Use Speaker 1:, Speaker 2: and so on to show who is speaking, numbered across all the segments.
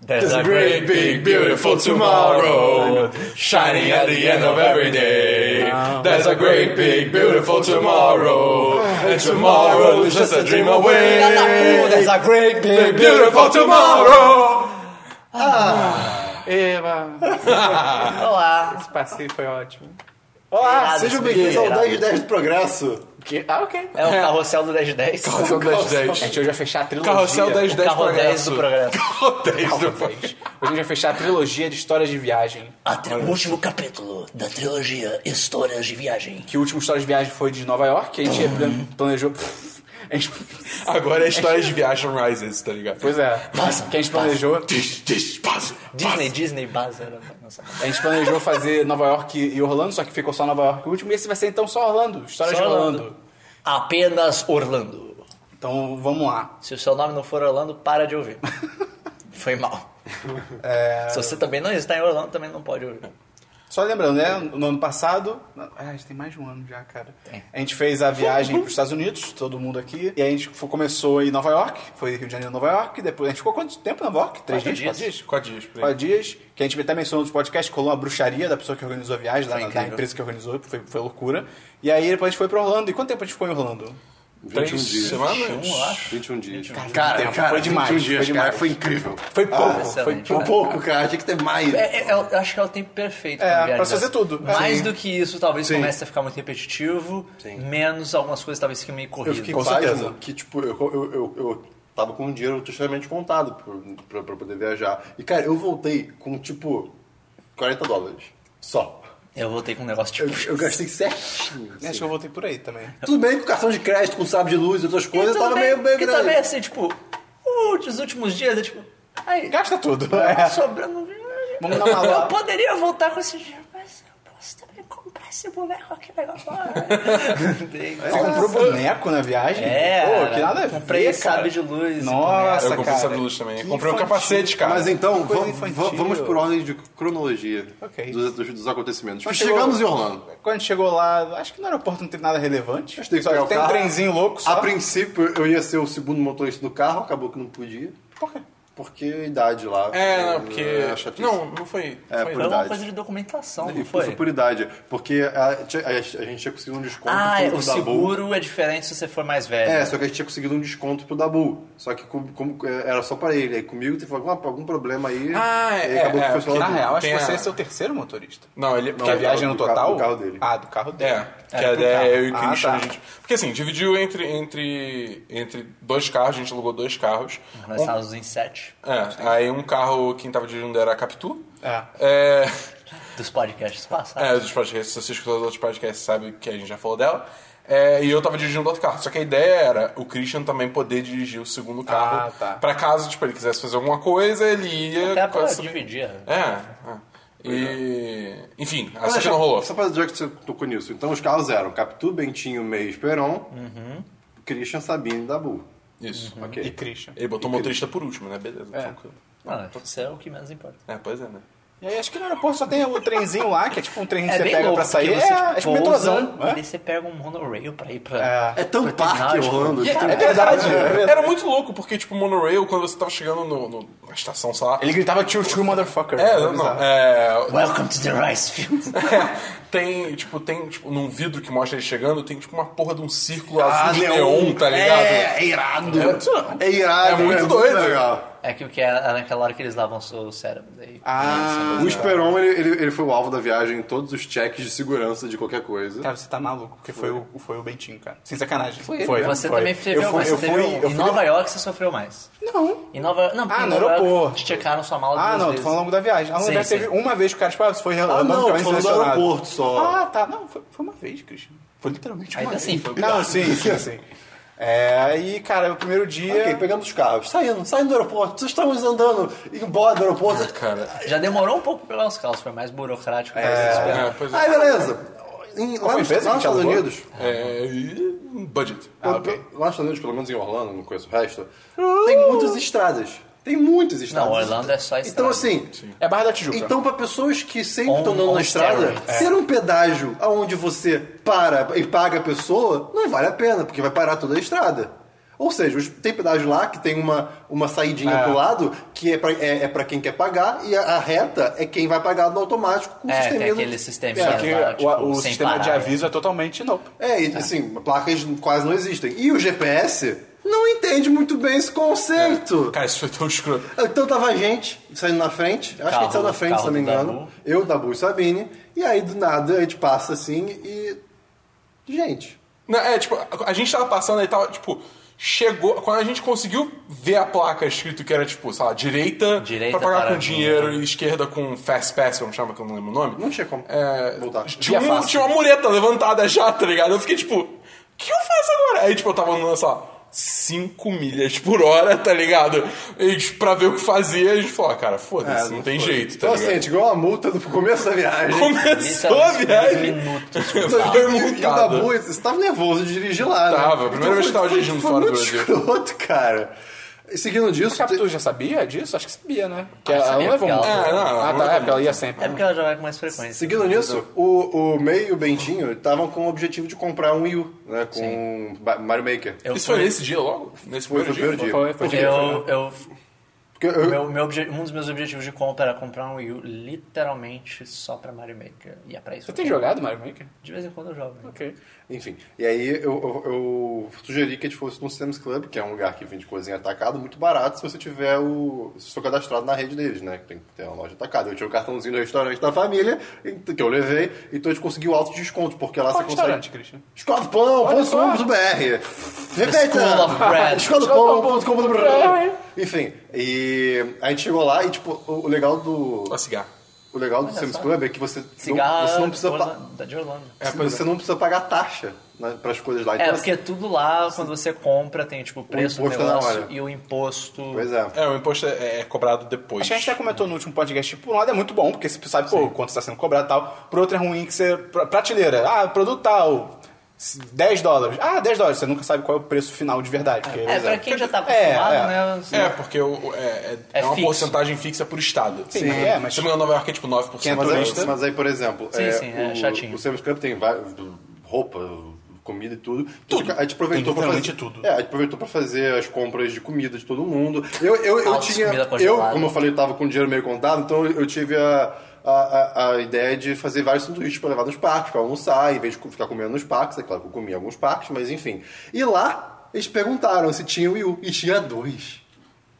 Speaker 1: There's a great big beautiful tomorrow shining at the end of every day. There's a great big beautiful tomorrow, and tomorrow is just a dream away.
Speaker 2: There's a great
Speaker 1: Big
Speaker 2: big
Speaker 1: beautiful tomorrow.
Speaker 3: Eva,
Speaker 2: Olá.
Speaker 3: esse passeio foi ótimo.
Speaker 2: Olá,
Speaker 4: Sejam bem-vindos ao 10 de 10 do Progresso.
Speaker 3: Que- Ah, ok.
Speaker 2: É o carrossel do 10 de 10.
Speaker 1: Carrossel 1010.
Speaker 3: Gente, hoje vai fechar a trilogia.
Speaker 1: Carrossel 1010
Speaker 2: Carro 10 do progresso.
Speaker 1: Carro 10 do progresso.
Speaker 3: Hoje a gente vai fechar a trilogia de histórias de viagem.
Speaker 5: Até o último capítulo da trilogia Histórias de Viagem.
Speaker 3: Que o último história de viagem foi de Nova York, que a gente
Speaker 2: Hum.
Speaker 3: plan- planejou. A gente...
Speaker 1: Agora é história de viagem Rises, tá ligado? um
Speaker 3: Pois é. Que a gente planejou.
Speaker 1: Diz, diz, passa,
Speaker 2: Disney, Disney, Base. era- Nossa.
Speaker 3: A gente planejou fazer Nova York e Orlando, só que ficou só Nova York o último. E esse vai ser então só Orlando. História
Speaker 2: Só
Speaker 3: de Orlando.
Speaker 2: Orlando. Apenas Orlando.
Speaker 3: Então vamos lá.
Speaker 2: Se o seu nome não for Orlando, para de ouvir. Foi mal. Se você também não está em Orlando, também não pode ouvir.
Speaker 3: Só lembrando, né? No ano passado. Ah, já tem mais de um ano já, cara.
Speaker 2: É.
Speaker 3: A gente fez a viagem para os Estados Unidos, todo mundo aqui. E aí a gente fo- começou em Nova York, foi Rio de Janeiro, Nova York. Depois a gente ficou quanto tempo em Nova York? Três
Speaker 2: Quatro
Speaker 3: dias? Quatro
Speaker 2: dias.
Speaker 3: dias?
Speaker 1: Quatro dias, por aí.
Speaker 3: Fala Dias, que a gente até mencionou nos podcasts, colou uma bruxaria da pessoa que organizou a viagem, da, da empresa que organizou, foi, foi loucura. E aí depois a gente foi pra Orlando. E quanto tempo a gente ficou em Orlando?
Speaker 4: 21
Speaker 1: Três
Speaker 4: dias.
Speaker 2: um
Speaker 1: semanas?
Speaker 4: 21 dias.
Speaker 3: Cara, foi demais,
Speaker 4: 21 dias,
Speaker 3: foi demais.
Speaker 4: cara. Foi incrível.
Speaker 3: Foi pouco, foi
Speaker 2: excelente.
Speaker 3: pouco.
Speaker 4: Foi um pouco, cara. Achei que tem mais.
Speaker 2: É, é, é, eu acho que é o tempo perfeito pra,
Speaker 3: É,
Speaker 2: uma
Speaker 3: pra
Speaker 2: viagem
Speaker 3: fazer
Speaker 2: dessa.
Speaker 3: tudo.
Speaker 2: Mais
Speaker 3: Sim.
Speaker 2: do que isso, talvez
Speaker 4: Sim.
Speaker 2: comece a ficar muito repetitivo. Menos algumas coisas talvez fiquem meio
Speaker 4: Eu
Speaker 2: corridas.
Speaker 4: fiquei
Speaker 3: Com
Speaker 4: pasmo
Speaker 3: certeza.
Speaker 4: que, tipo, eu, eu, eu, eu tava com o dinheiro totalmente contado pra- pra, pra poder viajar. E, cara, eu voltei com, tipo, 40 dólares. Só.
Speaker 2: Eu voltei com um negócio
Speaker 4: Eu,
Speaker 2: tipo.
Speaker 4: eu gastei certinho. assim.
Speaker 3: Acho que eu voltei por aí também.
Speaker 4: Tudo bem que o cartão de crédito, com sábio de luz e outras
Speaker 3: um
Speaker 4: coisas,
Speaker 2: E
Speaker 4: tava
Speaker 2: também-
Speaker 4: meio, meio
Speaker 2: E
Speaker 4: grande.
Speaker 2: também assim, tipo, os últimos dias é tipo. Aí,
Speaker 3: Gasta tudo. É.
Speaker 2: sobrando. um
Speaker 3: Vamos dar uma
Speaker 2: Eu
Speaker 3: lá.
Speaker 2: poderia voltar com esse dinheiro, mas eu posso também comprar esse boneco aqui lá fora.
Speaker 3: Você comprou boneco na viagem?
Speaker 2: É,
Speaker 3: Pô, que nada a ver,
Speaker 2: comprei
Speaker 3: cara.
Speaker 2: sabe de luz.
Speaker 3: Nossa,
Speaker 1: Eu comprei
Speaker 3: cara.
Speaker 1: essa luz também.
Speaker 3: Que
Speaker 1: Comprei um
Speaker 3: infantil.
Speaker 1: capacete, cara.
Speaker 4: Mas então,
Speaker 3: Coisa
Speaker 4: va-
Speaker 3: infantil.
Speaker 4: va- vamos por ordem de cronologia
Speaker 3: Ok.
Speaker 4: dos, dos, dos acontecimentos.
Speaker 3: Mas
Speaker 4: Chegamos em
Speaker 3: chegou-
Speaker 4: Orlando.
Speaker 3: Quando a gente chegou lá, acho que no aeroporto não teve nada relevante.
Speaker 4: teve que
Speaker 3: Só
Speaker 4: pegar o
Speaker 3: tem um
Speaker 4: carro.
Speaker 3: trenzinho louco só.
Speaker 4: A princípio, eu ia ser o segundo motorista do carro, acabou que não podia.
Speaker 3: Por quê?
Speaker 4: Porque a idade lá.
Speaker 1: É, não, porque.
Speaker 4: Ah, chatice.
Speaker 1: Não, não foi.
Speaker 4: É,
Speaker 1: foi
Speaker 4: por
Speaker 2: Foi
Speaker 1: não.
Speaker 4: idade.
Speaker 2: uma coisa de documentação,
Speaker 4: E
Speaker 2: não foi?
Speaker 4: Foi por idade, porque a, tinha- a- a gente tinha conseguido um desconto
Speaker 2: Ah,
Speaker 4: pro
Speaker 2: o
Speaker 4: Dabu.
Speaker 2: seguro é diferente se você for mais velho.
Speaker 4: É, só que a gente tinha conseguido um desconto pro Dabu. Só que como, como- era só pra ele. Aí comigo teve alguma- algum, problema aí.
Speaker 1: Ah,
Speaker 4: e
Speaker 1: é,
Speaker 4: acabou
Speaker 1: é,
Speaker 4: que
Speaker 1: porque
Speaker 4: foi só
Speaker 3: Na
Speaker 4: Dabu.
Speaker 3: real, acho
Speaker 1: Tem
Speaker 3: que você
Speaker 1: a-
Speaker 3: é seu terceiro motorista.
Speaker 1: Não, ele.
Speaker 3: Porque a viagem
Speaker 4: do
Speaker 3: no
Speaker 4: carro-
Speaker 3: total?
Speaker 4: do carro dele.
Speaker 3: Ah, do carro dele.
Speaker 1: É, que
Speaker 3: do carro.
Speaker 1: é, eu e o
Speaker 3: Ah,
Speaker 1: Christian.
Speaker 3: tá.
Speaker 1: a gente- porque assim, dividiu entre, entre, entre dois carros, a gente alugou dois carros.
Speaker 3: Uhum.
Speaker 1: Um-
Speaker 2: Nós estávamos em sete
Speaker 1: É, aí um carro, quem tava dirigindo era a Capitu.
Speaker 3: É.
Speaker 1: É,
Speaker 2: dos podcasts passados.
Speaker 1: é, dos podcasts, se você escutou os outros podcasts, sabe que a gente já falou dela. É, e eu tava dirigindo outro carro. Só que a ideia era o Christian também poder dirigir o segundo carro.
Speaker 3: Ah, tá.
Speaker 1: Pra caso, tipo, ele quisesse fazer alguma coisa, ele ia.
Speaker 2: Até
Speaker 1: com
Speaker 2: pra
Speaker 1: essa-
Speaker 2: dividir. né?
Speaker 1: É, é. E.
Speaker 3: é.
Speaker 1: Enfim,
Speaker 4: Mas
Speaker 1: assim que
Speaker 4: deixa-
Speaker 1: não rolou.
Speaker 4: Só pra dizer que você tocou nisso. Então os carros eram Capitu, Bentinho, Meis, Peron,
Speaker 1: Uhum.
Speaker 4: Christian, Sabine e Dabu.
Speaker 1: Isso.
Speaker 4: Ok.
Speaker 3: E Christian.
Speaker 1: Ele botou o motorista por último, né? Beleza,
Speaker 3: É.
Speaker 1: tranquilo.
Speaker 2: Não, isso é o que menos importa.
Speaker 1: É, pois é, né?
Speaker 3: E aí acho que no aeroporto só tem o trenzinho lá, que é tipo um trem que
Speaker 2: é
Speaker 3: você
Speaker 2: bem
Speaker 3: pega
Speaker 2: louco,
Speaker 3: pra sair.
Speaker 2: porque
Speaker 3: É,
Speaker 2: você tipo,
Speaker 3: acho que um
Speaker 2: pousa
Speaker 3: metrozão.
Speaker 2: E
Speaker 3: É?
Speaker 2: daí você pega um monorail pra ir pra...
Speaker 3: É.
Speaker 4: É tão
Speaker 2: terminar,
Speaker 4: parque
Speaker 2: tipo,
Speaker 4: Orlando. de tão-
Speaker 3: É verdade. é verdade.
Speaker 1: Era muito louco, porque, tipo, o monorail, quando você tava chegando no, no- na estação, sei lá...
Speaker 3: Ele gritava tio tio motherfucker.
Speaker 1: É, não, não.
Speaker 3: Bizarro.
Speaker 1: É,
Speaker 2: Welcome to the rice field.
Speaker 1: tem, tipo, tem, tipo, num vidro que mostra ele chegando, tem, tipo, uma porra de um círculo
Speaker 4: Ah,
Speaker 1: azul neon, tá ligado?
Speaker 4: É, é irado.
Speaker 1: É-
Speaker 4: É irado.
Speaker 1: É muito doido.
Speaker 4: legal.
Speaker 2: É que o que é, é naquela hora que eles lavam seu cérebro. Daí,
Speaker 3: Ah.
Speaker 4: O Esperon, ele, ele, ele foi o alvo da viagem em todos os checks de segurança de qualquer coisa.
Speaker 3: Cara, você tá maluco, porque foi, o, foi o Bentinho, cara. Sem sacanagem. Foi,
Speaker 2: você
Speaker 3: foi.
Speaker 2: também teve
Speaker 3: eu fui,
Speaker 2: mais.
Speaker 3: eu
Speaker 2: você
Speaker 3: fui,
Speaker 2: teve um-
Speaker 3: eu
Speaker 2: em
Speaker 3: fui-
Speaker 2: Nova York você sofreu mais.
Speaker 3: Não.
Speaker 2: Em Nova Não, porque
Speaker 3: Ah,
Speaker 2: em
Speaker 3: no
Speaker 2: Nova York
Speaker 3: aeroporto.
Speaker 2: checaram sua mala
Speaker 3: Ah,
Speaker 2: duas
Speaker 3: não, tô
Speaker 2: vezes.
Speaker 3: falando ao longo da viagem. Ao longo
Speaker 2: Sim,
Speaker 3: da viagem
Speaker 2: sim.
Speaker 3: teve uma vez que o cara, tipo, ah, você foi
Speaker 4: Ah, não,
Speaker 3: randomicamente
Speaker 4: falando do
Speaker 3: selecionado.
Speaker 4: aeroporto só.
Speaker 3: Ah, tá. Não, foi, foi uma vez, Christian. Foi literalmente uma
Speaker 2: Ainda
Speaker 3: vez.
Speaker 2: assim, foi
Speaker 3: Não, sim, sim, sim. É, aí, cara, o primeiro dia...
Speaker 4: Ok, pegamos os carros, saindo, saindo do aeroporto, vocês estamos andando, indo embora do aeroporto.
Speaker 1: Ah, Cara,
Speaker 2: Já demorou um pouco pra pegar os carros, foi mais burocrático. mais desesperado.
Speaker 1: é, pois é.
Speaker 4: Aí, beleza. Em, lá
Speaker 3: foi a
Speaker 4: nos,
Speaker 3: empresa que
Speaker 4: lá
Speaker 3: te
Speaker 4: nos Estados
Speaker 3: alugou?
Speaker 4: Unidos,
Speaker 1: É, e- budget.
Speaker 3: Ah, ok.
Speaker 4: lá nos Estados Unidos, pelo menos em Orlando, não conheço o resto, tem muitas estradas. Tem muitas estradas.
Speaker 2: Não, Orlando é só estrada.
Speaker 4: Então, assim,
Speaker 3: É Barra da Tijuca.
Speaker 4: Então, para pessoas que sempre
Speaker 2: On-
Speaker 4: estão andando
Speaker 2: on é.
Speaker 4: na estrada,
Speaker 2: steroids.
Speaker 4: ser um pedágio aonde você para e paga a pessoa não vale a pena, porque vai parar toda a estrada. Ou seja, os- tem pedágio lá que tem uma, uma saidinha
Speaker 3: É.
Speaker 4: pro lado que é pra, é, é pra quem quer pagar e a, a reta é quem vai pagar no automático com o
Speaker 2: É,
Speaker 4: sisteminha
Speaker 2: tem
Speaker 4: do-
Speaker 2: aquele sisteminha
Speaker 4: É,
Speaker 3: Só
Speaker 2: lá,
Speaker 3: que
Speaker 2: tipo,
Speaker 3: o, o
Speaker 2: sem
Speaker 3: sistema de
Speaker 2: parar.
Speaker 3: aviso é totalmente nope.
Speaker 4: É, e assim, placas quase não existem. E o GPS não entende muito bem esse conceito.
Speaker 1: Cara, isso foi tão escroto.
Speaker 4: Então tava a gente saindo na frente, acho que a
Speaker 2: Carro-
Speaker 4: gente saiu na frente, se
Speaker 2: carro
Speaker 4: não me
Speaker 2: do
Speaker 4: engano.
Speaker 2: Dabu.
Speaker 4: Eu, Dabu e Sabine, e aí do nada a gente passa assim e. Gente.
Speaker 1: Não, é, tipo, a- a gente tava passando aí tava, tipo, chegou. Quando a gente conseguiu ver a placa escrito que era, tipo, sei lá, direita,
Speaker 2: Direita
Speaker 1: pra pagar
Speaker 2: para
Speaker 1: com dinheiro e esquerda com fast pass, como chama, que eu não lembro o nome.
Speaker 4: Não tinha como
Speaker 1: É,
Speaker 4: voltar.
Speaker 1: Tinha,
Speaker 2: Via
Speaker 1: um-
Speaker 2: fácil.
Speaker 1: tinha uma mureta levantada já, tá ligado? Eu fiquei tipo, o que eu faço agora? Aí, tipo, eu tava andando, sei lá, 5 milhas por hora, tá ligado? E, tipo, pra ver o que fazia, a gente falou, ah, cara, foda-se, não, tem jeito, tá
Speaker 4: Então assim, a
Speaker 1: ligado?
Speaker 4: gente ganhou uma multa no começo da viagem.
Speaker 1: Começou a
Speaker 2: Literalmente,
Speaker 1: viagem.
Speaker 2: minutos, tipo, tá.
Speaker 1: Foi
Speaker 4: E, um, e o
Speaker 1: multado.
Speaker 4: Dabu, você tava nervoso de dirigir lá, né?
Speaker 1: Tava, a primeira vez que
Speaker 4: foi-
Speaker 1: tava
Speaker 4: foi-
Speaker 1: dirigindo
Speaker 4: foi
Speaker 1: fora do
Speaker 4: muito
Speaker 1: Brasil.
Speaker 4: escroto, cara. E seguindo disso...
Speaker 3: Mas tu já sabia disso? Acho que sabia, né? Que
Speaker 2: Ah,
Speaker 3: ela,
Speaker 2: sabia,
Speaker 3: não levou
Speaker 2: porque
Speaker 3: muito.
Speaker 1: ela- É, não, ela
Speaker 3: ah,
Speaker 1: não
Speaker 3: tá, é,
Speaker 1: levou
Speaker 3: porque ela ia sempre.
Speaker 2: É porque ela já vai com mais frequência.
Speaker 4: Seguindo nisso, o, o May e o Bentinho estavam com o objetivo de comprar um Wii U, né? Com Ba- Mario Maker.
Speaker 2: Eu
Speaker 1: Isso
Speaker 2: fui-
Speaker 1: foi nesse dia logo? Nesse
Speaker 4: Foi, foi o
Speaker 1: primeiro
Speaker 4: primeiro
Speaker 1: dia?
Speaker 4: dia.
Speaker 3: Foi, foi
Speaker 2: Porque
Speaker 3: direto,
Speaker 2: eu, eu,
Speaker 4: Porque eu-
Speaker 2: meu, meu obje- um dos meus objetivos de compra era comprar um Wii U literalmente só pra Mario Maker. E é pra isso.
Speaker 3: Você
Speaker 2: que
Speaker 3: tem
Speaker 2: eu-
Speaker 3: jogado Mario Maker?
Speaker 2: De vez em quando eu jogo. né?
Speaker 3: Ok.
Speaker 4: Enfim, e aí eu, eu, eu sugeri que a gente fosse no Sims Club, que é um lugar que vende coisinha atacado, muito barato, se você tiver o. se for cadastrado na rede deles, né? Que tem que ter uma loja atacada. Eu tinha o cartãozinho do restaurante da família, ent- que eu levei, então a gente conseguiu altos descontos, porque lá
Speaker 3: Qual
Speaker 4: você consegue.
Speaker 3: restaurante, Christian? Olha só.
Speaker 4: Escolapão.com.br
Speaker 2: School of
Speaker 4: Repita!
Speaker 2: Bread.
Speaker 4: Escolapão.com.br Enfim, e a gente chegou lá e, tipo, o o legal do.
Speaker 1: Ó, cigarro.
Speaker 4: O legal do Sims
Speaker 2: só.
Speaker 4: Club é que você não,
Speaker 2: Cigarro né?
Speaker 4: você não precisa. pa-
Speaker 2: Orla- da- de Orlando.
Speaker 1: É, pois
Speaker 4: Você não precisa pagar taxa para as coisas lá.
Speaker 2: É,
Speaker 4: Então,
Speaker 2: porque tudo lá, quando você compra, tem tipo o preço do
Speaker 4: imposto é na
Speaker 2: negócio
Speaker 4: hora.
Speaker 2: e o imposto.
Speaker 4: Pois é.
Speaker 1: É, o imposto é, é cobrado depois.
Speaker 3: Acho que a gente até comentou no último podcast, tipo, por um lado é muito bom, porque você sabe, pô, quanto está sendo cobrado e tal. Por outro é ruim que você... pra- Prateleira, ah, produto tal, 10 dólares. Ah, 10 dólares, você nunca sabe qual é o preço final de verdade. porque-
Speaker 2: É, pra quem já tá
Speaker 3: É,
Speaker 2: acostumado,
Speaker 3: é.
Speaker 2: né? assim,
Speaker 1: É, porque o- o- é, é-
Speaker 2: É
Speaker 1: é uma
Speaker 2: fixo.
Speaker 1: porcentagem fixa por estado.
Speaker 3: Sim, mas é, mas-
Speaker 1: Se não me engano, Nova York é tipo 9%.
Speaker 3: Quem é
Speaker 4: Mas,
Speaker 3: turista.
Speaker 4: aí, mas aí, por exemplo,
Speaker 2: Sim, sim, é
Speaker 4: o,
Speaker 2: chatinho.
Speaker 4: o Sam's Club tem vai- roupa, comida e tudo. Tudo. A gente aproveitou
Speaker 3: Tem
Speaker 4: pra fazer.
Speaker 3: literalmente tudo.
Speaker 4: É, a gente aproveitou pra fazer as compras de comida de todo mundo. Eu, eu, eu
Speaker 2: Altas
Speaker 4: tinha.
Speaker 2: comida
Speaker 4: Eu,
Speaker 2: congelada.
Speaker 4: como eu falei, eu tava com o dinheiro meio contado, então eu tive a. A, a- a ideia de fazer vários sanduíches pra levar nos parques, pra almoçar, em vez de ficar comendo nos parques. É claro que eu comi em alguns parques, mas enfim. E lá, eles perguntaram se tinha o Wii U, e tinha dois.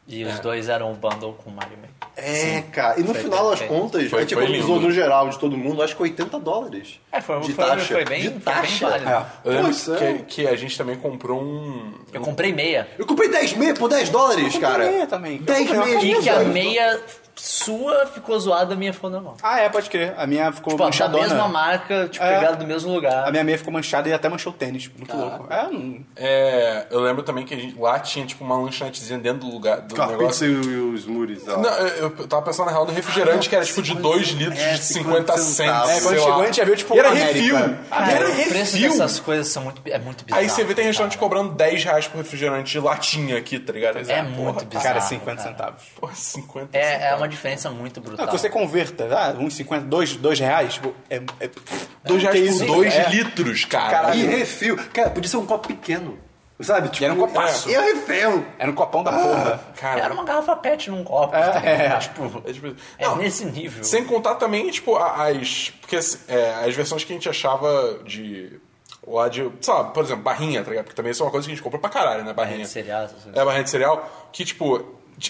Speaker 2: E os dois eram o bundle com o Mario Maker.
Speaker 4: É, cara. E no
Speaker 2: Foi
Speaker 4: final das
Speaker 2: bem-
Speaker 4: contas, é
Speaker 1: foi-
Speaker 4: a gente
Speaker 1: foi
Speaker 4: economizou
Speaker 1: lindo.
Speaker 4: no geral de todo mundo, acho que 80 dólares.
Speaker 2: É, foi-
Speaker 4: de
Speaker 2: foi-
Speaker 4: taxa.
Speaker 2: foi bem-
Speaker 4: de
Speaker 2: foi bem
Speaker 4: taxa.
Speaker 2: válido.
Speaker 1: Eu lembro
Speaker 4: Pois é.
Speaker 1: que, que a gente também comprou um.
Speaker 2: Eu comprei meia.
Speaker 4: Eu comprei 10 meia por 10 dólares,
Speaker 3: comprei
Speaker 4: cara.
Speaker 3: meia também. Eu
Speaker 4: 10
Speaker 3: comprei uma
Speaker 4: meias.
Speaker 2: E
Speaker 4: de
Speaker 2: que a
Speaker 4: dólares.
Speaker 2: meia sua ficou zoada, a minha ficou normal.
Speaker 3: Ah, é, pode crer. A minha ficou
Speaker 2: Tipo, da
Speaker 3: manchadona.
Speaker 2: mesma marca, tipo,
Speaker 3: É.
Speaker 2: pegada do mesmo lugar.
Speaker 3: A minha meia ficou manchada e até manchou o tênis.
Speaker 2: Tá.
Speaker 3: Muito louco. É, não...
Speaker 1: É, eu lembro também que a gente- lá tinha tipo uma lanchonetezinha dentro do lugar do
Speaker 4: Com a pizza
Speaker 1: negócio.
Speaker 4: e os muris. ó.
Speaker 1: Não, eu, eu tava pensando na real do refrigerante, que era tipo de 2 litros
Speaker 4: é,
Speaker 1: de 50 centavos.
Speaker 4: centavos.
Speaker 3: É, quando
Speaker 1: sei
Speaker 3: chegou,
Speaker 1: lá.
Speaker 3: a gente já viu, tipo,
Speaker 1: E era
Speaker 3: América. é.
Speaker 1: refil.
Speaker 2: Ah,
Speaker 1: E era
Speaker 2: o preço
Speaker 1: Tá refil.
Speaker 2: dessas coisas são muito, é muito bizarro.
Speaker 1: Aí você
Speaker 3: Ah.
Speaker 1: vê tem
Speaker 2: cara.
Speaker 1: restaurante cobrando 10 reais por refrigerante de latinha aqui, tá ligado?
Speaker 2: É muito bizarro.
Speaker 3: Cara, 50
Speaker 2: cara. Tá.
Speaker 3: centavos.
Speaker 1: Porra, 50
Speaker 2: É, é
Speaker 1: centavos.
Speaker 2: uma diferença muito
Speaker 3: Não,
Speaker 2: brutal.
Speaker 3: que você converta, ah, uns 50, 2, 2 reais, tipo, é... é...
Speaker 1: 2
Speaker 3: Que
Speaker 1: reais
Speaker 3: isso,
Speaker 1: por 2
Speaker 3: é.
Speaker 1: litros, cara.
Speaker 3: Caralho.
Speaker 4: E refil. Cara, podia ser um copo pequeno. Sabe? Tipo,
Speaker 3: era um copaço.
Speaker 4: E o refil.
Speaker 3: Era um copão da porra.
Speaker 1: Cara,
Speaker 2: É, Era uma garrafa pet num copo.
Speaker 3: É,
Speaker 2: tá ligado?
Speaker 3: é.
Speaker 2: Tipo,
Speaker 1: É, tipo,
Speaker 2: é
Speaker 1: não,
Speaker 2: nesse nível.
Speaker 1: Sem contar também, tipo, a- as. Porque assim, é, as versões que a gente achava de. Lá de. Sei lá, por exemplo, barrinha, tá ligado? Porque também isso é uma coisa que a gente compra pra caralho, né? Barrinha.
Speaker 2: Barrinha de assim. cereal, essas coisas.
Speaker 1: É, barrinha de cereal. Que, tipo, t-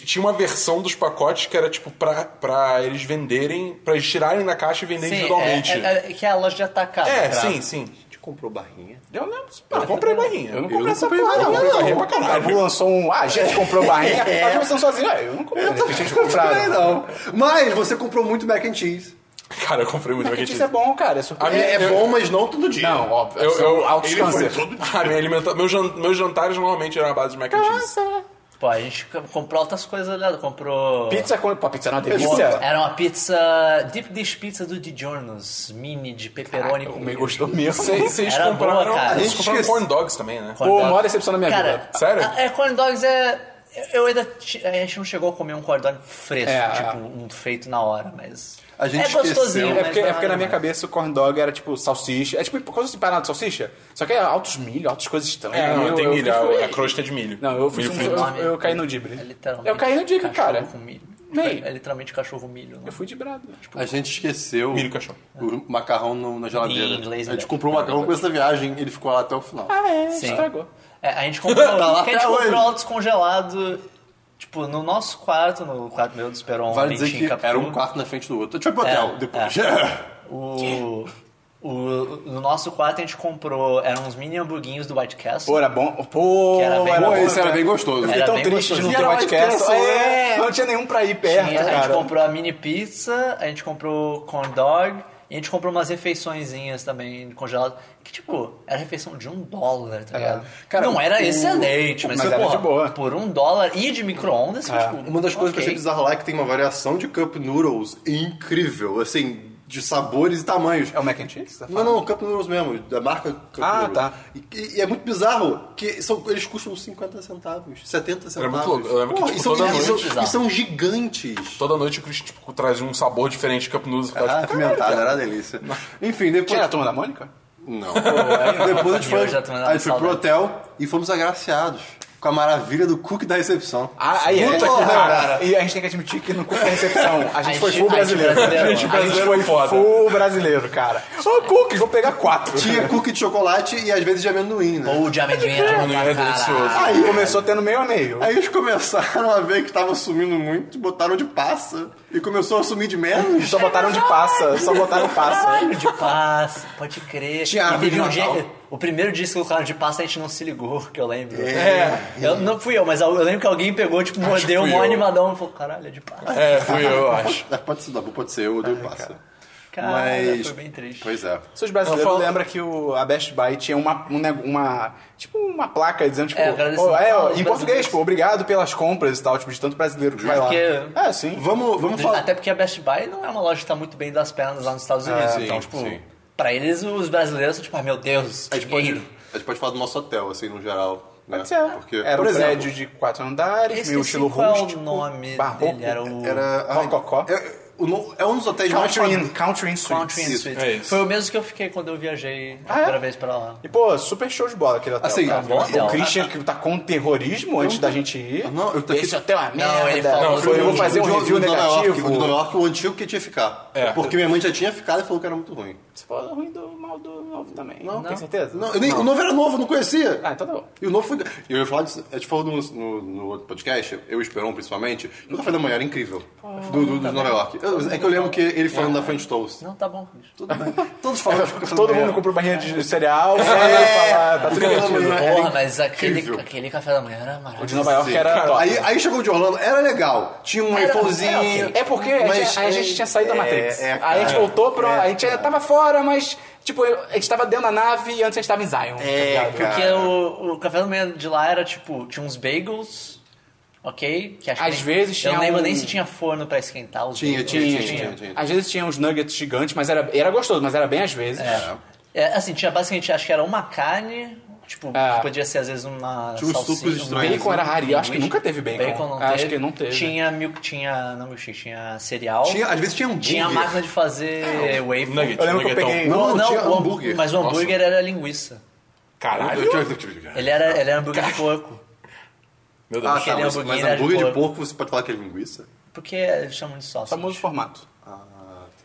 Speaker 1: tinha uma versão dos pacotes que era, tipo, pra, pra eles venderem. pra eles tirarem da caixa e venderem
Speaker 2: Sim,
Speaker 1: individualmente.
Speaker 2: é, é- é- que é a loja de atacado.
Speaker 1: É,
Speaker 2: cara.
Speaker 1: sim, sim.
Speaker 4: A gente comprou barrinha.
Speaker 3: Eu lembro.
Speaker 1: Eu comprei barrinha.
Speaker 3: Eu não
Speaker 4: Eu
Speaker 3: comprei
Speaker 4: não
Speaker 3: essa
Speaker 4: comprei
Speaker 3: porra,
Speaker 4: barrinha,
Speaker 3: não. Eu comprei
Speaker 1: não.
Speaker 3: barrinha pra caralho. O lançou um, ah, a gente comprou barrinha. é. Tá pensando sozinho, ah, eu não comprei. Eu
Speaker 4: Não comprei, não. Mas você comprou muito mac and cheese.
Speaker 1: Cara, eu comprei muito
Speaker 3: Porque isso
Speaker 1: maquetinho.
Speaker 3: é bom, cara.
Speaker 1: A minha-
Speaker 3: É surpresa.
Speaker 4: É, é
Speaker 1: eu-
Speaker 4: bom, mas não todo dia.
Speaker 3: Não, óbvio.
Speaker 1: Eu, eu,
Speaker 3: altos
Speaker 1: ele foi
Speaker 3: câncer.
Speaker 1: todo dia. Ah, minha alimenta... meu jan- meus jantares normalmente eram a base de mac and cheese.
Speaker 2: Pô, a gente co- comprou outras coisas, né? Comprou...
Speaker 3: Pizza com... Pô, pizza não é uma
Speaker 2: Pô,
Speaker 3: delícia.
Speaker 2: Era uma pizza... Deep dish pizza do DiGiorno's. Mini de pepperoni.
Speaker 3: O
Speaker 2: com
Speaker 3: meio gostou mesmo.
Speaker 1: Vocês vocês
Speaker 2: Era
Speaker 1: compraram,
Speaker 2: boa, cara.
Speaker 1: vocês
Speaker 4: Eu
Speaker 1: compraram
Speaker 4: esqueci.
Speaker 1: corn dogs também, né?
Speaker 2: Corn
Speaker 3: Pô,
Speaker 2: dog.
Speaker 3: maior decepção da minha
Speaker 2: Cara,
Speaker 3: vida.
Speaker 1: Sério?
Speaker 2: a- é, corn dogs é... Eu ainda. ti- A gente não chegou a comer um cordão fresco,
Speaker 3: É,
Speaker 2: tipo,
Speaker 3: é.
Speaker 2: um feito na hora, mas.
Speaker 4: A gente
Speaker 2: é gostosinho,
Speaker 4: esqueceu.
Speaker 3: É
Speaker 2: mas
Speaker 3: porque,
Speaker 2: não
Speaker 3: é porque na
Speaker 2: nada
Speaker 3: minha
Speaker 2: demais.
Speaker 3: cabeça o corn dog era tipo salsicha. É tipo coisa separada de salsicha. Só que é altos milho, altas coisas estranhas.
Speaker 6: É, não,
Speaker 3: eu,
Speaker 6: tem
Speaker 3: eu,
Speaker 6: milho,
Speaker 3: fui-
Speaker 6: a, a crosta é de milho.
Speaker 3: Não, eu fiz
Speaker 6: milho
Speaker 3: um-
Speaker 6: frito.
Speaker 3: eu- eu caí no Dibre.
Speaker 2: É literalmente
Speaker 3: Eu caí no Dibre,
Speaker 2: cachorro
Speaker 3: cara.
Speaker 2: com milho.
Speaker 3: Véi.
Speaker 2: É literalmente cachorro milho. né?
Speaker 3: eu fui de brado.
Speaker 4: A gente esqueceu
Speaker 6: Milho e cachorro.
Speaker 4: o macarrão no- na geladeira.
Speaker 2: Em inglês,
Speaker 4: a gente
Speaker 2: né?
Speaker 4: comprou o macarrão com essa viagem ele ficou lá até o final.
Speaker 3: Ah, é,
Speaker 2: Sim.
Speaker 3: estragou.
Speaker 2: É, a gente comprou,
Speaker 4: Tá lá
Speaker 2: que a gente
Speaker 4: até hoje.
Speaker 2: comprou ela descongelado, tipo, no nosso quarto, no quarto meu do Esperon.
Speaker 4: Vale
Speaker 2: em
Speaker 4: dizer que
Speaker 2: Chicapu.
Speaker 4: era um quarto na frente do outro. A gente foi pro hotel
Speaker 2: É,
Speaker 4: depois.
Speaker 2: O, o, no nosso quarto a gente comprou, eram uns mini hamburguinhos do White Castle.
Speaker 3: Pô, era bom. Pô,
Speaker 2: Que era bem
Speaker 4: Pô,
Speaker 2: bom,
Speaker 4: esse era
Speaker 3: cara.
Speaker 4: bem gostoso.
Speaker 3: Eu fiquei
Speaker 2: Era
Speaker 3: tão
Speaker 2: bem
Speaker 3: um triste
Speaker 2: gostoso.
Speaker 3: de não
Speaker 4: E
Speaker 3: ter
Speaker 4: era
Speaker 3: White Castle.
Speaker 4: White Castle,
Speaker 3: É, não tinha nenhum pra ir perto,
Speaker 2: Tinha- a gente
Speaker 3: cara.
Speaker 2: comprou a mini pizza, a gente comprou corn dog e a gente comprou umas refeiçõezinhas também congeladas. Que tipo, era refeição de um dólar, tá ligado?
Speaker 4: Cara,
Speaker 2: Não era
Speaker 4: o-
Speaker 2: excelente, mas,
Speaker 3: mas era
Speaker 2: porra,
Speaker 3: de boa.
Speaker 2: por um dólar e de micro-ondas, que, tipo,
Speaker 4: Uma das coisas que eu achei
Speaker 2: ok.
Speaker 4: bizarro lá é que tem uma variação de Cup Noodles incrível, assim, de sabores e tamanhos.
Speaker 3: É o mac and cheese? tá
Speaker 4: Não, não, Cup Noodles mesmo, da marca Cup
Speaker 3: Ah,
Speaker 4: Noodles.
Speaker 3: tá.
Speaker 4: E, e é muito bizarro que são, eles custam 50 centavos, 70 centavos.
Speaker 6: Era muito louco, eu lembro que,
Speaker 4: Porra,
Speaker 6: tipo,
Speaker 4: e são,
Speaker 6: toda
Speaker 4: e
Speaker 6: noite-
Speaker 4: são-
Speaker 2: Bizarro.
Speaker 4: e são gigantes.
Speaker 6: Toda noite o Chris tipo, trazia um sabor diferente de Cup Noodles. Eu ficava,
Speaker 4: Ah,
Speaker 6: tipo, caralho,
Speaker 4: pimentado,
Speaker 6: cara.
Speaker 4: era uma delícia. Enfim, depois...
Speaker 3: Tinha a turma da Mônica?
Speaker 4: Não. Depois a gente foi,
Speaker 2: Eu já tô mandando
Speaker 4: a gente foi pro
Speaker 2: saudade.
Speaker 4: hotel e fomos agraciados com a maravilha do cookie da recepção.
Speaker 3: Ah, aí é.
Speaker 4: Puta que
Speaker 3: Cara, e a gente tem que admitir que no curso da recepção a gente foi
Speaker 2: gente-
Speaker 3: full
Speaker 2: a gente
Speaker 3: brasileiro.
Speaker 2: brasileiro.
Speaker 6: A gente brasileiro
Speaker 3: foi
Speaker 6: foda.
Speaker 3: full brasileiro, cara. Ô, cookies, vou pegar quatro.
Speaker 4: Tinha cookie de chocolate e às vezes de amendoim, né?
Speaker 2: Ou de amendoim era bom
Speaker 6: Amendoim
Speaker 1: É,
Speaker 2: pra
Speaker 6: era
Speaker 2: caralho.
Speaker 6: tipo, um delicioso.
Speaker 3: Aí começou tendo meio a meio.
Speaker 4: Aí eles começaram a ver que tava sumindo muito, botaram de passa e começou a sumir de menos.
Speaker 3: Só botaram de passa, só botaram passa.
Speaker 2: Caralho, de paz, pode crer.
Speaker 4: Tinha
Speaker 2: E
Speaker 4: árvore
Speaker 2: teve
Speaker 4: de
Speaker 2: um dia-
Speaker 4: Natal.
Speaker 2: o primeiro disco que colocaram de pasta a gente não se ligou, que eu lembro.
Speaker 6: É.
Speaker 2: Eu, não fui eu, mas eu lembro que alguém pegou, tipo, mordeu
Speaker 6: fui
Speaker 2: um
Speaker 6: eu.
Speaker 2: animadão e falou, caralho, é de pasta.
Speaker 6: É, fui eu, eu acho.
Speaker 4: Ah, Pode ser Dabu, pode ser eu, do passa.
Speaker 2: Caralho,
Speaker 4: Mas-
Speaker 2: foi bem triste.
Speaker 4: Pois é.
Speaker 3: Se os brasileiros
Speaker 6: Eu falo-
Speaker 3: lembram que o, a Best Buy tinha uma, um neg- uma- Tipo, uma placa dizendo, tipo.
Speaker 2: É, agradecendo
Speaker 3: "Oh, é,
Speaker 2: aos
Speaker 3: ó, em
Speaker 2: brasileiros."
Speaker 3: português, tipo, obrigado pelas compras e tal, tipo, de tanto brasileiro que vai lá.
Speaker 2: Porque-
Speaker 3: É, sim.
Speaker 4: Vamos, vamos falar.
Speaker 2: Até porque a Best Buy não é uma loja que tá muito bem das pernas lá nos Estados Unidos.
Speaker 4: É, sim,
Speaker 2: então, tipo,
Speaker 4: sim.
Speaker 2: pra eles, os brasileiros são tipo, ah, meu Deus,
Speaker 4: A gente, pode,
Speaker 2: dinheiro.
Speaker 4: a gente pode falar do nosso hotel, assim, no geral. Né?
Speaker 3: Pode ser.
Speaker 4: Porque,
Speaker 3: era
Speaker 4: por
Speaker 3: um
Speaker 4: exemplo,
Speaker 3: prédio de quatro andares, meio
Speaker 2: Esqueci
Speaker 3: estilo
Speaker 2: qual é
Speaker 3: rústico.
Speaker 2: o nome
Speaker 3: barroco.
Speaker 2: dele, era o...
Speaker 4: Era, ai,
Speaker 3: Mococó.
Speaker 4: ah, É, o no- é um dos hotéis mais
Speaker 3: Country Inn,
Speaker 4: padrões.
Speaker 3: Country Inn
Speaker 2: Country Inn
Speaker 3: Suites.
Speaker 2: Suites.
Speaker 6: É isso.
Speaker 2: Foi o mesmo que eu fiquei quando eu viajei a
Speaker 3: Ah, é?
Speaker 2: primeira vez pra lá.
Speaker 3: E, pô, super show de bola aquele hotel.
Speaker 4: Assim,
Speaker 3: cara.
Speaker 4: tá
Speaker 2: bom,
Speaker 3: o
Speaker 2: não.
Speaker 3: Christian que tá com terrorismo antes da gente ir.
Speaker 4: Não, eu tô aqui-
Speaker 3: Esse hotel é uma merda.
Speaker 2: Não, ele falou-
Speaker 6: Não, foi
Speaker 3: eu
Speaker 6: o
Speaker 3: vou fazer um
Speaker 4: de-
Speaker 3: review
Speaker 4: de Nova York,
Speaker 3: negativo.
Speaker 4: o de Nova York, o antigo que tinha que ficar.
Speaker 6: É.
Speaker 4: Porque minha mãe já tinha ficado e falou que era muito ruim.
Speaker 3: Você falou ruim do mal do novo também. Não, tem certeza?
Speaker 4: Não, eu nem, O novo era novo, eu não conhecia.
Speaker 3: Ah, então tá bom.
Speaker 4: E o novo foi. Eu ia falar disso. A gente falou no, no, no outro podcast, eu e o Esperon principalmente, que o café da manhã era incrível.
Speaker 2: Ah.
Speaker 4: Do, do, do Nova York. Eu- é que eu lembro que ele falando da French Toast.
Speaker 2: Não, tá bom, Cris.
Speaker 4: Tudo bem. Todos falam que o café
Speaker 3: Todo
Speaker 4: da manhã.
Speaker 3: mundo comprou barrinha de cereal, só é. falar, tá tudo
Speaker 4: Café da
Speaker 3: divertido.
Speaker 4: manhã era
Speaker 2: Porra, mas
Speaker 4: incrível.
Speaker 2: aquele, aquele café da manhã era
Speaker 3: O de
Speaker 2: maravilhoso.
Speaker 3: Nova York
Speaker 4: Sim.
Speaker 3: era top.
Speaker 4: Aí, aí chegou o de Orlando, era legal. Tinha um
Speaker 2: Era-
Speaker 4: iPhonezinho.
Speaker 2: era ok.
Speaker 3: É porque a
Speaker 4: mas
Speaker 3: gente, a
Speaker 4: é-
Speaker 3: gente tinha saído da Matrix.
Speaker 4: é, é,
Speaker 3: aí a gente
Speaker 4: cara.
Speaker 3: voltou pra. a gente ainda tava fora, mas. Tipo, eu- a gente tava dentro da nave e antes a gente tava em Zion. tá ligado?
Speaker 4: É, cara.
Speaker 2: Porque o, o café da manhã de lá era tipo, tinha uns bagels, ok? Que acho que
Speaker 3: Às
Speaker 2: nem-
Speaker 3: vezes
Speaker 2: Eu
Speaker 3: tinha
Speaker 2: não lembro
Speaker 3: um-
Speaker 2: nem se tinha forno pra esquentar os
Speaker 4: Tinha,
Speaker 2: bagels.
Speaker 4: tinha, tinha,
Speaker 3: Tinha.
Speaker 4: tinha, tinha.
Speaker 3: Às vezes tinha uns nuggets gigantes, mas era, era gostoso, mas era bem às vezes.
Speaker 2: É, assim, tinha basicamente, acho que era uma carne, tipo,
Speaker 3: É.
Speaker 2: que podia ser às vezes uma um
Speaker 4: Tinha uns
Speaker 2: salsicha,
Speaker 4: sucos Tipo, estranhos.
Speaker 3: Bacon era raro, e eu acho que
Speaker 2: sanduíche.
Speaker 3: nunca teve bacon.
Speaker 2: Bacon não
Speaker 3: acho
Speaker 2: teve.
Speaker 3: que não teve.
Speaker 2: Tinha milk, tinha, não milkshake, tinha cereal.
Speaker 4: Tinha- às vezes tinha hambúrguer.
Speaker 2: Tinha a máquina de fazer
Speaker 1: É, um
Speaker 2: um wafer.
Speaker 6: Nugget,
Speaker 3: Eu lembro que eu
Speaker 6: nuggetão.
Speaker 3: peguei-
Speaker 4: Não, não, tinha
Speaker 2: o ham-
Speaker 4: hambúrguer.
Speaker 2: Mas o hambúrguer era linguiça.
Speaker 6: Caralho.
Speaker 4: Eu tinha-
Speaker 2: Ele era, ele era hambúrguer de porco.
Speaker 6: Meu Deus.
Speaker 4: Ah,
Speaker 2: Aquele
Speaker 4: tá, mas, mas
Speaker 2: hambúrguer era de
Speaker 4: hambúrguer de
Speaker 2: porco.
Speaker 4: porco você pode falar que é linguiça?
Speaker 2: Porque eles chamam de
Speaker 3: O
Speaker 2: salsa.
Speaker 3: famoso formato.
Speaker 4: Ah,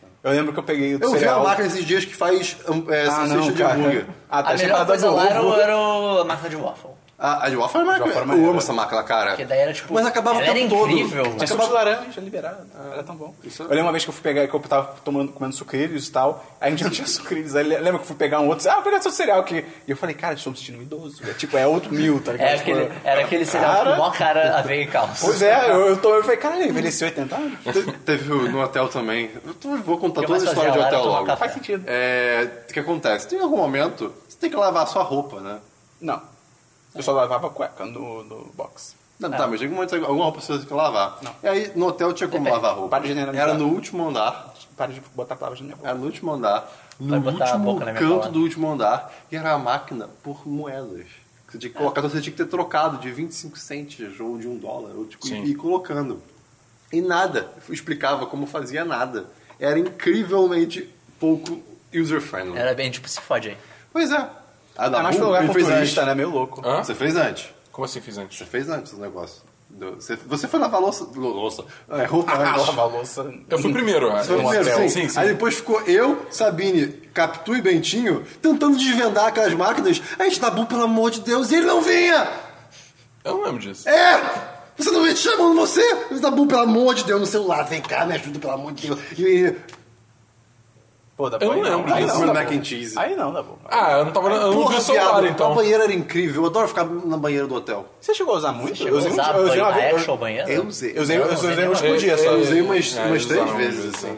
Speaker 4: tá.
Speaker 3: Eu lembro que eu peguei o
Speaker 4: Eu vi
Speaker 3: cereal.
Speaker 4: uma máquina esses dias que faz hum, é,
Speaker 3: Ah,
Speaker 4: salsicha
Speaker 3: não,
Speaker 4: de hambúrguer.
Speaker 3: cara. Ah, tá
Speaker 2: A melhor
Speaker 3: separado
Speaker 2: coisa
Speaker 3: do
Speaker 2: lá era, o-
Speaker 3: ovo.
Speaker 2: era o- a máquina de waffle.
Speaker 4: Ah, A, a de waffle era maneira.
Speaker 3: Waffle era
Speaker 4: Eu
Speaker 3: maneira.
Speaker 4: amo essa máquila, cara.
Speaker 2: Porque daí era tipo.
Speaker 4: Mas acabava
Speaker 2: ela
Speaker 4: o
Speaker 2: era
Speaker 4: tempo todo.
Speaker 2: incrível.
Speaker 3: Tinha suco de laranja liberado. Ah, Era tão bom. Eu lembro uma vez que eu fui pegar, que eu tava tomando, comendo sucrilhos e tal. Aí a gente não tinha sucrilhos. Aí lembra que eu fui pegar um outro. disse, Ah, pega seu cereal aqui. E eu falei, cara, estou me sentindo um idoso. É, tipo, é outro mil, tá ligado?
Speaker 2: Era
Speaker 3: Tipo,
Speaker 2: aquele, era aquele cereal
Speaker 3: Cara.
Speaker 2: com mó cara a veia e calça.
Speaker 3: Pois é, eu, eu tomei. Eu falei, cara, ele envelheceu 80 anos?
Speaker 4: Te- Teve o- no hotel também. Eu tô- vou contar
Speaker 2: Eu
Speaker 4: toda a
Speaker 2: mais
Speaker 4: história de
Speaker 2: fazia lá, era
Speaker 4: hotel
Speaker 2: tomar
Speaker 4: logo.
Speaker 2: café.
Speaker 3: Faz sentido.
Speaker 4: É, o que acontece? Tem algum momento você tem que lavar a sua roupa, né?
Speaker 3: Não. Eu só lavava cueca no, no box.
Speaker 4: Não, tá, mas tem algum momento alguma roupa você tem que lavar.
Speaker 3: Não.
Speaker 4: E aí no hotel tinha como
Speaker 2: Depende.
Speaker 4: lavar a roupa.
Speaker 3: Para de generalizar.
Speaker 4: Era no último andar.
Speaker 3: Para de botar palavras na minha boca.
Speaker 4: Era no último andar. No
Speaker 2: Vai botar a
Speaker 4: último
Speaker 2: boca na minha
Speaker 4: canto
Speaker 2: palavra.
Speaker 4: do último andar. E era a máquina por moedas. Que Você
Speaker 2: É.
Speaker 4: tinha que colocar, então você tinha que ter trocado de 25 centes ou de um dólar, ou tipo,
Speaker 6: Sim.
Speaker 4: e ir colocando. E nada. Explicava como fazia nada. Era incrivelmente pouco user-friendly.
Speaker 2: Era bem tipo, se fode aí.
Speaker 4: Pois é.
Speaker 2: Ah,
Speaker 4: A
Speaker 3: É
Speaker 4: Nabu
Speaker 2: um
Speaker 3: mais pelo lugar
Speaker 4: me fez antes.
Speaker 3: culturista, né? Meio louco.
Speaker 6: Hã?
Speaker 4: Você fez antes.
Speaker 6: Como assim fiz antes?
Speaker 4: Você fez antes o negócio. Do- Você, você foi lavar louça. lo- Louça. É, roupa antes.
Speaker 3: Lavar louça.
Speaker 6: Eu fui primeiro, eu acho.
Speaker 4: Foi o primeiro,
Speaker 6: sim.
Speaker 4: sim.
Speaker 6: sim, sim.
Speaker 4: Aí depois ficou eu, Sabine, Capitu e Bentinho tentando desvendar aquelas máquinas. A gente tá bom, pelo amor de Deus, e ele não vinha!
Speaker 6: Eu não lembro disso.
Speaker 4: É! Você não vem chamando você? Tá bom, pelo amor de Deus, no celular, vem cá, me ajuda, pelo amor de Deus. E, e-
Speaker 3: Pô, dá
Speaker 6: Eu
Speaker 3: bom,
Speaker 6: não
Speaker 3: aí
Speaker 6: lembro
Speaker 3: Aí
Speaker 6: disso.
Speaker 3: não, dá
Speaker 4: Mac
Speaker 3: bom.
Speaker 4: and cheese.
Speaker 3: Aí não, dá bom.
Speaker 6: Ah, eu não tava. Eu não vi o celular
Speaker 4: viado,
Speaker 6: então.
Speaker 4: A banheira era incrível, eu adoro ficar na banheira do hotel.
Speaker 3: Você chegou a usar muito?
Speaker 2: Chegou a usar
Speaker 3: eu usei uma
Speaker 2: a
Speaker 3: vez-
Speaker 2: actual banheira?
Speaker 4: Eu usei.
Speaker 3: Eu usei, eu
Speaker 2: não usei
Speaker 3: usei no
Speaker 2: nenhuma.
Speaker 3: último dia só.
Speaker 6: Eu-
Speaker 4: Eu
Speaker 3: Eu
Speaker 4: usei umas,
Speaker 6: É,
Speaker 4: umas
Speaker 6: eles
Speaker 4: três
Speaker 6: usaram
Speaker 4: vezes,
Speaker 6: isso,
Speaker 4: assim.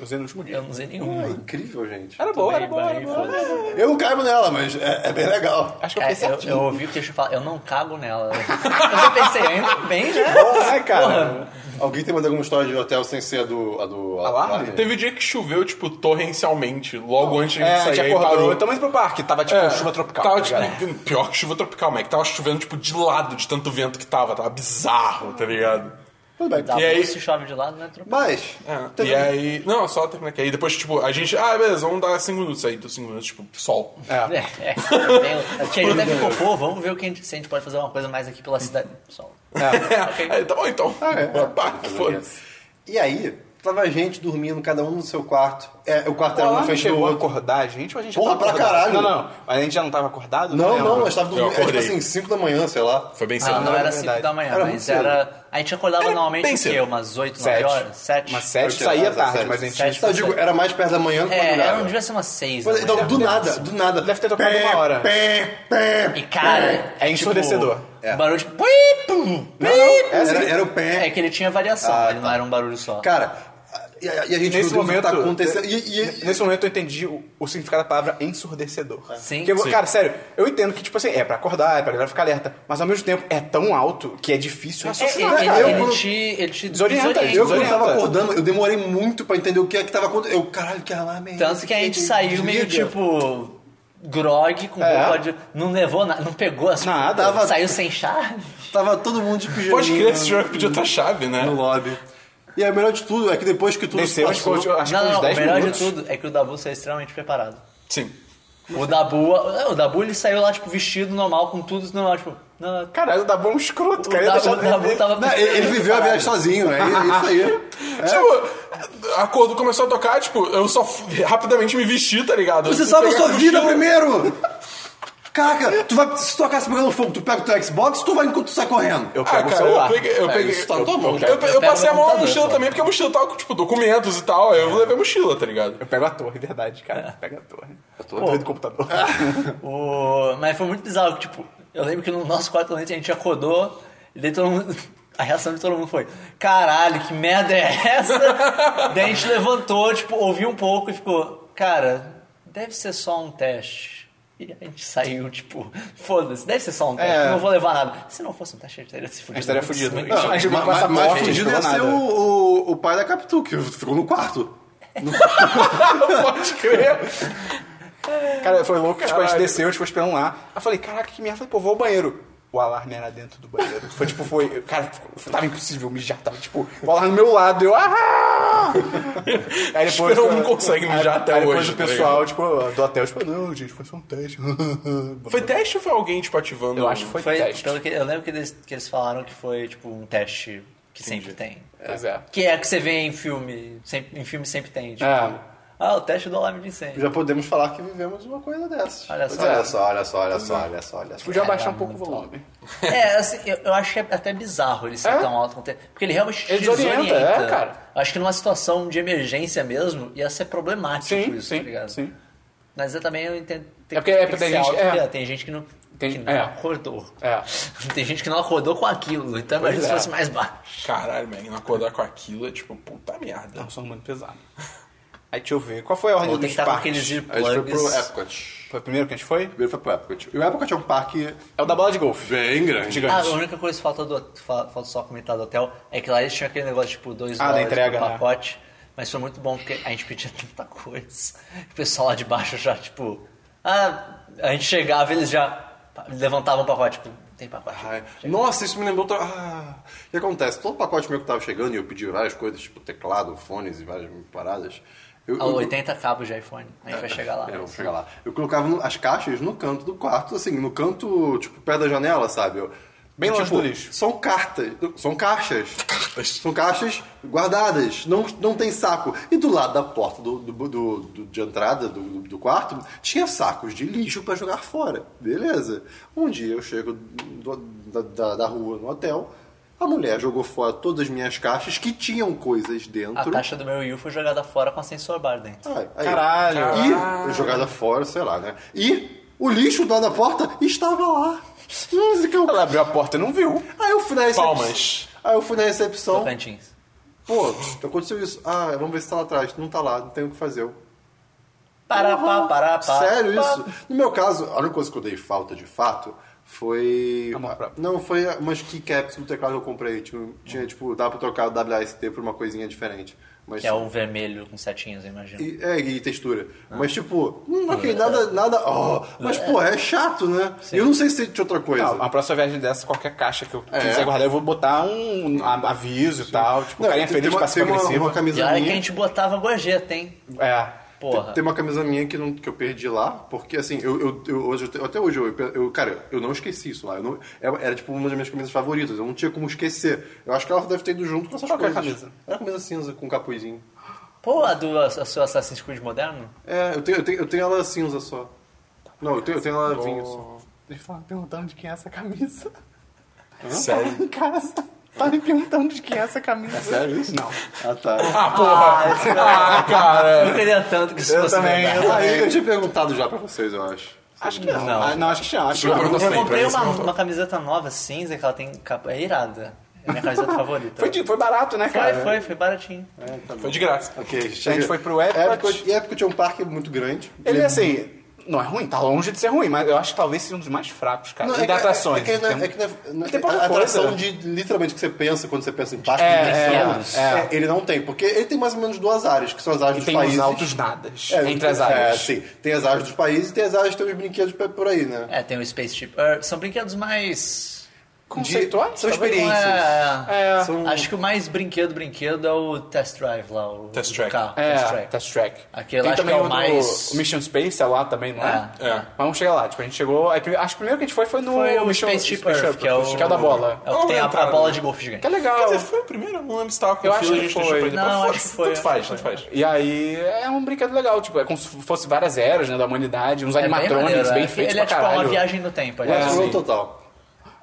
Speaker 3: usei no último dia.
Speaker 2: Eu não usei
Speaker 4: É
Speaker 2: nenhuma.
Speaker 4: incrível, gente.
Speaker 6: Ah,
Speaker 3: Era boa, tá era
Speaker 2: Também,
Speaker 3: boa, era
Speaker 2: bem,
Speaker 3: boa.
Speaker 2: foda-se.
Speaker 4: Eu não caibo nela, mas é, é bem legal.
Speaker 3: Acho que eu
Speaker 2: Cara,
Speaker 3: fiquei
Speaker 2: eu,
Speaker 3: certinho.
Speaker 2: eu ouvi o Christian falar, eu não cago nela. eu pensei, ainda bem, né?
Speaker 3: Bom, né, cara?
Speaker 4: Alguém tem mais alguma história de hotel sem ser a do... A do
Speaker 3: Alarme?
Speaker 6: Teve um dia que choveu, tipo, torrencialmente, logo antes de
Speaker 3: É, a
Speaker 6: sair.
Speaker 3: gente
Speaker 6: aí
Speaker 3: acordou.
Speaker 6: parou.
Speaker 3: Estamos indo pro parque. Tava tipo
Speaker 6: É,
Speaker 3: chuva tropical.
Speaker 6: Tava,
Speaker 3: tá
Speaker 6: tipo,
Speaker 3: ligado?
Speaker 6: pior que chuva tropical, Mac. Tava chovendo, tipo, de lado, de tanto vento que tava. Tava bizarro, tá ligado?
Speaker 4: Tudo bem.
Speaker 2: Tá,
Speaker 6: E aí-
Speaker 2: se chove de lado, né? tropa?
Speaker 4: Mas...
Speaker 6: É,
Speaker 4: teve-
Speaker 6: E aí. Não, só terminar aqui. Aí depois, tipo, a gente. Ah, beleza, vamos dar 5 minutos. Aí deu 5 minutos, tipo, sol.
Speaker 2: É, é. tem- Porque ele até ficou, pô, vamos ver o que a gente, se a gente pode fazer uma coisa mais aqui pela cidade. Só. Ok.
Speaker 6: Aí, tá bom então.
Speaker 4: Ah, é.
Speaker 6: Pá, que foda-se.
Speaker 4: E aí, tava a gente dormindo, cada um no seu quarto. É, o quarto era
Speaker 3: Ela
Speaker 4: na
Speaker 3: não
Speaker 4: frente do
Speaker 3: chegou a
Speaker 4: outro.
Speaker 3: acordar a gente ou a gente já
Speaker 4: Porra,
Speaker 3: tava
Speaker 4: pra
Speaker 3: acordado?
Speaker 4: caralho.
Speaker 3: Não, não. Mas a gente já não tava acordado?
Speaker 4: Não, não, nós
Speaker 3: mas...
Speaker 4: tava
Speaker 6: Eu
Speaker 4: dormindo, era tipo
Speaker 6: acordei.
Speaker 4: assim, 5 da manhã, sei lá.
Speaker 6: Foi bem
Speaker 2: Ah,
Speaker 6: cedo.
Speaker 2: não
Speaker 3: é
Speaker 2: era
Speaker 3: verdade.
Speaker 2: 5 da manhã,
Speaker 4: Era muito
Speaker 2: mas
Speaker 4: cedo.
Speaker 2: era. A gente acordava
Speaker 6: Era
Speaker 2: normalmente
Speaker 6: bem
Speaker 2: o quê?
Speaker 6: cedo.
Speaker 2: Umas 8, 9
Speaker 3: Sete.
Speaker 2: horas? 7?
Speaker 3: Umas
Speaker 4: Eu
Speaker 3: sete
Speaker 4: tinha
Speaker 3: saía
Speaker 4: acordado às
Speaker 3: tarde,
Speaker 4: sete.
Speaker 3: mas a gente...
Speaker 2: Sete.
Speaker 4: Então, eu digo, era mais perto da manhã do que
Speaker 2: É,
Speaker 4: madrugada.
Speaker 2: era, não devia ser umas 6.
Speaker 4: Mas, Então, do nada, do nada.
Speaker 3: Deve ter tocado uma hora.
Speaker 4: Pé, pé.
Speaker 2: E cara.
Speaker 3: É
Speaker 2: tipo,
Speaker 3: ensurdecedor.
Speaker 4: É.
Speaker 2: Barulho de. Pui, pum, pui.
Speaker 4: Era, era o
Speaker 2: É
Speaker 4: pé.
Speaker 2: que ele tinha variação,
Speaker 4: Ah,
Speaker 2: ele
Speaker 4: tá.
Speaker 2: não era um barulho só.
Speaker 4: Cara, e a, e a gente
Speaker 3: Nesse
Speaker 4: viu tudo
Speaker 3: momento,
Speaker 4: que tá acontecendo. E, e-
Speaker 3: nesse momento eu entendi o, o significado da palavra ensurdecedor.
Speaker 2: Sim.
Speaker 3: Porque, eu-
Speaker 6: Sim.
Speaker 3: Cara, sério, eu entendo que, tipo assim, é pra acordar, é pra galera ficar alerta, mas ao mesmo tempo é tão alto que é difícil
Speaker 2: É, ele,
Speaker 3: raciocinar.
Speaker 2: ele-
Speaker 4: cara, eu-
Speaker 2: ele te, ele te
Speaker 3: Desorienta,
Speaker 2: desorienta.
Speaker 4: eu quando
Speaker 3: desorienta.
Speaker 4: tava acordando, eu demorei muito pra entender o que é que tava acontecendo. Eu, caralho, que alarme é esse?
Speaker 2: Tanto que a gente saiu meio
Speaker 4: Desliga.
Speaker 2: tipo. Grog com
Speaker 3: É.
Speaker 2: roupa de. Não levou nada, não pegou as
Speaker 3: Nada.
Speaker 2: Tava- Saiu sem chave.
Speaker 4: Tava todo mundo de pijaminha.
Speaker 6: Pode crer, esse jogo pediu outra chave, né?
Speaker 4: No lobby. E aí, o melhor de tudo é que depois que tudo
Speaker 3: Desceu,
Speaker 4: se
Speaker 3: acho que
Speaker 4: passou...
Speaker 3: eu- acho que
Speaker 2: não,
Speaker 3: uns
Speaker 2: não, o
Speaker 3: 10
Speaker 2: melhor
Speaker 3: minutos.
Speaker 2: de tudo é que o Dabu saiu extremamente preparado.
Speaker 6: Sim.
Speaker 2: O Dabu, é, o Dabu ele saiu lá, tipo, vestido normal, com tudo normal, tipo. Não, não.
Speaker 3: Caralho, o Dabu é um escroto,
Speaker 2: o
Speaker 3: cara. ele
Speaker 2: Dabu,
Speaker 3: deixava-
Speaker 2: o Dabu tava.
Speaker 4: Não, É, ele ele viveu a viagem sozinho, é isso aí.
Speaker 3: É.
Speaker 6: Tipo, a cor começou a tocar, tipo, eu só f- rapidamente me vesti, tá ligado?
Speaker 4: Você
Speaker 6: Eu
Speaker 4: salva a
Speaker 6: peguei
Speaker 4: sua
Speaker 6: aquele
Speaker 4: vida
Speaker 6: chão-
Speaker 4: primeiro! Caraca, tu vai, se tu acaso pegando fogo, tu pega o teu Xbox, tu vai enquanto tu sai correndo.
Speaker 3: Eu
Speaker 6: Ah,
Speaker 3: pego
Speaker 6: cara,
Speaker 3: o
Speaker 6: eu
Speaker 3: celular.
Speaker 6: peguei. Eu,
Speaker 4: É,
Speaker 6: peguei,
Speaker 4: isso tá na tua mão,
Speaker 6: eu,
Speaker 4: cara.
Speaker 6: eu
Speaker 2: Eu pego
Speaker 6: passei a
Speaker 2: no
Speaker 6: mão na
Speaker 2: computador,
Speaker 6: mochila
Speaker 2: cara.
Speaker 6: também, porque a mochila tava com, tipo, documentos e tal. aí Eu levei a mochila, tá ligado?
Speaker 3: Eu pego a torre, verdade, cara. Pega a torre.
Speaker 2: É.
Speaker 3: A
Speaker 4: torre?
Speaker 3: do computador.
Speaker 2: O- Mas foi muito bizarro, que, tipo, eu lembro que no nosso quarto da noite a gente acordou e daí todo mundo. A reação de todo mundo foi: caralho, que merda é essa? daí a gente levantou, tipo, ouviu um pouco e ficou: cara, deve ser só um teste. E a gente saiu, tipo, foda-se, deve ser só um teste,
Speaker 3: É.
Speaker 2: não vou levar nada. Se não fosse um teste, a gente teria se fudido.
Speaker 3: A é gente teria fudido. né?
Speaker 2: Sim.
Speaker 3: Não, a gente
Speaker 4: mas,
Speaker 3: viu
Speaker 4: mas,
Speaker 3: passaporte,
Speaker 4: mas
Speaker 3: a gente
Speaker 4: fugido
Speaker 3: não
Speaker 4: ia
Speaker 3: falou
Speaker 4: ser
Speaker 3: nada.
Speaker 4: o, o, o pai da Capitu, que ficou no quarto.
Speaker 6: Pode crer.
Speaker 3: Cara, foi louco. Tipo, a gente
Speaker 6: Caralho.
Speaker 3: desceu, a gente foi esperando lá. Aí eu falei, caraca, que merda. Eu Falei, pô, vou ao banheiro. O alarme era dentro do banheiro. Foi tipo, foi. Cara, tava impossível mijar. Tava tipo, o alarme do meu lado. Eu, ah! Aí depois.
Speaker 6: Esperou, não consegue mijar
Speaker 3: aí-
Speaker 6: até
Speaker 3: aí depois
Speaker 6: hoje,
Speaker 3: o
Speaker 6: tá
Speaker 3: pessoal, tipo, do hotel, tipo, não, gente, foi só um teste.
Speaker 6: Foi teste ou foi alguém, tipo, ativando?
Speaker 3: Eu acho que foi, então,
Speaker 2: Foi,
Speaker 3: teste.
Speaker 2: pelo que, eu lembro que eles, que eles falaram que foi, tipo, um teste que sempre tem.
Speaker 3: Pois é.
Speaker 2: Que é que você vê em filme, sempre, em filme sempre tem, tipo,
Speaker 3: É.
Speaker 2: ah, o teste do alarme de incêndio.
Speaker 4: Já podemos falar que vivemos uma coisa dessas.
Speaker 2: Olha
Speaker 3: É.
Speaker 2: só.
Speaker 4: olha só, olha só, olha só,
Speaker 3: Uhum.
Speaker 4: olha só. olha só.
Speaker 3: Podia
Speaker 2: Era
Speaker 3: abaixar um pouco o
Speaker 2: muito
Speaker 3: volume.
Speaker 2: É, assim, eu, eu acho que é até bizarro ele ser
Speaker 3: É?
Speaker 2: tão alto quanto é. Porque ele realmente te
Speaker 3: Ele desorienta, é, cara.
Speaker 2: Acho que numa situação de emergência mesmo, ia ser problemático
Speaker 3: Sim,
Speaker 2: isso, tá
Speaker 3: sim,
Speaker 2: ligado?
Speaker 3: sim.
Speaker 2: Mas eu também eu entendo. Tem,
Speaker 3: É porque- é
Speaker 2: tem
Speaker 3: porque
Speaker 2: que
Speaker 3: tem
Speaker 2: ser
Speaker 3: gente-
Speaker 2: alto,
Speaker 3: é.
Speaker 2: porque tem gente que não,
Speaker 3: Tem-
Speaker 2: que não
Speaker 3: é.
Speaker 2: acordou.
Speaker 3: É.
Speaker 2: Tem gente que não acordou com aquilo, então imagina se
Speaker 3: é.
Speaker 2: fosse mais baixo.
Speaker 6: Caralho, man, não acordar com aquilo é tipo, puta merda.
Speaker 3: Não, são Tá muito pesado. Aí deixa eu ver. Qual foi a ordem
Speaker 2: Ou
Speaker 3: dos
Speaker 2: tem que estar com
Speaker 3: parques?
Speaker 2: aqueles
Speaker 4: A gente foi pro
Speaker 3: é,
Speaker 2: earplugs.
Speaker 4: Epcot.
Speaker 3: Foi o primeiro que a gente foi?
Speaker 4: Primeiro foi pro Epcot. E o Epcot é um parque
Speaker 3: É o da bola de golfe.
Speaker 4: bem grande.
Speaker 2: Ah, a
Speaker 3: Gigante.
Speaker 2: única coisa que falta, do, fa- falta só comentar do hotel é que lá eles tinham aquele negócio tipo dois
Speaker 3: Ah, da
Speaker 2: dólares
Speaker 3: entrega,
Speaker 2: por
Speaker 3: né?
Speaker 2: pacote. Mas foi muito bom porque a gente pedia tanta coisa. O pessoal lá de baixo já, tipo. Ah, a gente chegava e eles já. pa- levantavam o pacote, tipo, tem pacote.
Speaker 4: Ai, nossa, isso me lembrou. outra- Ah, o que acontece? Todo pacote meu que tava chegando e eu pedi várias coisas, tipo teclado, fones e várias paradas. Eu,
Speaker 2: Ah,
Speaker 4: eu-
Speaker 2: 80 cabos de iPhone, a gente vai chegar lá.
Speaker 4: É, vamos chegar lá. Eu colocava no- as caixas no canto do quarto, assim, no canto, tipo, perto da janela, sabe? Eu-
Speaker 3: Bem longe
Speaker 4: tipo,
Speaker 3: do lixo.
Speaker 4: São cartas. São caixas. São caixas guardadas. Não, não tem saco. E do lado da porta do, do- do- do- de entrada do, do- do quarto, tinha sacos de lixo pra jogar fora. Beleza. Um dia eu chego do- da, da- da rua no hotel. A mulher jogou fora todas as minhas caixas que tinham coisas
Speaker 2: A
Speaker 4: dentro.
Speaker 2: caixa do meu Wii U foi jogada fora com a sensor bar dentro.
Speaker 4: Ai, Ah, aí.
Speaker 3: Caralho.
Speaker 4: E jogada fora, sei lá, né? E o lixo do lado da porta estava lá. Hum, que eu-
Speaker 3: Ela abriu a porta e não viu.
Speaker 4: Aí eu fui na recepção.
Speaker 6: Palmas.
Speaker 4: Aí eu fui na
Speaker 2: Tá
Speaker 4: recepção.
Speaker 2: Tocantins.
Speaker 4: Pô, aconteceu isso. Ah, vamos ver se tá lá atrás. Não tá lá, não tem o que fazer. Eu,
Speaker 2: Pará, pá, pará, pá.
Speaker 4: Sério
Speaker 2: pá.
Speaker 4: isso? No meu caso, a única coisa que eu dei falta de fato foi.
Speaker 3: Amor próprio.
Speaker 4: Não, foi umas keycaps do teclado que eu comprei. Tinha, tinha, tipo, dá pra trocar o WASD por uma coisinha diferente. Mas
Speaker 2: Que é o vermelho com setinhos, eu imagino.
Speaker 4: E, é, e textura.
Speaker 3: Ah.
Speaker 4: Mas, tipo, hum,
Speaker 3: é.
Speaker 4: ok, nada. nada ó, mas, pô, é chato, né? Eu não sei se tem de outra coisa.
Speaker 3: Não, a próxima viagem dessa, qualquer caixa que eu
Speaker 4: É.
Speaker 3: quiser guardar, eu vou botar um a- aviso e tal. Tipo,
Speaker 4: Não,
Speaker 3: carinha
Speaker 4: tem-
Speaker 3: feliz,
Speaker 4: tem uma, tem
Speaker 3: passivo
Speaker 4: uma,
Speaker 3: agressivo.
Speaker 4: uma camisa
Speaker 2: E olha que a
Speaker 4: minha.
Speaker 2: gente botava gorjeta, hein?
Speaker 3: É.
Speaker 2: Porra.
Speaker 4: Tem uma camisa minha que, não, que eu perdi lá, porque assim, eu, eu, eu- hoje, eu- até hoje, eu, eu- cara, eu não esqueci isso lá. Eu não, era, era, tipo uma das minhas camisas favoritas, eu não tinha como esquecer. Eu acho que ela deve ter ido junto com essas
Speaker 3: Qual que é a
Speaker 4: coisas.
Speaker 3: camisa?
Speaker 4: Era uma camisa cinza com um capuzinho.
Speaker 2: Pô, a do a, a seu Assassin's Creed moderno?
Speaker 4: É, eu tenho, eu tenho, eu tenho ela cinza só. Não, eu tenho, eu tenho ela vinha só.
Speaker 3: Eles falam perguntando de quem é essa camisa.
Speaker 6: Sério?
Speaker 3: Em casa. Tá me perguntando de quem é essa camisa. sério isso? Não.
Speaker 4: Ah, tá.
Speaker 6: Ah, porra! Ah, cara!
Speaker 2: Eu queria tanto que isso
Speaker 3: Eu
Speaker 2: fosse
Speaker 3: também,
Speaker 2: verdade.
Speaker 3: eu-
Speaker 4: Aí eu tinha perguntado já pra vocês, eu acho.
Speaker 3: Acho que não.
Speaker 2: Não.
Speaker 3: Ah, Não, acho que não. Acho que
Speaker 6: Eu
Speaker 3: não.
Speaker 6: pergunto
Speaker 2: Eu
Speaker 6: sempre,
Speaker 2: comprei
Speaker 6: aí você
Speaker 2: uma,
Speaker 6: não-
Speaker 2: uma camiseta nova, cinza, que ela tem capa... É irada. É minha camiseta favorita.
Speaker 3: Foi, de- foi barato, né, É.
Speaker 2: Foi,
Speaker 3: cara?
Speaker 2: foi, foi baratinho.
Speaker 6: Foi de graça.
Speaker 4: Ok,
Speaker 3: A gente foi pro Epcot.
Speaker 4: E Epcot é um parque muito grande.
Speaker 3: Ele, assim, não é ruim, tá longe de ser ruim, mas eu acho que talvez seja um dos mais fracos, cara.
Speaker 4: Não,
Speaker 3: e
Speaker 4: é, que-
Speaker 3: da atrações.
Speaker 4: É, que não é-
Speaker 3: tem- um
Speaker 4: é que não é- não é-
Speaker 3: tem pouca
Speaker 4: a atração
Speaker 3: coisa.
Speaker 4: de literalmente que você pensa quando você pensa em parque
Speaker 3: É,
Speaker 4: de diversão,
Speaker 3: é, é.
Speaker 4: é, ele não tem. Porque ele tem mais ou menos duas áreas, que são as áreas
Speaker 3: E
Speaker 4: dos
Speaker 3: tem
Speaker 4: países.
Speaker 3: os altos nadas
Speaker 4: É,
Speaker 3: entre as
Speaker 4: é,
Speaker 3: áreas.
Speaker 4: sim. Tem as áreas dos países e tem as áreas que tem os brinquedos pe- por aí, né?
Speaker 2: É, tem o Spaceship Earth. São brinquedos mais...
Speaker 3: Conceituais?
Speaker 4: São
Speaker 3: talvez.
Speaker 4: experiências.
Speaker 2: É,
Speaker 4: São-
Speaker 2: Acho que o mais brinquedo, brinquedo é o Test Drive lá. O
Speaker 6: Test
Speaker 2: o
Speaker 6: Track.
Speaker 2: Carro,
Speaker 3: É,
Speaker 2: Test Track.
Speaker 3: Test Track.
Speaker 2: Aquele
Speaker 3: Tem
Speaker 2: acho
Speaker 3: também
Speaker 2: que é o
Speaker 3: do-
Speaker 2: mais-
Speaker 3: o Mission Space é lá também, não é?
Speaker 6: É. É.
Speaker 3: Mas vamos chegar lá. Tipo, a gente chegou... aí prime- acho que o primeiro que a gente foi foi no
Speaker 2: Foi o
Speaker 3: Mission
Speaker 2: Spaceship Earth, que é o...
Speaker 3: que é o da bola.
Speaker 2: É o que tem a, a
Speaker 6: Aumentado.
Speaker 2: bola de golfe gigante.
Speaker 3: Que é legal.
Speaker 6: Quer dizer, foi o primeiro? Não lembro se tava com
Speaker 3: Eu
Speaker 6: fila,
Speaker 3: acho que
Speaker 6: a gente
Speaker 3: foi.
Speaker 6: deixou pra ele.
Speaker 2: Não,
Speaker 6: Mas
Speaker 2: acho que foi,
Speaker 6: Tanto faz,
Speaker 2: acho
Speaker 6: tanto
Speaker 2: que
Speaker 6: faz.
Speaker 3: E aí é um brinquedo legal, tipo, é como se fosse várias eras, né, da humanidade, uns
Speaker 2: É bem
Speaker 3: animatrônicos bem,
Speaker 2: maneiro, é.
Speaker 3: feitos
Speaker 2: Ele é
Speaker 3: pra
Speaker 2: tipo uma
Speaker 3: caralho.
Speaker 2: viagem no tempo.
Speaker 4: É,
Speaker 2: aliás.
Speaker 4: no total.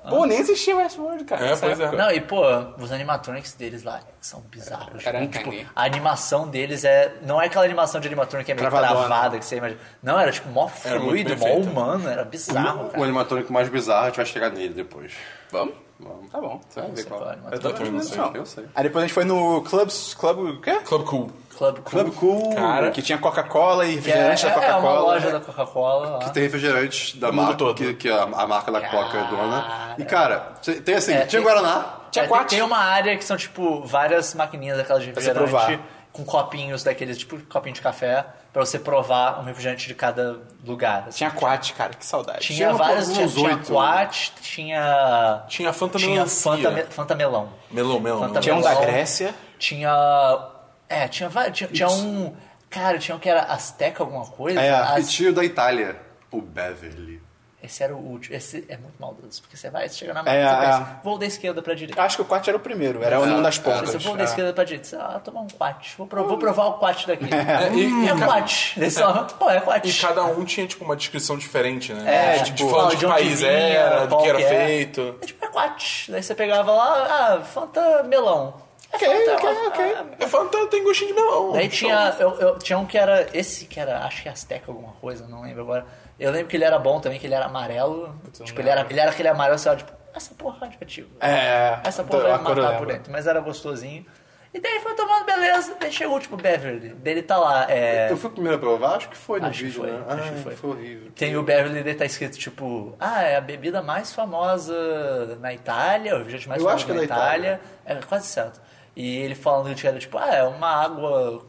Speaker 3: Pô, nem existia Westworld, cara.
Speaker 6: É,
Speaker 3: nessa
Speaker 6: pois é.
Speaker 3: época.
Speaker 2: Ah, Não, e pô, os animatronics deles lá são bizarros.
Speaker 3: Era
Speaker 2: tipo,
Speaker 3: uncanny.
Speaker 2: a animação deles é. Não é aquela animação de animatronic que é meio
Speaker 3: Travadona.
Speaker 2: travada que você imagina. Não, era tipo mó
Speaker 6: Era muito
Speaker 2: fluido,
Speaker 6: bem
Speaker 2: mó
Speaker 6: feita.
Speaker 2: humano, era
Speaker 3: Tá,
Speaker 2: bizarro,
Speaker 4: O
Speaker 2: cara.
Speaker 4: animatrônico mais bizarro, a gente vai chegar nele depois.
Speaker 3: Vamos?
Speaker 4: Vamos.
Speaker 3: Tá bom.
Speaker 4: Você vai ver
Speaker 2: Você
Speaker 4: qual. é.
Speaker 2: fala,
Speaker 6: Eu
Speaker 2: animatronic.
Speaker 6: também não sei.
Speaker 3: Não.
Speaker 4: Eu sei.
Speaker 3: Aí depois a gente foi no Club... Club... o quê?
Speaker 6: Club Cool.
Speaker 2: Club Cool.
Speaker 4: Club Cool.
Speaker 6: Cara.
Speaker 3: Que tinha Coca-Cola e
Speaker 2: que É,
Speaker 3: refrigerante da
Speaker 2: é, é
Speaker 3: Coca-Cola.
Speaker 2: uma loja da Coca-Cola. lá.
Speaker 4: Tem refrigerantes da
Speaker 3: mundo
Speaker 4: marca,
Speaker 3: todo.
Speaker 4: Que, que a, a marca da Coca é dona. E, cara, cê- tem assim,
Speaker 2: É,
Speaker 4: tinha
Speaker 2: tem-
Speaker 4: Guaraná,
Speaker 2: É,
Speaker 3: Tinha
Speaker 2: tem-
Speaker 3: quatro.
Speaker 2: Tem uma área que são, tipo, várias maquininhas daquelas de
Speaker 3: Pra você
Speaker 2: refrigerante
Speaker 3: provar.
Speaker 2: com copinhos daqueles, tipo, copinho de café, pra você provar um refrigerante de cada lugar. assim.
Speaker 3: Tinha Quat, cara, que saudade.
Speaker 2: Tinha,
Speaker 4: Tinha uma
Speaker 2: várias,
Speaker 4: pra
Speaker 2: tinha,
Speaker 4: uns
Speaker 2: tinha
Speaker 4: oito,
Speaker 2: Quat, tinha.
Speaker 6: Tinha Fanta
Speaker 2: Tinha
Speaker 6: Melancia.
Speaker 2: Fanta, me- Fanta Melão.
Speaker 6: Melão, melão. melão.
Speaker 2: Fanta
Speaker 3: Tinha um da
Speaker 2: Melão.
Speaker 3: Grécia.
Speaker 2: Tinha. É, tinha vários. Tinha, tinha um. Cara, tinha um que era Azteca, alguma coisa.
Speaker 3: É,
Speaker 4: e
Speaker 2: As-
Speaker 4: tinha o da Itália, o Beverly.
Speaker 2: Esse era o último. Esse é muito maldoso, porque você vai, você chega na mão,
Speaker 3: É,
Speaker 2: você
Speaker 3: é.
Speaker 2: pensa, vou da esquerda pra direita.
Speaker 3: Acho que o Quat era o primeiro, era o
Speaker 4: É,
Speaker 2: Ah,
Speaker 3: nome das
Speaker 4: é.
Speaker 3: pontas.
Speaker 2: Você vou da
Speaker 3: É.
Speaker 2: esquerda pra direita. Você, Ah, tomar um quat. Vou,
Speaker 3: Hum.
Speaker 2: pro- vou provar o quat daqui. É,
Speaker 6: e-
Speaker 2: um
Speaker 6: e-
Speaker 2: quat. Esse é- Pô, é quat.
Speaker 6: E cada um tinha, tipo, uma descrição diferente, né?
Speaker 2: É,
Speaker 6: De-
Speaker 2: tipo,
Speaker 6: de falando de
Speaker 2: de
Speaker 6: que
Speaker 2: onde
Speaker 6: país
Speaker 2: vinha,
Speaker 6: era, do
Speaker 2: qual
Speaker 6: que era
Speaker 2: que é.
Speaker 6: feito.
Speaker 2: É tipo, é quat. Daí você pegava lá, ah, Fanta melão. É
Speaker 3: Ok,
Speaker 2: Fanta,
Speaker 3: ok,
Speaker 2: ah,
Speaker 3: ok.
Speaker 6: É Fanta tem gostinho de melão.
Speaker 2: Daí tinha, eu, eu- tinha um que era. Esse que era, acho que Azteca alguma coisa, não lembro agora. Eu lembro que ele era bom também, que ele era amarelo. tipo, ele era, ele era aquele amarelo, você olha, tipo, essa porra é radioativa.
Speaker 3: É,
Speaker 2: Essa
Speaker 4: Então,
Speaker 3: eu-
Speaker 2: porra vai
Speaker 3: a cor eu
Speaker 2: matar por
Speaker 3: lembro.
Speaker 2: dentro, mas era gostosinho. E daí foi tomando beleza, daí chegou o tipo Beverly. Daí ele tá lá, é.
Speaker 4: Eu fui o primeiro a provar? Acho que foi no
Speaker 2: Acho que
Speaker 4: vídeo,
Speaker 2: foi,
Speaker 4: né?
Speaker 2: acho
Speaker 4: Ai,
Speaker 2: que foi.
Speaker 4: horrível.
Speaker 2: Tem o Beverly, daí tá escrito tipo, ah, é a bebida mais famosa na Itália, o refrigerante mais
Speaker 4: Eu
Speaker 2: famoso
Speaker 4: acho que
Speaker 2: na
Speaker 4: é da
Speaker 2: Itália. É quase certo. E ele falando que era tipo, ah, é uma água,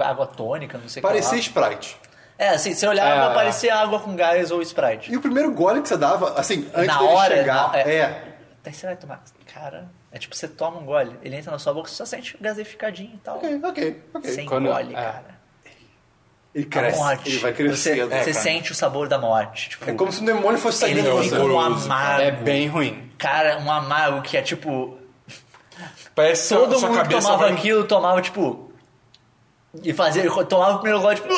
Speaker 2: água tônica, não sei o que lá.
Speaker 4: Parecia Sprite.
Speaker 2: É, assim, você olhava,
Speaker 3: É.
Speaker 2: parecia água com gás ou Sprite.
Speaker 4: E o primeiro gole que você dava, assim, antes
Speaker 2: na
Speaker 4: dele
Speaker 2: hora,
Speaker 4: chegar.
Speaker 2: na-
Speaker 4: é.
Speaker 2: Daí você vai tomar. Cara, é tipo, você toma um gole, ele entra na sua boca, você só sente gaseificadinho e tal.
Speaker 4: Ok, ok, ok.
Speaker 2: Sem
Speaker 3: Quando-
Speaker 2: gole,
Speaker 3: é.
Speaker 2: cara.
Speaker 4: Ele
Speaker 2: A
Speaker 4: cresce,
Speaker 2: morte.
Speaker 4: ele vai
Speaker 2: Tá Você,
Speaker 4: crescendo.
Speaker 2: você sente o sabor da morte. Tipo,
Speaker 4: É como se um demônio fosse sair
Speaker 2: ele
Speaker 4: de você.
Speaker 2: fica um
Speaker 6: horroroso,
Speaker 2: amargo.
Speaker 3: É bem ruim.
Speaker 2: Cara, um amargo que é tipo.
Speaker 6: Parece que sua-
Speaker 2: Todo
Speaker 6: sua
Speaker 2: mundo que
Speaker 6: cabeça
Speaker 2: tomava
Speaker 6: vai-
Speaker 2: aquilo, tomava tipo. E fazia. Tomava o primeiro gole, tipo.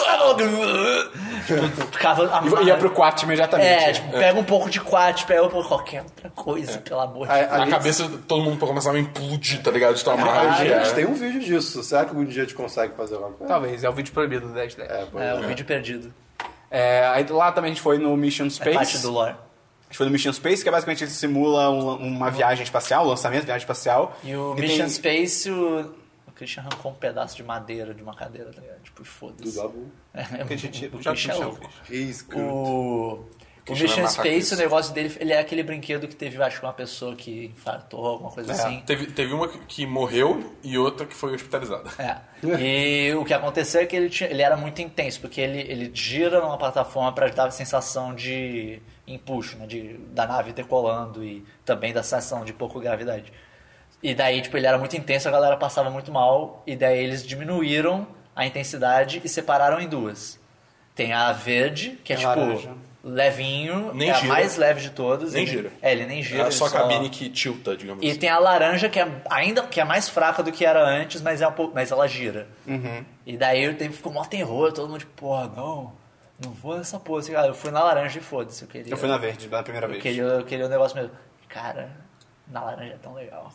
Speaker 2: tipo ficava amargo.
Speaker 3: E ia pro quarto imediatamente.
Speaker 2: É, tipo, pega um pouco de quat, pega um pouco qualquer outra coisa, pelo amor de
Speaker 4: Aí-
Speaker 2: Deus.
Speaker 4: aí-
Speaker 6: A cabeça, todo mundo começava a implodir, tá ligado? De tomar
Speaker 4: A
Speaker 2: Caralho.
Speaker 6: é.
Speaker 4: gente tem um vídeo disso. Será que algum dia a gente consegue fazer alguma coisa?
Speaker 3: Talvez, é o vídeo proibido do 10 10.
Speaker 4: É, pois
Speaker 2: É,
Speaker 4: é.
Speaker 2: o vídeo perdido.
Speaker 3: É, aí lá também a gente foi no Mission
Speaker 2: É
Speaker 3: Space.
Speaker 2: parte do lore.
Speaker 3: A gente foi no Mission Space, que é basicamente ele simula um- uma viagem espacial, um lançamento, viagem espacial.
Speaker 2: E o
Speaker 3: tem-
Speaker 2: Mission Space, o... o Christian arrancou um pedaço de madeira de uma cadeira, tá ligado? Tipo,
Speaker 4: Do
Speaker 2: foda-se.
Speaker 4: Dabu.
Speaker 2: É,
Speaker 3: Que a gente-
Speaker 2: o, o
Speaker 3: já
Speaker 2: Christian é
Speaker 3: tinha
Speaker 2: louco.
Speaker 3: visto.
Speaker 4: Risco.
Speaker 2: O, o
Speaker 6: Christian é
Speaker 2: Mission
Speaker 6: macaco
Speaker 2: Space,
Speaker 6: isso.
Speaker 2: o negócio dele, ele é aquele brinquedo que teve, acho que uma pessoa que infartou, alguma coisa assim.
Speaker 6: Teve, teve uma que- que morreu e outra que foi hospitalizada.
Speaker 2: É. E o que aconteceu é que ele, tinha- ele era muito intenso, porque ele, ele gira numa plataforma para dar a sensação de empuxo, né? De, da nave decolando e também da sensação de pouca gravidade. E daí, tipo, ele era muito intenso, a galera passava muito mal, e daí eles diminuíram a intensidade e separaram em duas. Tem a verde, que é,
Speaker 3: É
Speaker 2: tipo
Speaker 3: laranja.
Speaker 2: levinho,
Speaker 6: Nem
Speaker 2: é a
Speaker 6: gira.
Speaker 2: mais leve de todas.
Speaker 6: Nem
Speaker 2: ele-
Speaker 6: gira.
Speaker 2: É, ele nem gira.
Speaker 6: É
Speaker 2: ele
Speaker 6: só a cabine que tilta, digamos
Speaker 2: e
Speaker 6: assim.
Speaker 2: tem a laranja, que é ainda que é mais fraca do que era antes, mas, é um pouco, mas ela gira.
Speaker 3: Uhum.
Speaker 2: E daí eu teve, ficou mó terror, todo mundo tipo, porra, não, não vou nessa porra. Assim, cara, eu fui na laranja e foda-se, eu queria.
Speaker 3: Eu fui na verde, na primeira
Speaker 2: eu
Speaker 3: vez.
Speaker 2: queria, eu queria um negócio mesmo. Cara, na laranja é tão legal.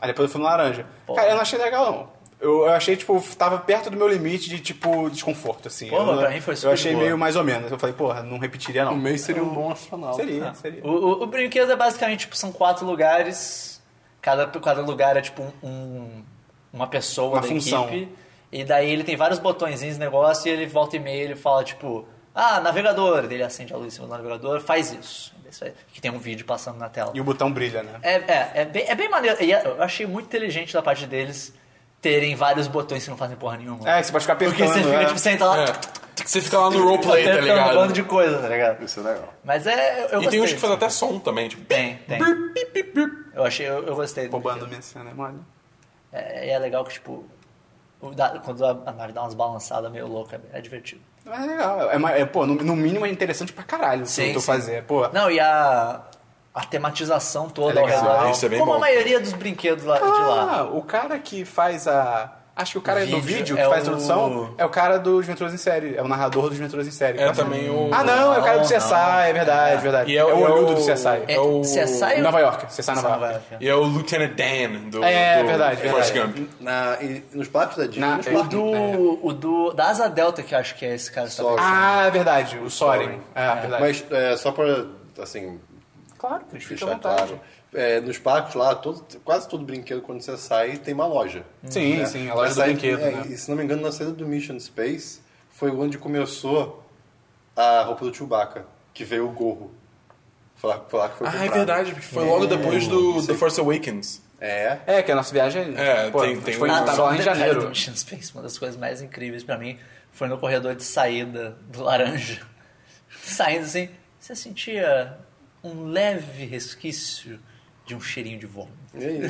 Speaker 3: Aí depois eu fui no laranja.
Speaker 2: Pô.
Speaker 3: Cara, eu não achei legal, não. Eu, eu achei, tipo, tava perto do meu limite de, tipo, desconforto, assim.
Speaker 2: Pô,
Speaker 3: eu,
Speaker 2: mas
Speaker 3: não-
Speaker 2: pra mim foi super
Speaker 3: Eu achei
Speaker 2: de boa.
Speaker 3: meio mais ou menos. Eu falei, porra, não repetiria,
Speaker 4: O
Speaker 3: não.
Speaker 4: mês seria um bom astronauta.
Speaker 3: Seria, seria.
Speaker 2: O, o, o brinquedo é basicamente, tipo, são quatro lugares. Cada, cada lugar é tipo um- um- uma pessoa
Speaker 3: Uma
Speaker 2: da
Speaker 3: função.
Speaker 2: equipe. E daí ele tem vários botõezinhos de negócio e ele volta e meia ele fala, tipo, ah, navegador. Daí Ele acende a luz em cima do navegador, faz isso. Isso aí, Que tem um vídeo passando na tela.
Speaker 3: E o botão brilha, né?
Speaker 2: É, é, é bem, é bem maneiro. E eu achei muito inteligente da parte deles terem vários botões que não fazem porra nenhuma.
Speaker 3: É, que você pode ficar apertando,
Speaker 2: Porque você fica,
Speaker 3: é.
Speaker 2: tipo, senta lá,
Speaker 6: É. Você fica lá no roleplay, tá
Speaker 2: apertando um
Speaker 6: ligado?
Speaker 2: bando de coisa, tá ligado?
Speaker 4: Isso é legal.
Speaker 2: Mas é. Eu
Speaker 6: E tem
Speaker 2: gostei.
Speaker 6: uns que fazem até som também, tipo.
Speaker 2: Tem, tem. Eu achei, eu, eu gostei. do
Speaker 3: Roubando
Speaker 2: brinquedo.
Speaker 3: minha cena, é mole.
Speaker 2: É, e é legal que, tipo, o da- quando a, a nave dá umas balançadas meio louca, é divertido.
Speaker 3: Mas é legal. É, mais- é, pô, no, no mínimo é interessante pra caralho o
Speaker 2: Sim,
Speaker 3: que eu tô
Speaker 2: sim.
Speaker 3: fazendo. É, Pô,
Speaker 2: Não, e a, a tematização toda
Speaker 3: É
Speaker 2: ao
Speaker 3: legal.
Speaker 2: redor.
Speaker 6: Isso é bem
Speaker 2: como
Speaker 6: bom.
Speaker 2: a maioria dos brinquedos lá, É de lá.
Speaker 3: Ah, o cara que faz a. Acho que o cara
Speaker 2: Vídeo,
Speaker 3: do vídeo que
Speaker 2: é
Speaker 3: faz a
Speaker 2: o-
Speaker 3: introdução é o cara dos Venturas em Série. É o narrador dos Venturas em Série.
Speaker 6: É
Speaker 3: Mas-
Speaker 6: também o.
Speaker 3: Ah, não, é o cara do
Speaker 2: Não,
Speaker 3: CSI,
Speaker 2: não.
Speaker 3: é verdade,
Speaker 2: É.
Speaker 3: é verdade.
Speaker 6: E
Speaker 3: é, o
Speaker 6: e
Speaker 3: olhudo do CSI.
Speaker 6: É o.
Speaker 2: CSI?
Speaker 3: Nova York, CSI Nova,
Speaker 2: Nova
Speaker 3: York.
Speaker 2: York,
Speaker 6: E é o Lieutenant Dan do.
Speaker 3: É,
Speaker 6: do
Speaker 3: verdade,
Speaker 6: Forrest
Speaker 3: verdade.
Speaker 6: Gump.
Speaker 4: Na, e, nos parques da Disney,
Speaker 3: Na-
Speaker 4: nos
Speaker 3: é,
Speaker 2: O
Speaker 4: parques
Speaker 2: do, o do. Da Asa Delta, que eu acho que é esse cara que tá
Speaker 4: Sorry.
Speaker 2: pensando.
Speaker 3: Ah, é verdade, o Soren. É, verdade.
Speaker 4: Mas é, só pra, assim,
Speaker 3: claro, que fica à
Speaker 4: deixar
Speaker 3: vontade.
Speaker 4: claro. é, nos parques lá, todo- quase todo brinquedo, quando você sai, tem uma loja.
Speaker 3: Sim,
Speaker 4: né?
Speaker 3: sim, a loja do
Speaker 4: Na saída-
Speaker 3: brinquedo,
Speaker 4: é,
Speaker 3: né?
Speaker 4: E se não me engano, na saída do Mission Space, foi onde começou a roupa do Chewbacca, que veio o gorro. Foi lá, foi lá que foi
Speaker 6: Ah, é
Speaker 4: comprado.
Speaker 6: verdade, porque foi logo depois do The Force Awakens.
Speaker 4: É.
Speaker 3: É, que a nossa viagem.
Speaker 6: É,
Speaker 3: pô,
Speaker 6: tem-
Speaker 3: a gente
Speaker 6: tem
Speaker 3: foi
Speaker 6: um-
Speaker 2: Ah,
Speaker 3: tava
Speaker 2: só um
Speaker 3: lá em
Speaker 2: detalhe do
Speaker 3: janeiro.
Speaker 2: Mission Space, uma das coisas mais incríveis pra mim foi no corredor de saída do laranja. Saindo assim, você sentia um leve resquício de um cheirinho de vômito.
Speaker 4: E aí?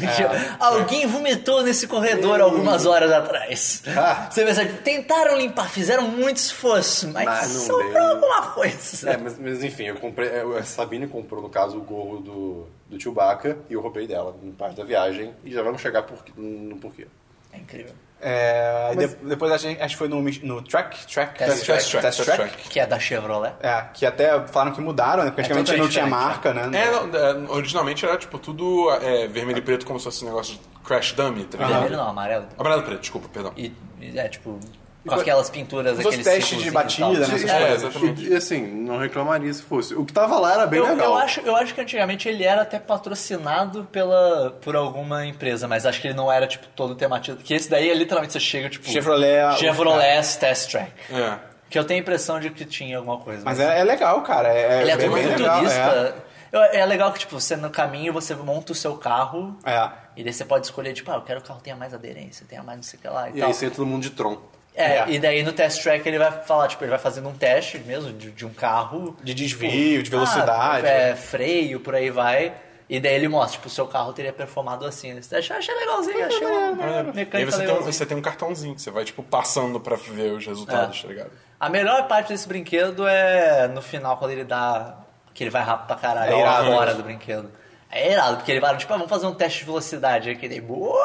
Speaker 2: Alguém vomitou nesse corredor algumas horas atrás.
Speaker 4: Ah.
Speaker 2: Você pensa, tentaram limpar, fizeram muito esforço, mas,
Speaker 4: Mas não
Speaker 2: sobrou
Speaker 4: deu.
Speaker 2: alguma coisa.
Speaker 4: É, mas, mas enfim, eu comprei. eu- A Sabine comprou, no caso, o gorro do, do Chewbacca e eu roubei dela no parte da viagem. E já vamos chegar por, no porquê.
Speaker 2: É incrível.
Speaker 3: É, aí de- depois a gente, acho que foi no, Mich- no Track. Track?
Speaker 2: Test
Speaker 6: Track, Test Track.
Speaker 2: Que é da Chevrolet.
Speaker 3: É, que até falaram que mudaram, né? Porque antigamente não
Speaker 2: É totalmente
Speaker 3: tinha
Speaker 2: diferente,
Speaker 3: marca, né?
Speaker 6: É, não, é, originalmente era tipo tudo é, vermelho e preto, como se fosse um negócio de Crash Dummy, tá ligado?
Speaker 2: Vermelho não, amarelo.
Speaker 6: Amarelo e preto, desculpa, perdão.
Speaker 2: E, e é tipo, com aquelas pinturas,
Speaker 3: Os outros
Speaker 2: aqueles
Speaker 3: testes de
Speaker 2: círculos e tal.
Speaker 3: batida, né? essas
Speaker 6: É,
Speaker 3: coisas.
Speaker 6: exatamente.
Speaker 4: E, e, assim, não reclamaria se fosse. O que tava lá era bem
Speaker 2: Eu,
Speaker 4: legal.
Speaker 2: eu acho, eu acho que antigamente ele era até patrocinado pela, por alguma empresa, mas acho que ele não era, tipo, todo tematizado. Que esse daí é literalmente você chega, tipo...
Speaker 3: Chevrolet- é
Speaker 2: Chevrolet Test Track.
Speaker 6: É.
Speaker 2: Que eu tenho a impressão de que tinha alguma coisa.
Speaker 3: Mas é, é legal, cara. É,
Speaker 2: ele é,
Speaker 3: bem
Speaker 2: todo
Speaker 3: legal,
Speaker 2: futurista. É. é legal que, tipo, você no caminho, você monta o seu carro...
Speaker 3: É. é.
Speaker 2: E daí você pode escolher, tipo, ah, eu quero que o carro tenha mais aderência, tenha mais não sei o que lá e,
Speaker 4: E
Speaker 2: tal.
Speaker 4: aí senta todo mundo de Tron.
Speaker 2: É,
Speaker 3: É.
Speaker 2: e daí no test track ele vai falar, tipo, ele vai fazendo um teste mesmo de, de um carro.
Speaker 3: De desvio, de velocidade.
Speaker 2: Ah, é, freio, por aí vai. E daí ele mostra, tipo, o seu carro teria performado assim nesse teste. Eu achei legalzinho, achei uma
Speaker 1: E aí
Speaker 2: mecânica
Speaker 1: você tem, um,
Speaker 2: legalzinha.
Speaker 1: você tem um cartãozinho que você vai, tipo, passando pra ver os resultados, tá ligado?
Speaker 2: A melhor parte desse brinquedo é no final, quando ele dá. Que ele vai rápido pra caralho,
Speaker 3: É
Speaker 2: é
Speaker 3: irado,
Speaker 2: a hora
Speaker 1: né?
Speaker 2: do brinquedo. É irado, porque ele vai, tipo, ah, vamos fazer um teste de velocidade. Aí que ele. Uau,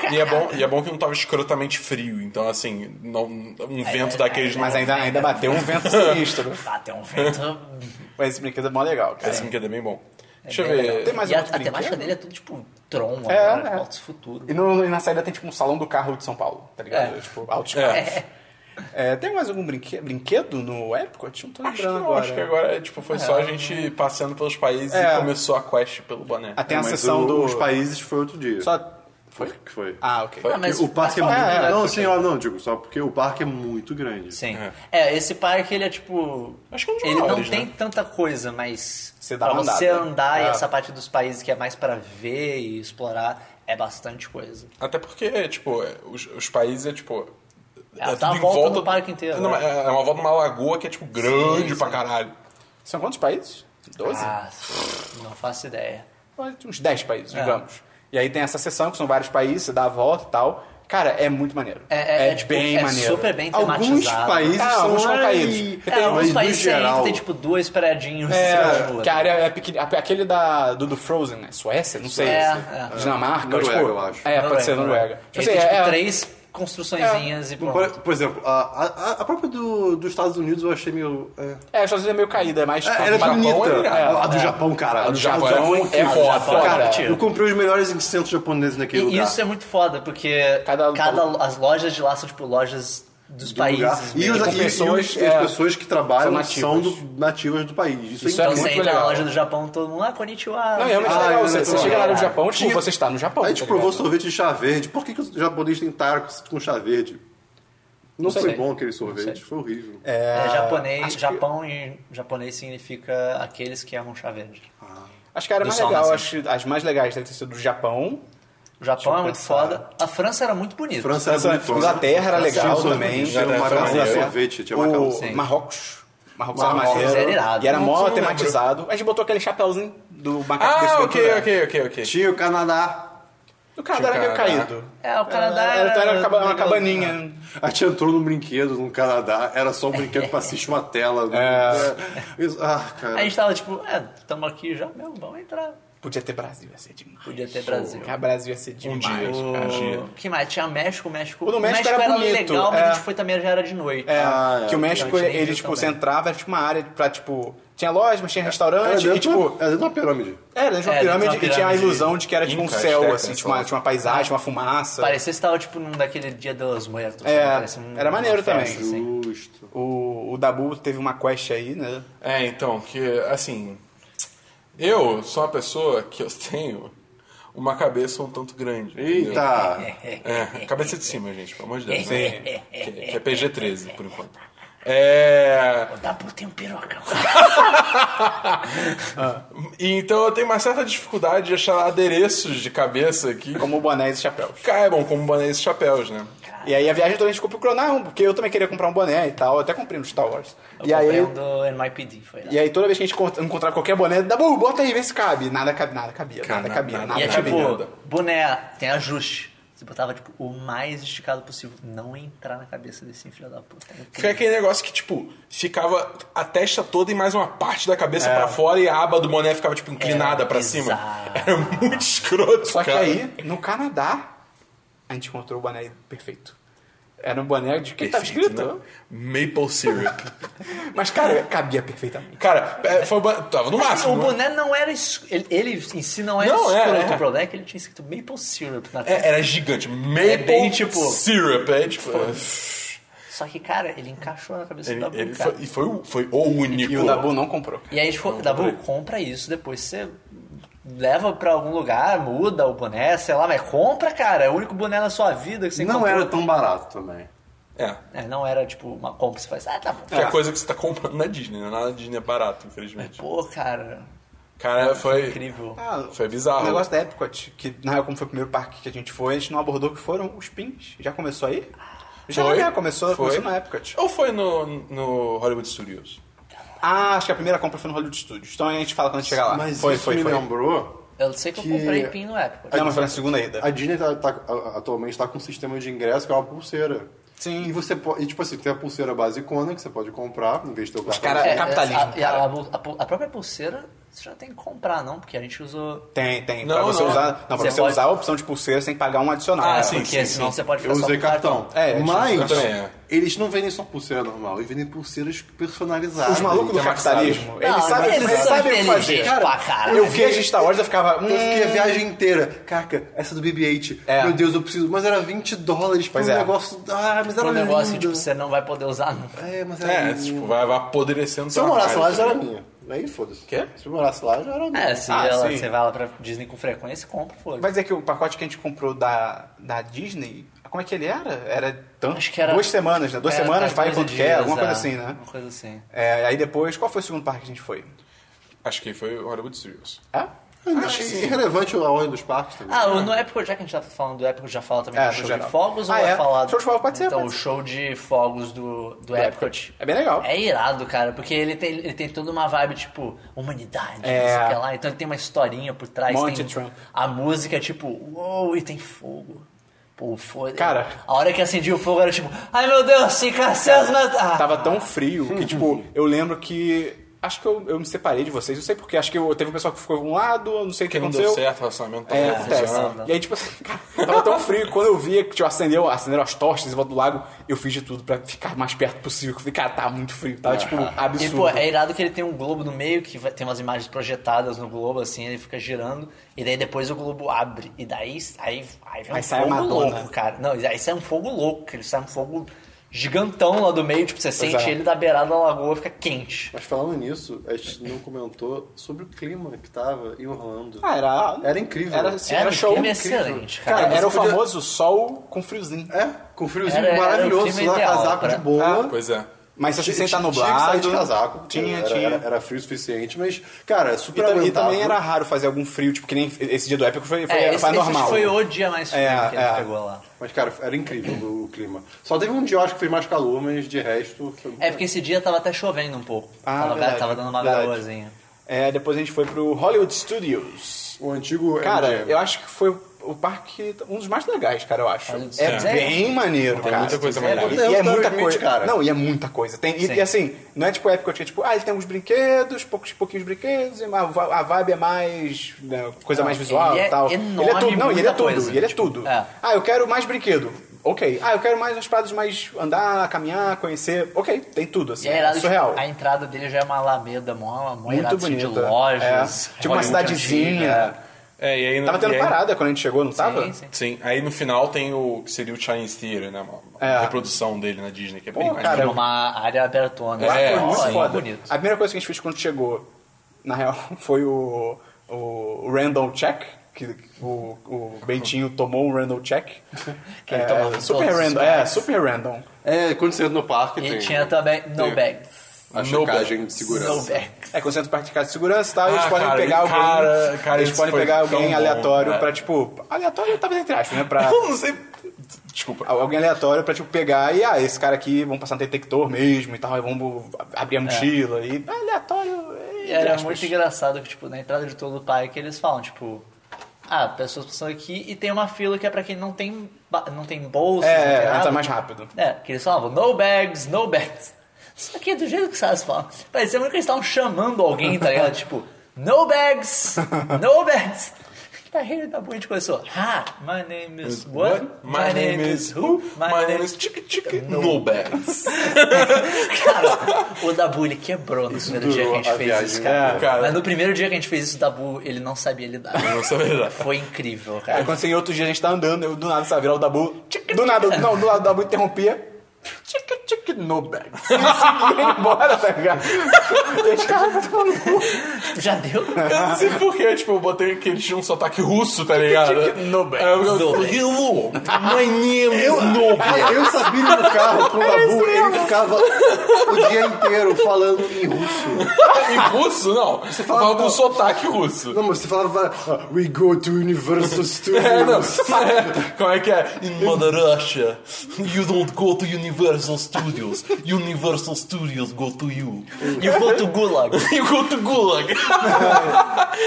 Speaker 2: cara!
Speaker 1: E é, bom, e é bom que não tava escrotamente frio, então assim, não, um vento daqueles não.
Speaker 3: é, Mas ainda, ainda bateu um vento sinistro.
Speaker 2: Ah, tem um vento.
Speaker 3: Mas esse brinquedo é mó legal, cara.
Speaker 1: Esse brinquedo é bem bom. Deixa eu
Speaker 2: bem
Speaker 1: ver.
Speaker 2: legal.
Speaker 3: Tem mais
Speaker 2: e a,
Speaker 3: algum
Speaker 2: a temática
Speaker 3: brinquedo?
Speaker 2: dele é tudo tipo Tron,
Speaker 3: É,
Speaker 2: agora,
Speaker 3: é.
Speaker 2: tipo, Altos Futuro.
Speaker 3: E, no- e na saída tem tipo um salão do carro de São Paulo, tá ligado?
Speaker 2: É.
Speaker 3: Tipo, altos
Speaker 1: É.
Speaker 3: carros. É, tem mais algum brinque- brinquedo no Epcot? Não tô
Speaker 1: Acho que,
Speaker 3: lembrando
Speaker 1: não,
Speaker 3: agora.
Speaker 1: acho que agora é, tipo, foi só a gente passeando pelos países
Speaker 3: É.
Speaker 1: e começou a quest pelo boné.
Speaker 3: Ah, tem a
Speaker 4: Mas
Speaker 3: sessão
Speaker 4: o-
Speaker 3: do...
Speaker 4: Os países foi outro dia.
Speaker 3: Só...
Speaker 4: Foi? Que foi.
Speaker 3: Ah, ok.
Speaker 1: Foi?
Speaker 2: Ah, mas-
Speaker 4: o parque é
Speaker 2: mas
Speaker 4: muito
Speaker 2: fala-
Speaker 4: grande.
Speaker 2: é,
Speaker 4: Não, senhora, não, digo, só porque o parque é muito grande.
Speaker 2: Sim.
Speaker 1: É.
Speaker 2: É. esse parque, ele é tipo.
Speaker 1: Acho que é um dos
Speaker 2: Ele não
Speaker 1: maiores,
Speaker 2: tem
Speaker 1: né?
Speaker 2: tanta coisa, mas.
Speaker 3: Você dá
Speaker 2: pra
Speaker 3: uma
Speaker 2: você
Speaker 3: andada.
Speaker 2: andar e
Speaker 3: É.
Speaker 2: essa parte dos países que é mais pra ver e explorar, é bastante coisa.
Speaker 1: Até porque, tipo, é, os, os países é tipo.
Speaker 2: É, dá uma
Speaker 1: tudo em
Speaker 2: volta no parque inteiro,
Speaker 1: Não,
Speaker 2: né?
Speaker 1: mas é é uma volta numa lagoa que é, tipo, grande
Speaker 2: Sim,
Speaker 1: pra
Speaker 2: sim.
Speaker 1: caralho.
Speaker 3: São quantos países? Doze?
Speaker 2: Ah, não faço ideia.
Speaker 3: Uns dez países,
Speaker 2: É.
Speaker 3: digamos. E aí tem essa sessão que são vários países, você dá a volta e tal. Cara, é muito maneiro.
Speaker 2: É, é, é, tipo,
Speaker 3: bem
Speaker 2: é
Speaker 3: maneiro.
Speaker 2: super bem
Speaker 4: Alguns
Speaker 2: tematizado.
Speaker 4: países
Speaker 3: Ah,
Speaker 4: são
Speaker 3: alguns são
Speaker 4: Ai,
Speaker 3: caídos.
Speaker 2: É, alguns
Speaker 4: mas, no
Speaker 2: países você entra,
Speaker 4: geral,
Speaker 2: tem tipo duas paradinhas.
Speaker 3: É, que a área é pequena. Aquele da, do, do Frozen, né? Suécia? Não sei.
Speaker 2: É,
Speaker 3: assim.
Speaker 2: é.
Speaker 3: Dinamarca? ou,
Speaker 4: Noruega,
Speaker 3: tipo,
Speaker 4: eu acho.
Speaker 3: É, pode ser Noruega.
Speaker 2: Ele
Speaker 3: assim,
Speaker 2: tem tipo
Speaker 3: é- é-
Speaker 2: três construçõezinhas e
Speaker 4: Tipo, Por,
Speaker 2: pronto.
Speaker 4: por exemplo, a, a, a própria do, dos Estados Unidos eu achei meio. É,
Speaker 3: É, às vezes é meio caída, é mais...
Speaker 4: É,
Speaker 3: tipo,
Speaker 4: era
Speaker 3: Japão,
Speaker 4: bonita.
Speaker 3: é-
Speaker 4: É, a do Japão, cara.
Speaker 1: A do Japão é
Speaker 3: do
Speaker 1: foda.
Speaker 3: Japão,
Speaker 4: Cara,
Speaker 3: cara.
Speaker 2: Mentira.
Speaker 4: eu comprei os melhores incensos japoneses naquele
Speaker 2: E
Speaker 4: lugar.
Speaker 2: isso é muito foda, porque
Speaker 3: Cada-
Speaker 2: cada, as lojas de lá são tipo lojas dos
Speaker 4: Do
Speaker 2: países. né,
Speaker 4: lugar. E,
Speaker 2: mesmo.
Speaker 4: as,
Speaker 3: com
Speaker 4: e- e
Speaker 3: pessoas,
Speaker 4: os- e
Speaker 3: é,
Speaker 4: as pessoas que trabalham
Speaker 3: são
Speaker 4: são,
Speaker 3: nativas.
Speaker 4: do- nativas do país. Isso,
Speaker 3: Isso
Speaker 4: é
Speaker 3: é
Speaker 2: Então
Speaker 4: incrível.
Speaker 2: você
Speaker 3: muito
Speaker 2: entra na
Speaker 3: legal.
Speaker 2: loja do Japão, todo mundo, ah, konnichiwa.
Speaker 3: Não, e é muito
Speaker 4: Ah,
Speaker 3: legal.
Speaker 4: é,
Speaker 3: Você,
Speaker 4: é,
Speaker 3: você
Speaker 4: é,
Speaker 3: chega lá no
Speaker 4: é.
Speaker 3: Japão, tipo,
Speaker 4: Tinha-
Speaker 3: você está no Japão.
Speaker 4: A gente
Speaker 3: tá
Speaker 4: provou
Speaker 3: ligado?
Speaker 4: sorvete de chá verde. Por que, que os japoneses têm tacos com chá verde? Não,
Speaker 3: sei.
Speaker 4: foi bom aquele sorvete, foi horrível.
Speaker 2: É, japonês,
Speaker 3: Ah, acho que-
Speaker 2: Japão em japonês significa aqueles que amam chá verde.
Speaker 3: Acho que era
Speaker 2: do
Speaker 3: mais
Speaker 2: sauna, assim.
Speaker 3: legal. Acho que as mais legais devem ter sido do Japão.
Speaker 2: O Japão é
Speaker 3: eu
Speaker 2: muito
Speaker 3: pensar.
Speaker 2: foda. A França era muito bonita.
Speaker 4: França era
Speaker 3: França,
Speaker 4: muito bom.
Speaker 3: Inglaterra era
Speaker 4: França tinha
Speaker 3: legal
Speaker 4: um sorvete,
Speaker 3: também.
Speaker 4: Tinha
Speaker 1: Inglaterra
Speaker 4: um
Speaker 1: era
Speaker 4: macarrão, tinha
Speaker 1: maneiro.
Speaker 4: sorvete, tinha macarrão.
Speaker 3: assim, O
Speaker 2: Sim.
Speaker 3: Marrocos. Marrocos era
Speaker 2: Marrocos
Speaker 3: maneiro.
Speaker 2: era irado.
Speaker 3: E era
Speaker 1: Não,
Speaker 3: mó
Speaker 1: não lembro.
Speaker 3: tematizado. A gente botou aquele chapéuzinho do macaco
Speaker 1: Ah,
Speaker 3: desse
Speaker 1: ok,
Speaker 3: tempo, né?
Speaker 1: ok, ok, ok.
Speaker 4: Tinha o Canadá.
Speaker 3: Do Canadá era meio
Speaker 1: Tinha o
Speaker 3: caído.
Speaker 2: É, o Canadá
Speaker 3: Era, era,
Speaker 2: era-
Speaker 3: uma caba- uma
Speaker 2: legal.
Speaker 3: cabaninha.
Speaker 4: A gente entrou num brinquedo no Canadá, era só um brinquedo pra assistir uma tela. né? É. Isso- Ah,
Speaker 3: né?
Speaker 2: A
Speaker 4: cara.
Speaker 2: gente tava tipo, é, tamo aqui já mesmo, vamos entrar.
Speaker 3: Podia ter Brasil, ia ser demais.
Speaker 2: Podia ter Brasil.
Speaker 3: Ah, Brasil ia ser
Speaker 1: Um
Speaker 3: demais.
Speaker 1: dia, um
Speaker 2: O
Speaker 1: dia.
Speaker 2: que mais? Tinha México, México.
Speaker 3: O do México era bonito,
Speaker 2: legal, mas
Speaker 3: é.
Speaker 2: a gente foi também, já era de noite.
Speaker 3: É,
Speaker 4: Ah, é.
Speaker 3: que o México,
Speaker 2: Então, tinha
Speaker 3: ele,
Speaker 2: isso
Speaker 3: tipo,
Speaker 2: também.
Speaker 3: você entrava, tinha uma área pra, tipo... Tinha loja, mas tinha
Speaker 4: Era
Speaker 1: É,
Speaker 3: restaurante
Speaker 4: dentro,
Speaker 3: e, tipo...
Speaker 4: era dentro da pirâmide.
Speaker 3: Era dentro de uma
Speaker 2: É, dentro de uma
Speaker 3: pirâmide e tinha a
Speaker 2: pirâmide
Speaker 3: ilusão de que era, tipo, um
Speaker 1: Inca,
Speaker 3: céu,
Speaker 1: Azteca,
Speaker 3: assim.
Speaker 1: sei
Speaker 3: Tinha uma,
Speaker 1: lá.
Speaker 3: tinha uma paisagem, uma fumaça.
Speaker 2: Parecia que você tava, tipo, num daquele dia dos muertos.
Speaker 3: É,
Speaker 2: né? Parece um-
Speaker 3: era maneiro
Speaker 2: uma festa,
Speaker 3: também.
Speaker 2: assim.
Speaker 4: Justo.
Speaker 3: O, o Dabu teve uma quest aí, né?
Speaker 1: É, então, que assim. Eu sou uma pessoa que eu tenho uma cabeça um tanto grande. entendeu?
Speaker 4: Eita!
Speaker 1: É, cabeça de cima, gente, pelo amor de Deus.
Speaker 3: Sim.
Speaker 1: né? Que, que é PG-13, por enquanto. É.
Speaker 2: Dá pra ter um pirocão.
Speaker 1: E então eu tenho uma certa dificuldade de achar adereços de cabeça que
Speaker 3: Como bonés e chapéus.
Speaker 1: caibam como bonés e chapéus, né?
Speaker 3: E aí a viagem toda a gente ficou procurando, ah, um, porque eu também queria comprar um boné e tal. Eu até comprei no Star Wars. e aí...
Speaker 2: Comprei um do NYPD, foi lá.
Speaker 3: E aí, toda vez que a gente encont- encontrar qualquer boné, Dabu, bota aí, vê se cabe. Nada cabe, nada cabia,
Speaker 1: Cara,
Speaker 3: nada cabia,
Speaker 1: nada-
Speaker 3: nada,
Speaker 2: E é
Speaker 1: na
Speaker 2: tipo,
Speaker 1: avenida.
Speaker 2: boné, tem ajuste. Você botava, tipo, o mais esticado possível. Não entrar na cabeça desse filho da puta.
Speaker 1: Fica aquele negócio que, tipo, ficava a testa toda e mais uma parte da cabeça pra fora e a aba do boné ficava, tipo, inclinada
Speaker 2: Era
Speaker 1: pra
Speaker 2: bizarro.
Speaker 1: cima. Era muito escroto,
Speaker 3: Só que
Speaker 1: cara.
Speaker 3: aí, no Canadá, a gente encontrou o boné perfeito. Era um boné de que tava
Speaker 1: Perfeito,
Speaker 3: escrito.
Speaker 1: né? Maple syrup.
Speaker 3: Mas, cara, cabia perfeitamente.
Speaker 1: cara, é, foi, o ba- tava no máximo.
Speaker 2: o
Speaker 1: né?
Speaker 2: boné não era es- ele, ele em si não era
Speaker 1: Não, é,
Speaker 2: escroto.
Speaker 1: é.
Speaker 2: O problema é que ele tinha escrito Maple Syrup na testa.
Speaker 1: É, era gigante. Maple
Speaker 2: bem, tipo-
Speaker 1: syrup. É, tipo, é,
Speaker 2: Só que, cara, ele encaixou na cabeça
Speaker 1: ele,
Speaker 2: do Dabu,
Speaker 1: ele
Speaker 2: cara.
Speaker 1: foi, e foi, o- foi o único.
Speaker 3: E o Dabu não comprou.
Speaker 2: E aí a gente ficou, Dabu, compra isso, depois você leva pra algum lugar, muda o boné, sei lá, mas compra, cara. É o único boné na sua vida que você
Speaker 4: Não
Speaker 2: comprou.
Speaker 4: era tão barato também.
Speaker 1: É.
Speaker 2: É, não era, tipo, uma compra que você faz, ah, tá bom.
Speaker 1: Que é a coisa que você tá comprando na Disney, né? Nada da Disney é barato, infelizmente.
Speaker 2: Pô, cara,
Speaker 1: Cara, foi.
Speaker 2: é incrível.
Speaker 3: Ah,
Speaker 1: Foi bizarro.
Speaker 3: O negócio da Epcot, que na real, como foi o primeiro parque que a gente foi, a gente não abordou que foram os pins. Já começou aí? Já
Speaker 6: Foi.
Speaker 3: né? começou,
Speaker 6: Foi.
Speaker 3: começou na época. Tipo.
Speaker 6: Ou foi no, no Hollywood Studios?
Speaker 3: Ah, acho que a primeira compra foi no Hollywood Studios. Então a gente fala quando chegar lá.
Speaker 4: Mas
Speaker 3: foi,
Speaker 4: isso
Speaker 3: foi,
Speaker 4: me
Speaker 3: foi.
Speaker 4: lembrou...
Speaker 2: Eu sei que,
Speaker 4: Que-
Speaker 2: eu comprei PIN no Apple. É,
Speaker 3: Não, mas foi na segunda ida.
Speaker 4: A Disney tá- tá- a- atualmente está com um sistema de ingresso que é uma pulseira.
Speaker 3: Sim.
Speaker 4: E você pode... E, tipo assim, tem a pulseira basicona que você pode comprar, em vez de ter o cartão.
Speaker 3: cara-
Speaker 4: de-
Speaker 3: é capitalismo,
Speaker 2: A, e a-
Speaker 3: cara.
Speaker 2: a bu- a pu- a própria pulseira você já tem que comprar, não? Porque a gente usou.
Speaker 3: Tem, tem.
Speaker 6: Não,
Speaker 3: pra você
Speaker 6: não.
Speaker 3: usar, não, pra
Speaker 2: Você
Speaker 3: você
Speaker 2: pode-
Speaker 3: usar a opção de pulseira, você tem que pagar um adicional.
Speaker 6: Ah,
Speaker 3: É,
Speaker 6: sim, sim,
Speaker 2: porque senão
Speaker 6: sim.
Speaker 2: você pode
Speaker 4: Eu
Speaker 2: ficar só
Speaker 4: usei
Speaker 2: com o cartão.
Speaker 4: cartão.
Speaker 3: É, eu
Speaker 4: Mas
Speaker 6: também, é.
Speaker 4: eles não vendem só pulseira normal, eles vendem pulseiras personalizadas.
Speaker 3: Os malucos do
Speaker 4: Então,
Speaker 3: capitalismo, eles
Speaker 2: Não,
Speaker 3: sabem,
Speaker 2: eles
Speaker 3: eles
Speaker 2: são
Speaker 3: sabem o que fazer.
Speaker 2: inteligentes pra caralho.
Speaker 3: eu vi a gente Star Wars, eu ficava.
Speaker 4: Eu fiquei a
Speaker 3: Hum,
Speaker 4: viagem inteira. Caraca, essa do BB-8.
Speaker 3: É.
Speaker 4: Meu Deus, eu preciso. Mas era 20 dólares pra um
Speaker 3: Pois é.
Speaker 4: negócio. Ah, mas era
Speaker 2: Um negócio que
Speaker 4: lindo.
Speaker 2: tipo, você não vai poder usar nunca.
Speaker 4: É, mas era
Speaker 6: É,
Speaker 4: lindo.
Speaker 6: tipo, vai, vai apodrecendo
Speaker 4: Se eu
Speaker 6: sua
Speaker 4: morasse
Speaker 6: cara,
Speaker 4: lá,
Speaker 6: tá
Speaker 4: já era
Speaker 3: né?
Speaker 6: ligado?
Speaker 4: minha. Aí foda-se.
Speaker 6: Quê?
Speaker 4: Se eu morasse lá, já era minha.
Speaker 2: É, se
Speaker 3: Ah,
Speaker 2: ela-
Speaker 3: sim.
Speaker 2: você vai lá pra Disney com frequência, compra, foda
Speaker 3: Vai dizer que o pacote que a gente comprou da, da Disney, como é que ele era? Era tanto?
Speaker 2: Então, Acho que era-
Speaker 3: duas semanas, né? Duas semanas, vai quando quer, alguma
Speaker 2: é.
Speaker 3: coisa assim, né?
Speaker 2: Uma coisa assim.
Speaker 3: É, aí depois, qual foi o segundo parque que a gente foi?
Speaker 6: Acho que foi o Hollywood Studios.
Speaker 3: É?
Speaker 4: Ainda achei irrelevante a ordem dos parques também.
Speaker 2: Ah, no Epcot, já que a gente tá falando do Epcot, já fala também
Speaker 3: É,
Speaker 2: do
Speaker 3: no
Speaker 2: show
Speaker 3: geral.
Speaker 2: de fogos
Speaker 3: Ah,
Speaker 2: ou vai
Speaker 3: é?
Speaker 2: falar...
Speaker 3: Show de fogos pode ser,
Speaker 2: Então,
Speaker 3: pode
Speaker 2: o
Speaker 3: ser.
Speaker 2: show de fogos do, do, Epcot.
Speaker 3: É bem legal.
Speaker 2: É irado, cara, porque ele tem, ele tem toda uma vibe, tipo, humanidade,
Speaker 3: É.
Speaker 2: não sei o que lá. Então ele tem uma historinha por trás.
Speaker 3: Monte
Speaker 2: tem
Speaker 3: de Trump.
Speaker 2: A música é tipo, uou, e tem fogo. Pô, foda
Speaker 3: Cara.
Speaker 2: A hora que acendi o fogo era tipo, ai meu Deus, se cancela matar.
Speaker 3: Tava tão frio que, tipo, eu lembro que. Acho que eu, eu me separei de vocês, não sei porquê. Acho que eu, teve um pessoal que ficou de um lado, eu não sei o
Speaker 6: Porque
Speaker 3: que
Speaker 6: não
Speaker 3: aconteceu.
Speaker 6: deu certo, o relacionamento tava
Speaker 3: É, acontece.
Speaker 6: funcionando.
Speaker 2: funcionando.
Speaker 3: E aí, tipo assim, cara, tava tão frio que quando eu via que tipo, acendeu, acenderam as tochas em volta do lago, eu fiz de tudo pra ficar mais perto possível. Eu Falei, cara, tá muito frio, tava tipo
Speaker 2: E,
Speaker 3: absurdo.
Speaker 2: pô, é irado que ele tem um globo no meio, que vai- tem umas imagens projetadas no globo, assim, ele fica girando, e daí depois o globo abre, e daí aí, aí vem um
Speaker 3: Aí sai a
Speaker 2: fogo
Speaker 3: Madonna.
Speaker 2: louco, cara. Não, e aí sai um fogo louco, que ele sai um fogo gigantão lá do meio, tipo, você sente
Speaker 3: é.
Speaker 2: ele da beirada da lagoa, fica quente.
Speaker 4: Mas falando nisso, a gente não comentou sobre o clima que tava em Orlando.
Speaker 3: Ah, era,
Speaker 4: Era incrível.
Speaker 3: Era, assim,
Speaker 2: Era
Speaker 3: era,
Speaker 2: um
Speaker 3: show.
Speaker 2: clima excelente, cara.
Speaker 3: Cara,
Speaker 4: Você
Speaker 3: era o
Speaker 4: podia-
Speaker 3: famoso sol com friozinho.
Speaker 4: É, com um friozinho
Speaker 2: Era- era o
Speaker 4: maravilhoso,
Speaker 2: clima
Speaker 4: lá,
Speaker 2: ideal né?
Speaker 4: casaco
Speaker 2: pra-
Speaker 4: de boa.
Speaker 6: Pois é.
Speaker 3: Mas assim, Ah, sem estar
Speaker 4: Tinha- Tinha que sair
Speaker 3: nublado.
Speaker 4: de casaco.
Speaker 3: Tinha,
Speaker 4: era,
Speaker 3: tinha.
Speaker 4: Era, era frio o suficiente, mas, cara, é super
Speaker 3: E, tam- e
Speaker 4: aguentável.
Speaker 3: também era raro fazer algum frio, tipo, que nem esse dia do épico foi, foi,
Speaker 2: É,
Speaker 3: era-
Speaker 2: esse,
Speaker 3: foi
Speaker 2: esse
Speaker 3: normal.
Speaker 2: foi o dia mais frio
Speaker 3: É,
Speaker 2: que ele
Speaker 3: é.
Speaker 2: pegou lá.
Speaker 4: Mas, cara, era incrível o o clima. Só teve um dia, eu acho que fez mais calor, mas de resto... Foi...
Speaker 2: É, porque esse dia tava até chovendo um pouco.
Speaker 3: Ah,
Speaker 2: tava,
Speaker 3: verdade,
Speaker 2: tava dando uma
Speaker 3: verdade.
Speaker 2: garoazinha.
Speaker 3: É, depois a gente foi pro Hollywood Studios.
Speaker 4: O antigo...
Speaker 3: Cara,
Speaker 4: MGM.
Speaker 3: eu acho que foi o parque, um dos mais legais, cara, eu acho.
Speaker 2: Olha,
Speaker 3: É
Speaker 2: sério?
Speaker 3: bem maneiro,
Speaker 6: Tem
Speaker 3: cara.
Speaker 6: muita coisa
Speaker 3: Sério?
Speaker 6: maneira.
Speaker 3: E, e
Speaker 4: Tem
Speaker 3: é
Speaker 4: o Terry
Speaker 3: muita
Speaker 4: Smith,
Speaker 3: coisa.
Speaker 4: cara.
Speaker 3: Não, e é muita coisa. Tem, e,
Speaker 2: Sim.
Speaker 3: e assim, não é tipo época que é tipo, ah, ele tem uns brinquedos, poucos, pouquinhos brinquedos, e a, a vibe é mais. né, coisa
Speaker 2: Não,
Speaker 3: mais visual
Speaker 2: ele é
Speaker 3: e tal. ele é
Speaker 2: enorme,
Speaker 3: tudo. Não, ele
Speaker 2: muita
Speaker 3: é tudo.
Speaker 2: coisa.
Speaker 3: e Ele é tudo.
Speaker 2: É.
Speaker 3: Ah, eu quero mais brinquedo. Ok. Ah, eu quero mais umas paradas mais andar, caminhar, conhecer. Ok, tem tudo, assim.
Speaker 2: E é irado, tipo,
Speaker 3: surreal.
Speaker 2: a entrada dele já é uma alameda, mó, mó irado,
Speaker 3: Muito
Speaker 2: assim,
Speaker 3: bonito.
Speaker 2: de lojas.
Speaker 3: Tipo uma
Speaker 2: Hollywood
Speaker 3: cidadezinha.
Speaker 2: antiga.
Speaker 6: É, e aí, no-
Speaker 3: Tava
Speaker 6: e
Speaker 3: tendo
Speaker 6: aí-
Speaker 3: parada quando a gente chegou, não tava?
Speaker 2: Sim, sim.
Speaker 6: Sim, aí no final tem o que seria o Chinese Theater, né? Uma, uma
Speaker 3: É.
Speaker 6: reprodução dele na Disney, que é bem
Speaker 3: Pô,
Speaker 6: mais
Speaker 3: cara,
Speaker 2: Era
Speaker 6: legal.
Speaker 2: uma área abertona.
Speaker 6: Lá foi
Speaker 2: Ó,
Speaker 6: muito
Speaker 2: aí,
Speaker 3: Foda.
Speaker 2: É, bonito.
Speaker 3: A primeira coisa que a gente fez quando chegou, na real, foi o, o random check. Que o, o Bentinho tomou um random check. É,
Speaker 2: Que ele tomava em
Speaker 3: super
Speaker 2: todos os
Speaker 3: random. É,
Speaker 2: lugares.
Speaker 3: super random.
Speaker 4: É, quando você entra no parque,
Speaker 2: E
Speaker 4: tem
Speaker 2: tinha também no
Speaker 4: tem
Speaker 2: bags.
Speaker 4: a
Speaker 6: No
Speaker 4: checagem de
Speaker 2: No
Speaker 4: segurança.
Speaker 2: bags.
Speaker 3: É, quando você entra no parque de casa de segurança e tal, eles
Speaker 6: Ah,
Speaker 3: podem
Speaker 6: cara,
Speaker 3: pegar alguém.
Speaker 6: cara, cara,
Speaker 3: eles
Speaker 6: isso
Speaker 3: podem
Speaker 6: foi
Speaker 3: pegar
Speaker 6: tão
Speaker 3: alguém
Speaker 6: bom,
Speaker 3: aleatório
Speaker 6: cara.
Speaker 3: pra, tipo. Aleatório, talvez entre aspas, né? Pra.
Speaker 6: Eu não sei. Desculpa.
Speaker 3: Al- Alguém aleatório pra, tipo, pegar e, ah, esse cara aqui, vamos passar no detector mesmo e tal, aí vamos ab- abrir a mochila e... Ah, aleatório, é,
Speaker 2: E
Speaker 3: entre
Speaker 2: era
Speaker 3: aspas.
Speaker 2: muito engraçado que, tipo, na entrada de todo o parque eles falam, tipo... Ah, pessoas passam aqui e tem uma fila que é pra quem não tem, ba- não tem bolsa, não tem
Speaker 3: É,
Speaker 2: nada.
Speaker 3: entra mais rápido.
Speaker 2: É, que eles falavam, no bags, no bags. Isso aqui é do jeito que os caras falam. Parecia muito que eles estavam chamando alguém, tá ligado? tipo, no bags, no bags. Tá rindo da boa, a gente começou. Ha, my name is what?
Speaker 6: My name is who? My name is Chick Chick Nobags.
Speaker 2: Cara, o Dabu ele quebrou no primeiro dia que a gente
Speaker 4: durou a
Speaker 2: fez isso,
Speaker 4: viagem,
Speaker 2: cara.
Speaker 3: É.
Speaker 6: né, cara?
Speaker 2: Mas no primeiro dia que a gente fez isso, o Dabu ele não sabia lidar.
Speaker 6: Não sei é. verdade.
Speaker 2: Foi incrível,
Speaker 3: Aí
Speaker 2: cara.
Speaker 3: quando assim, outro dia a gente tá andando, eu do nada, sabe, virar o Dabu, do nada, não, do lado do Dabu interrompia, tic, tic,
Speaker 2: que Nubank.
Speaker 3: embora, tá ligado? Esse cara vai tomar no cu.
Speaker 2: Já deu?
Speaker 6: Eu não sei porquê, tipo, eu botei que eles tinham um sotaque russo, tá ligado?
Speaker 2: Nubank.
Speaker 6: É, eu- eu-
Speaker 2: Nubank.
Speaker 6: Eu- My name is Nubank.
Speaker 4: Eu sabia no carro com o Babu, ele ficava o dia inteiro falando em russo.
Speaker 6: Em russo, não. Você fala com sotaque russo.
Speaker 4: Não, mas você falava, "Ah, we go to Universal
Speaker 6: É, não.
Speaker 4: Studios.
Speaker 6: Como é que é?
Speaker 2: In Mother Russia, you don't go to Universal Studios. Universal Studios go to you. You go to Gulag.
Speaker 6: You go to Gulag.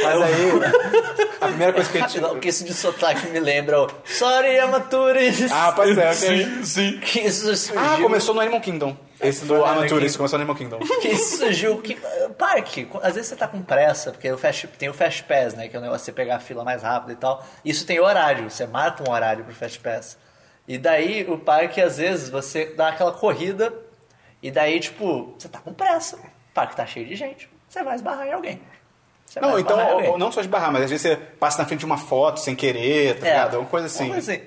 Speaker 3: Mas aí, a primeira coisa que a gente...
Speaker 2: Não, que isso de sotaque me lembra o Sorry, I'm a tourist.
Speaker 3: Ah, pode ser. ok.
Speaker 6: Sim, sim.
Speaker 2: que isso surgiu...
Speaker 3: Ah, começou no Animal Kingdom. Esse do
Speaker 2: Anakin.
Speaker 3: Amateur, esse começou no Animal Kingdom.
Speaker 2: Que isso surgiu... Que... eh, Parque, às vezes você tá com pressa, porque o fast... tem o Fast Pass, né? Que é o negócio de você pegar a fila mais rápido e tal. Isso tem horário, você mata um horário pro Fast Pass. E daí, o parque, às vezes, você dá aquela corrida e daí, tipo, você tá com pressa. O parque tá cheio de gente, você vai esbarrar em alguém. Você
Speaker 3: Não,
Speaker 2: vai
Speaker 3: então,
Speaker 2: esbarrar em
Speaker 3: ou-
Speaker 2: alguém.
Speaker 3: ou não só esbarrar, mas às vezes você passa na frente de uma foto sem querer, tá ligado? Uma coisa assim.
Speaker 2: É, Uma coisa assim.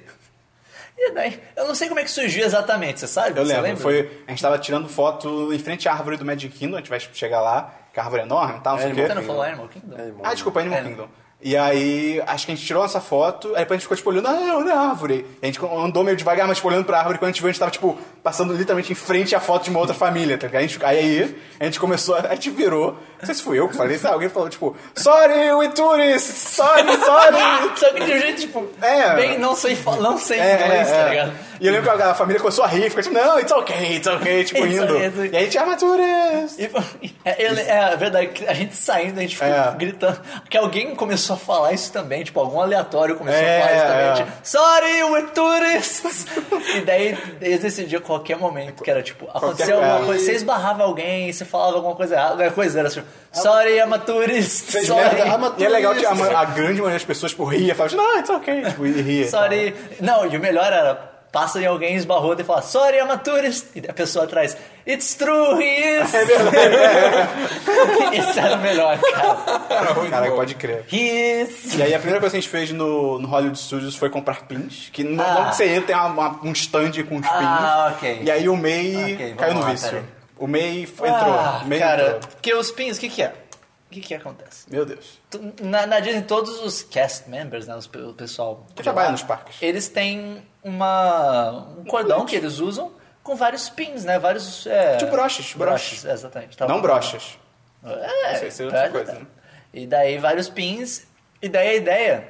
Speaker 2: E daí, eu não sei como é que surgiu exatamente, você sabe?
Speaker 3: Eu
Speaker 2: Você
Speaker 3: lembro,
Speaker 2: lembra?
Speaker 3: foi. A gente tava tirando foto em frente à árvore do Magic Kingdom, a gente vai chegar lá, que a árvore é enorme e tal, não sei o
Speaker 2: Você não
Speaker 3: quê.
Speaker 2: falou Animal Kingdom?
Speaker 3: Ah, desculpa, Animal
Speaker 2: Animal.
Speaker 3: Kingdom. E aí, acho que a gente tirou essa foto, aí depois a gente ficou, tipo, olhando, ah, olha a árvore. E a gente andou meio devagar, mas tipo, olhando pra árvore, quando a gente viu, a gente tava, tipo, passando literalmente em frente à foto de uma outra família, tá ligado? A gente- Aí, a gente começou, a gente virou, não sei se fui eu que falei, sabe? Alguém falou, tipo, sorry, we tourists, sorry, sorry.
Speaker 2: Só que de um jeito, tipo,
Speaker 3: É.
Speaker 2: bem, não sei, fa- não sei inglês, tá ligado?
Speaker 3: E eu lembro que a a família começou a rir, ficou tipo, não, it's okay, it's okay, tipo,
Speaker 2: It's
Speaker 3: indo.
Speaker 2: okay, it's okay.
Speaker 3: E aí tinha armaturas.
Speaker 2: E- é, ele- é verdade, que a gente saindo, a gente ficou
Speaker 3: É.
Speaker 2: gritando. Que alguém começou a falar isso também, tipo, algum aleatório começou
Speaker 3: É,
Speaker 2: a falar isso também.
Speaker 3: é.
Speaker 2: Tipo, Sorry, we're tourists! e daí eles decidiam a qualquer momento que era tipo, acontecia
Speaker 3: Qualquer-
Speaker 2: alguma
Speaker 3: é.
Speaker 2: coisa, você esbarrava alguém, você falava alguma coisa errada, qualquer coisa era tipo, Sorry, I'm a tourist!
Speaker 3: Fez
Speaker 2: Sorry,
Speaker 3: merda,
Speaker 4: armatura.
Speaker 3: E é legal que a, ma- a grande maioria das pessoas, tipo, ria, falava, não, it's okay, tipo, e ria.
Speaker 2: sorry. Não, e o melhor era. Passa em alguém, esbarrou e fala, sorry, I'm a tourist. E a pessoa atrás, it's true, he is. É verdade. Esse era o melhor, cara.
Speaker 6: Cara, muito
Speaker 3: Caraca,
Speaker 6: bom.
Speaker 3: pode crer.
Speaker 2: He is.
Speaker 3: E aí a primeira coisa que a gente fez no, no Hollywood Studios foi comprar pins, que no
Speaker 2: Ah.
Speaker 3: logo que você entra tem uma- uma- um stand com os pins.
Speaker 2: Ah, ok.
Speaker 3: E aí o MEI
Speaker 2: Ok, vamos
Speaker 3: caiu no
Speaker 2: lá,
Speaker 3: vício.
Speaker 2: peraí.
Speaker 3: O MEI f- entrou.
Speaker 2: Ah,
Speaker 3: o MEI
Speaker 2: cara,
Speaker 3: entrou.
Speaker 2: porque os pins, o que que é? O que que acontece?
Speaker 3: Meu Deus.
Speaker 2: Tu- Na, na Disney, todos os cast members, né, os pe- o pessoal...
Speaker 3: Que trabalha nos parques.
Speaker 2: Eles têm uma, um cordão que eles usam com vários pins, né? Vários... É,
Speaker 3: Tipo broches, broches.
Speaker 2: broches, exatamente. tá Tava
Speaker 3: Não
Speaker 2: falando.
Speaker 3: brochas.
Speaker 2: É,
Speaker 3: sei se é outra
Speaker 2: tá,
Speaker 3: coisa,
Speaker 2: tá.
Speaker 3: né?
Speaker 2: E daí vários pins. E daí a ideia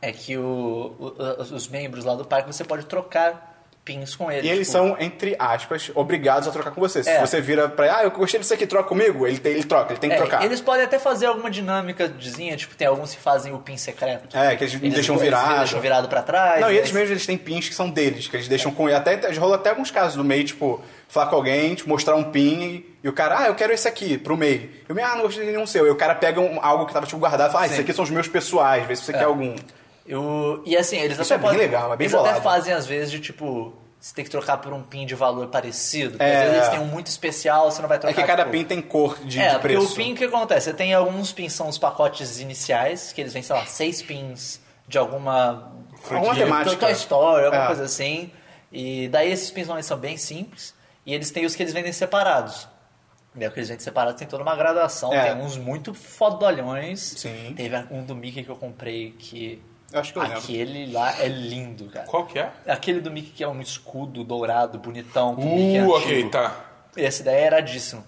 Speaker 2: é que o- o- os- os membros lá do parque você pode trocar pins com eles.
Speaker 3: E eles
Speaker 2: tipo,
Speaker 3: são, entre aspas, obrigados a trocar com você. Se
Speaker 2: É.
Speaker 3: você vira pra ah, eu gostei disso aqui, troca comigo, ele, tem, ele troca, ele tem que
Speaker 2: é,
Speaker 3: trocar.
Speaker 2: Eles podem até fazer alguma dinâmica dezinha, tipo, tem alguns que fazem o pin secreto.
Speaker 3: É, que eles deixam virado.
Speaker 2: Eles deixam virado pra trás.
Speaker 3: Não, e
Speaker 2: né?
Speaker 3: eles mesmos eles têm pins que são deles, que eles deixam com ele. Até, rola até alguns casos do MEI, tipo, falar com alguém, tipo, mostrar um pin e o cara, ah, eu quero esse aqui, pro MEI. E o MEI, ah, não gostei de nenhum seu. E o cara pega um- algo que tava, tipo, guardado e fala, ah, esses
Speaker 2: Sim. É. Então
Speaker 3: aqui são os meus pessoais, vê se você quer algum.
Speaker 2: Eu- e assim, eles
Speaker 3: Isso
Speaker 2: até
Speaker 3: é bem
Speaker 2: podem-
Speaker 3: legal, é bem
Speaker 2: Eles até
Speaker 3: bolado.
Speaker 2: fazem, às vezes, de tipo. Você tem que trocar por um pin de valor parecido. porque
Speaker 3: É.
Speaker 2: Às vezes eles têm um muito especial, você não vai trocar.
Speaker 3: É que cada
Speaker 2: tipo,
Speaker 3: pin tem cor de,
Speaker 2: é,
Speaker 3: de
Speaker 2: porque
Speaker 3: preço.
Speaker 2: o pin que acontece? Você tem alguns pins, são os pacotes iniciais, que eles vêm, sei lá, seis pins de alguma.
Speaker 3: Alguma temática.
Speaker 2: Toy Story, alguma
Speaker 3: É.
Speaker 2: coisa assim. E daí esses pins normalmente são bem simples. E eles têm os que eles vendem separados. Daí o que eles vendem separados tem toda uma gradação.
Speaker 3: É.
Speaker 2: Tem uns muito fodolhões.
Speaker 3: Sim.
Speaker 2: Teve um do Mickey que eu comprei que.
Speaker 3: Eu acho que eu lembro.
Speaker 2: Aquele lá é lindo, cara.
Speaker 6: Qual que é?
Speaker 2: Aquele do Mickey que é um escudo dourado, bonitão. que o Mickey é
Speaker 6: Uh, ok,
Speaker 2: antigo.
Speaker 6: tá.
Speaker 2: Essa ideia é iradíssima.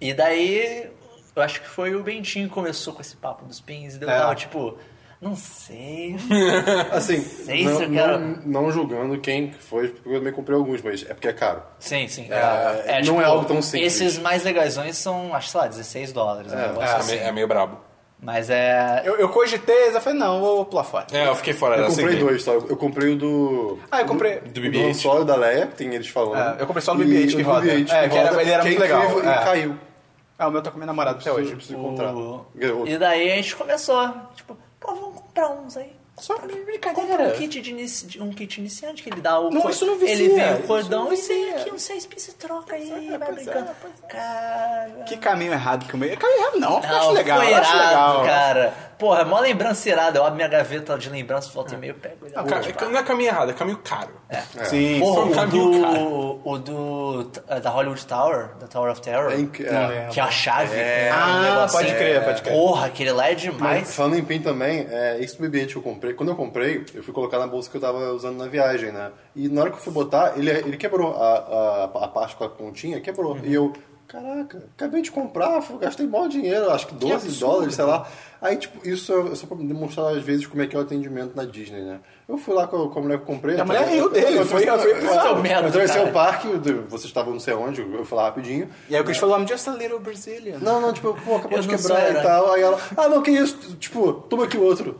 Speaker 2: E daí, eu acho que foi o Bentinho que começou com esse papo dos pins. E daí eu
Speaker 3: É.
Speaker 2: tava tipo, não sei.
Speaker 4: Assim,
Speaker 2: Sei
Speaker 4: não,
Speaker 2: se eu
Speaker 4: não-
Speaker 2: quero-
Speaker 4: não julgando quem foi, porque eu também comprei alguns, mas é porque é caro.
Speaker 2: sim, sim. tipo,
Speaker 4: É, não é algo tão simples.
Speaker 2: Esses mais legaisões são, acho, sei lá, 16 dólares. né? Um negócio
Speaker 6: É,
Speaker 2: assim.
Speaker 6: meio, é meio brabo.
Speaker 2: Mas é...
Speaker 3: Eu, eu cogitei, eu falei, não, vou pular fora.
Speaker 6: É, eu fiquei fora
Speaker 4: Eu
Speaker 6: dessa
Speaker 3: assim, né?
Speaker 4: comprei
Speaker 6: ideia.
Speaker 4: dois só. Eu comprei o do.
Speaker 3: Ah, eu comprei.
Speaker 6: Do
Speaker 4: o
Speaker 6: BB-8.
Speaker 4: do solo da Leia, que tem eles falando.
Speaker 3: É, eu comprei só do BB-8
Speaker 4: E
Speaker 3: que
Speaker 4: o do
Speaker 3: roda.
Speaker 4: BB-8
Speaker 3: É, que era- ele era muito legal,
Speaker 4: incrível
Speaker 3: é.
Speaker 4: E caiu.
Speaker 3: Ah, o meu tá com meu namorado até
Speaker 2: tipo,
Speaker 4: Hoje eu
Speaker 3: hoje.
Speaker 4: preciso
Speaker 2: o-
Speaker 4: encontrar.
Speaker 2: E daí a gente começou, tipo, pô, vamos comprar uns aí.
Speaker 3: Só
Speaker 2: Brincadeira. Um kit, de inici- de- um kit iniciante que ele dá o.
Speaker 3: É, Não,
Speaker 2: co-
Speaker 3: isso não vicia,
Speaker 2: Ele vem o
Speaker 3: isso
Speaker 2: cordão
Speaker 3: não
Speaker 2: e vem
Speaker 3: vicia.
Speaker 2: aqui uns seis pisos e troca aí,
Speaker 3: é,
Speaker 2: vai
Speaker 3: pois é,
Speaker 2: brincando.
Speaker 3: pois
Speaker 2: Cara.
Speaker 3: Que caminho errado que o meio. Caminho errado não, eu acho
Speaker 2: Não,
Speaker 3: legal,
Speaker 2: foi
Speaker 3: eu acho
Speaker 2: irado,
Speaker 3: legal.
Speaker 2: Ah, cara. Porra, é mó lembrança irada. Eu abro minha gaveta de lembrança, volta e meio, pego. e
Speaker 3: Ah,
Speaker 1: Não,
Speaker 2: dá
Speaker 1: ca-
Speaker 2: pra-
Speaker 1: é- não é caminho errado, é caminho caro.
Speaker 3: Sim,
Speaker 2: Porra,
Speaker 1: Foi um
Speaker 2: o
Speaker 1: caminho
Speaker 2: do, o do. eh, da Hollywood Tower, da Tower of Terror.
Speaker 4: É inc-
Speaker 3: não
Speaker 4: é.
Speaker 3: lembro.
Speaker 2: Que é a chave.
Speaker 3: Ah, pode crer, pode crer.
Speaker 2: Porra, aquele lá é demais.
Speaker 4: Falando em PIN também, é, esse BB-8 que eu comprei, quando eu comprei, eu fui colocar na bolsa que eu tava usando na viagem, né? E na hora que eu fui botar, ele, ele quebrou a, a, a parte com a pontinha, quebrou. E eu, caraca, acabei de comprar, fui- gastei mó dinheiro, acho que 12 dólares, sei lá. Aí, tipo, isso é só pra demonstrar às vezes como é que é o atendimento na Disney, né? Eu fui lá com a, com a mulher que eu comprei.
Speaker 3: A mulher
Speaker 4: atravessei-
Speaker 3: riu dele,
Speaker 4: eu
Speaker 3: foi-
Speaker 4: atravessei-
Speaker 3: foi-
Speaker 4: eu-
Speaker 2: seu merda,
Speaker 4: Eu atravessei
Speaker 2: cara.
Speaker 4: o parque, eu- vocês estavam não sei onde, eu fui lá rapidinho.
Speaker 3: E aí
Speaker 2: né?
Speaker 3: o Chris falou, I'm just a little Brazilian.
Speaker 4: Não, não, tipo, pô, acabou
Speaker 2: Eu
Speaker 4: de
Speaker 2: não sou
Speaker 4: quebrar
Speaker 2: herói.
Speaker 4: e tal. Aí ela, ah, não, que isso? Tipo, toma aqui o outro.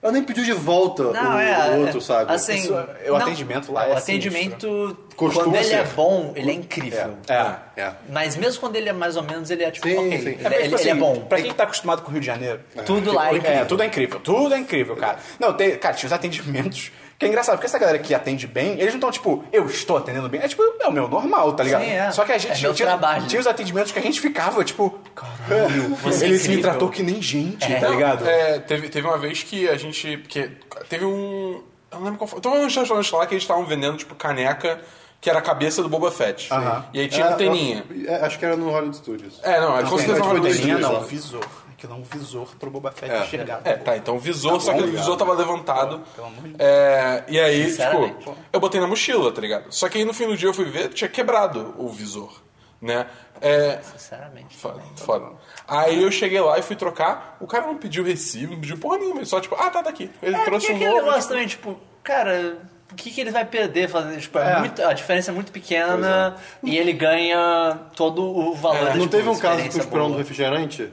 Speaker 4: Ela nem pediu de volta
Speaker 2: Não,
Speaker 4: o,
Speaker 2: é.
Speaker 4: o outro,
Speaker 2: é,
Speaker 4: sabe?
Speaker 2: Assim,
Speaker 3: Isso é- o atendimento lá é
Speaker 2: O
Speaker 3: sinistro.
Speaker 2: atendimento,
Speaker 4: Costuma
Speaker 2: quando ele é
Speaker 4: ser.
Speaker 2: bom, ele é incrível.
Speaker 3: É.
Speaker 4: É.
Speaker 2: Mas mesmo quando ele é mais ou menos, ele é tipo,
Speaker 4: Sim,
Speaker 2: ok,
Speaker 4: sim.
Speaker 2: Ele,
Speaker 4: É,
Speaker 3: porque,
Speaker 2: ele-
Speaker 3: tipo
Speaker 2: ele é
Speaker 3: assim,
Speaker 2: bom.
Speaker 3: Pra quem tá acostumado com o Rio de Janeiro,
Speaker 2: Tudo lá é
Speaker 3: é,
Speaker 2: incrível.
Speaker 3: tudo é incrível, tudo é incrível, cara. Não, tem, cara, tinha os atendimentos. Que é engraçado, porque essa galera que atende bem, eles não estão tipo, eu estou atendendo bem. É tipo, é o meu normal, tá ligado?
Speaker 2: Sim, é.
Speaker 3: Só que a gente
Speaker 2: É meu
Speaker 3: tinha,
Speaker 2: trabalho.
Speaker 3: tinha os atendimentos que a gente ficava, tipo, caralho,
Speaker 2: Você é
Speaker 3: ele me
Speaker 2: incrível.
Speaker 3: tratou que nem gente, tá
Speaker 1: Não,
Speaker 3: ligado?
Speaker 1: é, teve, teve uma vez que a gente. Porque teve um. Eu não lembro qual foi. Teve um restaurante lá que eles estavam vendendo, tipo, caneca, que era a cabeça do Boba Fett.
Speaker 3: Aham.
Speaker 1: E aí tinha anteninha.
Speaker 4: É, acho que era no Hollywood Studios.
Speaker 1: É, não, é com
Speaker 3: tipo,
Speaker 1: certeza
Speaker 4: mas
Speaker 1: uma
Speaker 4: foi
Speaker 1: coisa
Speaker 4: desenho,
Speaker 3: Anteninha
Speaker 1: de-
Speaker 4: dois,
Speaker 3: não,
Speaker 4: né?
Speaker 3: visor. Aquilo é um visor pro Boba Fett
Speaker 1: É.
Speaker 3: enxergar.
Speaker 1: É, tá, então o visor, só que o visor tava levantado.
Speaker 3: Pelo amor de Deus.
Speaker 1: É, e aí,
Speaker 2: Sinceramente.
Speaker 1: tipo, eu botei na mochila, tá ligado? Só que aí no fim do dia eu fui ver, tinha quebrado o visor, né? É,
Speaker 2: Sinceramente.
Speaker 1: Foda, foda. Aí eu cheguei lá e fui trocar, o cara não pediu recibo, não pediu porra nenhuma, ele só tipo, ah, tá, tá aqui. Ele
Speaker 2: É,
Speaker 1: trouxe
Speaker 2: porque
Speaker 1: um
Speaker 2: aquele
Speaker 1: novo.
Speaker 2: negócio também, tipo, cara, o que, que ele vai perder fazendo? Tipo, é
Speaker 3: É.
Speaker 2: muito- a diferença é muito pequena e ele ganha todo o
Speaker 3: é,
Speaker 2: valor. da,
Speaker 4: Não
Speaker 2: tipo,
Speaker 4: teve um caso que
Speaker 2: experiência
Speaker 4: o esperão do
Speaker 2: boa.
Speaker 4: refrigerante?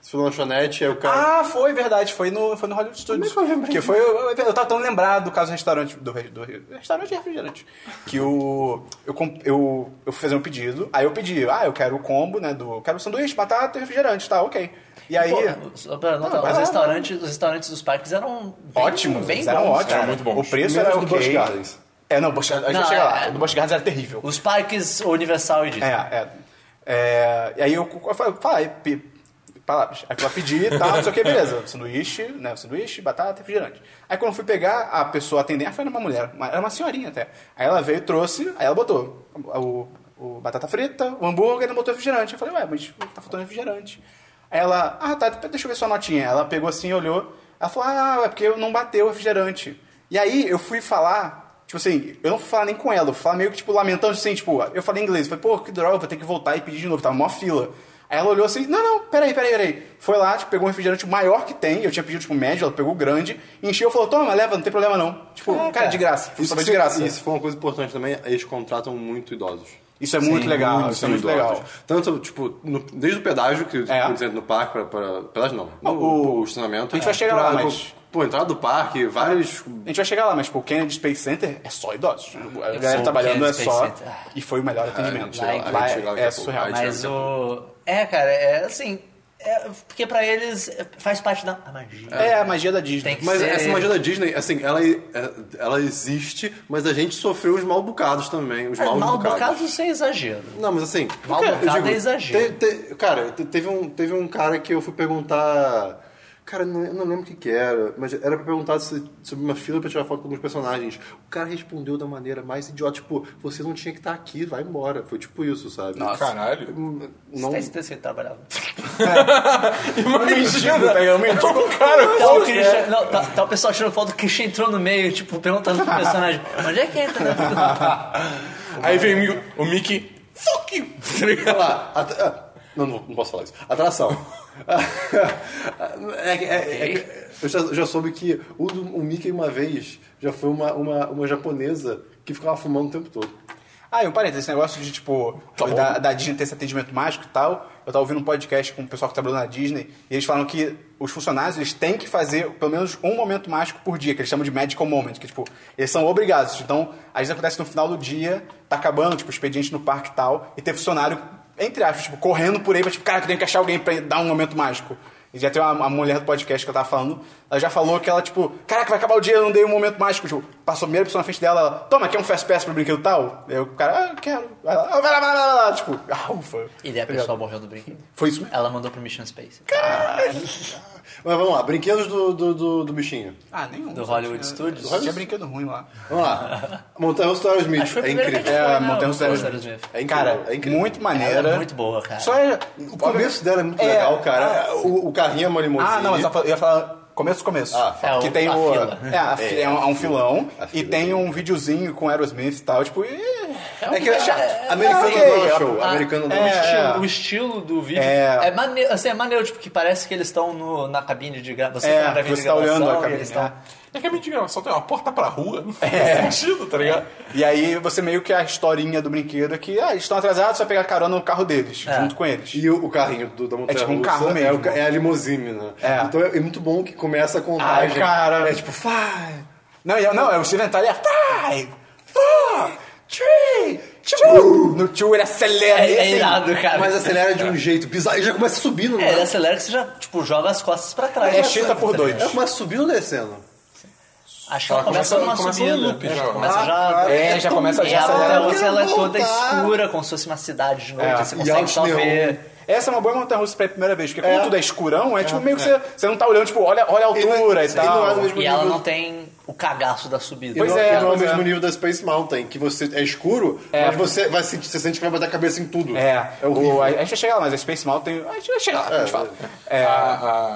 Speaker 4: Se foi na lanchonete, aí o cara.
Speaker 3: Ah, foi verdade, foi no, foi no Hollywood Studios.
Speaker 4: Como é que eu lembrei
Speaker 3: Porque foi, eu, eu tava tão lembrado do caso do restaurante, do, re- do re- restaurante e refrigerante. Que o, eu, comp- eu, eu fui fazer um pedido, aí eu pedi, ah, eu quero o combo, né, do, eu quero sanduíche, batata e refrigerante, tá, ok. E aí...
Speaker 2: Pô, só pra anotar,
Speaker 3: vai
Speaker 2: os,
Speaker 3: lá,
Speaker 2: restaurantes, os restaurantes dos parques eram bem,
Speaker 3: ótimos,
Speaker 2: bem
Speaker 3: eles eram
Speaker 2: bons,
Speaker 3: ótimos.
Speaker 2: cara.
Speaker 1: Eram muito bons.
Speaker 3: O preço
Speaker 4: Menos
Speaker 3: era
Speaker 4: do
Speaker 3: ok.
Speaker 4: Busch Gardens.
Speaker 3: É, não, Busch Gardens, a gente
Speaker 2: Não,
Speaker 3: chega
Speaker 2: é,
Speaker 3: lá.
Speaker 2: é.
Speaker 3: O do Busch Gardens era terrível.
Speaker 2: Os parques Universal e Disney.
Speaker 3: É, é. É, e aí eu, eu falei, falei, pi- palavras. Aí eu pedi e tal, não sei o que, beleza. Sanduíche, né? Sanduíche, batata, refrigerante. Aí quando eu fui pegar, a pessoa atendente, ah, foi uma mulher, uma- era uma senhorinha até. Aí ela veio, trouxe, aí ela botou o, o batata frita, o hambúrguer, não botou refrigerante. Eu falei, ué, mas tá faltando refrigerante. Aí ela, ah, tá, deixa eu ver sua notinha. Ela pegou assim, olhou, ela falou, ah, é porque eu não bateu o refrigerante. E aí eu fui falar Tipo assim, eu não fui falar nem com ela, eu fui falar meio que, tipo, lamentando assim, tipo, eu falei em inglês, falei, pô, que droga, vou ter que voltar e pedir de novo, tava mó fila. Aí ela olhou assim, não, não, peraí, peraí, peraí. Foi lá, tipo, pegou um refrigerante maior que tem, eu tinha pedido, tipo, médio, ela pegou o grande, encheu e falou, toma, leva, não tem problema não. Tipo, cara, de graça, isso foi de graça.
Speaker 4: Isso foi uma coisa importante também, eles contratam muito idosos.
Speaker 3: Isso é muito legal, isso é muito
Speaker 4: idosos.
Speaker 3: legal.
Speaker 4: Tanto, tipo, no- desde o pedágio, que é. dentro no parque, pra, pra, pedágio não, no,
Speaker 3: Ah, o-
Speaker 4: o, estacionamento.
Speaker 3: a gente vai chegar lá,
Speaker 4: pra-
Speaker 3: mas-
Speaker 4: Pô, entrada do parque, vários
Speaker 3: A gente vai chegar lá, mas, pô, o Kennedy Space Center é só idosos. A galera
Speaker 2: o
Speaker 3: trabalhando
Speaker 2: Kennedy
Speaker 3: é
Speaker 2: Space
Speaker 3: só,
Speaker 2: Center. Ah.
Speaker 3: e foi o melhor atendimento.
Speaker 4: chega lá, a
Speaker 3: Lá
Speaker 4: gente chega lá
Speaker 3: é- é
Speaker 4: daqui a pouco.
Speaker 3: surreal.
Speaker 4: Aí
Speaker 2: Mas o. É, cara, é assim. é- porque pra eles é, faz parte da magia.
Speaker 3: É a magia da Disney.
Speaker 2: Tem que
Speaker 4: Mas
Speaker 2: ser-
Speaker 4: essa magia da Disney, assim, ela, ela existe, mas a gente sofreu os mal bocados também. Os
Speaker 2: É,
Speaker 4: maus
Speaker 2: mal
Speaker 4: bocados.
Speaker 2: bocado sem exagero.
Speaker 4: Não, mas assim.
Speaker 2: Mal
Speaker 4: cara,
Speaker 2: bocado
Speaker 4: eu digo,
Speaker 2: é exagero.
Speaker 4: te- te- cara, te- teve um, teve um cara que eu fui perguntar. Cara, eu não, eu não lembro o que, que era, mas era pra perguntar se- sobre uma fila pra tirar foto com alguns personagens. O cara respondeu da maneira mais idiota, tipo, você não tinha que estar aqui, vai embora. Foi tipo isso, sabe?
Speaker 1: Caralho.
Speaker 4: Não,
Speaker 2: Tem certeza que ele trabalhava.
Speaker 1: Imagina, É,
Speaker 3: Eu menti.
Speaker 1: o cara
Speaker 2: Tá o,
Speaker 3: é.
Speaker 2: Christian, não, tá, tá o pessoal tirando foto, o Christian entrou no meio, tipo, perguntando pro personagem: onde é que entra?
Speaker 1: Aí vem o Mi- o Mickey. Fuck you! Tá ligado?
Speaker 4: Olha lá, at- ah, não, não, não posso falar isso. Atração. É que- é- é que- eu já, já soube que o, do- o Mickey uma vez já foi uma, uma, uma japonesa que ficava fumando o tempo todo.
Speaker 3: Ah, e um parênteses, esse negócio de, tipo, da, da Disney ter esse atendimento mágico e tal. Eu tava ouvindo um podcast com o pessoal que trabalhou na Disney e eles falam que os funcionários eles têm que fazer pelo menos um momento mágico por dia, que eles chamam de medical moment, que, tipo, eles são obrigados. Então, às vezes acontece no final do dia, tá acabando, tipo, o expediente no parque e tal, e tem funcionário, entre aspas, tipo, correndo por aí, pra, tipo, cara, eu tenho que achar alguém pra dar um momento mágico. E já tem uma, uma mulher do podcast que eu tava falando, ela Ela já falou que ela, tipo, caraca, vai acabar o dia, eu não dei um momento mágico. Tipo, passou a primeira pessoa na frente dela, ela, toma, quer um fast pass pro brinquedo tal? Aí o cara, ah, eu quero. Vai lá, ah, vai lá, vai lá, vai lá. Tipo, ah, ufa.
Speaker 2: E daí a pessoa morreu no brinquedo.
Speaker 3: Foi isso mesmo.
Speaker 2: Ela mandou pro Mission Space.
Speaker 4: Mas vamos lá, brinquedos do, do, do, do bichinho.
Speaker 3: Ah, nenhum.
Speaker 2: Do Hollywood Studios?
Speaker 3: Só tinha brinquedo ruim lá.
Speaker 4: Vamos lá. Montanha Story Smith.
Speaker 2: Acho que foi o
Speaker 4: é
Speaker 2: primeiro
Speaker 4: incrível.
Speaker 2: que a gente
Speaker 3: É,
Speaker 2: foi, né?
Speaker 3: Montanha
Speaker 2: O
Speaker 3: Story
Speaker 2: Story
Speaker 3: Smith.
Speaker 2: Smith.
Speaker 4: É incrível.
Speaker 3: Cara,
Speaker 4: é incrível.
Speaker 3: muito
Speaker 2: Ela
Speaker 3: maneira.
Speaker 2: é muito boa, cara.
Speaker 3: Só é-
Speaker 4: O começo dela é muito
Speaker 3: É.
Speaker 4: legal, cara. O, o carrinho é uma
Speaker 3: Ah,
Speaker 4: limusine.
Speaker 3: não, mas eu ia falar- eu ia falar começo, começo.
Speaker 4: Ah,
Speaker 2: fala.
Speaker 3: que tem
Speaker 2: É, o-
Speaker 3: o,
Speaker 2: a fila.
Speaker 3: É, a fi-
Speaker 4: É,
Speaker 3: é um, é um
Speaker 4: a
Speaker 3: filão.
Speaker 4: A
Speaker 3: E
Speaker 4: fila.
Speaker 3: tem um videozinho com Aerosmith e tal, tipo, e...
Speaker 2: um
Speaker 4: É que é chato.
Speaker 3: É,
Speaker 4: Americano
Speaker 3: ok.
Speaker 4: não é show.
Speaker 2: Ah,
Speaker 4: Americano não
Speaker 2: o,
Speaker 4: é show.
Speaker 2: estilo, o estilo do vídeo
Speaker 3: É.
Speaker 2: é, maneiro, assim, é maneiro, tipo, que parece que eles estão no- na cabine de gravação. Você
Speaker 3: É,
Speaker 2: tá na cabine
Speaker 3: você
Speaker 2: de
Speaker 3: tá
Speaker 2: gravação
Speaker 3: olhando a
Speaker 2: e
Speaker 3: cabine,
Speaker 2: eles tão-
Speaker 3: é.
Speaker 1: É que a mentira não, só tem uma porta pra rua. Não faz sentido, tá ligado?
Speaker 3: E aí você meio que a historinha do brinquedo é que ah, eles estão atrasados, só pegar carona no carro deles,
Speaker 2: É.
Speaker 3: junto com eles.
Speaker 4: E o, o carrinho do, da montanha
Speaker 3: tipo um
Speaker 4: russa
Speaker 3: carro
Speaker 4: É,
Speaker 3: mesmo.
Speaker 4: o ca- é a limusine, né?
Speaker 3: É. Ah, um
Speaker 4: Então é, é muito bom que começa a
Speaker 3: Ai,
Speaker 4: contagem.
Speaker 3: cara.
Speaker 4: É tipo, fai.
Speaker 3: Não, e- não, é o Steven Tyler. Five, four, three, two. No two ele acelera.
Speaker 2: É,
Speaker 3: e
Speaker 2: é
Speaker 3: assim,
Speaker 2: irado, cara.
Speaker 4: Mas acelera de um jeito bizarro. E já começa subindo,
Speaker 2: É, ele
Speaker 4: né?
Speaker 2: acelera que você já, tipo, joga as costas pra trás.
Speaker 3: É
Speaker 2: Né?
Speaker 3: chita por dois.
Speaker 4: Já começa subindo ou descendo?
Speaker 2: Acho que ela
Speaker 1: Ela
Speaker 2: começa,
Speaker 1: começa-
Speaker 2: numa
Speaker 1: começa
Speaker 2: subida.
Speaker 1: no loop,
Speaker 2: né?
Speaker 1: já.
Speaker 2: Começa já...
Speaker 3: É, já começa a
Speaker 2: E a
Speaker 3: acelerar.
Speaker 2: montanha-russa, ela é toda
Speaker 4: voltar.
Speaker 2: escura, como se fosse uma cidade de noite.
Speaker 3: É,
Speaker 2: Você
Speaker 4: e
Speaker 2: consegue
Speaker 4: altos
Speaker 2: só
Speaker 4: neon.
Speaker 2: ver...
Speaker 3: Essa é uma boa montanha russa pra primeira vez, porque como
Speaker 4: É.
Speaker 3: tudo é escurão, é, tipo meio que você, você não tá olhando, tipo, olha, olha a altura e,
Speaker 4: não- e não é
Speaker 3: tal.
Speaker 4: do mesmo
Speaker 2: E ela
Speaker 4: nível-
Speaker 2: não tem o cagaço da subida.
Speaker 4: E
Speaker 3: Pois
Speaker 4: não,
Speaker 3: é,
Speaker 4: e não é o
Speaker 3: pois
Speaker 4: mesmo
Speaker 3: é.
Speaker 4: nível da Space Mountain, que você é escuro,
Speaker 3: É.
Speaker 4: mas você, vai sentir, você sente que vai bater a cabeça em tudo.
Speaker 3: É,
Speaker 4: é
Speaker 3: o,
Speaker 4: horrível.
Speaker 3: a, a gente vai chegar lá, mas a Space Mountain. A gente vai chegar lá, a gente
Speaker 4: É,
Speaker 3: fala.
Speaker 1: A,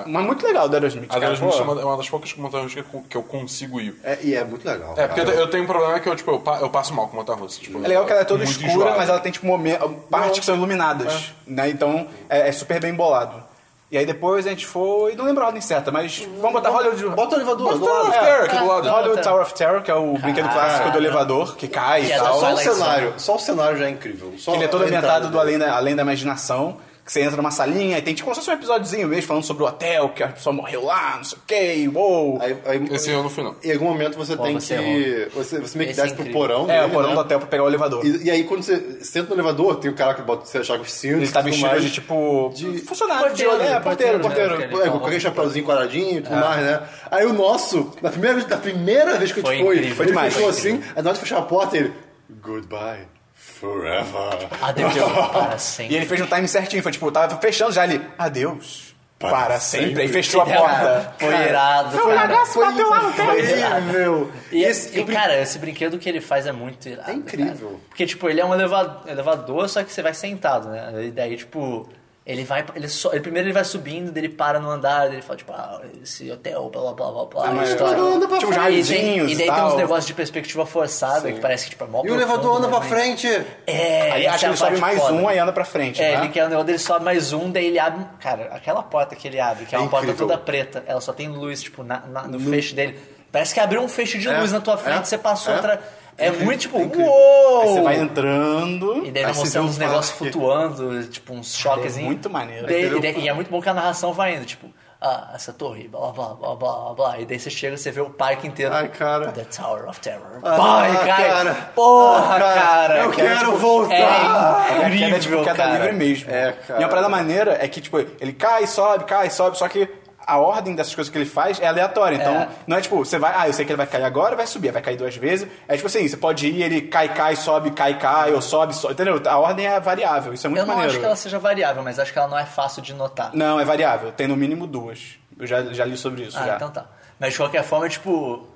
Speaker 1: a,
Speaker 3: Mas muito legal do Aerosmith.
Speaker 1: a
Speaker 3: cara,
Speaker 1: Aerosmith
Speaker 3: pô.
Speaker 1: é uma- é uma das poucas montanhas que eu- que eu consigo ir.
Speaker 4: É, e é muito legal.
Speaker 1: É, porque eu,
Speaker 4: cara.
Speaker 1: eu tenho um problema que eu, tipo, eu, pa- eu passo mal com montanha russa. Tipo,
Speaker 3: É legal que ela é toda
Speaker 1: muito
Speaker 3: escura,
Speaker 1: enjoado.
Speaker 3: mas ela tem, tipo, momen- partes que são iluminadas, né? Então, é, é super bem bolado. E aí depois a gente foi... Não lembro a ordem certa, mas vamos botar Hollywood... É,
Speaker 4: Bota o elevador
Speaker 1: Bota
Speaker 4: do
Speaker 1: o
Speaker 4: lado.
Speaker 1: elevador. Terror aqui do lado.
Speaker 3: Hollywood Tower of Terror, que é o brinquedo clássico do elevador, que cai
Speaker 2: Que
Speaker 3: e
Speaker 2: é só-
Speaker 3: tal.
Speaker 4: Só o
Speaker 2: Twilight Zone.
Speaker 4: cenário, só o cenário já é incrível. Só
Speaker 3: Ele é todo
Speaker 4: a
Speaker 3: ambientado
Speaker 4: entrada
Speaker 3: do além da, além da imaginação, que você entra numa salinha e tem, tipo, como se fosse um episódiozinho mesmo, falando sobre o hotel, que a pessoa morreu lá, não sei o quê, e uou...
Speaker 4: Aí, aí-
Speaker 1: Esse eu não fui, não.
Speaker 4: Em algum momento você
Speaker 2: Pô,
Speaker 4: tem
Speaker 2: você
Speaker 4: que. Você, você meio que
Speaker 2: Esse é
Speaker 4: desce pro
Speaker 2: incrível.
Speaker 4: porão.
Speaker 3: É,
Speaker 4: dele,
Speaker 3: o porão
Speaker 4: né?
Speaker 3: do hotel pra pegar o elevador.
Speaker 4: E, e aí quando você senta no elevador, tem o cara que bota, você achar os cintos.
Speaker 3: Ele tá
Speaker 4: e tudo
Speaker 3: vestido
Speaker 4: mais.
Speaker 3: de, tipo...
Speaker 4: de-
Speaker 3: Funcionário,
Speaker 2: Porteiro,
Speaker 3: de... É,
Speaker 2: né?
Speaker 3: porteiro,
Speaker 2: Porteiro,
Speaker 3: porteiro.
Speaker 2: né?
Speaker 4: É, com aquele chapéuzinho quadradinho e tudo mais, né? Aí o nosso, na primeira, na primeira vez que a gente
Speaker 2: Foi
Speaker 4: foi,
Speaker 2: incrível,
Speaker 4: ele
Speaker 3: demais,
Speaker 4: fechou
Speaker 2: foi
Speaker 4: assim, aí na hora de fechar a porta ele. Goodbye forever.
Speaker 2: Adeus, para
Speaker 3: E ele
Speaker 2: sempre.
Speaker 3: fez um time certinho, foi tipo, tava fechando já ali, adeus, para,
Speaker 4: Para
Speaker 3: sempre.
Speaker 4: sempre.
Speaker 3: Aí fechou a porta.
Speaker 2: Foi irado, cara.
Speaker 3: Foi bateu lá no é-
Speaker 4: Incrível!
Speaker 2: E,
Speaker 4: Esse-
Speaker 2: e,
Speaker 4: um eu brin-
Speaker 2: cara, esse brinquedo que ele faz é muito irado.
Speaker 4: É incrível.
Speaker 2: cara. Porque, tipo, ele é um eleva- elevador, só que você vai sentado, né? E daí, tipo, ele vai. Ele só, ele, primeiro ele vai subindo, daí ele para no andar, daí ele fala, tipo, ah, esse hotel, blá blá blá blá blá.
Speaker 4: mas
Speaker 2: história.
Speaker 4: o elevador anda pra
Speaker 3: Tipo, já
Speaker 2: e, tem,
Speaker 3: radinhos
Speaker 2: e
Speaker 3: e
Speaker 2: daí tem uns
Speaker 3: tal.
Speaker 2: negócios de perspectiva forçada que parece que tipo, é mó
Speaker 4: E o elevador anda pra
Speaker 2: frente.
Speaker 4: frente!
Speaker 2: É,
Speaker 3: Aí
Speaker 2: essa
Speaker 3: acho que
Speaker 2: é
Speaker 3: ele
Speaker 2: a
Speaker 3: sobe
Speaker 2: parte
Speaker 3: mais
Speaker 2: foda.
Speaker 3: um, aí anda pra frente,
Speaker 2: É,
Speaker 3: né?
Speaker 2: ele quer o negócio, ele sobe mais um, daí ele abre. Cara, aquela porta que ele abre, que é,
Speaker 4: É
Speaker 2: uma porta
Speaker 4: incrível.
Speaker 2: toda preta, ela só tem luz, tipo, na- na- no, feixe dele. Parece que abriu um feixe de luz na tua frente,
Speaker 4: é,
Speaker 2: você passou
Speaker 4: é.
Speaker 2: outra. É, muito tipo,
Speaker 3: Aí
Speaker 2: uou!
Speaker 3: você vai entrando...
Speaker 2: E daí
Speaker 3: aí
Speaker 2: vai
Speaker 3: você
Speaker 2: mostrando
Speaker 3: vê um
Speaker 2: uns
Speaker 3: parque.
Speaker 2: negócios flutuando, tipo, uns choques.
Speaker 3: muito maneiro.
Speaker 2: Daí-
Speaker 3: Entendeu?
Speaker 2: e, daí- e é muito bom que a narração vai indo, tipo, ah, essa torre, blá blá blá blá blá blá. E daí você chega e você vê o parque inteiro.
Speaker 4: Ai, cara.
Speaker 2: The Tower of Terror.
Speaker 4: Ah,
Speaker 2: Pai, cara.
Speaker 4: cara.
Speaker 2: Porra,
Speaker 4: cara,
Speaker 2: cara.
Speaker 4: eu
Speaker 2: que era,
Speaker 4: quero voltar.
Speaker 2: É
Speaker 3: A queda,
Speaker 2: incrível,
Speaker 3: tipo, queda
Speaker 2: cara.
Speaker 3: livre mesmo.
Speaker 4: É, cara.
Speaker 3: E uma parada maneira é que, tipo, ele cai, sobe, cai, sobe, só que a ordem dessas coisas que ele faz é aleatória. Então,
Speaker 2: É.
Speaker 3: não é tipo, você vai, ah, eu sei que ele vai cair agora, vai subir, vai cair duas vezes. É tipo assim, você pode ir, ele cai, cai, sobe, cai, cai, ou sobe, sobe, entendeu? A ordem é variável, isso é muito
Speaker 2: Eu não
Speaker 3: maneiro.
Speaker 2: acho que ela seja variável, mas acho que ela não é fácil de notar.
Speaker 3: Não, é variável, tem no mínimo duas. Eu já, já li sobre isso,
Speaker 2: ah,
Speaker 3: já.
Speaker 2: então tá. Mas de qualquer forma, tipo,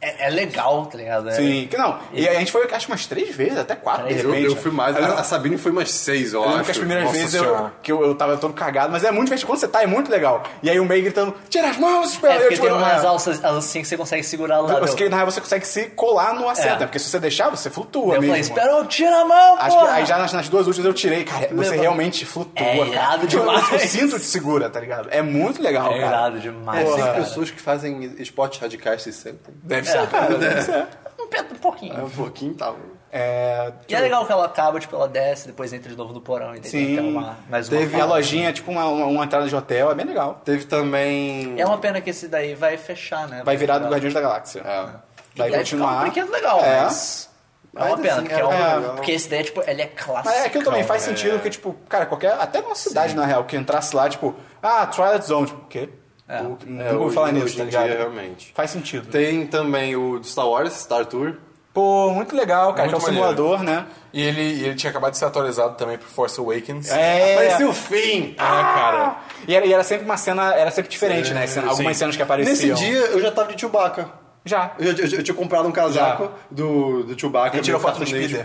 Speaker 2: é, é legal, tá ligado? É-
Speaker 3: Sim, que não. E a gente foi, acho que umas três vezes, até quatro, de
Speaker 2: Três.
Speaker 4: Eu,
Speaker 3: repente. tá
Speaker 4: eu fui mais,
Speaker 3: Eu
Speaker 2: né?
Speaker 3: lembro-
Speaker 4: a Sabine foi umas seis, né? eu,
Speaker 3: Eu lembro
Speaker 4: acho.
Speaker 3: que as primeiras
Speaker 1: Nossa
Speaker 3: vezes eu,
Speaker 1: Senhora.
Speaker 3: que eu, eu tava todo cagado, mas é muito divertido. Quando você tá, é muito legal. E aí o meio gritando, tira as mãos, espera.
Speaker 2: É porque
Speaker 3: eu,
Speaker 2: tem umas
Speaker 3: é.
Speaker 2: alças assim que você consegue segurar lá.
Speaker 3: Porque na real você consegue se colar no assento,
Speaker 2: É.
Speaker 3: né? porque se você deixar, você flutua
Speaker 2: Eu
Speaker 3: mesmo.
Speaker 2: falei, espera, eu tira a mão,
Speaker 3: Acho que
Speaker 2: porra!
Speaker 3: aí já nas, nas duas últimas eu tirei, cara. Você
Speaker 2: Levanta.
Speaker 3: realmente flutua,
Speaker 2: É
Speaker 3: cara.
Speaker 2: irado
Speaker 3: Tipo,
Speaker 2: demais.
Speaker 3: O cinto te segura, tá ligado? É muito legal,
Speaker 2: É
Speaker 3: cara.
Speaker 2: irado demais,
Speaker 4: É, assim que
Speaker 2: cara.
Speaker 4: pessoas que fazem esportes radicais se sentem.
Speaker 3: Deve ser, cara. Deve ser.
Speaker 2: Um, pe- um pouquinho.
Speaker 4: É um pouquinho, tá?
Speaker 3: É,
Speaker 2: E é legal que ela acaba, tipo, ela desce, depois entra de novo no porão. E daí tem até
Speaker 3: sim.
Speaker 2: então, uma, mais uma
Speaker 3: Teve a
Speaker 2: fala.
Speaker 3: lojinha, tipo uma, uma, uma entrada de hotel, é bem legal.
Speaker 4: Teve também.
Speaker 2: É uma pena que esse daí vai fechar, né?
Speaker 3: Vai virar do Guardiões da Galáxia.
Speaker 4: É.
Speaker 3: Vai
Speaker 2: E daí fica
Speaker 3: continuar.
Speaker 2: um brinquedo legal,
Speaker 3: É.
Speaker 2: mas... É uma
Speaker 4: Ainda
Speaker 2: pena,
Speaker 4: assim,
Speaker 2: porque, é
Speaker 4: era
Speaker 2: um-
Speaker 4: legal.
Speaker 2: porque esse daí, tipo, ele é clássico.
Speaker 3: Mas é aquilo também faz sentido que, tipo, cara, qualquer. Até numa cidade, na real, que entrasse lá, tipo, ah, Twilight Zone, tipo, o quê?
Speaker 2: É.
Speaker 4: O-
Speaker 3: Nunca ouvi falar
Speaker 4: hoje-
Speaker 3: nisso,
Speaker 4: hoje
Speaker 3: tá
Speaker 4: em dia,
Speaker 3: ligado?
Speaker 4: realmente.
Speaker 3: Faz sentido.
Speaker 4: Tem também o Star Wars, Star Tour.
Speaker 3: Pô, muito legal, cara.
Speaker 1: Muito
Speaker 3: que é um
Speaker 1: maneiro.
Speaker 3: simulador, né?
Speaker 1: E ele, e ele tinha acabado de ser atualizado também pro Force Awakens.
Speaker 3: É.
Speaker 4: Apareceu o Finn!
Speaker 1: Ah, cara.
Speaker 3: E era, e era sempre uma cena, era sempre diferente, né? Cena- algumas
Speaker 1: sim.
Speaker 3: cenas que apareciam.
Speaker 4: Nesse dia eu já tava de Chewbacca.
Speaker 3: Já.
Speaker 4: Eu, eu- eu tinha comprado um casaco do, do Chewbacca.
Speaker 3: Ele tirou
Speaker 4: meio
Speaker 3: foto do
Speaker 4: cartunejo.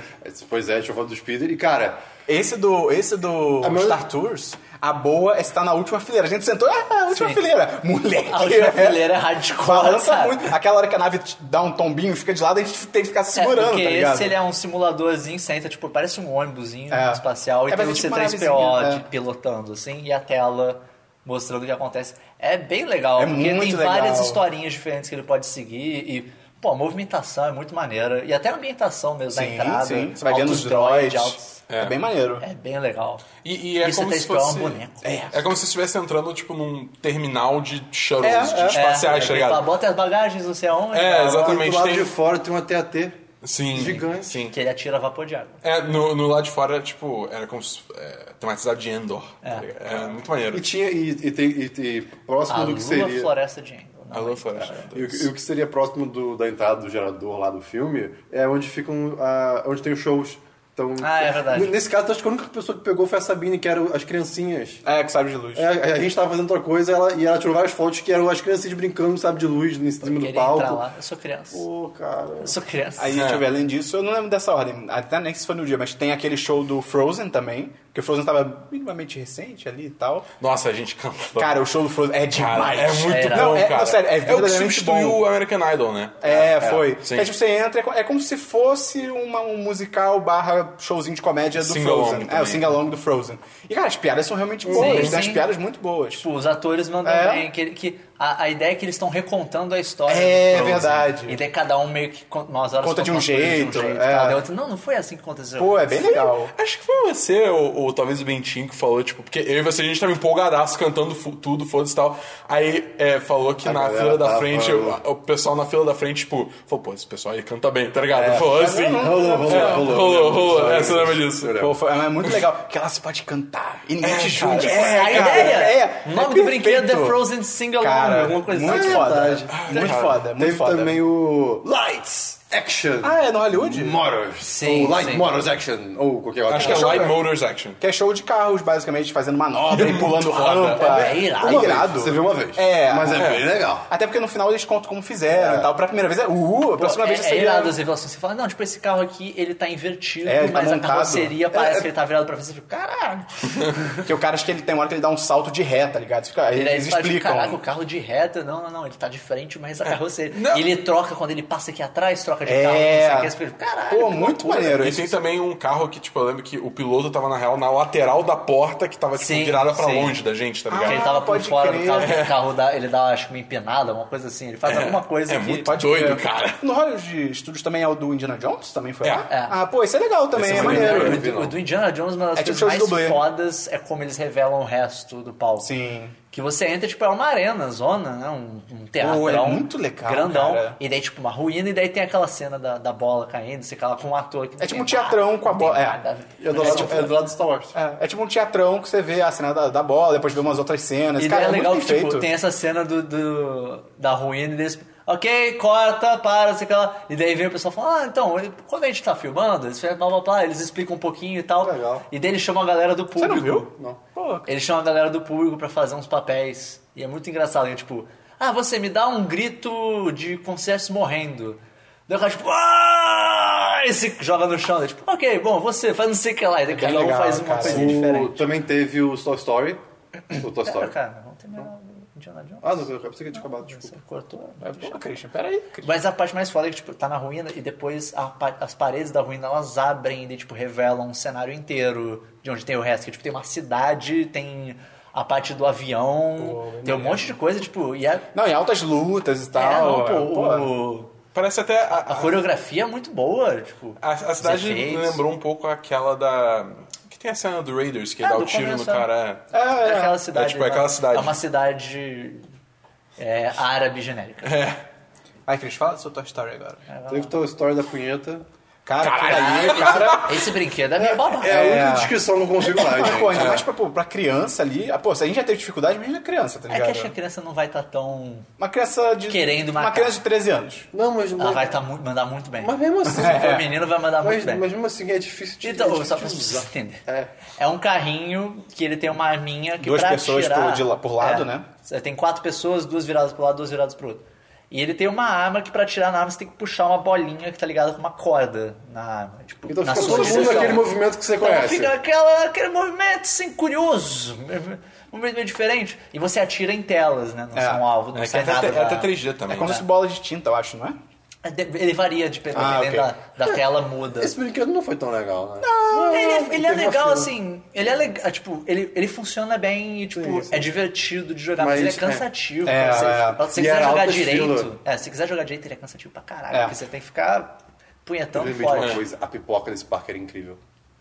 Speaker 4: Pois é, tirou foto do Speeder. E, cara,
Speaker 3: Esse do, esse do
Speaker 4: A meu-
Speaker 3: Star Tours, a boa é estar na última fileira. A gente sentou, ah, a última
Speaker 2: Sim.
Speaker 3: fileira. Moleque.
Speaker 2: A última
Speaker 3: é.
Speaker 2: fileira é hardcore.
Speaker 3: Balança
Speaker 2: cara.
Speaker 3: muito. Aquela hora que a nave t- dá um tombinho, fica de lado, a gente tem que ficar se
Speaker 2: É,
Speaker 3: segurando,
Speaker 2: porque
Speaker 3: tá ligado?
Speaker 2: esse ele é um simuladorzinho, senta, tipo, parece um ônibusinho
Speaker 3: É.
Speaker 2: espacial e
Speaker 3: É,
Speaker 2: tem
Speaker 3: mas
Speaker 2: um
Speaker 3: é tipo uma
Speaker 2: C3PO
Speaker 3: navezinha,
Speaker 2: de-
Speaker 3: é.
Speaker 2: pilotando, assim, e a tela mostrando o que acontece. É bem legal,
Speaker 3: É
Speaker 2: porque
Speaker 3: muito
Speaker 2: tem
Speaker 3: legal.
Speaker 2: várias historinhas diferentes que ele pode seguir e, pô, a movimentação é muito maneira. E até a ambientação mesmo, da
Speaker 3: Sim,
Speaker 2: entrada.
Speaker 3: sim. Você vai vendo
Speaker 2: altos
Speaker 3: os droids.
Speaker 2: altos-
Speaker 3: É. bem maneiro.
Speaker 2: É bem legal.
Speaker 1: E, e é
Speaker 2: Isso
Speaker 1: como
Speaker 2: até
Speaker 1: se
Speaker 2: esperar um
Speaker 1: fosse...
Speaker 2: boneco.
Speaker 1: É. como se estivesse entrando, tipo, num terminal de shuttles
Speaker 3: É,
Speaker 1: de
Speaker 3: é.
Speaker 1: espaciais, tá
Speaker 2: ele fala,
Speaker 1: ligado?
Speaker 2: Bota as bagagens, não sei aonde.
Speaker 1: É,
Speaker 2: cara,
Speaker 1: exatamente.
Speaker 4: do lado
Speaker 1: tem-
Speaker 4: de fora tem um AT-AT.
Speaker 3: É.
Speaker 1: Sim.
Speaker 4: Gigante.
Speaker 1: Sim.
Speaker 2: Que ele atira vapor de água.
Speaker 1: É, no, no lado de fora, tipo, era como se, é, tematizado de Endor. tá ligado? É. muito maneiro.
Speaker 4: E tinha, e, e, tem- e- e próximo
Speaker 2: A
Speaker 4: do
Speaker 2: Lula
Speaker 4: que seria.
Speaker 2: Floresta de Endor. não
Speaker 1: A
Speaker 2: é?
Speaker 1: lua floresta.
Speaker 4: E o, que- e o que seria próximo do- da entrada do gerador lá do filme é onde ficam. ah, onde tem os shows. Então,
Speaker 2: Ah, é verdade.
Speaker 4: n- Nesse caso, acho que a única pessoa que pegou foi a Sabine, que eram as criancinhas.
Speaker 3: É, que sabe de luz.
Speaker 4: É, a- a gente tava fazendo outra coisa ela- e ela tirou várias fotos que eram as criancinhas brincando, sabe, de luz em cima do
Speaker 2: Queria entrar
Speaker 4: palco.
Speaker 2: lá. Eu sou criança.
Speaker 4: Pô, cara.
Speaker 2: Eu sou criança.
Speaker 3: Aí, deixa eu ver, além disso, eu não lembro dessa ordem, até nem se foi no dia, mas tem aquele show do Frozen também, porque o Frozen tava minimamente recente ali e tal.
Speaker 1: Nossa, a gente canta.
Speaker 3: Cara, o show do Frozen é
Speaker 1: Cara,
Speaker 3: demais.
Speaker 1: é muito
Speaker 2: Era.
Speaker 1: bom,
Speaker 3: Não, é-
Speaker 1: cara.
Speaker 3: não, sério, é
Speaker 1: o que
Speaker 3: verdadeiramente
Speaker 1: substituiu
Speaker 3: bom.
Speaker 1: o American Idol, né?
Speaker 3: É, foi.
Speaker 1: sim.
Speaker 3: É tipo, você entra, é co- é como se fosse uma, um musical barra showzinho de comédia do
Speaker 1: Sing-along
Speaker 3: Frozen. É,
Speaker 1: também.
Speaker 3: o sing-along do Frozen. E, cara, as piadas são realmente boas. Tem as
Speaker 2: sim.
Speaker 3: piadas muito boas.
Speaker 2: Tipo, os atores mandam
Speaker 3: É.
Speaker 2: bem. Que, que a, a ideia é que eles estão recontando a história.
Speaker 3: É
Speaker 2: do Frozen.
Speaker 3: verdade.
Speaker 2: E daí cada um meio que con- umas horas
Speaker 3: Conta de um
Speaker 2: conta uma coisa
Speaker 3: jeito, é.
Speaker 2: cada outro, não, não foi assim que aconteceu.
Speaker 3: Pô, é bem legal.
Speaker 1: Acho que foi você, ou, ou talvez o Bentinho, que falou, tipo, porque eu e você, a gente tava empolgadaço cantando fu- tudo, foda-se e tal. Aí é, falou que
Speaker 4: A
Speaker 1: na
Speaker 4: galera
Speaker 1: fila da
Speaker 4: tava-
Speaker 1: frente, o, o pessoal na fila da frente, tipo, falou, pô, esse pessoal aí canta bem, tá ligado?
Speaker 3: É.
Speaker 1: Falou assim.
Speaker 4: Rolou, rolou,
Speaker 1: É,
Speaker 4: rolou.
Speaker 1: rolou, rolou.
Speaker 4: Isso,
Speaker 1: É, você lembra
Speaker 4: isso,
Speaker 1: disso.
Speaker 4: eu lembro.
Speaker 3: Pô, foi- é muito legal. Que ela se pode cantar. E né, ninguém te
Speaker 1: cara,
Speaker 3: julga.
Speaker 1: é,
Speaker 2: a
Speaker 3: cara,
Speaker 2: ideia!
Speaker 3: é,
Speaker 2: o
Speaker 3: é
Speaker 2: nome do brinquedo é
Speaker 3: perfeito.
Speaker 2: Frozen Sing Along,
Speaker 3: Cara,
Speaker 2: alguma coisa
Speaker 3: muito
Speaker 2: assim.
Speaker 3: foda.
Speaker 4: verdade.
Speaker 3: Muito foda, muito
Speaker 4: Teve
Speaker 3: foda.
Speaker 4: também o Lights Action.
Speaker 3: Ah, é no Hollywood?
Speaker 4: Motors.
Speaker 2: Sim,
Speaker 4: ou Light
Speaker 2: sim.
Speaker 4: Motors Action. Ou qualquer outra.
Speaker 1: Acho que é Light Motors Action.
Speaker 3: Que é show de carros, basicamente, fazendo manobra e pulando rampa.
Speaker 2: É irado.
Speaker 3: É
Speaker 4: Uma vez,
Speaker 3: irado.
Speaker 4: Você vê uma vez.
Speaker 3: É.
Speaker 4: Mas é,
Speaker 3: É.
Speaker 4: bem legal.
Speaker 3: Até porque no final eles contam como fizeram e tal. Pra primeira vez é uh, a
Speaker 2: Pô,
Speaker 3: próxima
Speaker 2: é,
Speaker 3: vez
Speaker 2: é
Speaker 3: seria-
Speaker 2: irado as revelações. Você fala, não, tipo, esse carro aqui, ele tá invertido,
Speaker 3: É, ele tá
Speaker 2: mas a
Speaker 3: montado. É,
Speaker 2: carroceria parece que ele tá virado pra frente. Você fica, caralho.
Speaker 3: Porque o cara acho que ele tem uma hora que ele dá um salto de ré, tá ligado? Fica, aí
Speaker 2: Ele aí
Speaker 3: eles
Speaker 2: você fala, tipo, caraca, o
Speaker 3: explicam.
Speaker 2: carro de reta, não, não, não, ele tá de frente, mas a carroceria.
Speaker 1: Não.
Speaker 2: E ele troca quando ele passa aqui atrás, troca de
Speaker 3: É.
Speaker 2: carro, não sei o que, você fica, caralho.
Speaker 3: Pô,
Speaker 2: que
Speaker 3: muito
Speaker 2: loucura."
Speaker 3: maneiro.
Speaker 1: E
Speaker 3: isso.
Speaker 1: tem também um carro que, tipo, eu lembro que o piloto tava, na real, na lateral da porta que tava, tipo,
Speaker 2: Sim,
Speaker 1: virada pra
Speaker 2: sim.
Speaker 1: longe da gente, tá
Speaker 2: Porque
Speaker 1: ligado?
Speaker 2: ele tava por
Speaker 3: pode
Speaker 2: fora
Speaker 3: crer.
Speaker 2: do carro, o carro dá, ele dá, acho que uma empenada, uma coisa assim. Ele faz alguma coisa
Speaker 1: é
Speaker 2: que...
Speaker 1: muito doido, cara.
Speaker 3: No Hollywood Studios também é o do Indiana Jones? Também foi
Speaker 1: É.
Speaker 3: lá?
Speaker 2: É.
Speaker 3: Ah, pô, esse é legal também,
Speaker 1: Esse é
Speaker 3: é
Speaker 1: maneiro.
Speaker 3: maneiro.
Speaker 2: O do, o do Indiana Jones, uma das
Speaker 3: É tipo
Speaker 2: coisas
Speaker 3: show de
Speaker 2: mais
Speaker 3: dublê.
Speaker 2: fodas é como eles revelam o resto do palco.
Speaker 3: Sim.
Speaker 2: Que você entra, tipo, é uma arena, zona, né? Um, um teatro.
Speaker 3: Pô, é muito legal,
Speaker 2: Grandão.
Speaker 3: cara.
Speaker 2: E daí, tipo, uma ruína, e daí tem aquela cena da, da bola caindo, você cala com um ator que não
Speaker 3: É tipo
Speaker 2: tem
Speaker 3: um teatrão com a
Speaker 2: não tem
Speaker 3: bola, é.
Speaker 2: nada.
Speaker 4: E é do,
Speaker 2: É
Speaker 4: lado,
Speaker 2: tipo-
Speaker 4: é do lado do Star Wars.
Speaker 3: É, é tipo um teatrão que você vê a cena da, da bola, depois vê umas outras cenas.
Speaker 2: E
Speaker 3: Cara,
Speaker 2: daí é
Speaker 3: é
Speaker 2: legal
Speaker 3: muito
Speaker 2: que,
Speaker 3: bem
Speaker 2: tipo,
Speaker 3: feito.
Speaker 2: tem essa cena do, do- da ruína e desse. Ok, corta, para, não sei o que lá. E daí vem o pessoal falando, ah, então, ele- quando a gente tá filmando, eles, blá, blá, blá, eles explicam um pouquinho e tal.
Speaker 4: Legal.
Speaker 2: E daí ele chama a galera do
Speaker 3: Você
Speaker 2: público.
Speaker 3: não viu?
Speaker 4: Não.
Speaker 3: Pô,
Speaker 2: Ele chama a galera do público pra fazer uns papéis. E é muito engraçado, é tipo, ah, você me dá um grito de concessos morrendo. Daí o cara, tipo, ah! E se joga no chão. Daí, tipo, ok, bom, você faz não sei o que lá. E daí cada um
Speaker 3: É legal,
Speaker 2: faz uma
Speaker 3: cara.
Speaker 2: coisinha diferente.
Speaker 4: O- também teve o Toy Story. O Toy
Speaker 2: Pera,
Speaker 4: Story.
Speaker 2: cara, não tem melhor Indiana Jones.
Speaker 4: Ah, não, eu pensei que tinha acabado, desculpa.
Speaker 2: Você cortou.
Speaker 3: pô Christian, peraí. Christian.
Speaker 2: Mas a parte mais foda é que, tipo, tá na ruína e depois a pa- as paredes da ruína, elas abrem e, tipo, revelam um cenário inteiro de onde tem o resto. Que, tipo, tem uma cidade, tem a parte do avião, tem um monte de coisa, tipo, e é...
Speaker 3: Não, e altas lutas e tal.
Speaker 2: é, não,
Speaker 3: é,
Speaker 2: pô,
Speaker 3: pô.
Speaker 2: o-
Speaker 1: Parece até a-
Speaker 2: a
Speaker 1: a-
Speaker 2: coreografia é muito boa, tipo...
Speaker 1: A, a
Speaker 2: os
Speaker 1: cidade me
Speaker 2: efeitos.
Speaker 1: lembrou um pouco aquela da. Que tem a cena do Raiders, que
Speaker 2: É,
Speaker 1: dá
Speaker 2: do
Speaker 1: o tiro no
Speaker 2: começo,
Speaker 1: cara.
Speaker 3: É,
Speaker 2: É
Speaker 3: é.
Speaker 2: aquela cidade...
Speaker 1: É, tipo, é aquela
Speaker 2: né?
Speaker 1: cidade.
Speaker 2: É uma cidade é, árabe genérica.
Speaker 3: Ai, Cris, fala do seu Toy Story agora.
Speaker 4: Teve o Toy Story da punheta.
Speaker 3: Cara, aquilo ali, cara.
Speaker 2: Esse brinquedo é meio babaca.
Speaker 4: É a única descrição que eu consigo mais,
Speaker 3: Mas, pô, ainda
Speaker 2: é.
Speaker 4: gente.
Speaker 3: mais pra, pô, pra criança ali. Ah, pô, se a gente já teve dificuldade, imagina criança, tá
Speaker 2: É
Speaker 3: ligado?
Speaker 2: que acho que a criança não vai estar tão.
Speaker 3: Uma criança de.
Speaker 2: Querendo
Speaker 3: Uma
Speaker 2: matar.
Speaker 3: criança de 13 anos.
Speaker 4: Não, mas...
Speaker 2: Ela vai É, tá muito, mandar muito bem.
Speaker 4: Mas mesmo assim...
Speaker 2: Se for menino, vai mandar
Speaker 4: Mas,
Speaker 2: tá muito bem.
Speaker 4: mas mesmo assim é difícil de é
Speaker 2: Então,
Speaker 4: difícil
Speaker 2: só
Speaker 4: de
Speaker 2: pra vocês
Speaker 4: usar.
Speaker 2: entenderem.
Speaker 4: É.
Speaker 2: É um carrinho que ele tem uma arminha que
Speaker 3: Duas
Speaker 2: pra
Speaker 3: pessoas
Speaker 2: atirar-
Speaker 3: por- de la- por lado,
Speaker 2: É.
Speaker 3: né?
Speaker 2: Você Tem quatro pessoas, duas viradas pro lado, duas viradas pro outro. E ele tem uma arma que pra tirar na arma você tem que puxar uma bolinha que tá ligada com uma corda na arma. Tipo,
Speaker 4: Então
Speaker 2: na
Speaker 4: fica
Speaker 2: sua
Speaker 4: todo mundo
Speaker 2: direção.
Speaker 4: naquele movimento É, assim. que você
Speaker 2: Então
Speaker 4: conhece.
Speaker 2: fica aquela- aquele movimento assim, curioso. Um movimento meio diferente. E você atira em telas, né? Não
Speaker 3: É.
Speaker 2: são alvo, não
Speaker 1: É, que é
Speaker 2: sai
Speaker 1: até,
Speaker 2: nada
Speaker 1: é
Speaker 2: da-
Speaker 1: até 3D
Speaker 3: É
Speaker 1: também.
Speaker 3: como se
Speaker 2: né?
Speaker 3: fosse bola de tinta, eu acho, não é?
Speaker 2: Ele varia de dependendo
Speaker 3: Ah, ok.
Speaker 2: da, da tela muda.
Speaker 4: Esse brinquedo não foi tão legal, né?
Speaker 2: Ele, ele é
Speaker 4: teve uma
Speaker 2: legal,
Speaker 4: fila.
Speaker 2: assim. Ele é legal. Tipo, ele, ele funciona bem e, tipo, é divertido de jogar, mas,
Speaker 4: Mas,
Speaker 2: ele é cansativo.
Speaker 3: é.
Speaker 2: cara.
Speaker 3: É,
Speaker 2: se, se você
Speaker 4: E
Speaker 2: quiser
Speaker 4: era
Speaker 2: jogar
Speaker 4: alta
Speaker 2: direito.
Speaker 4: fila.
Speaker 2: É, se quiser jogar direito, ele é cansativo pra caralho.
Speaker 3: É.
Speaker 2: Porque você tem que ficar punhetando
Speaker 4: Eu lembrei de uma
Speaker 2: forte.
Speaker 4: coisa, a pipoca desse parque era incrível.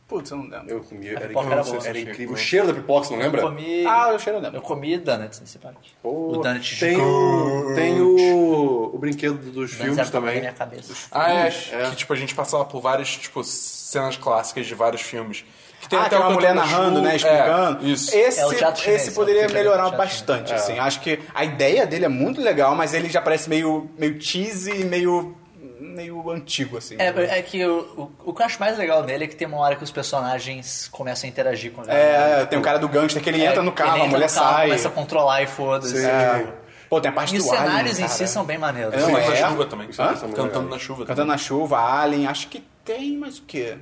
Speaker 3: Putz, eu não lembro.
Speaker 4: Eu comia, era
Speaker 2: pipoca
Speaker 4: incrível.
Speaker 2: era
Speaker 4: Era,
Speaker 2: boa,
Speaker 1: achei que
Speaker 4: incrível. O cheiro da pipoca, você não lembra?
Speaker 2: Eu comi.
Speaker 3: Ah, eu cheiro eu lembro.
Speaker 2: eu comi donuts nesse parque.
Speaker 4: Pô,
Speaker 2: o donut de
Speaker 4: tem o, tem o, o brinquedo dos
Speaker 2: donuts era
Speaker 4: filmes
Speaker 2: pra comer
Speaker 4: também.
Speaker 2: minha cabeça.
Speaker 1: Ah, é,
Speaker 4: É.
Speaker 1: Que tipo, a gente passava por várias tipo, cenas clássicas de vários filmes. Que tem
Speaker 3: ah,
Speaker 1: até
Speaker 3: aquela
Speaker 1: o
Speaker 3: mulher
Speaker 1: Cantando
Speaker 3: narrando,
Speaker 1: Chu,
Speaker 3: né?
Speaker 1: é,
Speaker 3: Explicando.
Speaker 1: isso. É.
Speaker 3: Esse,
Speaker 2: É o teatro chinês,
Speaker 3: esse
Speaker 2: é o
Speaker 3: poderia
Speaker 2: filme
Speaker 3: melhorar
Speaker 2: do teatro
Speaker 3: bastante, assim. Acho que a ideia dele é muito legal, mas ele já parece meio, meio cheesy e meio, meio antigo, assim.
Speaker 2: É, é que o, o, o que eu acho mais legal dele é que tem uma hora que os personagens começam a interagir com a galera.
Speaker 3: É, tem um cara do gangster que ele entra no
Speaker 2: ele
Speaker 3: carro, a mulher
Speaker 2: no carro,
Speaker 3: sai.
Speaker 2: Começa a controlar e foda-se.
Speaker 3: É. Pô, tem a parte
Speaker 2: E os
Speaker 3: do Alien,
Speaker 2: cenários em
Speaker 3: cara.
Speaker 2: si são bem maneiros.
Speaker 3: Não,
Speaker 1: Cantando
Speaker 3: é.
Speaker 1: na chuva também.
Speaker 3: Hã?
Speaker 1: é. Cantando na chuva.
Speaker 3: Cantando na chuva, Alien, acho que tem, mas o quê?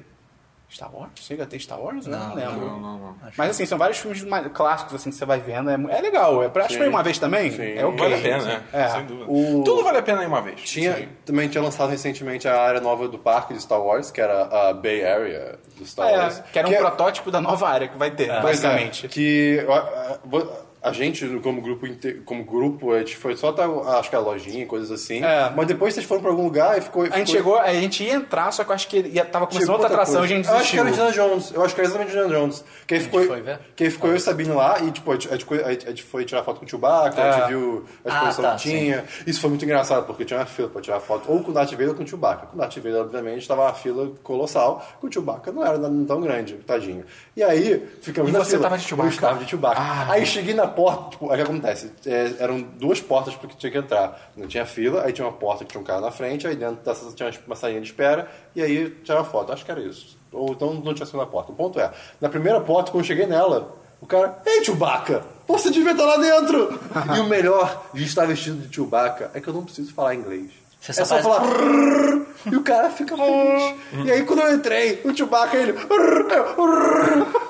Speaker 3: Star Wars? Chega a ter Star Wars? Não, não lembro.
Speaker 1: Não, não, não.
Speaker 3: Mas assim, são vários filmes ma- clássicos assim, que você vai vendo. É, mu- é legal. É pra, acho que foi uma vez também. É ok.
Speaker 1: Vale a pena, né?
Speaker 3: É.
Speaker 1: Sem dúvida.
Speaker 4: O-
Speaker 1: Tudo vale a pena em uma vez.
Speaker 4: Tinha, também tinha lançado recentemente a área nova do parque de Star Wars, que era a Bay Area do Star Wars.
Speaker 3: É, que era um
Speaker 4: é-
Speaker 3: protótipo da nova área que vai ter,
Speaker 4: Pois é,
Speaker 3: basicamente.
Speaker 4: que a, a- a gente, como grupo, inte- como grupo, a gente foi só até, acho que a lojinha e coisas assim.
Speaker 3: É.
Speaker 4: Mas depois vocês foram pra algum lugar e ficou...
Speaker 3: A gente chegou, a gente ia entrar, só que eu acho que ia, tava começando outra atração e a gente
Speaker 4: Eu acho que
Speaker 3: desistiu.
Speaker 4: era Indiana Jones. Eu acho que era exatamente Indiana Jones. Que aí ficou,
Speaker 2: foi ver?
Speaker 4: que aí ficou eu e Sabine lá e, tipo, a gente, a gente co- a gente- a gente foi tirar foto com o Chewbacca,
Speaker 3: Ah.
Speaker 4: a gente viu a exposição
Speaker 2: tá,
Speaker 4: que tinha. Isso foi muito engraçado, porque tinha uma fila pra tirar foto ou com o Darth Vader ou com o Chewbacca. Com o Darth Vader, obviamente, tava uma fila colossal, com o Chewbacca não era nada tão grande, tadinho. E aí, ficamos
Speaker 3: E
Speaker 4: na
Speaker 3: você
Speaker 4: fila.
Speaker 3: tava de Chewbacca?
Speaker 4: Eu estava de Chewbacca.
Speaker 2: Ah,
Speaker 4: Aí cheguei na porta, tipo, aí o que acontece? É, eram duas portas porque tinha que entrar. Não tinha fila, aí tinha uma porta que tinha um cara na frente, aí dentro dessa tinha uma salinha de espera, e aí tirava foto. Acho que era isso. Ou então não tinha segunda porta. O ponto é, na primeira porta, quando eu cheguei nela, o cara, ei Chewbacca! Você devia estar lá dentro! e o melhor de estar vestido de Chewbacca é que eu não preciso falar inglês.
Speaker 2: Você
Speaker 4: é
Speaker 2: só
Speaker 4: só
Speaker 2: faz-
Speaker 4: falar. E o cara fica feliz. e aí quando eu entrei, o Chewbacca, ele.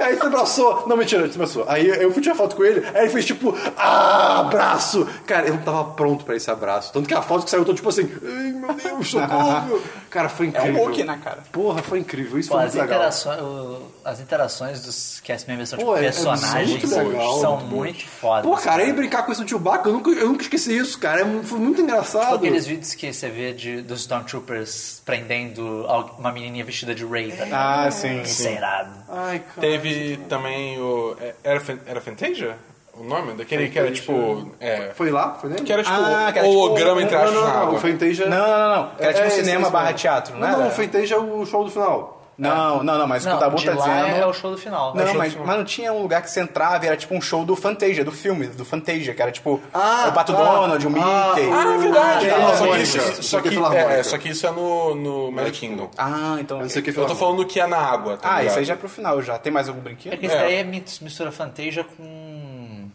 Speaker 4: aí se abraçou. Não, mentira, ele se abraçou. Aí eu fui tirar foto com ele, aí ele fez tipo, ah, abraço! Cara, eu não tava pronto pra esse abraço. Tanto que a foto que saiu, eu tô tipo assim, ai meu Deus, socorro! Cara, foi
Speaker 3: É um
Speaker 4: incrível.
Speaker 3: book, né, cara?
Speaker 4: Porra, foi incrível. Isso
Speaker 2: Pô,
Speaker 4: foi
Speaker 2: as,
Speaker 4: muito legal.
Speaker 2: interações, o- as interações dos cast members são
Speaker 4: Pô,
Speaker 2: tipo,
Speaker 4: é- é
Speaker 2: personagens
Speaker 4: muito legal,
Speaker 2: são
Speaker 4: muito bom.
Speaker 2: muito fodas.
Speaker 4: Pô,
Speaker 3: é
Speaker 4: cara, aí brincar com isso no Chewbacca, eu nunca, eu nunca esqueci isso, cara. É mu- foi muito engraçado.
Speaker 2: Tipo Aqueles vídeos que você vê de, dos Stormtroopers prendendo al- uma menininha vestida de Rey. Tá ligado?
Speaker 3: Ah, sim.
Speaker 2: Isso é irado.
Speaker 4: Ai, cara.
Speaker 1: Teve também o. é, Era, Fan- era Fantasia? O nome? Daquele que era tipo. É,
Speaker 4: Foi lá? Foi nele?
Speaker 1: que era tipo um
Speaker 3: Ah, que era, tipo,
Speaker 1: holograma entre aspas É
Speaker 4: não,
Speaker 1: na
Speaker 4: não, não,
Speaker 1: água.
Speaker 4: o Fantasia...
Speaker 3: Não, não, não, não. Era tipo
Speaker 4: esse,
Speaker 3: cinema
Speaker 4: é, esse
Speaker 3: barra
Speaker 4: mesmo.
Speaker 3: teatro, né? não
Speaker 4: Não, não, É.
Speaker 3: era?
Speaker 4: o Fantasia é o show do final.
Speaker 3: Não, não, não, mas o que o
Speaker 2: Não,
Speaker 3: Dabu
Speaker 2: de
Speaker 3: tá
Speaker 2: lá
Speaker 3: dizendo.
Speaker 2: é o show do final. É o
Speaker 3: Não,
Speaker 2: show
Speaker 3: mas,
Speaker 2: do final.
Speaker 3: mas não tinha um lugar que você entrava e era tipo um show do Fantasia, do filme, do Fantasia, que era tipo
Speaker 4: Ah,
Speaker 3: o Pato
Speaker 4: ah,
Speaker 3: Donald, o Mickey.
Speaker 4: ah,
Speaker 1: Ah, é verdade!
Speaker 4: Ah,
Speaker 1: Ah,
Speaker 4: não,
Speaker 1: só que
Speaker 4: Mônica.
Speaker 1: isso- só que-
Speaker 4: Filarmônica.
Speaker 1: é, Só que isso é no, no Magic Kingdom.
Speaker 3: Ah, então.
Speaker 4: Eu não sei o que
Speaker 1: Eu tô falando que é na água. Tá
Speaker 3: Ah,
Speaker 1: ligado?
Speaker 3: isso aí já é pro final já. Tem mais algum brinquedo?
Speaker 2: É que isso
Speaker 1: É.
Speaker 2: daí é mit- mistura Fantasia com.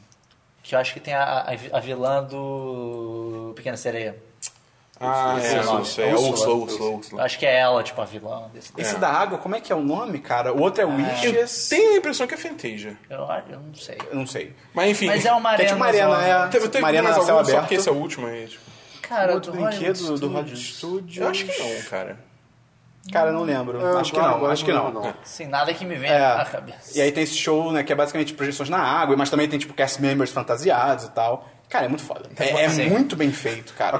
Speaker 2: Que eu acho que tem a, a- a vilã do Pequena Sereia.
Speaker 1: Ah, é, não, isso aí é
Speaker 4: Úrsula.
Speaker 1: Ursula, Ursula,
Speaker 2: Eu
Speaker 1: Ursula.
Speaker 2: acho que é ela, tipo, a vilã desse.
Speaker 3: Esse da água, como é que é o nome, cara? O outro é Wishes.
Speaker 1: Tenho a impressão que é Fantasia.
Speaker 2: Eu, eu não sei.
Speaker 3: Eu não sei.
Speaker 1: Mas enfim.
Speaker 2: Mas é uma
Speaker 3: Que é
Speaker 2: arena.
Speaker 3: tipo uma arena,
Speaker 2: zona.
Speaker 3: é.
Speaker 1: Teve, teve
Speaker 3: Marina
Speaker 1: mais
Speaker 3: céu
Speaker 1: algum, só
Speaker 3: aberto.
Speaker 1: porque esse é o último aí. Tipo,
Speaker 2: Cara,
Speaker 3: outro
Speaker 2: do Hollywood
Speaker 3: brinquedo do Hollywood
Speaker 2: Studios.
Speaker 3: Studios.
Speaker 1: eu acho que não, cara.
Speaker 3: Cara, eu não lembro.
Speaker 4: É,
Speaker 3: acho que não, acho que não.
Speaker 2: Sem nada que me venha
Speaker 3: É.
Speaker 2: na Ah, cabeça.
Speaker 3: E aí tem esse show, né, que é basicamente projeções na água, mas também tem, tipo, cast members fantasiados e tal. Cara, é muito foda. É, é
Speaker 2: Sim.
Speaker 3: muito bem feito, cara.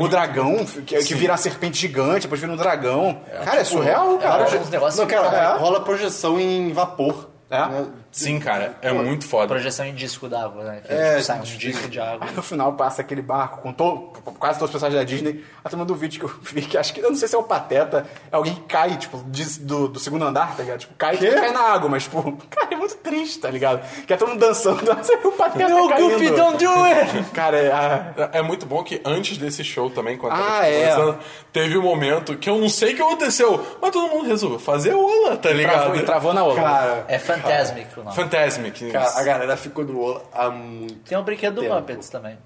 Speaker 3: o dragão, que, que vira uma serpente gigante, depois vira um dragão. cara, é surreal, cara.
Speaker 2: uns negócios
Speaker 4: Não,
Speaker 2: que-
Speaker 4: cara,
Speaker 3: É.
Speaker 4: rola projeção em vapor.
Speaker 3: É?
Speaker 4: né?
Speaker 1: Sim, cara, é muito foda.
Speaker 2: Projeção em disco d'água, né? Que
Speaker 4: É,
Speaker 2: sai um
Speaker 4: de-
Speaker 2: disco de água.
Speaker 3: No final passa aquele barco com to- quase todos os personagens da Disney. A turma do vídeo que eu vi, que acho que eu não sei se é o Pateta, é alguém que cai, tipo, de- do, do segundo andar, tá ligado? Tipo, cai e cai na água, mas, tipo, cara, é muito triste, tá ligado? Que é todo mundo dançando, você vê o Pateta
Speaker 2: No
Speaker 1: Tá
Speaker 3: caindo.
Speaker 2: Goofy, don't do it!
Speaker 3: Cara, é, ah,
Speaker 1: É muito bom que antes desse show também, quando
Speaker 3: Ah,
Speaker 1: tava tipo,
Speaker 3: é.
Speaker 1: começando, teve um momento que eu não sei o que aconteceu, mas todo mundo resolveu fazer ola, tá ligado?
Speaker 3: travou, travou na outra.
Speaker 4: Cara,
Speaker 2: É Fantasmic o nome.
Speaker 1: Fantasmic.
Speaker 4: cara, a galera ficou no Ola há muito
Speaker 2: Tem um brinquedo do
Speaker 4: Tempo.
Speaker 2: Muppets também.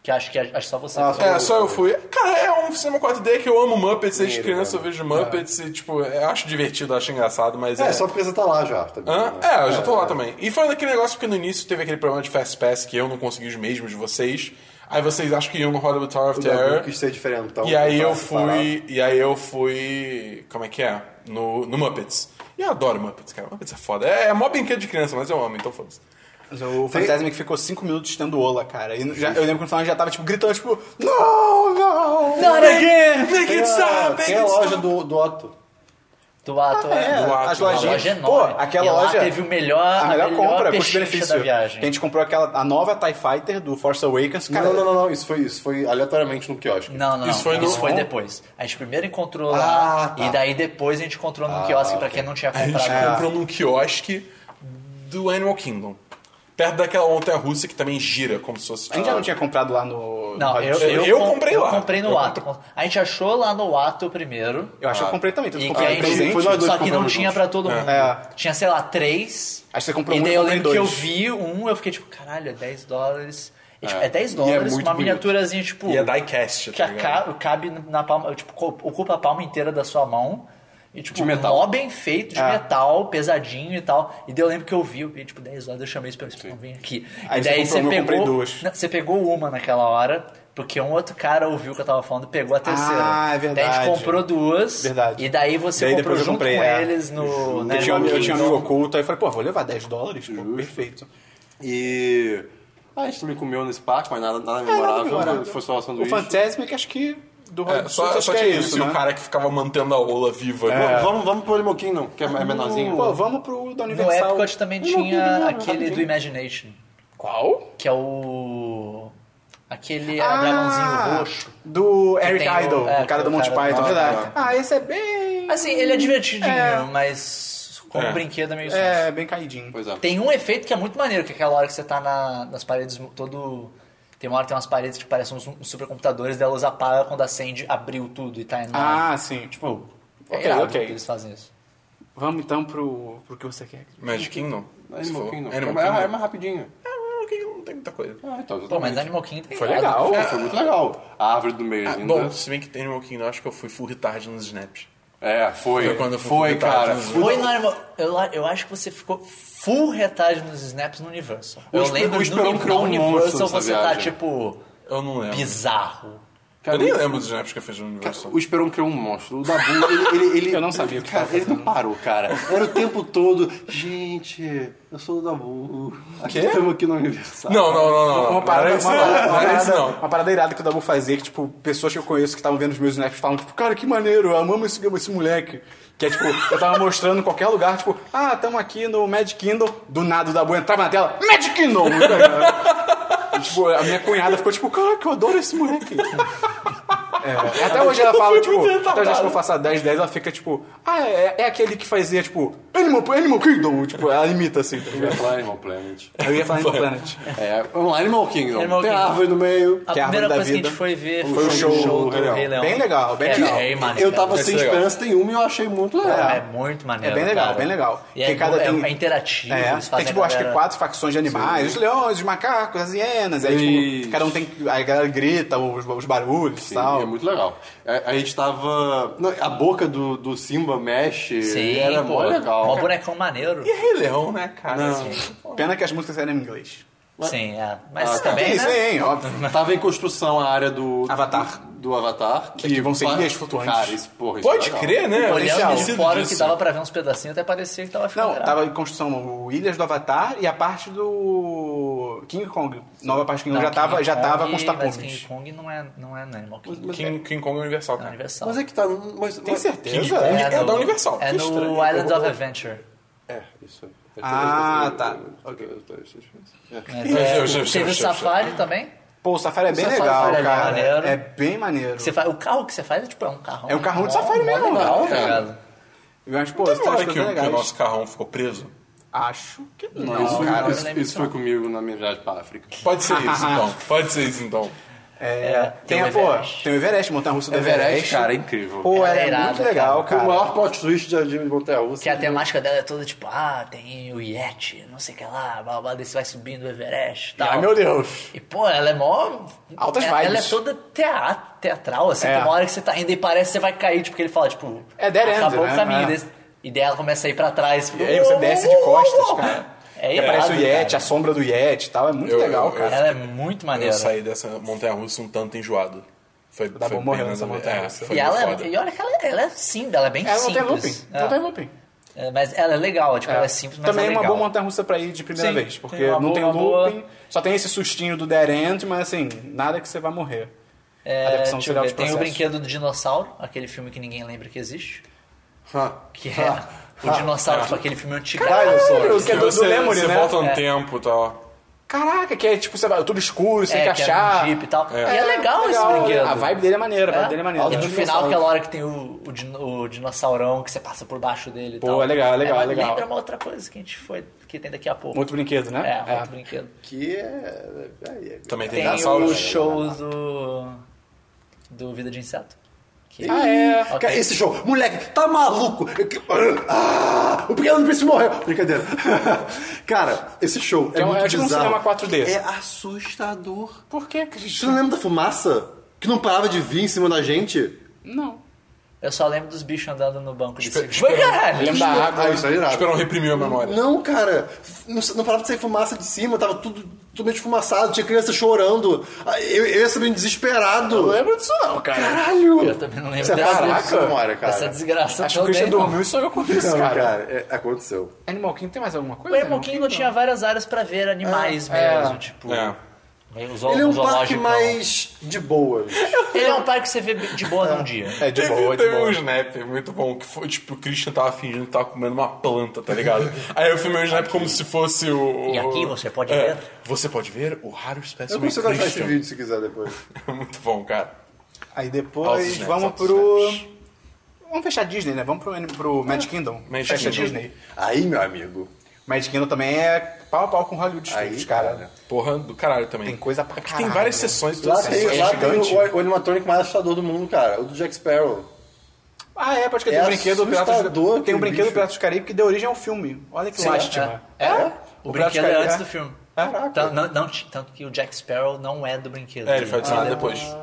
Speaker 2: Que acho que acho que só você.
Speaker 4: Ah,
Speaker 2: que
Speaker 4: tá.
Speaker 1: É, só eu fui. Cara, é um cinema 4D que eu amo Muppets, desde
Speaker 4: Maneiro,
Speaker 1: criança eu
Speaker 4: cara.
Speaker 1: vejo Muppets e, tipo, eu acho divertido, eu acho engraçado, mas
Speaker 4: É, só porque você tá lá já. Tá
Speaker 1: Hã? É, eu já tô lá também. E foi naquele negócio que no início teve aquele problema de Fast Pass que eu não consegui os mesmos de vocês. Aí vocês acham que iam no Hollywood Tower of
Speaker 4: Eu
Speaker 1: Terror.
Speaker 4: quis ser diferentão.
Speaker 1: E aí eu
Speaker 4: tá separado.
Speaker 1: fui. E aí eu fui. Como é que é? No, no Muppets. E eu adoro Muppets, cara. Muppets é foda. É, é mó brinquedo de criança, mas eu amo, então foda-se.
Speaker 3: Mas o Fantasmic ficou 5 minutos tendo ola, cara. E já- eu lembro que no final já tava, tipo, gritando, tipo, não, não.
Speaker 2: Not again!
Speaker 1: Make
Speaker 4: Tem
Speaker 1: it
Speaker 4: a,
Speaker 1: stop!
Speaker 4: tem a loja do, do Otto.
Speaker 2: Do ato,
Speaker 3: É,
Speaker 2: é.
Speaker 1: Boato,
Speaker 3: as
Speaker 1: uma
Speaker 2: A
Speaker 3: lojinhas.
Speaker 2: loja é
Speaker 3: Pô,
Speaker 2: enorme.
Speaker 3: aquela
Speaker 2: e lá
Speaker 3: loja.
Speaker 2: teve o melhor,
Speaker 3: a melhor, compra,
Speaker 2: pechincha
Speaker 3: custo-benefício.
Speaker 2: da viagem.
Speaker 3: Que a gente comprou aquela, a nova TIE Fighter do Force Awakens. Cara,
Speaker 4: não, não, não, não, isso foi, isso foi aleatoriamente no quiosque.
Speaker 2: Não, não,
Speaker 1: Isso
Speaker 2: não.
Speaker 1: foi no-
Speaker 2: isso foi depois. A gente primeiro encontrou
Speaker 3: Ah,
Speaker 2: lá,
Speaker 3: tá.
Speaker 2: e daí depois a gente encontrou no quiosque pra quem não tinha
Speaker 1: A gente
Speaker 2: comprado.
Speaker 1: comprou num quiosque do Animal Kingdom. Perto daquela montanha russa que também gira, como se fosse.
Speaker 3: A gente já não tinha comprado lá no.
Speaker 2: Não,
Speaker 3: no
Speaker 2: eu,
Speaker 3: Hot-
Speaker 1: Eu
Speaker 2: eu,
Speaker 1: comprei
Speaker 2: eu
Speaker 1: lá.
Speaker 2: comprei no ato. A gente achou lá no ato primeiro.
Speaker 3: Eu acho que eu comprei também. Tu
Speaker 2: E que
Speaker 3: comprou
Speaker 2: a
Speaker 3: um presente?
Speaker 2: gente,
Speaker 4: Foi nós dois
Speaker 2: só
Speaker 4: que
Speaker 2: que não
Speaker 4: compramos
Speaker 2: tinha pra todo mundo.
Speaker 3: É.
Speaker 2: Tinha, sei lá, três.
Speaker 3: Acho que você comprou
Speaker 2: E
Speaker 3: um,
Speaker 2: daí
Speaker 3: eu
Speaker 2: eu
Speaker 3: comprei
Speaker 2: lembro que eu
Speaker 3: dois.
Speaker 2: vi um, eu fiquei tipo, caralho, é 10 dólares. É, tipo, é 10
Speaker 4: E é
Speaker 2: dólares,
Speaker 4: muito
Speaker 2: uma
Speaker 4: bonito.
Speaker 2: miniaturazinha, tipo.
Speaker 1: E é diecast,
Speaker 2: que
Speaker 1: tá
Speaker 2: a
Speaker 1: ligado?
Speaker 2: ca- cabe na palma, tipo, co- ocupa a palma inteira da sua mão. E, tipo,
Speaker 1: De metal.
Speaker 2: mó bem feito,
Speaker 3: É.
Speaker 2: de metal, pesadinho e tal. E daí eu lembro que eu vi, eu vi, tipo, 10 horas, eu chamei isso pra não vem aqui.
Speaker 3: Aí
Speaker 2: e
Speaker 3: você
Speaker 2: daí
Speaker 3: comprou uma, eu comprei
Speaker 2: pegou.
Speaker 3: duas.
Speaker 2: Não, você pegou uma naquela hora, porque um outro cara ouviu o que eu tava falando e pegou a terceira.
Speaker 3: Ah, é
Speaker 2: Daí a
Speaker 3: verdade.
Speaker 2: gente comprou duas.
Speaker 3: Verdade.
Speaker 2: E daí você
Speaker 3: Daí
Speaker 2: comprou
Speaker 3: depois eu
Speaker 2: junto
Speaker 3: comprei,
Speaker 2: com
Speaker 3: é.
Speaker 2: eles no. né,
Speaker 3: Eu tinha, um-
Speaker 2: no-
Speaker 3: eu tinha um amigo oculto, aí eu falei, pô, vou levar 10 dólares, pô, perfeito.
Speaker 4: E. Ah, a gente também comeu nesse parque, mas nada, É, nada memorável. Foi só o
Speaker 3: O
Speaker 4: sanduíche.
Speaker 3: Fantasmic, acho que. Do
Speaker 1: É,
Speaker 3: Hot-
Speaker 1: só,
Speaker 3: acho
Speaker 1: só
Speaker 3: que
Speaker 1: tinha
Speaker 3: é
Speaker 1: isso, e o
Speaker 3: né?
Speaker 1: cara que ficava mantendo a ola viva.
Speaker 4: Vamos- Vamos, vamos pro Animal Kingdom, que é é menorzinho.
Speaker 3: Pô, vamos pro da
Speaker 2: No
Speaker 3: Universal.
Speaker 2: Epcot também tinha aquele do Imagination,
Speaker 3: Qual?
Speaker 2: que é o. Aquele
Speaker 3: Ah,
Speaker 2: dragãozinho roxo.
Speaker 3: Do Eric
Speaker 2: tem o-
Speaker 3: Idle,
Speaker 2: é,
Speaker 3: o cara do
Speaker 2: o
Speaker 3: Monty
Speaker 2: cara do-
Speaker 3: Python,
Speaker 2: Ah,
Speaker 3: verdade. Ah, esse é bem.
Speaker 2: Assim, ele é divertidinho,
Speaker 3: É.
Speaker 2: mas como
Speaker 1: É.
Speaker 2: brinquedo é meio é.
Speaker 3: É, bem caidinho.
Speaker 4: Pois é.
Speaker 2: Tem um efeito que é muito maneiro, que é aquela hora que você tá na- nas paredes todo. Tem uma hora que tem umas paredes que parecem uns, uns supercomputadores, daí a luz apaga quando acende, abriu tudo e tá enorme.
Speaker 3: Ah, sim. Tipo,
Speaker 2: tipo, é
Speaker 3: ok,
Speaker 2: irado
Speaker 3: ok.
Speaker 2: que eles fazem isso.
Speaker 3: vamos então pro, pro que você quer.
Speaker 1: Magic Kingdom? Você
Speaker 4: Animal
Speaker 1: falou?
Speaker 4: Kingdom.
Speaker 1: Animal
Speaker 4: é,
Speaker 1: Kingdom.
Speaker 4: é mais rapidinho.
Speaker 1: É, Animal Kingdom não tem muita coisa.
Speaker 4: Ah, então,
Speaker 2: Pô, mas
Speaker 4: exatamente.
Speaker 2: Animal Kingdom tem
Speaker 3: Foi
Speaker 2: irado.
Speaker 3: legal.
Speaker 4: Pô, foi muito legal. A árvore do meio ainda.
Speaker 1: Ah, Bom, se bem que tem Animal Kingdom, eu acho que eu fui full retard nos snaps.
Speaker 4: é, foi.
Speaker 1: Foi quando eu fui
Speaker 4: foi,
Speaker 1: visitar
Speaker 4: cara.
Speaker 1: os-
Speaker 4: Fui-
Speaker 2: Foi no Animal... Eu, lá- eu acho que você ficou full retard nos snaps no Universal.
Speaker 4: O
Speaker 2: Eu
Speaker 4: Esper-
Speaker 2: lembro
Speaker 4: o
Speaker 2: no,
Speaker 4: Esperão
Speaker 2: no
Speaker 4: criou um monstro
Speaker 2: Universal
Speaker 4: nessa
Speaker 2: você tá,
Speaker 4: viagem. É.
Speaker 2: tipo,
Speaker 1: Eu não lembro.
Speaker 2: bizarro.
Speaker 1: eu nem lembro dos snaps que eu fiz no Universal.
Speaker 4: O Esperon criou um monstro. O Dabu, ele, ele, ele-
Speaker 3: Eu não sabia o que
Speaker 4: cara,
Speaker 3: tava
Speaker 4: Ele não parou, cara. Era o tempo todo. Gente, eu sou o Dabu. Aqui estamos aqui no aniversário.
Speaker 1: Não, não, não, não.
Speaker 3: Uma
Speaker 1: Não
Speaker 3: parada,
Speaker 1: era
Speaker 3: uma,
Speaker 1: isso não.
Speaker 3: parada- uma
Speaker 1: Não era isso
Speaker 3: parada-
Speaker 1: não.
Speaker 3: uma parada irada que o Dabu fazia, que, tipo, pessoas que eu conheço que estavam vendo os meus snaps falam, tipo, cara, que maneiro, eu amo esse, esse moleque. Que é tipo, eu tava mostrando em qualquer lugar, tipo, ah, tamo aqui no Mad Kingdom, do nada o Dabu entrava na tela, Mad Kingdom! E, tipo, a minha cunhada ficou tipo, caraca, eu adoro esse moleque. É, até hoje ela fala, tipo, até hoje acho que eu faço a 10, 10, ela fica tipo, ah, é, é aquele que fazia, tipo, Animal, Animal Kingdom, tipo, ela imita assim, tá
Speaker 4: Eu ia
Speaker 3: ligado?
Speaker 4: falar Animal Planet.
Speaker 3: Eu ia falar Animal Planet.
Speaker 4: É, vamos lá, Animal Kingdom.
Speaker 2: Animal
Speaker 4: Tem a
Speaker 2: Kingdom.
Speaker 4: árvore no meio.
Speaker 2: A
Speaker 3: Que é a árvore
Speaker 2: primeira coisa
Speaker 3: da
Speaker 2: que a
Speaker 3: vida.
Speaker 2: gente foi ver
Speaker 4: O
Speaker 2: foi o
Speaker 4: show
Speaker 2: show, do
Speaker 4: do Rei
Speaker 2: Rei
Speaker 4: Leão.
Speaker 2: Leão.
Speaker 3: Bem legal, bem
Speaker 2: É
Speaker 3: legal.
Speaker 2: bem maneiro.
Speaker 4: Eu tava
Speaker 1: Deve
Speaker 4: sem
Speaker 1: ser legal.
Speaker 4: esperança nenhuma e eu achei muito legal.
Speaker 2: É, muito maneiro,
Speaker 3: É bem legal,
Speaker 2: cara.
Speaker 3: bem legal.
Speaker 2: E é,
Speaker 3: Porque cada
Speaker 2: é-
Speaker 3: tem-
Speaker 2: é interativo.
Speaker 3: É,
Speaker 2: eles
Speaker 3: tem
Speaker 2: fazem
Speaker 3: tipo,
Speaker 2: a
Speaker 3: acho que
Speaker 2: galera-
Speaker 3: quatro facções de animais. Os leões, os macacos, as hienas. Aí,
Speaker 4: Isso.
Speaker 3: tipo, cada um tem... Aí a galera grita os, os barulhos e
Speaker 4: Sim,
Speaker 3: tal.
Speaker 4: é muito legal. A, a gente tava. não, a boca do, do Simba mexe.
Speaker 2: Sim,
Speaker 4: era
Speaker 2: pô,
Speaker 4: mó legal.
Speaker 2: Mó bonecão maneiro.
Speaker 1: E Rei Leão, né, cara?
Speaker 4: Não.
Speaker 1: Assim,
Speaker 3: Pena que as músicas eram em inglês.
Speaker 2: Sim, é. Mas
Speaker 4: Ah, tá.
Speaker 2: também,
Speaker 3: Tem isso
Speaker 2: né?
Speaker 3: aí, hein, óbvio.
Speaker 4: Tava em construção a área do.
Speaker 3: Avatar. É
Speaker 4: Do Avatar.
Speaker 3: Que vão ser ilhas flutuantes.
Speaker 4: Cara, isso, porra, isso é
Speaker 1: Pode
Speaker 4: legal.
Speaker 1: crer, né? Eu tinha
Speaker 2: Olhando de
Speaker 1: esquecido
Speaker 2: fora
Speaker 1: disso.
Speaker 2: que dava pra ver uns pedacinhos, até parecia que tava ficando
Speaker 3: Não, tava em construção o Ilhas do Avatar e a parte do King Kong. Nova parte do King Kong já tava, já tava com os
Speaker 2: Mas King
Speaker 3: tapumes.
Speaker 2: Kong não é, não é Animal Kingdom.
Speaker 1: King, King Kong é Universal,
Speaker 2: É
Speaker 1: cara.
Speaker 2: Universal.
Speaker 4: Mas é que tá. Mas,
Speaker 3: Tem
Speaker 4: mas,
Speaker 3: certeza?
Speaker 1: Kong é da
Speaker 2: no-
Speaker 1: Universal.
Speaker 2: É
Speaker 1: Que
Speaker 2: no
Speaker 1: estranho.
Speaker 2: Islands of Adventure.
Speaker 4: É, isso aí.
Speaker 3: Ah, tá.
Speaker 2: Teve o Safari também.
Speaker 3: Pô, o Safari é bem
Speaker 2: Safari
Speaker 3: legal,
Speaker 2: é
Speaker 3: cara.
Speaker 2: maneiro.
Speaker 3: É bem maneiro.
Speaker 2: Você faz, o carro que você faz é tipo é um carro.
Speaker 3: É um carrão de
Speaker 2: mó-
Speaker 3: Safari
Speaker 2: mó
Speaker 3: mesmo,
Speaker 2: Legal,
Speaker 3: cara.
Speaker 2: tá ligado?
Speaker 3: Mas, pô,
Speaker 1: Teve
Speaker 3: você
Speaker 1: uma
Speaker 3: tá
Speaker 1: hora que,
Speaker 3: bem
Speaker 1: o- que o
Speaker 3: legais.
Speaker 1: nosso carrão ficou preso?
Speaker 3: Acho que não.
Speaker 4: isso,
Speaker 2: cara, eu
Speaker 4: isso-
Speaker 2: lembro
Speaker 4: isso foi comigo na minha viagem pra África.
Speaker 1: Pode ser isso, então. Pode ser isso, então.
Speaker 3: É,
Speaker 2: É,
Speaker 3: tem,
Speaker 2: tem o
Speaker 3: a, pô,
Speaker 2: Everest.
Speaker 3: tem o Everest, montanha russa do
Speaker 4: Everest,
Speaker 3: Everest.
Speaker 4: cara, é incrível.
Speaker 3: Pô,
Speaker 2: Ela
Speaker 3: era
Speaker 2: é irada,
Speaker 3: muito legal, cara.
Speaker 4: O maior plot twist de Jimmy de Montanha Russa.
Speaker 2: Que a temática dela é toda tipo, ah, tem o Yeti, não sei o que lá, blá blá, daí você vai subindo o Everest e
Speaker 4: Ah,
Speaker 2: tal.
Speaker 3: Ai, é meu Deus.
Speaker 2: E, pô, ela é mó.
Speaker 3: Altas
Speaker 2: ela,
Speaker 3: vibes.
Speaker 2: Ela é toda teatro, teatral, assim.
Speaker 3: É.
Speaker 2: Tem uma hora que você tá rindo e parece que você vai cair, tipo, que ele fala, tipo.
Speaker 3: É dead end,
Speaker 2: Acabou
Speaker 3: né?
Speaker 2: o caminho
Speaker 3: É.
Speaker 2: desse. E daí ela começa a ir pra trás. tipo,
Speaker 3: E aí você desce de costas, cara.
Speaker 2: É
Speaker 3: E aparece o
Speaker 2: irado,
Speaker 3: Yeti,
Speaker 2: cara.
Speaker 3: a sombra do Yeti e tal. É muito
Speaker 1: Eu-
Speaker 3: legal,
Speaker 1: eu-
Speaker 3: cara.
Speaker 2: Ela é muito maneira.
Speaker 1: Eu saí dessa montanha russa um tanto enjoado. Foi,
Speaker 3: Dá
Speaker 1: foi
Speaker 3: bom morrer
Speaker 1: bem
Speaker 3: nessa
Speaker 1: nada a ver.
Speaker 3: montanha
Speaker 1: É,
Speaker 3: russa.
Speaker 1: foi
Speaker 2: E, ela
Speaker 1: foda.
Speaker 2: é, e olha que ela, é- ela é simples, ela é bem
Speaker 3: Ela não tem
Speaker 2: simples.
Speaker 3: looping. Não tem looping.
Speaker 2: É. É, mas ela é legal, tipo, ela é simples, mas
Speaker 3: Também
Speaker 2: é
Speaker 3: uma
Speaker 2: legal.
Speaker 3: boa montanha russa pra ir de primeira
Speaker 2: Sim,
Speaker 3: vez, porque
Speaker 2: tem uma
Speaker 3: não
Speaker 2: boa,
Speaker 3: tem
Speaker 2: uma boa.
Speaker 3: looping, só tem esse sustinho do dead end, mas assim, nada que você vai morrer.
Speaker 2: É,
Speaker 3: Adaptação
Speaker 2: deixa eu
Speaker 3: serial
Speaker 2: ver,
Speaker 3: de
Speaker 2: tem o
Speaker 3: processo.
Speaker 2: Brinquedo do Dinossauro, aquele filme que ninguém lembra que existe.
Speaker 4: Ha.
Speaker 2: Que é o dinossauro, tipo aquele filme antigo.
Speaker 3: Ah. Caralho, que é do, do
Speaker 1: você,
Speaker 3: Memory,
Speaker 1: você
Speaker 3: né?
Speaker 1: volta no
Speaker 2: É.
Speaker 1: tempo e tal.
Speaker 3: Caraca, que é tipo, você vai tudo escuro, sem
Speaker 2: é, que
Speaker 3: encaixar.
Speaker 2: era um jeep e tal. E é legal, esse brinquedo.
Speaker 3: A vibe dele é maneira, a vibe
Speaker 2: É.
Speaker 3: dele é maneira.
Speaker 2: E no
Speaker 3: Alto
Speaker 2: final,
Speaker 3: dinossauro.
Speaker 2: aquela hora que tem o, o, din- o dinossaurão que você passa por baixo dele e
Speaker 3: Pô,
Speaker 2: tal.
Speaker 3: é legal, é legal,
Speaker 2: mas
Speaker 3: é legal.
Speaker 2: Lembra uma outra coisa que a gente foi, que tem daqui a pouco.
Speaker 3: Outro brinquedo, né?
Speaker 2: É, um outro brinquedo.
Speaker 4: Que é... é- é-
Speaker 1: Também tem,
Speaker 2: Tem
Speaker 1: dinossauro.
Speaker 2: o show
Speaker 3: né?
Speaker 2: do. do Vida de Inseto. Que
Speaker 3: Ah, é.
Speaker 2: Ok.
Speaker 4: Cara, esse show, moleque, tá maluco? Ah, o pequeno príncipe morreu. Brincadeira. Cara, esse show é,
Speaker 3: É um-
Speaker 4: muito
Speaker 3: é tipo um
Speaker 4: bizarro.
Speaker 3: cinema 4D.
Speaker 4: É né? assustador.
Speaker 3: Por que,
Speaker 4: Você
Speaker 3: Cristian?
Speaker 4: não lembra da fumaça? Que não parava de vir em cima da gente?
Speaker 3: Não.
Speaker 2: Eu só lembro dos bichos andando no banco de cima.
Speaker 1: espera-
Speaker 2: Foi
Speaker 3: Eu
Speaker 2: caralho!
Speaker 3: lembro da água.
Speaker 4: Ah, isso é irado.
Speaker 1: Esperão reprimiu a memória.
Speaker 4: Não, cara, não, não parava de sair fumaça de cima, tava tudo totalmente fumaçado, tinha criança chorando. Ah, Eu, eu ia sabendo desesperado.
Speaker 3: Não lembro disso não, cara.
Speaker 4: Caralho!
Speaker 2: Eu também não lembro
Speaker 4: Você
Speaker 2: dessa,
Speaker 4: parou
Speaker 3: é caraca,
Speaker 4: essa memória, é cara.
Speaker 2: dessa desgraça
Speaker 3: Acho que o Christian
Speaker 2: toda aí, não.
Speaker 3: dormiu e sonhou com isso,
Speaker 4: Não,
Speaker 3: cara.
Speaker 4: cara, é- aconteceu.
Speaker 3: Animal Kingdom tem mais alguma coisa?
Speaker 2: O Animal Kingdom tinha várias áreas pra ver animais
Speaker 3: É,
Speaker 2: mesmo,
Speaker 3: é.
Speaker 2: tipo...
Speaker 1: É.
Speaker 2: meio zoo-
Speaker 4: Ele é um parque
Speaker 2: zoológico.
Speaker 4: mais de boas.
Speaker 2: Ele é um parque que você vê de boa num dia.
Speaker 3: É, de
Speaker 1: Teve,
Speaker 3: boa, de
Speaker 1: teve um
Speaker 3: boa.
Speaker 1: snap muito bom que foi tipo, o Christian tava fingindo que tava comendo uma planta, tá ligado? Aí eu filmei o snap como se fosse o.
Speaker 2: E aqui você pode
Speaker 1: É.
Speaker 2: ver.
Speaker 1: Você pode ver o raro
Speaker 4: Eu
Speaker 1: espécime
Speaker 4: consigo achar esse
Speaker 1: Christian.
Speaker 4: vídeo se quiser depois.
Speaker 1: muito bom, cara.
Speaker 3: Aí
Speaker 1: Altos
Speaker 3: depois
Speaker 1: snaps,
Speaker 3: vamos
Speaker 1: altos
Speaker 3: pro...
Speaker 1: snaps.
Speaker 3: Vamos fechar Disney, né? Vamos pro, anim- pro Magic Kingdom.
Speaker 1: Magic
Speaker 3: Fecha
Speaker 1: Kingdom.
Speaker 3: Disney.
Speaker 4: Aí, meu amigo.
Speaker 3: Magic Kingdom também é pau a pau com Hollywood
Speaker 4: Aí,
Speaker 3: Studios, cara.
Speaker 4: cara.
Speaker 1: Porra do caralho também.
Speaker 3: Tem coisa pra
Speaker 1: É que Tem
Speaker 3: caralho.
Speaker 1: várias sessões
Speaker 4: Lá
Speaker 1: todas
Speaker 4: tem,
Speaker 3: é
Speaker 4: lá tem
Speaker 3: gigante.
Speaker 4: o, o animatrônico mais assustador do mundo, cara. O do Jack Sparrow.
Speaker 3: Ah, é, pode que
Speaker 4: É
Speaker 3: tem um brinquedo do Piratas
Speaker 4: assustador
Speaker 3: Tem um
Speaker 4: aquele
Speaker 3: brinquedo do
Speaker 4: bicho.
Speaker 3: Piratas do Caribe que deu origem ao filme. Olha que
Speaker 2: Sim,
Speaker 3: lástima.
Speaker 2: é. O, brinquedo é antes do filme.
Speaker 3: Caraca.
Speaker 2: Tanto, não- não t- tanto que o Jack Sparrow não é do brinquedo.
Speaker 1: É, ele foi adicionado
Speaker 2: é
Speaker 1: depois.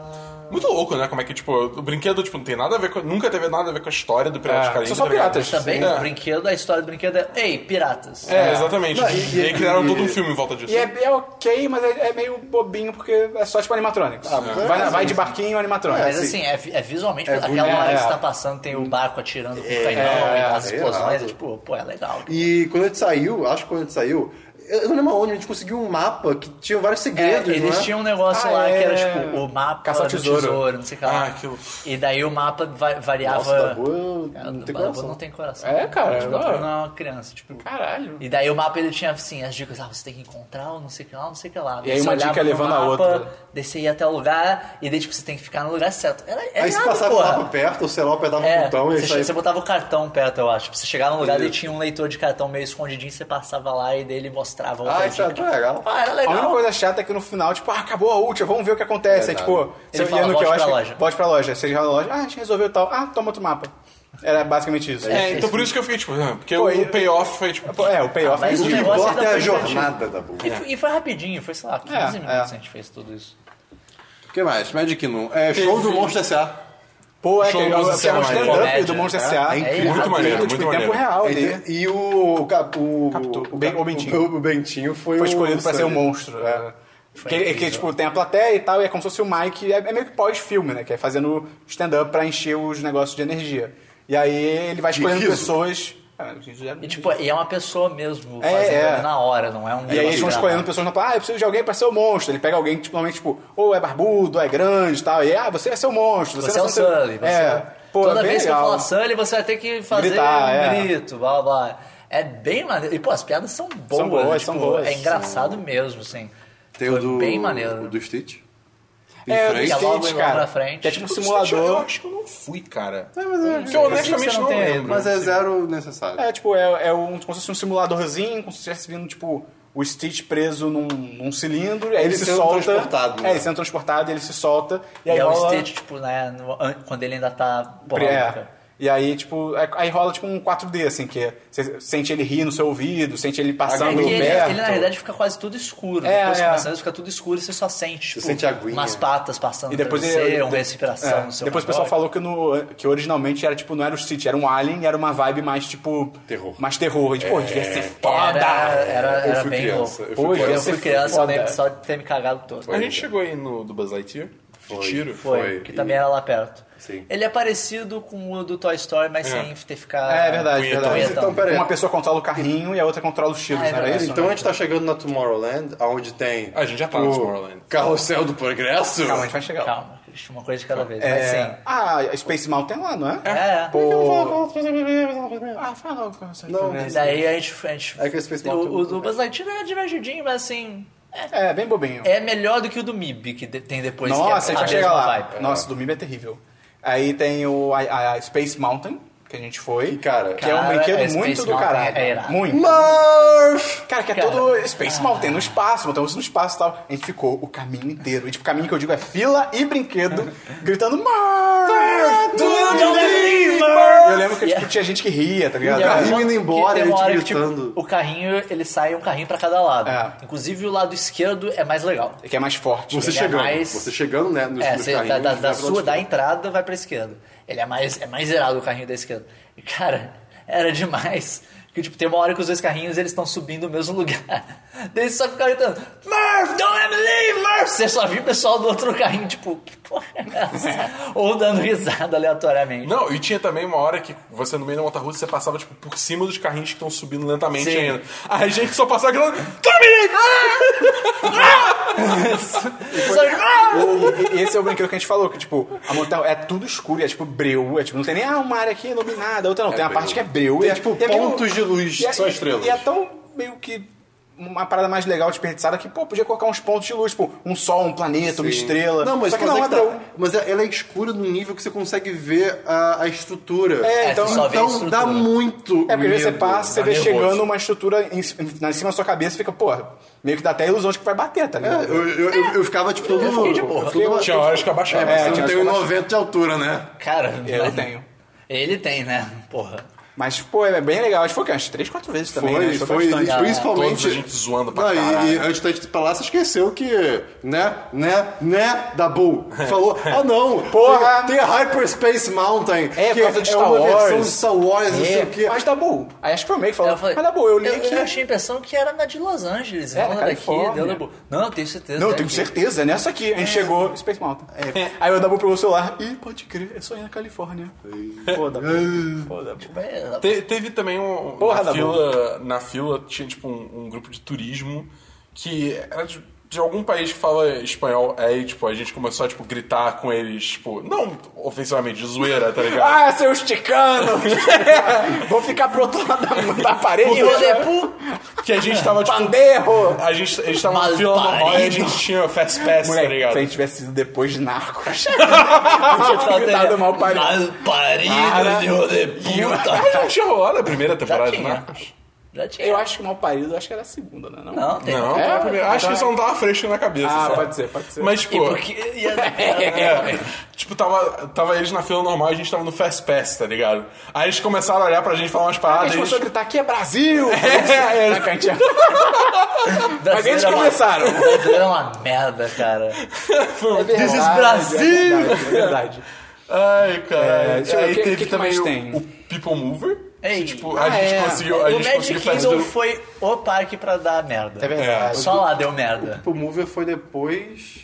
Speaker 1: Muito louco, né? Como é que, tipo, o brinquedo, tipo, não tem nada a ver com. Nunca teve nada a ver com a história do Pirata
Speaker 3: É,
Speaker 1: de Caribe.
Speaker 3: são só
Speaker 1: tá ligado?
Speaker 3: piratas.
Speaker 2: Também
Speaker 1: Sim.
Speaker 2: o brinquedo, a história do brinquedo é... Ei, piratas!
Speaker 1: É, exatamente.
Speaker 4: Não,
Speaker 1: e,
Speaker 4: e-
Speaker 1: aí criaram
Speaker 4: e-
Speaker 1: todo um filme em volta disso.
Speaker 3: E é, é ok, mas é, é meio bobinho porque é só tipo animatronics.
Speaker 4: mas
Speaker 3: vai,
Speaker 4: é,
Speaker 3: vai
Speaker 4: mas-
Speaker 3: de barquinho animatronics.
Speaker 2: Mas assim, é, vi- é visualmente...
Speaker 4: É
Speaker 2: aquela
Speaker 4: bonito,
Speaker 2: hora
Speaker 3: é,
Speaker 2: que você
Speaker 3: é.
Speaker 2: tá passando, tem o barco atirando com o canhão
Speaker 3: é,
Speaker 2: e as
Speaker 4: é
Speaker 2: explosões.
Speaker 4: errado.
Speaker 2: É tipo, pô, é legal.
Speaker 4: E quando a gente saiu, acho que quando a gente saiu, eu eu não lembro onde, a gente conseguiu um mapa que tinha vários
Speaker 2: É,
Speaker 4: segredos,
Speaker 2: eles
Speaker 4: né?
Speaker 2: tinham um negócio
Speaker 3: Ah,
Speaker 2: lá que era
Speaker 3: é.
Speaker 2: tipo o mapa
Speaker 3: Caça ao
Speaker 2: do
Speaker 3: tesouro.
Speaker 2: tesouro. não sei o que lá.
Speaker 1: Ah, aquilo.
Speaker 2: E daí o mapa va- variava.
Speaker 4: Nossa, da boa, eu-
Speaker 2: É,
Speaker 4: não
Speaker 2: o
Speaker 4: tem
Speaker 2: Babu
Speaker 4: coração.
Speaker 2: não tem coração.
Speaker 3: É, cara,
Speaker 2: Não,
Speaker 3: é.
Speaker 2: não é uma criança, tipo.
Speaker 3: Caralho.
Speaker 2: E daí o mapa ele tinha assim, as dicas, ah, você tem que encontrar o não sei o que lá, não sei o que lá.
Speaker 3: E aí uma dica levando a outra.
Speaker 2: Descer ia até o lugar, e daí tipo, você tem que ficar no lugar certo. Era, era
Speaker 4: Aí você
Speaker 2: irado,
Speaker 4: passava o
Speaker 2: É porra.
Speaker 4: mapa perto, ou sei lá, apertava o
Speaker 2: É,
Speaker 4: botão e
Speaker 2: você,
Speaker 4: isso aí.
Speaker 2: você botava o cartão perto, eu acho. Tipo, Você chegava no lugar e
Speaker 4: Isso.
Speaker 2: tinha um leitor de cartão meio escondidinho, você passava lá e daí ele mostrava outra
Speaker 4: Ah, isso
Speaker 2: dica.
Speaker 4: é tão legal.
Speaker 2: Ah, era
Speaker 3: A única
Speaker 2: legal.
Speaker 3: coisa chata é que no final, tipo, ah, acabou a última, vamos ver o que acontece. Aí,
Speaker 4: Verdade.
Speaker 3: tipo,
Speaker 2: Ele
Speaker 3: você
Speaker 2: fala,
Speaker 3: ia no que
Speaker 2: volte
Speaker 3: eu acho
Speaker 2: pra
Speaker 3: que.
Speaker 2: loja.
Speaker 3: Volte pra loja. Você já na loja, ah, a gente resolveu tal. Ah, toma outro mapa. Era basicamente isso.
Speaker 1: É, então por isso que eu fiquei, tipo, ah, porque
Speaker 3: Pô, e-
Speaker 1: o payoff foi, tipo,
Speaker 3: Pô, é, o payoff
Speaker 2: Ah,
Speaker 3: é
Speaker 2: mas
Speaker 3: isso.
Speaker 4: O que
Speaker 2: Esse negócio
Speaker 4: importa
Speaker 2: ainda
Speaker 4: é a
Speaker 2: foi divertido.
Speaker 4: jornada da boa.
Speaker 2: E foi, e foi rapidinho, foi, sei lá, 15
Speaker 3: É,
Speaker 2: minutos
Speaker 3: é.
Speaker 2: a gente fez tudo isso.
Speaker 4: O que mais? Magic Kingdom. É show do Monstro S.A.
Speaker 3: Pô, é que
Speaker 1: Show
Speaker 3: é
Speaker 1: do
Speaker 3: um
Speaker 1: Monstro S.A.
Speaker 3: stand-up
Speaker 2: Comédia,
Speaker 3: do Monstro
Speaker 2: é,
Speaker 3: S.A.
Speaker 4: é
Speaker 3: tipo, Em
Speaker 4: incrível.
Speaker 1: muito maneiro,
Speaker 3: tempo
Speaker 1: muito maneiro.
Speaker 3: real, né?
Speaker 4: E, e o, o, cap- o,
Speaker 3: Capitão.
Speaker 4: o,
Speaker 3: Ben-
Speaker 4: Ben-
Speaker 3: o Bentinho.
Speaker 4: o Bentinho foi,
Speaker 3: Foi escolhido
Speaker 4: o
Speaker 3: pra ser o
Speaker 4: Sunny.
Speaker 3: monstro. é. Que, é que, tipo, tem a plateia e tal, e é como se fosse o Mike. É, é meio que pós-filme, né? Que é fazendo stand-up pra encher os negócios de energia. E aí ele vai escolhendo
Speaker 4: riso.
Speaker 3: pessoas. Ah, riso já não-
Speaker 2: E, tipo, e é uma pessoa mesmo
Speaker 3: É,
Speaker 2: fazendo
Speaker 3: é.
Speaker 2: na hora, não é um.
Speaker 3: E aí eles
Speaker 2: negócio
Speaker 3: vão escolhendo
Speaker 2: gravado.
Speaker 3: pessoas na plateia, ah, eu preciso de alguém pra ser o monstro. Ele pega alguém que, tipo, normalmente, tipo, ou é barbudo, ou é grande e tal. E ah, você vai ser o monstro.
Speaker 2: Você é
Speaker 3: vai
Speaker 2: o
Speaker 3: ser o-
Speaker 2: Sully. Você...
Speaker 3: É. Pô,
Speaker 2: Toda
Speaker 3: é bem
Speaker 2: vez que eu assim,
Speaker 3: legal.
Speaker 2: falar Sully, você vai ter que fazer
Speaker 3: Gritar,
Speaker 2: um
Speaker 3: é.
Speaker 2: grito, blá blá. É bem maneiro. E, pô, as piadas são boas.
Speaker 3: boas,
Speaker 2: né?
Speaker 3: são
Speaker 2: Tipo,
Speaker 3: boas.
Speaker 2: É engraçado mesmo, assim.
Speaker 4: Tem
Speaker 2: Foi
Speaker 4: o do.
Speaker 2: bem maneiro. né?
Speaker 4: O do Stitch.
Speaker 3: É,
Speaker 4: Em
Speaker 2: Que
Speaker 3: do
Speaker 2: é
Speaker 4: frente.
Speaker 2: logo
Speaker 3: Stitch,
Speaker 2: lá
Speaker 3: cara.
Speaker 2: pra frente.
Speaker 3: Que é tipo um
Speaker 1: Eu
Speaker 3: simulador.
Speaker 1: acho que eu não fui, cara. Porque eu
Speaker 2: Eu sei que
Speaker 1: honestamente
Speaker 2: você
Speaker 1: não,
Speaker 2: não tem
Speaker 1: lembro.
Speaker 2: ainda,
Speaker 4: Mas é zero necessário.
Speaker 3: É, tipo, é, é um, como se fosse um simuladorzinho, como se estivesse vindo, tipo, o Stitch preso num, num cilindro, aí ele,
Speaker 4: Ele
Speaker 3: se
Speaker 4: sendo
Speaker 3: solta.
Speaker 4: transportado, né?
Speaker 3: É, ele sendo transportado, ele se solta, e
Speaker 2: E
Speaker 3: aí
Speaker 2: é o
Speaker 3: rola-
Speaker 2: Stitch, tipo, né? no- an- quando ele ainda tá porra,
Speaker 3: É.
Speaker 2: cara.
Speaker 3: E aí, tipo, aí- aí rola tipo um 4D, assim, que você sente ele rir no seu ouvido, sente ele
Speaker 2: É
Speaker 3: passando
Speaker 2: que ele,
Speaker 3: perto.
Speaker 2: ele, na verdade, fica quase tudo escuro.
Speaker 3: Tá É,
Speaker 2: Depois que
Speaker 3: é.
Speaker 2: começa a luz, fica tudo escuro e você só sente, tipo,
Speaker 4: sente a aguinha.
Speaker 2: umas patas passando
Speaker 3: E depois
Speaker 2: por
Speaker 3: ele-
Speaker 2: você,
Speaker 3: de-
Speaker 2: uma respiração
Speaker 3: É,
Speaker 2: no seu
Speaker 3: Depois o pessoal
Speaker 2: negócio.
Speaker 3: falou que, no, que originalmente era tipo, não era o City, era um Alien e era uma vibe mais tipo.
Speaker 4: Terror. É.
Speaker 3: Mais terror. E, tipo, pô, devia ser foda!
Speaker 2: Era, era,
Speaker 4: Eu
Speaker 2: era
Speaker 4: fui
Speaker 2: bem
Speaker 4: criança,
Speaker 2: louco.
Speaker 4: eu
Speaker 3: fui
Speaker 2: Hoje, eu
Speaker 3: criança.
Speaker 2: fui criança, eu
Speaker 3: Foda.
Speaker 2: lembro só de ter me cagado todo.
Speaker 1: A gente chegou aí no do Buzz Lightyear.
Speaker 4: Foi.
Speaker 1: De tiro.
Speaker 2: Foi,
Speaker 4: Foi,
Speaker 2: que
Speaker 4: e-
Speaker 2: também era lá perto.
Speaker 4: Sim.
Speaker 2: Ele é parecido com o do Toy Story, mas sem ter ficado...
Speaker 3: É verdade,
Speaker 1: Punhetão.
Speaker 3: verdade.
Speaker 4: Mas então, peraí.
Speaker 3: Uma pessoa controla o carrinho e a outra controla os tiros,
Speaker 2: Ah, é
Speaker 3: não era
Speaker 2: verdade.
Speaker 3: isso?
Speaker 4: Então a
Speaker 3: né?
Speaker 4: gente tá chegando na Tomorrowland, onde tem.
Speaker 1: A gente já tá
Speaker 4: o
Speaker 1: no Tomorrowland.
Speaker 4: Carrossel do Progresso.
Speaker 3: Calma, a gente vai chegar lá.
Speaker 2: Calma, Cristian, uma coisa de cada vez. Mas
Speaker 3: É,
Speaker 2: sim.
Speaker 3: ah, a Space Mountain lá, não é?
Speaker 2: É,
Speaker 3: Pô. Ah, fala logo com essa
Speaker 4: Não,
Speaker 3: diferença.
Speaker 2: daí a gente... A gente
Speaker 4: É que esse
Speaker 2: o,
Speaker 4: Space Mountain-
Speaker 2: o do Buzz Lightyear é divertidinho, mas assim...
Speaker 3: É, bem bobinho.
Speaker 2: É melhor do que o do MIB, que de- tem depois. que
Speaker 3: Nossa, a
Speaker 2: é
Speaker 3: gente vai
Speaker 2: mesma
Speaker 3: chegar lá.
Speaker 2: vibe.
Speaker 3: Nossa, do MIB é terrível. Aí tem o, a, a Space Mountain, que a gente foi.
Speaker 4: E, cara,
Speaker 3: que é um
Speaker 2: Cara,
Speaker 3: brinquedo
Speaker 2: é
Speaker 3: muito
Speaker 2: Space
Speaker 3: do
Speaker 2: Mountain,
Speaker 3: caralho.
Speaker 2: é irado.
Speaker 3: muito.
Speaker 4: Murph!
Speaker 3: Cara, que é
Speaker 2: Cara.
Speaker 3: todo Space Mountain no espaço, botamos no espaço e tal. A gente ficou o caminho inteiro. E, tipo, o caminho que eu digo é fila e brinquedo, gritando Murph!
Speaker 2: Don't
Speaker 3: E
Speaker 2: believe,
Speaker 3: eu lembro que tipo,
Speaker 2: Yeah.
Speaker 3: tinha gente que ria, tá ligado?
Speaker 2: E é uma
Speaker 4: carrinho
Speaker 2: hora
Speaker 4: indo
Speaker 2: que
Speaker 4: embora,
Speaker 2: tem
Speaker 4: a
Speaker 2: uma
Speaker 4: gente
Speaker 2: hora que, tipo,
Speaker 4: gritando.
Speaker 2: o carrinho, ele sai um carrinho pra cada lado.
Speaker 3: É.
Speaker 2: Inclusive o lado esquerdo é mais legal.
Speaker 3: É que é mais forte.
Speaker 4: Você
Speaker 2: Ele é
Speaker 4: chegando,
Speaker 2: mais-
Speaker 4: você chegando, né? Nos,
Speaker 2: É,
Speaker 4: nos
Speaker 2: cê- da,
Speaker 4: carrinhos,
Speaker 2: da,
Speaker 4: né,
Speaker 2: da
Speaker 4: pra
Speaker 2: sua,
Speaker 4: onde
Speaker 2: da
Speaker 4: for.
Speaker 2: entrada vai pra esquerda. Ele é mais, é mais zerado o carrinho da esquerda. E, cara, era demais. Que, tipo, tem uma hora que os dois carrinhos, eles estão subindo o mesmo lugar. Daí eles só ficaram gritando, Murph, don't let me leave, Murph! Você só viu o pessoal do outro carrinho, tipo, que porra é essa? Ou dando risada aleatoriamente.
Speaker 1: Não, e tinha também uma hora que você no meio da monta russa você passava tipo por cima dos carrinhos que estão subindo lentamente
Speaker 2: Sim.
Speaker 1: ainda. Aí a gente só passava gritando, Tommy!
Speaker 2: Só, "Ah!"
Speaker 3: E- e- e esse é o brinquedo que a gente falou, que tipo, a montanha é tudo escuro, e é tipo breu, é tipo, não tem nem ah, uma área aqui iluminada, outra não, tem a
Speaker 4: breu.
Speaker 3: parte que é breu.
Speaker 4: Tem,
Speaker 3: e é,
Speaker 4: tipo,
Speaker 3: e é meio-
Speaker 4: pontos de luz
Speaker 3: e é-
Speaker 4: que são estrelas.
Speaker 3: E é tão meio que uma parada mais legal desperdiçada que, pô, podia colocar uns pontos de luz, tipo, um sol, um planeta, uma
Speaker 4: Sim.
Speaker 3: estrela.
Speaker 4: Não, mas,
Speaker 3: Só que
Speaker 4: mas
Speaker 3: não,
Speaker 4: é
Speaker 3: é
Speaker 4: que tá-
Speaker 3: breu.
Speaker 4: mas é- ela é escura no nível que você consegue ver a, a estrutura.
Speaker 3: É, então-
Speaker 2: você só vê a
Speaker 4: então dá
Speaker 2: estrutura.
Speaker 4: muito.
Speaker 3: É porque às vezes você
Speaker 4: medo,
Speaker 3: passa, você
Speaker 4: dá
Speaker 3: vê
Speaker 4: nervoso.
Speaker 3: chegando uma estrutura em, na cima da sua cabeça e fica, pô, meio que dá até a ilusão de que vai bater, tá ligado?
Speaker 4: É, eu, eu, eu, eu ficava tipo todo. Eu
Speaker 2: fiquei de boa.
Speaker 4: todo-
Speaker 1: Tinha horas que abaixava. assim,
Speaker 4: É,
Speaker 3: É,
Speaker 4: você
Speaker 3: tinha
Speaker 4: não tem
Speaker 3: horas que eu
Speaker 4: 90 de altura, né?
Speaker 2: Cara,
Speaker 3: Eu
Speaker 2: mas-
Speaker 3: tenho.
Speaker 2: Ele tem, né? Porra.
Speaker 3: Mas, pô, é bem legal. Acho que foi o quê? umas três, quatro vezes também, né? A
Speaker 4: Foi,
Speaker 3: gente
Speaker 4: foi,
Speaker 3: bastante.
Speaker 4: e principalmente.
Speaker 1: Todos a gente zoando pra
Speaker 4: Não, e-
Speaker 1: caralho.
Speaker 4: E antes da gente ir pra lá, você esqueceu que. Né, né, né, da Bull. Falou, ah não,
Speaker 3: Porra!
Speaker 4: Tem, tem a Hyperspace Mountain,
Speaker 3: É,
Speaker 4: que
Speaker 3: por causa de Star
Speaker 4: uma versão
Speaker 3: Wars.
Speaker 4: de Star Wars, não
Speaker 3: É,
Speaker 4: sei o quê.
Speaker 3: Mas da Bull. Aí acho que foi o meio que falou.
Speaker 2: Eu falei,
Speaker 3: mas da Bull, eu li
Speaker 2: eu,
Speaker 3: aqui.
Speaker 2: eu achei a impressão que era na de Los Angeles,
Speaker 3: É,
Speaker 2: não
Speaker 3: na
Speaker 2: era daqui.
Speaker 3: Califórnia.
Speaker 2: Deu na boa. Não, eu tenho certeza.
Speaker 3: Não, eu
Speaker 2: é
Speaker 3: tenho
Speaker 2: aqui.
Speaker 3: certeza, é nessa aqui. A gente chegou, Space Mountain.
Speaker 2: É.
Speaker 3: É. Aí o Dabu pegou o celular. Ih, pode crer, é só ir na Califórnia. Pô, Dabu. Pô, Dabu.
Speaker 2: É,
Speaker 1: Te- teve também um. na,
Speaker 3: Porra, Dabu.
Speaker 1: fila, na fila tinha tipo um, um grupo de turismo que era de, de algum país que fala espanhol. Aí, tipo, a gente começou a tipo, gritar com eles, tipo, não ofensivamente, de zoeira, tá ligado?
Speaker 3: Ah, seus ticanos! Vou ficar pro outro lado da, da parede. né?
Speaker 2: Hijo de pu-
Speaker 1: que a gente tava, tipo.
Speaker 3: Ah, Pandeiro!
Speaker 1: A gente, a gente tava na
Speaker 2: Mal
Speaker 1: fila normal e a
Speaker 2: parido.
Speaker 1: gente tinha fast pass, tá
Speaker 3: Moleque,
Speaker 1: ligado?
Speaker 3: se a gente tivesse sido depois de Narcos, a gente tinha gritado mal parido.
Speaker 2: Mal parido,
Speaker 3: Cara,
Speaker 2: hijo de é
Speaker 1: Mas
Speaker 2: puta.
Speaker 1: já tinha rolado a primeira temporada né? de
Speaker 2: tinha.
Speaker 1: Narcos?
Speaker 2: Já tinha.
Speaker 3: Eu acho que mal parido, acho que era a segunda, né? Não?
Speaker 2: Não, tem.
Speaker 1: Não,
Speaker 3: É,
Speaker 1: é, primeira. acho
Speaker 3: então
Speaker 1: que
Speaker 3: é.
Speaker 1: só não tava fresco na cabeça.
Speaker 3: Ah,
Speaker 1: sabe?
Speaker 3: pode ser, pode ser.
Speaker 1: Mas, tipo,
Speaker 2: E porque... e a-
Speaker 1: é, tipo, tava, tava eles na fila normal e a gente tava no Fast Pass, tá ligado? Aí eles começaram a olhar pra gente falar umas
Speaker 3: A
Speaker 1: paradas.
Speaker 3: gente
Speaker 1: e eles-
Speaker 3: começou a gritar aqui é Brasil! É, é, Mas eles
Speaker 2: brasileiro é uma-
Speaker 3: começaram.
Speaker 2: Brasileiro é uma merda, cara.
Speaker 1: Foi-
Speaker 2: This is
Speaker 3: É
Speaker 2: Brasil!
Speaker 3: verdade, é verdade.
Speaker 1: Ai,
Speaker 3: É,
Speaker 1: cara.
Speaker 3: deixa eu ver,
Speaker 1: aí
Speaker 3: o que-
Speaker 1: teve
Speaker 3: o que que
Speaker 1: também
Speaker 3: mais
Speaker 1: o,
Speaker 3: tem?
Speaker 1: o People Mover.
Speaker 2: Ei.
Speaker 1: que, tipo, a
Speaker 3: Ah,
Speaker 1: gente
Speaker 3: é.
Speaker 1: conseguiu, a
Speaker 2: o
Speaker 1: gente
Speaker 2: Magic
Speaker 1: conseguiu
Speaker 2: Kingdom
Speaker 1: fazer.
Speaker 2: foi o parque pra dar merda.
Speaker 3: É verdade.
Speaker 2: Só lá deu merda.
Speaker 4: O Mover foi depois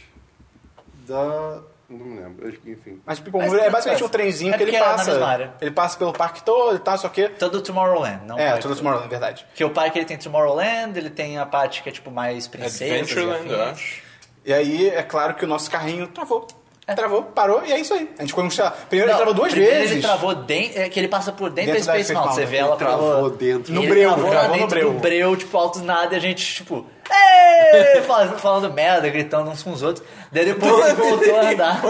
Speaker 4: da. Não me lembro, acho que, enfim.
Speaker 3: Mas People
Speaker 2: Mas
Speaker 3: Mover é
Speaker 2: tanto
Speaker 3: basicamente
Speaker 2: faz.
Speaker 3: um trenzinho
Speaker 2: É
Speaker 3: que ele
Speaker 2: porque era na mesma
Speaker 3: passa.
Speaker 2: área.
Speaker 3: Ele passa pelo parque todo e tal, só que.
Speaker 2: Todo Tomorrowland, não
Speaker 3: É,
Speaker 2: parque.
Speaker 3: todo Tomorrowland, verdade.
Speaker 2: Porque o parque ele tem Tomorrowland, ele tem a parte que é tipo mais princesa.
Speaker 1: Adventureland, eu acho.
Speaker 3: E aí, é claro que o nosso carrinho travou.
Speaker 2: É,
Speaker 3: Travou, parou e é isso aí. A gente ficou, sei lá, primeiro
Speaker 2: Não,
Speaker 3: ele travou duas
Speaker 2: primeiro
Speaker 3: vezes.
Speaker 2: Ele travou dentro. É que ele passa por dentro,
Speaker 3: Dentro
Speaker 2: da
Speaker 3: da
Speaker 2: Space
Speaker 3: Space
Speaker 2: Mountain. Você
Speaker 3: Mountain.
Speaker 2: vê ela
Speaker 4: Ele travou dentro.
Speaker 3: No
Speaker 2: Ele
Speaker 3: breu,
Speaker 2: travou lá
Speaker 3: travou no
Speaker 2: dentro
Speaker 3: breu.
Speaker 2: do breu, tipo, alto do nada, e a gente, tipo, "Ê!" falando, falando merda, gritando uns com os outros. Daí depois ele voltou a andar.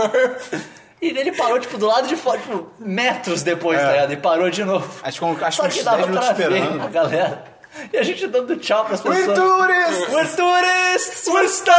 Speaker 2: E ele parou, tipo, do lado de fora, tipo, metros depois, tá ligado? E parou de novo.
Speaker 3: Acho que um- acho
Speaker 2: Só
Speaker 3: que
Speaker 2: que
Speaker 3: uns
Speaker 2: dava
Speaker 3: 10 minutos
Speaker 2: pra ver
Speaker 3: esperando.
Speaker 2: a galera. E a gente dando tchau pras
Speaker 3: We're
Speaker 2: pessoas.
Speaker 3: tourists!
Speaker 2: We're tourists! We're stuck!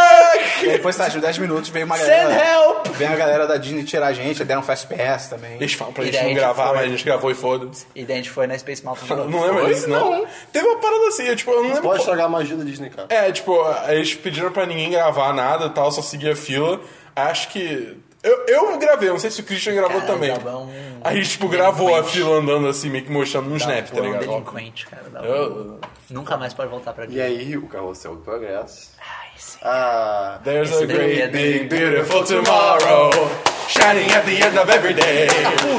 Speaker 3: E aí depois, tá, de 10 minutos, veio uma
Speaker 2: Send
Speaker 3: galera.
Speaker 2: help!
Speaker 3: Vem a galera da Disney tirar a gente, deram um Fast Pass também.
Speaker 1: Eles falam pra
Speaker 2: E
Speaker 1: gente
Speaker 2: daí
Speaker 1: não
Speaker 2: a gente
Speaker 1: gravar,
Speaker 2: foi.
Speaker 1: mas a gente gravou e foda-se.
Speaker 2: E daí a gente foi na Space Mountain de novo.
Speaker 1: Não lembra disso, não? Teve uma parada assim, eu, tipo, eu não lembro.
Speaker 4: Pode
Speaker 1: qual-
Speaker 4: estragar a magia da Disney, cara.
Speaker 1: É, tipo, eles pediram pra ninguém gravar nada e tal, só seguir a fila. Acho que. Eu, eu gravei, não sei se o Christian gravou
Speaker 2: Cara,
Speaker 1: também.
Speaker 2: dava um-
Speaker 1: A gente, tipo, gravou a fila andando assim, meio que mostrando no snap, tá
Speaker 2: Pô, é um
Speaker 1: ligado?
Speaker 2: delinquente, cara. dá um-
Speaker 1: Eu-
Speaker 2: Nunca mais pode voltar pra
Speaker 4: E é-
Speaker 2: Disney.
Speaker 4: aí, o carrossel do progresso.
Speaker 2: Ai, sim.
Speaker 4: Ah,
Speaker 1: There's a
Speaker 2: Esse daí é
Speaker 1: great
Speaker 2: dele.
Speaker 1: big beautiful tomorrow shining at the end of every day.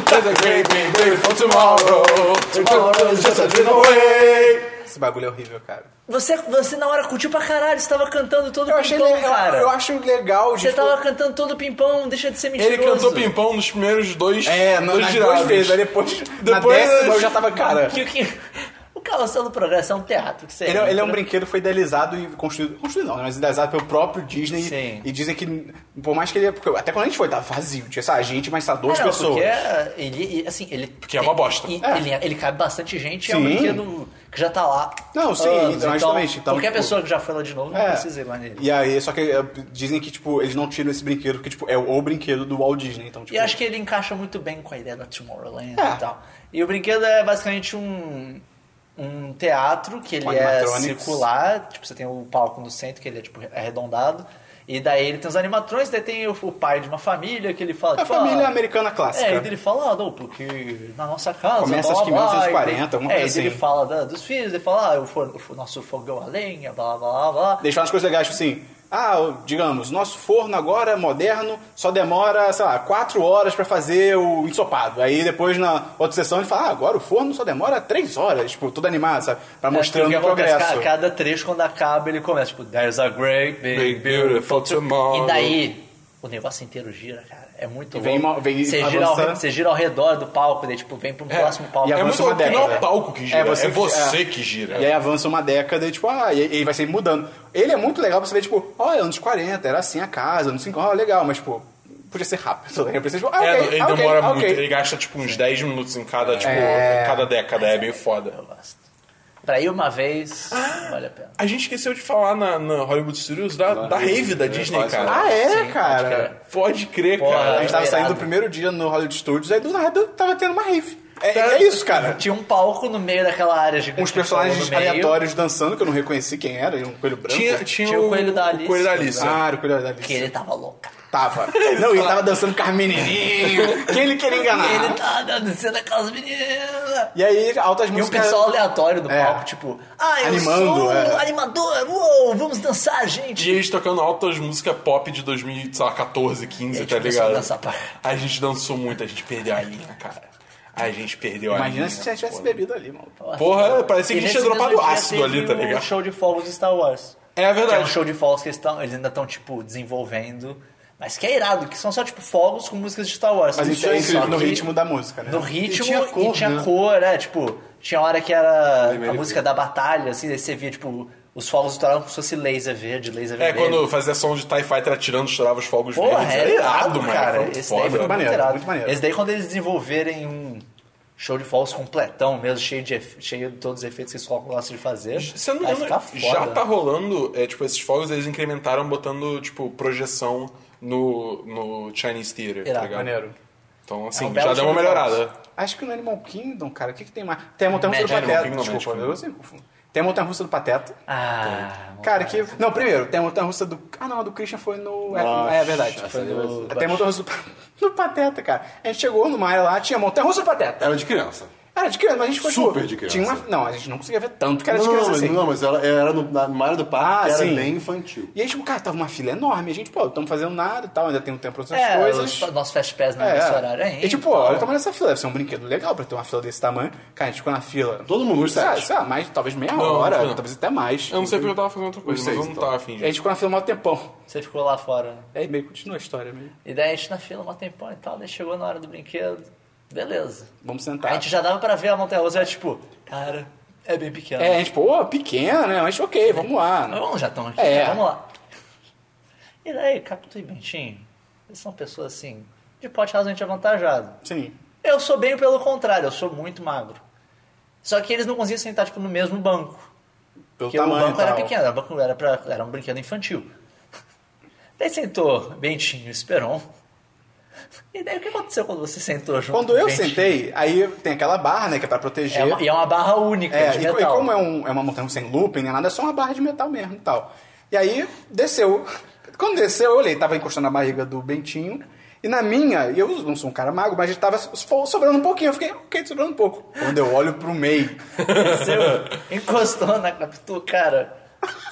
Speaker 1: There's a great big beautiful tomorrow. Tomorrow is just a dream away.
Speaker 3: Esse bagulho é horrível, cara.
Speaker 2: Você, você na hora curtiu pra caralho, você tava cantando todo
Speaker 3: Eu achei
Speaker 2: pimpão,
Speaker 3: legal,
Speaker 2: cara.
Speaker 3: Então, eu acho legal.
Speaker 2: Você
Speaker 3: tipo,
Speaker 2: tava cantando todo pimpão, deixa de ser mentiroso.
Speaker 1: Ele cantou pimpão nos primeiros dois.
Speaker 3: É, no,
Speaker 1: dois
Speaker 3: nas
Speaker 1: girados.
Speaker 3: duas vezes. Aí depois, na
Speaker 1: Depois-
Speaker 3: décima, eu já tava, cara...
Speaker 2: Que, que, o Carrossel do Progresso é um teatro. Que você
Speaker 3: Ele, é- ele é um
Speaker 2: entra-
Speaker 3: brinquedo que foi idealizado e construído. Construído não, né, mas idealizado pelo próprio Disney.
Speaker 2: Sim.
Speaker 3: E dizem que, por mais que ele. Porque até quando a gente foi, tava vazio. Tinha essa gente, mas só duas
Speaker 2: Ah, não,
Speaker 3: pessoas.
Speaker 2: Porque é- ele, e, assim, ele
Speaker 1: Porque é uma bosta.
Speaker 2: e-
Speaker 3: É.
Speaker 2: Ele, ele cabe bastante gente, é um
Speaker 3: Sim.
Speaker 2: brinquedo que já tá lá.
Speaker 3: Não, sim,
Speaker 2: anos,
Speaker 3: então, justamente, então,
Speaker 2: qualquer
Speaker 3: tipo-
Speaker 2: pessoa que já foi lá de novo não
Speaker 3: É.
Speaker 2: precisa ir lá nele.
Speaker 3: E aí, só que é, dizem que, tipo, eles não tiram esse brinquedo, porque, tipo, é o brinquedo do Walt Disney. Então, tipo,
Speaker 2: E acho que ele encaixa muito bem com a ideia da Tomorrowland
Speaker 3: É.
Speaker 2: e tal. E o brinquedo é basicamente um, um teatro que ele
Speaker 3: Um
Speaker 2: é
Speaker 3: animatronics.
Speaker 2: circular. Tipo, você tem o palco no centro, que ele é tipo arredondado. E daí ele tem os animatrões, daí tem o, o pai de uma família que ele fala.
Speaker 3: É a
Speaker 2: tipo,
Speaker 3: família
Speaker 2: ah,
Speaker 3: americana clássica.
Speaker 2: É, e ele fala, ah, não, porque na nossa casa.
Speaker 3: Começa,
Speaker 2: blá,
Speaker 3: acho que
Speaker 2: blá, blá,
Speaker 3: 1940,
Speaker 2: e daí-
Speaker 3: alguma
Speaker 2: é,
Speaker 3: coisa
Speaker 2: e daí ele
Speaker 3: assim.
Speaker 2: fala da- dos filhos, ele fala, ah, o, for- o for- nosso fogão a lenha, blá blá blá blá.
Speaker 3: Deixa eu falar umas coisas legais, tipo assim. Ah, o- digamos, nosso forno agora é moderno só demora, sei lá, quatro horas pra fazer o ensopado. Aí depois na outra sessão ele fala, ah, agora o forno só demora três horas, tipo, tudo animado, sabe? Pra
Speaker 2: É,
Speaker 3: tá mostrando
Speaker 2: porque
Speaker 3: o
Speaker 2: acontece,
Speaker 3: progresso.
Speaker 2: ca- Cada trecho, quando acaba, ele começa, tipo, there's a great big
Speaker 1: Big beautiful tomorrow.
Speaker 2: E daí, o negócio inteiro gira, cara. É muito
Speaker 3: E vem
Speaker 2: louco.
Speaker 3: uma- vem
Speaker 2: Você gira, ao,
Speaker 3: avançando.
Speaker 2: você gira ao redor do palco, daí, tipo, vem pro próximo palco.
Speaker 3: e
Speaker 1: É muito
Speaker 3: avança uma
Speaker 1: louco, porque não é
Speaker 3: década.
Speaker 1: o palco que gira,
Speaker 3: É
Speaker 1: é
Speaker 3: você
Speaker 1: você,
Speaker 3: que- é.
Speaker 1: que gira.
Speaker 3: E aí avança uma década e tipo, ah, e, e vai sempre mudando. Ele é muito legal pra você ver, tipo, ó, anos 40, era assim a casa, anos 50, ó, legal, mas tipo, podia ser rápido. Né? Eu pensei, tipo, ah,
Speaker 1: É,
Speaker 3: ok,
Speaker 1: ele
Speaker 3: ah, ok,
Speaker 1: demora
Speaker 3: ah,
Speaker 1: muito,
Speaker 3: ok.
Speaker 1: ele gasta tipo uns 10 minutos em cada, tipo,
Speaker 3: É.
Speaker 1: cada década, é meio foda.
Speaker 2: Eu gosto. Pra ir uma vez,
Speaker 3: Ah.
Speaker 2: não vale a pena.
Speaker 1: A gente esqueceu de falar na, na Hollywood Studios da, da rave da Disney,
Speaker 4: quase
Speaker 1: cara.
Speaker 3: Ah, é,
Speaker 2: Sim,
Speaker 3: cara?
Speaker 2: pode crer.
Speaker 1: Pode crer,
Speaker 2: Porra.
Speaker 3: A
Speaker 1: cara. tá-
Speaker 3: gente tava
Speaker 2: Irado.
Speaker 3: saindo do primeiro dia no Hollywood Studios, aí do nada tava tendo uma rave. É, é isso, cara.
Speaker 2: Tinha um palco no meio daquela área gigante.
Speaker 3: Uns
Speaker 2: que falou
Speaker 3: personagens
Speaker 2: no meio.
Speaker 3: aleatórios dançando, que eu não reconheci quem era, e um coelho branco.
Speaker 1: Tinha, tinha,
Speaker 2: Tinha o Coelho da Alice. né?
Speaker 1: O coelho da Alice.
Speaker 3: Ah, era o coelho da Alice.
Speaker 2: Que ele tava louco.
Speaker 3: Tava. Não, ele tava dançando com as menininhas. Quem ele queria enganar?
Speaker 2: E ele tá tava dançando aquelas meninas.
Speaker 3: E aí, altas
Speaker 2: E um
Speaker 3: músicas...
Speaker 2: pessoal aleatório do
Speaker 3: É.
Speaker 2: palco, tipo, ah, eu
Speaker 3: Animando,
Speaker 2: sou
Speaker 3: é.
Speaker 2: animador, uou, vamos dançar, gente.
Speaker 1: E eles tocando altas músicas pop de 2014, 15,
Speaker 2: E
Speaker 1: tá
Speaker 2: a gente tipo, começou a
Speaker 1: ligado?
Speaker 2: dançar pra-
Speaker 1: A gente dançou muito, a gente perdeu a linha, cara. A gente perdeu a linha.
Speaker 3: Imagina se já tivesse assim.
Speaker 1: pô.
Speaker 3: bebido ali, mano.
Speaker 1: Porra, parecia
Speaker 2: E
Speaker 1: que a gente
Speaker 2: nesse
Speaker 1: tinha dropado
Speaker 2: mesmo dia
Speaker 1: ácido ali,
Speaker 2: teve
Speaker 1: tá
Speaker 2: o
Speaker 1: ligado?
Speaker 2: show de fogos do Star Wars.
Speaker 1: É
Speaker 2: Que é um
Speaker 1: verdade.
Speaker 2: show de fogos que eles, tão, eles ainda estão, tipo, desenvolvendo. Mas que é irado, que são só, tipo, fogos com músicas de Star Wars.
Speaker 3: Mas isso é
Speaker 2: Só
Speaker 3: incrível
Speaker 2: que
Speaker 3: no ritmo da música, né?
Speaker 2: No ritmo e
Speaker 4: tinha
Speaker 2: tinha
Speaker 4: cor,
Speaker 2: cor,
Speaker 4: né?
Speaker 2: é, tipo, tinha hora que era a
Speaker 4: Vermelho e
Speaker 2: música da batalha, assim, daí você via, tipo, os fogos estouravam como se fosse laser verde, laser
Speaker 1: É,
Speaker 2: vermelho.
Speaker 1: quando fazia som de TIE Fighter atirando, estourava os fogos
Speaker 2: Porra,
Speaker 1: verdes.
Speaker 2: é
Speaker 1: Era irado,
Speaker 2: irado,
Speaker 1: mano.
Speaker 2: cara.
Speaker 1: Foi
Speaker 2: Esse daí foi muito
Speaker 3: Muito maneiro,
Speaker 2: irado.
Speaker 3: muito maneiro.
Speaker 2: Esse daí quando eles desenvolverem um show de fogos completão mesmo, cheio de, efe- cheio de todos os efeitos que eles gostam de fazer,
Speaker 1: Se eu não me
Speaker 2: vai ficar
Speaker 1: engano,
Speaker 2: foda.
Speaker 1: já tá rolando, é, tipo, esses fogos eles incrementaram botando, tipo, projeção no, no Chinese Theater, tá
Speaker 2: Irado.
Speaker 1: ligado?
Speaker 3: Maneiro.
Speaker 1: Então,
Speaker 2: É
Speaker 1: assim,
Speaker 2: um belo
Speaker 1: já deu uma
Speaker 2: show de fogos.
Speaker 1: melhorada.
Speaker 3: Acho que no Animal Kingdom, cara, o que que tem mais? Tem a Montanha-Russa do
Speaker 2: Magic
Speaker 3: Pateta.
Speaker 1: Kingdom, Magic
Speaker 3: Desculpa,
Speaker 1: Kingdom.
Speaker 3: eu sempre confundo. Tem a Montanha-Russa do Pateta.
Speaker 2: Ah,
Speaker 3: Cara, que... Não, primeiro, tem a montanha-russa do... Ah, não, a do Christian foi no... É,
Speaker 4: Nossa,
Speaker 3: é verdade.
Speaker 4: essa
Speaker 3: Foi
Speaker 4: aí vai
Speaker 3: no...
Speaker 4: ser-
Speaker 3: Tem a montanha-russa do... do Pateta, cara. A gente chegou numa área lá, tinha montanha-russa do Pateta.
Speaker 4: Era de criança.
Speaker 3: Era de criança, mas a gente continuou.
Speaker 4: Super de criança.
Speaker 3: Tinha uma- Não, a gente não conseguia ver tanto que era de
Speaker 4: Não,
Speaker 3: criança
Speaker 4: mas,
Speaker 3: assim.
Speaker 4: não, mas era, era no, na, numa área do parque,
Speaker 3: Ah,
Speaker 4: era
Speaker 3: sim.
Speaker 4: bem infantil.
Speaker 3: E aí, tipo, cara, tava uma fila enorme. A gente, pô, estamos fazendo nada e tal, ainda tem um tempo pra outras
Speaker 2: É,
Speaker 3: coisas.
Speaker 2: os- nosso fast pass não é nesse horário então. ainda.
Speaker 3: e tipo, ó, olha o tamanho dessa fila. Deve ser um brinquedo legal pra ter uma fila desse tamanho. Cara, a gente ficou na fila.
Speaker 4: Todo mundo, os
Speaker 3: sei lá,
Speaker 4: sete.
Speaker 3: sei lá, mais, talvez meia
Speaker 1: não
Speaker 3: hora,
Speaker 1: foi, não.
Speaker 3: talvez até mais.
Speaker 1: Eu não sei porque eu tava fazendo outra coisa, mas
Speaker 4: seis,
Speaker 1: eu não
Speaker 4: então.
Speaker 1: tava afim
Speaker 2: É
Speaker 3: E a gente ficou na fila um maior tempão. É,
Speaker 2: Você ficou lá fora.
Speaker 3: E aí meio que continua a história mesmo.
Speaker 2: E daí a gente na fila, mó tempão e tal, daí chegou na hora do brinquedo. Beleza.
Speaker 3: Vamos
Speaker 2: A
Speaker 3: sentar.
Speaker 2: gente já dava pra ver a Montanha Russa, era tipo, cara, é bem pequena.
Speaker 3: É, a gente, pô, pequena, né? Mas ok, vamos lá.
Speaker 2: Mas Ah, vamos já estão aqui,
Speaker 3: É.
Speaker 2: tá? vamos lá. E daí, Capitu e Bentinho, eles são pessoas assim, de pote razoavelmente avantajado.
Speaker 3: Sim.
Speaker 2: Eu sou bem pelo contrário, eu sou muito magro. Só que eles não conseguiam sentar, tipo, no mesmo banco.
Speaker 3: Pelo
Speaker 2: Porque
Speaker 3: tamanho
Speaker 2: o banco
Speaker 3: e
Speaker 2: era
Speaker 3: tal.
Speaker 2: pequeno, era, banco, era, pra, era um brinquedo infantil. Daí sentou Bentinho e Esperon. E daí o que aconteceu quando você sentou junto?
Speaker 3: Quando
Speaker 2: com
Speaker 3: eu
Speaker 2: o Bentinho?
Speaker 3: sentei, aí tem aquela barra, né, que é pra proteger.
Speaker 2: É uma, e é uma barra única
Speaker 3: É,
Speaker 2: de
Speaker 3: e,
Speaker 2: metal.
Speaker 3: e como é, um- é uma montanha sem looping nem nada, é só uma barra de metal mesmo e tal. E aí, desceu. Quando desceu, eu olhei, tava encostando na barriga do Bentinho. E na minha, e eu não sou um cara mago, mas tava so- sobrando um pouquinho. Eu fiquei, ok, sobrando um pouco. Quando eu olho pro meio,
Speaker 2: Desceu, encostou na Capitu, cara.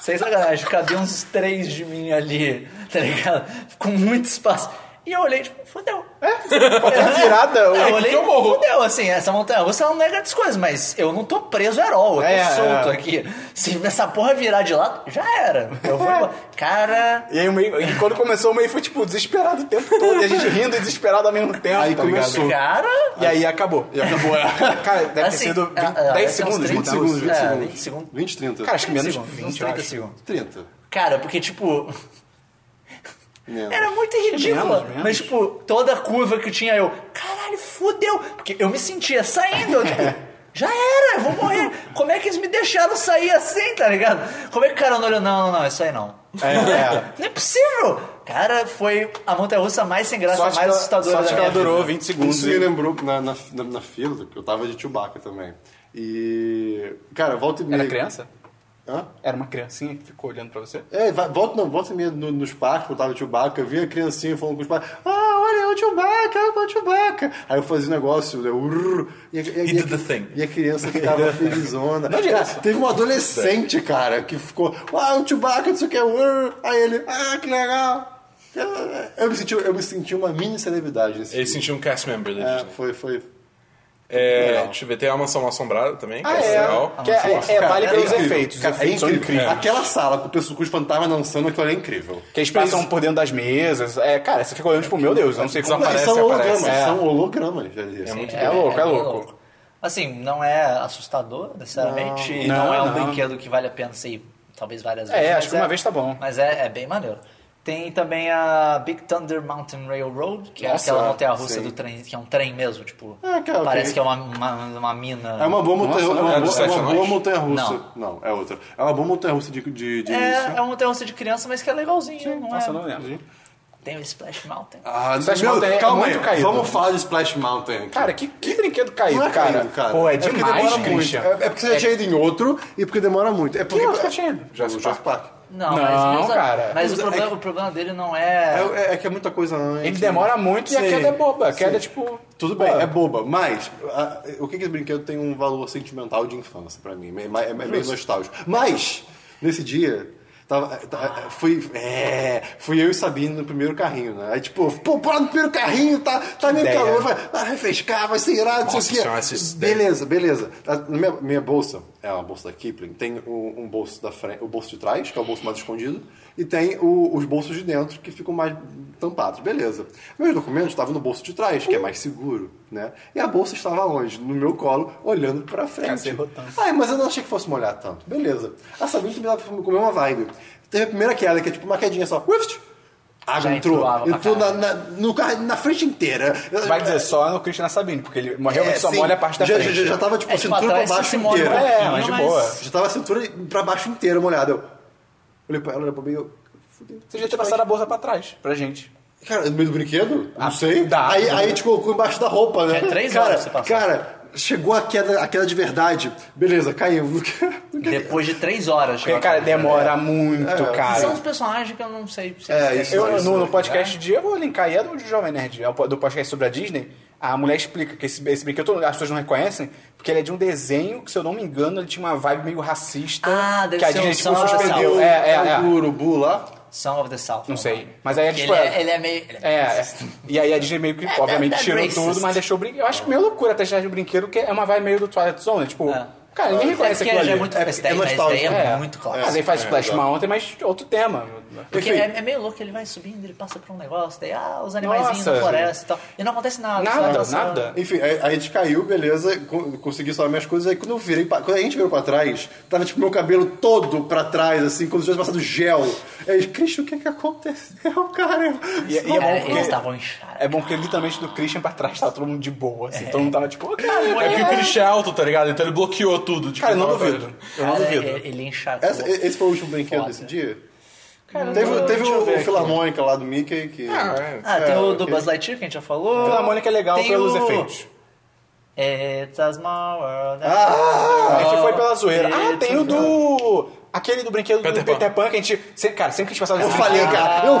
Speaker 2: Sem sacanagem, cabia uns três de mim ali, tá ligado? Ficou muito espaço. E eu olhei, tipo, fodeu.
Speaker 3: uma É, virada,
Speaker 2: É, eu
Speaker 3: eu-
Speaker 2: olhei,
Speaker 1: eu morro.
Speaker 2: fodeu, assim, essa montanha russa não nega das coisas, mas eu não tô preso at all, eu tô
Speaker 3: É,
Speaker 2: solto
Speaker 3: é.
Speaker 2: aqui. Se essa porra virar de lado, já era. Eu
Speaker 3: É.
Speaker 2: vou embora. Cara,
Speaker 3: E aí o meio, e quando começou o meio foi tipo desesperado o tempo todo, e a gente rindo e desesperado ao mesmo tempo,
Speaker 4: Aí
Speaker 3: tá ligado?
Speaker 4: começou.
Speaker 2: cara...
Speaker 3: E aí acabou.
Speaker 4: E acabou, é.
Speaker 3: Cara, deve ter
Speaker 2: Assim,
Speaker 3: sido
Speaker 2: é, é,
Speaker 3: 10
Speaker 2: é, são uns
Speaker 3: segundos,
Speaker 2: 30
Speaker 3: 20
Speaker 4: segundos,
Speaker 3: segundos.
Speaker 4: 20
Speaker 2: É,
Speaker 4: segundos.
Speaker 2: 20 segundos.
Speaker 4: 20, 30.
Speaker 3: Cara, acho que menos de
Speaker 2: segundos,
Speaker 3: 20,
Speaker 2: uns
Speaker 3: eu
Speaker 2: 30
Speaker 3: acho.
Speaker 2: segundos.
Speaker 4: 30.
Speaker 2: Cara, porque, tipo,
Speaker 4: Menos.
Speaker 2: Era muito ridícula.
Speaker 3: Menos, menos.
Speaker 2: Mas, tipo, toda curva que tinha eu, caralho, fudeu. Porque eu me sentia saindo, eu, tipo, já era, eu vou morrer. Como é que eles me deixaram sair assim, tá ligado? Como é que o cara não olhou, não, não, não, isso aí não.
Speaker 3: É, é.
Speaker 2: Não é possível! Cara, foi a montanha-russa mais sem graça,
Speaker 3: Sorte que
Speaker 2: mais
Speaker 3: ela,
Speaker 2: assustadora
Speaker 3: sorte
Speaker 2: da
Speaker 3: que ela
Speaker 2: minha vida.
Speaker 3: durou 20 segundos.
Speaker 4: Isso me
Speaker 3: e-
Speaker 4: lembrou na, na, na, na fila, que eu tava de Chewbacca também. E. Cara, volta e meia.
Speaker 3: Era criança?
Speaker 4: Hã?
Speaker 3: Era uma criancinha que ficou olhando pra você?
Speaker 4: É, vai- volta, não, volta e meia no- nos parques, eu tava de Chewbacca, eu via a criancinha falando com os pais, ah, olha, é o Chewbacca, é o Chewbacca. Aí eu fazia o negócio, eu, urr, e, a- e a-
Speaker 1: He
Speaker 4: e a-
Speaker 1: did the thing.
Speaker 4: e a criança ficava felizona. Cara, teve
Speaker 1: é
Speaker 4: um adolescente, cara, que ficou, ah, o Chewbacca, não sei o que, urr. aí ele, ah, que legal. Eu me senti, eu me senti uma mini celebridade nesse
Speaker 1: Ele
Speaker 4: filme.
Speaker 1: sentiu um cast member da
Speaker 4: É,
Speaker 1: Disney.
Speaker 4: foi, foi.
Speaker 1: É,
Speaker 4: legal.
Speaker 1: deixa eu ver, tem a Mansão Assombrada também, que
Speaker 3: Ah,
Speaker 1: é, legal.
Speaker 3: é. Que é, é, é vale
Speaker 4: Cara,
Speaker 3: pelos
Speaker 4: é incrível.
Speaker 3: efeitos. Os
Speaker 4: Cara, é
Speaker 3: efeitos são
Speaker 4: incrível.
Speaker 3: incríveis.
Speaker 4: Aquela sala com o pessoal com os fantasmas dançando, aquilo ali é incrível.
Speaker 3: Que eles passam por dentro das mesas. É, cara, você fica olhando, tipo, meu Deus, eu não sei como
Speaker 4: Mas
Speaker 3: aparece,
Speaker 4: são hologramas,
Speaker 3: aparece. É.
Speaker 4: são hologramas. É, é muito
Speaker 3: É louco, é louco.
Speaker 2: Assim, não é assustador, necessariamente. e Não,
Speaker 3: Não,
Speaker 2: é um
Speaker 3: não.
Speaker 2: brinquedo que vale a pena ser talvez várias
Speaker 3: É,
Speaker 2: vezes.
Speaker 3: acho
Speaker 2: mas
Speaker 3: que uma vez tá bom.
Speaker 2: Mas é, é bem maneiro. Tem também a Big Thunder Mountain Railroad, que
Speaker 4: Nossa,
Speaker 2: é aquela montanha-russa
Speaker 4: sim.
Speaker 2: do trem, que é um trem mesmo, tipo...
Speaker 4: É, cara,
Speaker 2: parece
Speaker 4: ok.
Speaker 2: que é uma, uma, uma mina...
Speaker 4: É uma boa montanha,
Speaker 3: Nossa,
Speaker 4: é uma
Speaker 1: é do
Speaker 4: boa- é
Speaker 1: Sete
Speaker 4: uma boa
Speaker 1: Anões?
Speaker 4: montanha russa.
Speaker 2: Não.
Speaker 4: Não. é outra. É uma boa montanha russa de, de, de
Speaker 2: É,
Speaker 3: um
Speaker 4: início.
Speaker 2: é uma montanha-russa de criança, mas que é legalzinho, não
Speaker 3: Nossa,
Speaker 2: é?
Speaker 3: eu não lembro.
Speaker 2: Tem o Splash Mountain.
Speaker 4: Ah,
Speaker 3: Splash Mountain é
Speaker 4: calma
Speaker 3: muito
Speaker 4: aí.
Speaker 3: caído.
Speaker 4: Vamos falar de Splash Mountain. aqui.
Speaker 3: Cara, que, que brinquedo caído,
Speaker 4: não é
Speaker 3: cara.
Speaker 4: caído, cara.
Speaker 3: Pô, é
Speaker 4: porque
Speaker 3: demais,
Speaker 4: demora muito.
Speaker 3: Christian.
Speaker 4: É, é porque você já tinha ido em outro e porque demora muito. É porque
Speaker 3: Que outro que eu tinha ido?
Speaker 4: Já Jurassic Park.
Speaker 2: Não,
Speaker 3: Não,
Speaker 2: mas, mas, a-
Speaker 3: cara.
Speaker 2: mas o,
Speaker 4: Mas é
Speaker 2: problema,
Speaker 4: que-
Speaker 2: o problema dele não é...
Speaker 4: É, é- é que é muita coisa antes.
Speaker 3: Ele demora muito e a
Speaker 4: Sim.
Speaker 3: queda é boba. A queda é
Speaker 4: Sim.
Speaker 3: tipo.
Speaker 4: Tudo bem,
Speaker 3: pô,
Speaker 4: é boba, mas a- o que que esse brinquedo tem um valor sentimental de infância pra mim? É, é- é meio nostálgico. Mas, nesse dia, tava, tá- fui, é, fui eu e Sabine no primeiro carrinho, né? Aí, tipo, pô, bora no primeiro carrinho, tá, tá meio
Speaker 3: ideia.
Speaker 4: calor, vai, vai refrescar, vai ser irado, não
Speaker 1: Nossa
Speaker 4: sei
Speaker 1: senhora,
Speaker 4: o
Speaker 1: essa
Speaker 4: quê.
Speaker 1: ideia.
Speaker 4: Beleza, beleza. A- na minha, minha bolsa, é uma bolsa da Kipling, tem o- um, bolso da frente, o bolso de trás, que é o bolso mais escondido, e tem o- os bolsos de dentro, que ficam mais tampados. Beleza. Meus documentos estavam no bolso de trás, que é mais seguro, né? E a bolsa estava onde? No meu colo, olhando pra frente. Ai, mas eu não achei que fosse molhar tanto. Beleza. A Sabine também tava com a mesma vibe. Teve a primeira queda, que é tipo uma quedinha só. Uift! Água
Speaker 2: Já
Speaker 4: entrou.
Speaker 2: entrou água pra
Speaker 4: Entrou na,
Speaker 2: caralho.
Speaker 4: na- no carro, na frente inteira.
Speaker 3: Vai dizer só no Christian Sabine, porque ele realmente
Speaker 4: É,
Speaker 3: só
Speaker 4: sim.
Speaker 3: molha a parte da
Speaker 4: já,
Speaker 3: frente.
Speaker 4: Já, já tava, tipo,
Speaker 2: É,
Speaker 4: a
Speaker 2: tipo,
Speaker 4: cintura pra
Speaker 2: atrás você
Speaker 4: baixo
Speaker 2: se molha
Speaker 4: inteira.
Speaker 2: um
Speaker 3: É, mas de
Speaker 2: pouquinho,
Speaker 3: boa.
Speaker 4: Já tava a cintura pra baixo inteira molhada. Eu olhei pra ela, olhei pra mim, eu... fudeu.
Speaker 3: Você já ter passado a bolsa pra trás, pra gente.
Speaker 4: Cara, no meio do brinquedo? Não sei.
Speaker 3: dá.
Speaker 4: aí, aí te colocou embaixo da roupa, né?
Speaker 2: Ah, É, três
Speaker 4: cara,
Speaker 2: horas você passou.
Speaker 4: Cara, chegou a queda, a queda de verdade. Beleza, caiu. Não quer- não quer-
Speaker 2: Depois de três horas.
Speaker 3: Porque,
Speaker 2: chegou a né?
Speaker 3: cara,
Speaker 2: câmera.
Speaker 3: demora muito, cara.
Speaker 2: São os né? personagens que eu não sei se
Speaker 4: É,
Speaker 2: eles
Speaker 4: isso
Speaker 3: Eu,
Speaker 4: Não,
Speaker 3: no, no
Speaker 4: não,
Speaker 3: podcast de eu vou linkar aí é do Jovem Nerd, é o po- do podcast sobre a Disney. A mulher explica que esse, esse brinquedo as pessoas não reconhecem, porque ele é de um desenho que, se eu não me engano, ele tinha uma vibe meio racista.
Speaker 2: Ah, deve
Speaker 3: que a
Speaker 2: ser um
Speaker 3: Disney tipo,
Speaker 2: Sound of the
Speaker 3: suspendeu.
Speaker 2: South.
Speaker 3: É, é, é.
Speaker 4: O urubu lá.
Speaker 2: Song of the South.
Speaker 3: Não sei. Mas aí,
Speaker 2: Ele,
Speaker 3: tipo,
Speaker 2: é, ele é meio. ele é meio
Speaker 3: É, é.
Speaker 2: racista.
Speaker 3: e aí a Disney meio
Speaker 2: É,
Speaker 3: que,
Speaker 2: that-
Speaker 3: obviamente,
Speaker 2: that
Speaker 3: tirou
Speaker 2: racist.
Speaker 3: tudo, mas deixou o brinquedo. Eu acho que meio loucura até tirar de brinquedo, que é uma vibe meio do Twilight Zone. né? Tipo,
Speaker 2: É.
Speaker 3: cara, ninguém reconhece
Speaker 2: porque
Speaker 3: aquilo ali.
Speaker 2: já é muito.
Speaker 4: É-
Speaker 2: esse daí,
Speaker 4: é
Speaker 2: mas esse daí
Speaker 4: nostálgico.
Speaker 2: é,
Speaker 3: É.
Speaker 2: muito
Speaker 3: Mas
Speaker 2: clássico.
Speaker 3: aí faz
Speaker 4: É,
Speaker 3: Splash
Speaker 4: exato.
Speaker 3: Mountain, mas outro tema.
Speaker 2: Porque
Speaker 3: Enfim,
Speaker 2: é, é meio louco, ele vai subindo, ele passa por um negócio, daí ah, os animaizinhos
Speaker 3: Nossa.
Speaker 2: na floresta e tal. E não acontece nada. só vai
Speaker 3: nada,
Speaker 2: dançando.
Speaker 3: nada.
Speaker 4: Enfim, aí, aí a gente caiu, beleza, co- consegui salvar minhas coisas. Aí quando eu virei, pra- quando a gente virou pra trás, tava tipo meu cabelo todo pra trás, assim, como se tivesse passado gel. Aí, Cristo, o que que aconteceu, cara?
Speaker 3: E, e é
Speaker 2: Cara,
Speaker 3: bom porque...
Speaker 2: eles estavam inchados.
Speaker 3: É bom que literalmente do Christian pra trás tava todo mundo de boa, assim. Todo mundo tava tipo, ô, cara,
Speaker 1: É porque o Christian é alto, tá ligado? Então ele bloqueou tudo. de
Speaker 3: cara, eu
Speaker 1: quem
Speaker 3: não
Speaker 1: tava
Speaker 3: duvido. Eu não
Speaker 2: Cara,
Speaker 3: duvido.
Speaker 2: ele, ele encharcou.
Speaker 4: Essa- e- esse foi o último brinquedo
Speaker 2: Foda.
Speaker 4: desse dia?
Speaker 2: Cara,
Speaker 4: teve
Speaker 2: não-
Speaker 4: teve
Speaker 2: deixa eu ver
Speaker 4: o
Speaker 2: aqui.
Speaker 4: Filarmônica lá do Mickey que.
Speaker 2: Ah,
Speaker 3: é
Speaker 2: tem o do
Speaker 4: ok.
Speaker 2: Buzz Lightyear que a gente já falou.
Speaker 3: Pela Mônica é legal
Speaker 2: Tem
Speaker 3: pelos
Speaker 2: o-
Speaker 3: efeitos.
Speaker 2: It's a small world. né?
Speaker 3: Ah, a gente foi pela zoeira. Ah,
Speaker 2: It's
Speaker 3: tem
Speaker 2: a
Speaker 3: o do... Aquele do brinquedo do
Speaker 1: Peter
Speaker 3: Peter,
Speaker 1: Pan.
Speaker 3: Pan que a gente... se- Cara, sempre que a gente passava...
Speaker 4: Eu falei, cara,
Speaker 3: Ah,
Speaker 4: eu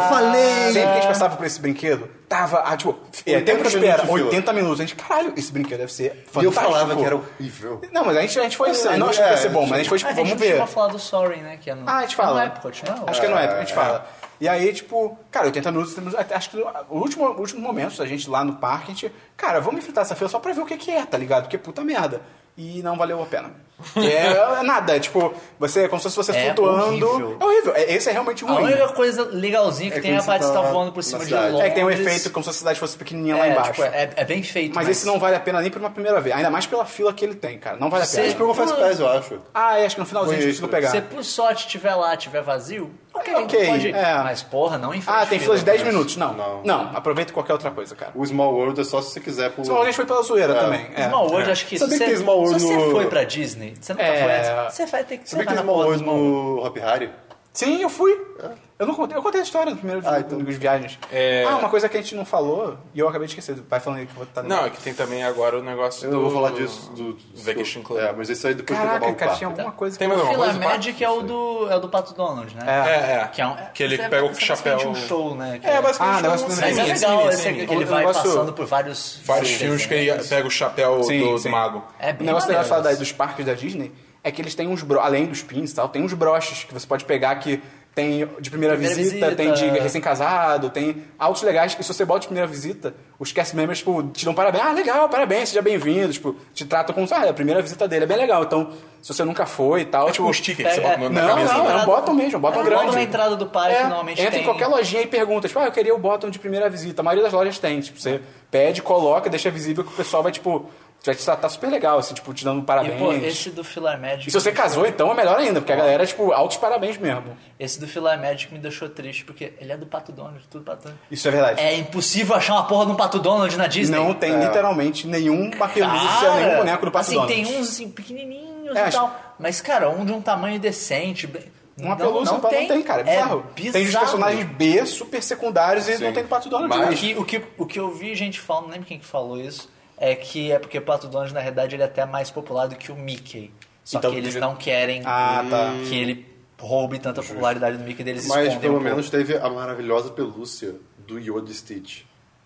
Speaker 3: Sempre
Speaker 4: falei!
Speaker 3: que a gente passava por esse brinquedo, tava, ah, tipo, é,
Speaker 4: 80
Speaker 3: tempo de espera,
Speaker 4: minutos de fila.
Speaker 3: 80 minutos. A gente, caralho, esse brinquedo deve ser fantástico.
Speaker 4: E eu falava que era horrível.
Speaker 3: Não, mas a gente, a gente foi,
Speaker 4: Eu sei,
Speaker 3: não achou que ia
Speaker 4: é,
Speaker 3: ser bom, mas a gente
Speaker 2: Ah,
Speaker 3: foi, tipo,
Speaker 2: a gente
Speaker 3: vamos
Speaker 2: não
Speaker 3: ver.
Speaker 2: chegou a falar do Sorry, né? Que é no,
Speaker 3: Ah, a gente
Speaker 2: é
Speaker 3: fala.
Speaker 2: no Epcot, não?
Speaker 3: Acho que é no
Speaker 4: É,
Speaker 3: Epic, a gente fala. E aí, tipo, cara, 80 minutos, 80 minutos, acho que o último, o último momento da gente lá no parque, a gente, cara, vamos enfrentar essa fila só pra ver o que, que é, tá ligado? Porque puta merda. E não valeu a pena. É, é nada, é tipo, você é como se você
Speaker 2: É
Speaker 3: flutuando.
Speaker 2: horrível.
Speaker 3: É horrível. É, esse é realmente
Speaker 2: A
Speaker 3: ruim.
Speaker 2: única coisa legalzinha que
Speaker 4: É
Speaker 2: tem é a
Speaker 4: quando
Speaker 2: parte
Speaker 4: você
Speaker 2: de estar
Speaker 4: tá
Speaker 2: voando por
Speaker 4: na
Speaker 2: cima de
Speaker 4: cidade.
Speaker 2: Londres.
Speaker 3: É que tem um efeito como se a cidade fosse pequenininha lá
Speaker 2: É,
Speaker 3: embaixo.
Speaker 2: tipo, é, é bem feito.
Speaker 3: Mas esse não vale a pena nem pra uma primeira vez. Ainda mais pela fila que ele tem, cara. Não vale a
Speaker 2: Sim.
Speaker 3: pena. Tipo,
Speaker 4: Ele pegou Fast Pass, eu acho.
Speaker 3: Ah, é, acho que no finalzinho a gente
Speaker 4: Foi
Speaker 3: conseguiu
Speaker 4: isso.
Speaker 3: pegar.
Speaker 2: Se por sorte estiver lá, estiver vazio, ok,
Speaker 3: ok,
Speaker 2: pode ir.
Speaker 3: é.
Speaker 2: Mas porra, não em frente
Speaker 3: Ah, tem fila de 10
Speaker 2: né?
Speaker 3: minutos. Não. não.
Speaker 4: Não.
Speaker 3: aproveita qualquer outra coisa, cara.
Speaker 4: O Small World é só se você quiser por.
Speaker 3: Só a gente foi pela zoeira
Speaker 4: É.
Speaker 3: também. É.
Speaker 2: Small World, acho que se
Speaker 4: Sabia que
Speaker 2: você,
Speaker 4: tem Small World
Speaker 2: se você
Speaker 4: no-
Speaker 2: foi pra Disney, você nunca
Speaker 3: É.
Speaker 2: foi antes, você vai ter que
Speaker 4: Sabia
Speaker 2: você
Speaker 3: tá
Speaker 2: vai
Speaker 4: que tem
Speaker 2: na
Speaker 4: Small
Speaker 2: porra do
Speaker 4: World
Speaker 2: Small World.
Speaker 4: no Hop Harry?
Speaker 3: Sim, eu fui.
Speaker 2: Ah.
Speaker 3: Eu não contei, eu contei a história do primeiro
Speaker 4: Ah,
Speaker 3: de,
Speaker 4: então.
Speaker 3: de viagens.
Speaker 1: É.
Speaker 3: Ah, uma coisa que a gente não falou, e eu acabei de esquecer. Vai falando aí que eu vou estar
Speaker 1: Não, é que tem também agora o negócio
Speaker 4: Eu
Speaker 1: do...
Speaker 4: não vou falar disso do. do
Speaker 1: Vacation Club.
Speaker 4: É, mas isso aí depois que acabar
Speaker 3: Caraca,
Speaker 4: o
Speaker 3: cara,
Speaker 4: parque.
Speaker 3: tinha um alguma coisa que.
Speaker 1: Tem mais
Speaker 2: O
Speaker 1: alguma coisa?
Speaker 2: Fila
Speaker 1: do parque?
Speaker 2: Magic é o, do, é o do Pato Donald, né?
Speaker 1: É, é.
Speaker 2: Que, é um,
Speaker 1: Que ele
Speaker 2: é-
Speaker 1: pega o
Speaker 2: é
Speaker 1: chapéu...
Speaker 2: basicamente um show, né? que
Speaker 1: É,
Speaker 3: Ah,
Speaker 1: basicamente um
Speaker 3: negócio
Speaker 1: show.
Speaker 3: do
Speaker 2: Mas é
Speaker 3: Sim,
Speaker 2: legal
Speaker 1: sim,
Speaker 2: esse
Speaker 1: sim.
Speaker 2: que ele
Speaker 3: O
Speaker 2: vai
Speaker 3: negócio-
Speaker 2: passando por vários... né?
Speaker 1: Vários filmes que ele pega o chapéu
Speaker 3: Sim,
Speaker 1: do, do
Speaker 3: sim.
Speaker 1: mago.
Speaker 2: É
Speaker 3: O
Speaker 2: bem
Speaker 3: negócio
Speaker 2: maneiro.
Speaker 3: legal de falar da- dos parques da Disney é que eles têm uns bro... além dos pins e tal, tem uns broches que você pode pegar que tem de primeira,
Speaker 2: Primeira
Speaker 3: visita,
Speaker 2: visita. é.
Speaker 3: tem de recém-casado, tem altos legais que se você bota de primeira visita, os cast members, tipo, te dão parabéns. Ah, legal, parabéns, seja bem-vindo. Tipo, te tratam como, ah, é a primeira visita dele é bem legal. Então, se você nunca foi e tal...
Speaker 1: É tipo uns tickets que você bota
Speaker 2: é.
Speaker 1: na
Speaker 3: Não,
Speaker 1: cabeça.
Speaker 3: não,
Speaker 1: né?
Speaker 3: é um bottom mesmo, bottom
Speaker 2: É,
Speaker 3: grande.
Speaker 2: bota na entrada do parque,
Speaker 3: É,
Speaker 2: normalmente
Speaker 3: entra
Speaker 2: tem.
Speaker 3: em qualquer lojinha e pergunta, tipo, ah, eu queria o bottom de primeira visita. A maioria das lojas tem, tipo, você pede, coloca, deixa visível que o pessoal vai, tipo, vai te tratar super legal, assim, tipo, te dando
Speaker 2: E,
Speaker 3: parabéns.
Speaker 2: pô, esse do Fila Magic...
Speaker 3: E se você casou, então é melhor ainda, porque a galera, tipo, altos parabéns mesmo.
Speaker 2: Esse do Fila Magic me deixou triste, porque ele é do Pato Donald, tudo Pato Donald.
Speaker 3: Isso é verdade. É.
Speaker 2: É impossível achar uma porra de um Pato Donald na Disney.
Speaker 3: Não tem um, literalmente nenhuma pelúcia,
Speaker 2: Cara,
Speaker 3: nenhum boneco do Pato
Speaker 2: assim,
Speaker 3: Donald.
Speaker 2: tem uns assim, pequenininhos
Speaker 3: É,
Speaker 2: e tal. Mas, cara, um de um tamanho decente. bem-
Speaker 3: Uma
Speaker 2: um- não,
Speaker 3: pelúcia
Speaker 2: não,
Speaker 3: do Pato
Speaker 2: tem.
Speaker 3: não tem, cara. É bizarro.
Speaker 2: bizarro.
Speaker 3: Tem os personagens B super secundários e
Speaker 4: Sim.
Speaker 3: não tem do Pato Donald.
Speaker 2: O
Speaker 4: Mas-
Speaker 2: que, o, que, o que eu vi gente falando, não lembro quem que falou isso, é que é porque o Pato Donald, na realidade, ele é até mais popular do que o Mickey. Só
Speaker 3: Então,
Speaker 2: que eles
Speaker 3: teve-
Speaker 2: não querem
Speaker 3: Ah, tá.
Speaker 2: que ele roube tanta popularidade do Mickey deles
Speaker 4: Mas
Speaker 2: escondem um
Speaker 4: pelo
Speaker 2: pouco.
Speaker 4: menos teve a maravilhosa pelúcia do Yoda Stitch,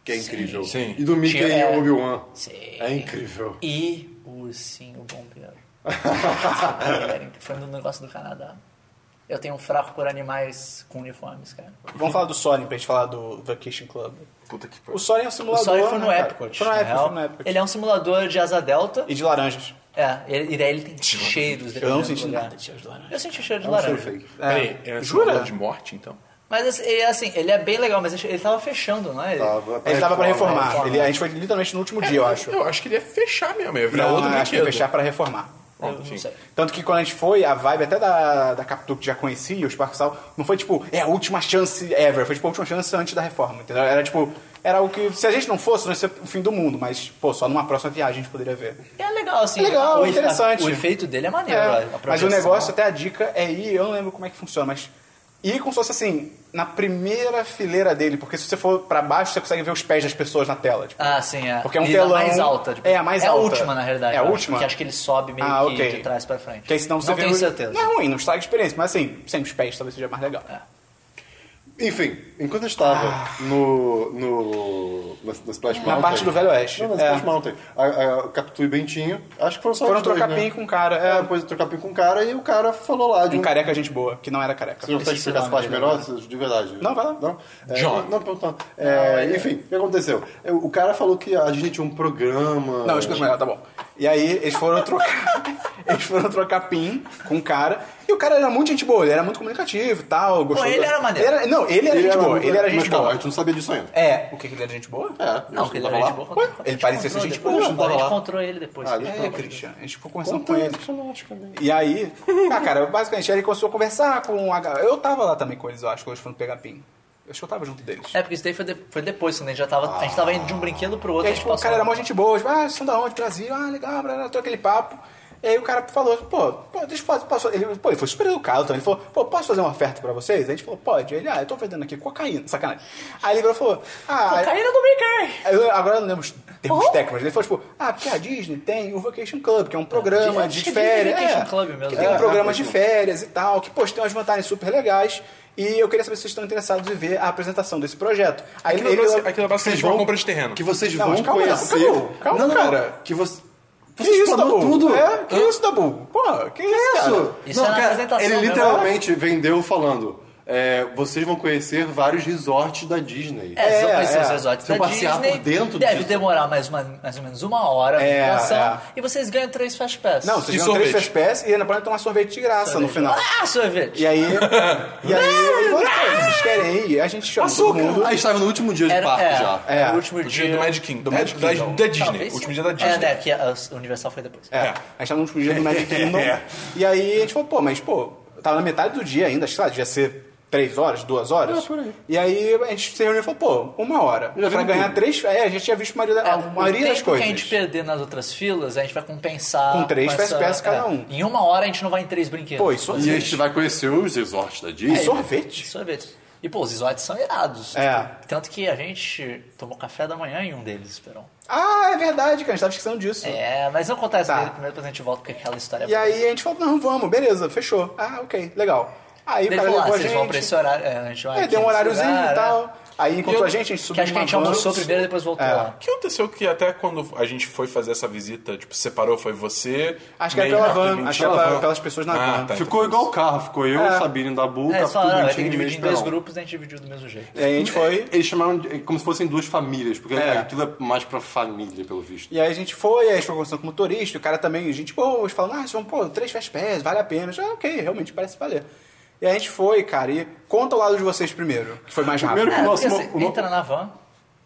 Speaker 4: que é incrível.
Speaker 1: sim.
Speaker 4: E do Mickey
Speaker 2: Tinha- é.
Speaker 4: e Obi-Wan.
Speaker 2: Sim.
Speaker 4: É incrível.
Speaker 2: E o ursinho bombeiro. Foi no negócio do Canadá. Eu tenho um fraco por animais com uniformes, cara.
Speaker 3: Vamos falar do Soren pra gente falar do Vacation Club.
Speaker 1: Puta que pariu.
Speaker 3: O Soren é um
Speaker 2: O
Speaker 3: simulador.
Speaker 2: Sorry foi no
Speaker 3: né, cara?
Speaker 2: Epcot.
Speaker 3: Foi no
Speaker 2: na
Speaker 3: Epcot,
Speaker 2: real.
Speaker 3: foi no Epcot.
Speaker 2: Ele é um simulador de asa delta.
Speaker 3: E de laranjas.
Speaker 2: É, ele- e daí ele tem cheiros.
Speaker 3: Eu não
Speaker 2: dependendo
Speaker 3: senti
Speaker 2: do lugar.
Speaker 3: nada de cheiro de laranja.
Speaker 2: Eu senti cheiro de
Speaker 4: É um cheiro
Speaker 2: laranja.
Speaker 4: fake.
Speaker 1: Peraí, é
Speaker 3: Jura?
Speaker 1: Jura? de morte, então?
Speaker 2: Mas assim, ele- assim, ele é bem legal, mas ele tava fechando, não é? Ele-
Speaker 4: Tava
Speaker 3: Ele tava pra reformar.
Speaker 2: reforma.
Speaker 3: Ele- a gente foi literalmente no último dia, eu acho.
Speaker 1: Eu acho que ele ia fechar mesmo, ia virar
Speaker 3: Não,
Speaker 1: outro
Speaker 3: acho que ia
Speaker 1: brinquedo.
Speaker 3: fechar pra reformar.
Speaker 2: Eu
Speaker 1: Bom,
Speaker 2: não
Speaker 1: enfim.
Speaker 2: sei.
Speaker 3: Tanto que quando a gente foi, a vibe até da, da Capitu que já conhecia, os parques e tal, não foi tipo, é a última chance ever. Foi tipo a última chance antes da reforma, entendeu? Era tipo, era o que, se a gente não fosse, não ia ser o fim do mundo, mas, pô, só numa próxima viagem a gente poderia ver.
Speaker 2: E É legal, assim.
Speaker 3: É legal,
Speaker 2: o efe-
Speaker 3: interessante.
Speaker 2: O efeito dele é maneiro.
Speaker 3: É,
Speaker 2: a- a
Speaker 3: mas o
Speaker 2: projeção.
Speaker 3: negócio, até a dica, é ir, eu não lembro como é que funciona, mas ir como se fosse assim, na primeira fileira dele, porque se você for pra baixo, você consegue ver os pés das pessoas na tela. Tipo,
Speaker 2: Ah, sim, é.
Speaker 3: Porque é um
Speaker 2: E
Speaker 3: telão-
Speaker 2: a mais alta. tipo,
Speaker 3: é a mais
Speaker 2: é
Speaker 3: alta.
Speaker 2: a última, na realidade.
Speaker 3: É a
Speaker 2: eu acho,
Speaker 3: última?
Speaker 2: Porque acho que ele sobe meio
Speaker 3: Ah,
Speaker 2: que
Speaker 3: ok.
Speaker 2: de trás pra frente.
Speaker 3: Porque aí senão você
Speaker 2: não
Speaker 3: vê
Speaker 2: tenho
Speaker 3: o-
Speaker 2: certeza. É.
Speaker 3: Não é ruim, não estraga a experiência, mas assim, sem os pés talvez seja mais legal.
Speaker 4: Enfim, enquanto eu estava no, no, na, na Splash Mountain...
Speaker 3: Ah. Na parte do Velho Oeste.
Speaker 4: Não, na
Speaker 3: É.
Speaker 4: Splash Mountain. A, a Capitu e Bentinho, acho que foram só
Speaker 3: Foram
Speaker 4: os dois,
Speaker 3: trocar
Speaker 4: né?
Speaker 3: pin um com o cara.
Speaker 4: É,
Speaker 3: É,
Speaker 4: depois eu trocar pin com o cara e o cara falou lá de
Speaker 3: um careca gente boa, que não era careca.
Speaker 4: Você não consegue
Speaker 3: Esqueci o
Speaker 4: explicar
Speaker 3: nome
Speaker 4: essa parte
Speaker 3: dele
Speaker 4: melhor,
Speaker 3: agora.
Speaker 4: de verdade?
Speaker 3: né? Não, vai lá.
Speaker 4: Não? É,
Speaker 1: John.
Speaker 4: Não, perguntando. É, enfim, o que aconteceu? Eu- O cara falou que a Disney tinha um programa...
Speaker 3: Não, explica melhor, tá bom. E aí eles foram trocar. eles foram trocar pin com o cara. E o cara era muito gente boa, ele era muito comunicativo e tal. Gostou
Speaker 2: ele
Speaker 3: da-
Speaker 2: era maneiro.
Speaker 3: Ele era- não, ele era gente boa, ele era
Speaker 4: é, mas
Speaker 3: gente
Speaker 4: calma,
Speaker 3: boa.
Speaker 4: A gente não sabia disso ainda.
Speaker 3: É, o que que ele era gente boa?
Speaker 4: É,
Speaker 2: Não, porque ele tipo era gente boa.
Speaker 3: Ué,
Speaker 2: A
Speaker 3: ele
Speaker 2: gente
Speaker 3: parecia ser
Speaker 2: encontrou
Speaker 3: gente
Speaker 2: depois,
Speaker 3: boa, não tava
Speaker 2: A gente
Speaker 4: lá.
Speaker 2: encontrou ele depois.
Speaker 4: Ah, ele
Speaker 3: É, Christian, a gente ficou conversando
Speaker 4: Então,
Speaker 3: com ele.
Speaker 4: ele.
Speaker 3: E aí, ah, cara, basicamente ele começou a conversar com a galera. Eu tava lá também com eles, eu acho, quando eles foram pegar pin. Eu acho que eu tava junto deles.
Speaker 2: É, porque isso daí foi, de- foi depois, quando a gente já tava. A gente tava indo de um brinquedo pro outro.
Speaker 3: E
Speaker 2: a
Speaker 3: aí,
Speaker 2: gente
Speaker 3: tipo, o
Speaker 2: passou-
Speaker 3: cara era mó gente boa, tipo, ah, vocês são da onde? Brasil, ah, legal, blá, blá, todo aquele papo. E aí o cara falou, pô, pô deixa eu fazer, posso... ele, pô, ele foi super educado também, ele falou, pô, posso fazer uma oferta pra vocês? Aí a gente falou, pode. Ele, ah, eu tô vendendo aqui cocaína, sacanagem. Aí ele virou e falou, ah...
Speaker 2: Cocaína do brinquei!
Speaker 3: Eu, agora eu não lembro os termos técnicos, ele falou tipo, ah, porque a Disney tem o Vacation Club, que é um programa
Speaker 2: acho
Speaker 3: de
Speaker 2: que é
Speaker 3: férias.
Speaker 2: Disney
Speaker 3: É,
Speaker 2: Vacation Club mesmo.
Speaker 3: que tem
Speaker 2: É,
Speaker 3: um programa
Speaker 4: é,
Speaker 3: de
Speaker 4: é.
Speaker 3: férias e tal, que, pô, tem umas vantagens super legais. E eu queria saber se vocês estão interessados em ver a apresentação desse projeto. Aí
Speaker 1: Aquilo é basi- aquilo é basicamente uma compra de terreno.
Speaker 4: Que vocês
Speaker 3: Não,
Speaker 4: vão
Speaker 3: mas calma,
Speaker 4: conhecer...
Speaker 3: não, calma,
Speaker 4: não, não,
Speaker 3: calma.
Speaker 4: cara. Que você...
Speaker 3: Que
Speaker 4: Você
Speaker 3: isso,
Speaker 4: explanou
Speaker 3: Dabu?
Speaker 4: tudo.
Speaker 3: É? Que isso, Dabu? Pô, que, isso,
Speaker 4: isso?
Speaker 3: cara?
Speaker 2: Isso é na apresentação
Speaker 3: né?
Speaker 4: Ele
Speaker 2: mesmo.
Speaker 4: literalmente vendeu falando... é, vocês vão conhecer vários resorts da Disney.
Speaker 2: É, vocês vão conhecer
Speaker 3: é.
Speaker 2: os resorts
Speaker 4: Se eu
Speaker 2: da
Speaker 4: passear
Speaker 2: Disney.
Speaker 4: por dentro
Speaker 2: Deve
Speaker 4: disso.
Speaker 2: demorar mais, uma, mais ou menos uma hora
Speaker 3: É,
Speaker 2: de
Speaker 3: é.
Speaker 2: duração. E vocês ganham três Fast Pass.
Speaker 3: Não, vocês
Speaker 1: E
Speaker 3: ganham três
Speaker 1: sorvete.
Speaker 3: Fast Pass e ainda podem tomar sorvete de graça no final.
Speaker 2: Ah, sorvete!
Speaker 3: E é aí... E aí... vocês, vocês querem ir? A gente chama todo mundo.
Speaker 4: A gente estava no último dia de
Speaker 2: Era,
Speaker 4: parque
Speaker 2: é,
Speaker 4: já.
Speaker 3: É.
Speaker 2: era o último
Speaker 1: O dia do Magic Kingdom.
Speaker 3: Do Magic
Speaker 1: Da-
Speaker 3: Kingdom.
Speaker 1: Da Disney.
Speaker 2: Talvez
Speaker 1: O
Speaker 2: sim.
Speaker 1: último dia da
Speaker 2: É,
Speaker 1: Disney.
Speaker 2: né, que a a Universal foi depois.
Speaker 3: É. A gente tava no último dia do Magic Kingdom. E aí a gente falou, pô, mas pô, tava na metade do dia ainda, sei lá, devia ser três horas, duas horas.
Speaker 2: É,
Speaker 3: E aí a gente se reuniu e falou, pô, uma hora.
Speaker 4: Já
Speaker 3: pra
Speaker 4: vimos
Speaker 3: ganhar
Speaker 4: tudo.
Speaker 3: três. É, a gente tinha visto a maioria, da- a
Speaker 2: o
Speaker 3: maioria
Speaker 2: tempo
Speaker 3: das coisas.
Speaker 2: que a gente perder nas outras filas, a gente vai compensar.
Speaker 3: Com três
Speaker 2: essa- é.
Speaker 3: FPS cada um.
Speaker 2: Em uma hora a gente não vai em três brinquedos. É,
Speaker 3: Pô, e sorvete.
Speaker 4: E a gente vai conhecer os resorts da
Speaker 3: E
Speaker 4: Disney.
Speaker 3: sorvete?
Speaker 2: Sorvete. E, pô, os isotes são irados.
Speaker 3: É.
Speaker 2: Tanto que a gente tomou café da manhã em um deles, Esperão.
Speaker 3: Ah, é verdade, cara, a gente tava esquecendo disso.
Speaker 2: É, mas não contar isso
Speaker 3: Tá.
Speaker 2: dele primeiro, depois a gente volta com aquela história.
Speaker 3: E aí a gente falou, não, vamos, beleza, fechou. Ah, ok, legal. Aí
Speaker 2: Ele
Speaker 3: o cara
Speaker 2: falou, ah,
Speaker 3: levou a
Speaker 2: vocês
Speaker 3: gente.
Speaker 2: vão pra esse horário. É, a gente vai
Speaker 3: é,
Speaker 2: aqui
Speaker 3: deu um
Speaker 2: nesse
Speaker 3: horáriozinho
Speaker 2: lugar,
Speaker 3: e tal.
Speaker 2: é.
Speaker 3: Aí encontrou
Speaker 1: eu-
Speaker 3: a gente, a gente
Speaker 2: Que
Speaker 3: subiu
Speaker 2: acho que a
Speaker 3: numa
Speaker 2: gente
Speaker 3: van.
Speaker 2: almoçou primeiro e depois voltou
Speaker 3: É.
Speaker 2: lá.
Speaker 1: O que aconteceu que até quando a gente foi fazer essa visita, tipo, separou, foi você...
Speaker 3: Acho que era
Speaker 1: meio
Speaker 3: pela van,
Speaker 1: Arthur,
Speaker 3: acho que era
Speaker 1: pela
Speaker 3: pela-
Speaker 1: van.
Speaker 3: pelas pessoas na
Speaker 1: Ah,
Speaker 3: van.
Speaker 1: tá,
Speaker 4: Ficou
Speaker 1: então.
Speaker 4: igual o carro, ficou eu,
Speaker 3: É.
Speaker 4: Sabine da Bull,
Speaker 2: É, eles
Speaker 4: Capitu,
Speaker 2: falaram, ah, vai ter
Speaker 4: Bentinho
Speaker 2: que
Speaker 4: e
Speaker 2: dividir em dois
Speaker 4: Esperão.
Speaker 2: grupos e a gente dividiu do mesmo jeito.
Speaker 3: E aí a gente foi.
Speaker 4: Eles chamaram de, como se fossem duas famílias, porque
Speaker 3: É.
Speaker 4: aquilo é mais pra família, pelo visto.
Speaker 3: E aí a gente foi, aí a gente foi conversando com o motorista, o cara também, gente boa, eles falando, ah, são, pô, três fast pass, vale a pena. Eu já, ok, realmente parece valer. E aí a gente foi, cara, e conta o lado de vocês primeiro, que foi mais rápido.
Speaker 4: Primeiro
Speaker 2: É,
Speaker 4: que o nosso,
Speaker 2: porque
Speaker 4: mo-
Speaker 2: assim,
Speaker 4: o no-
Speaker 2: entra na van,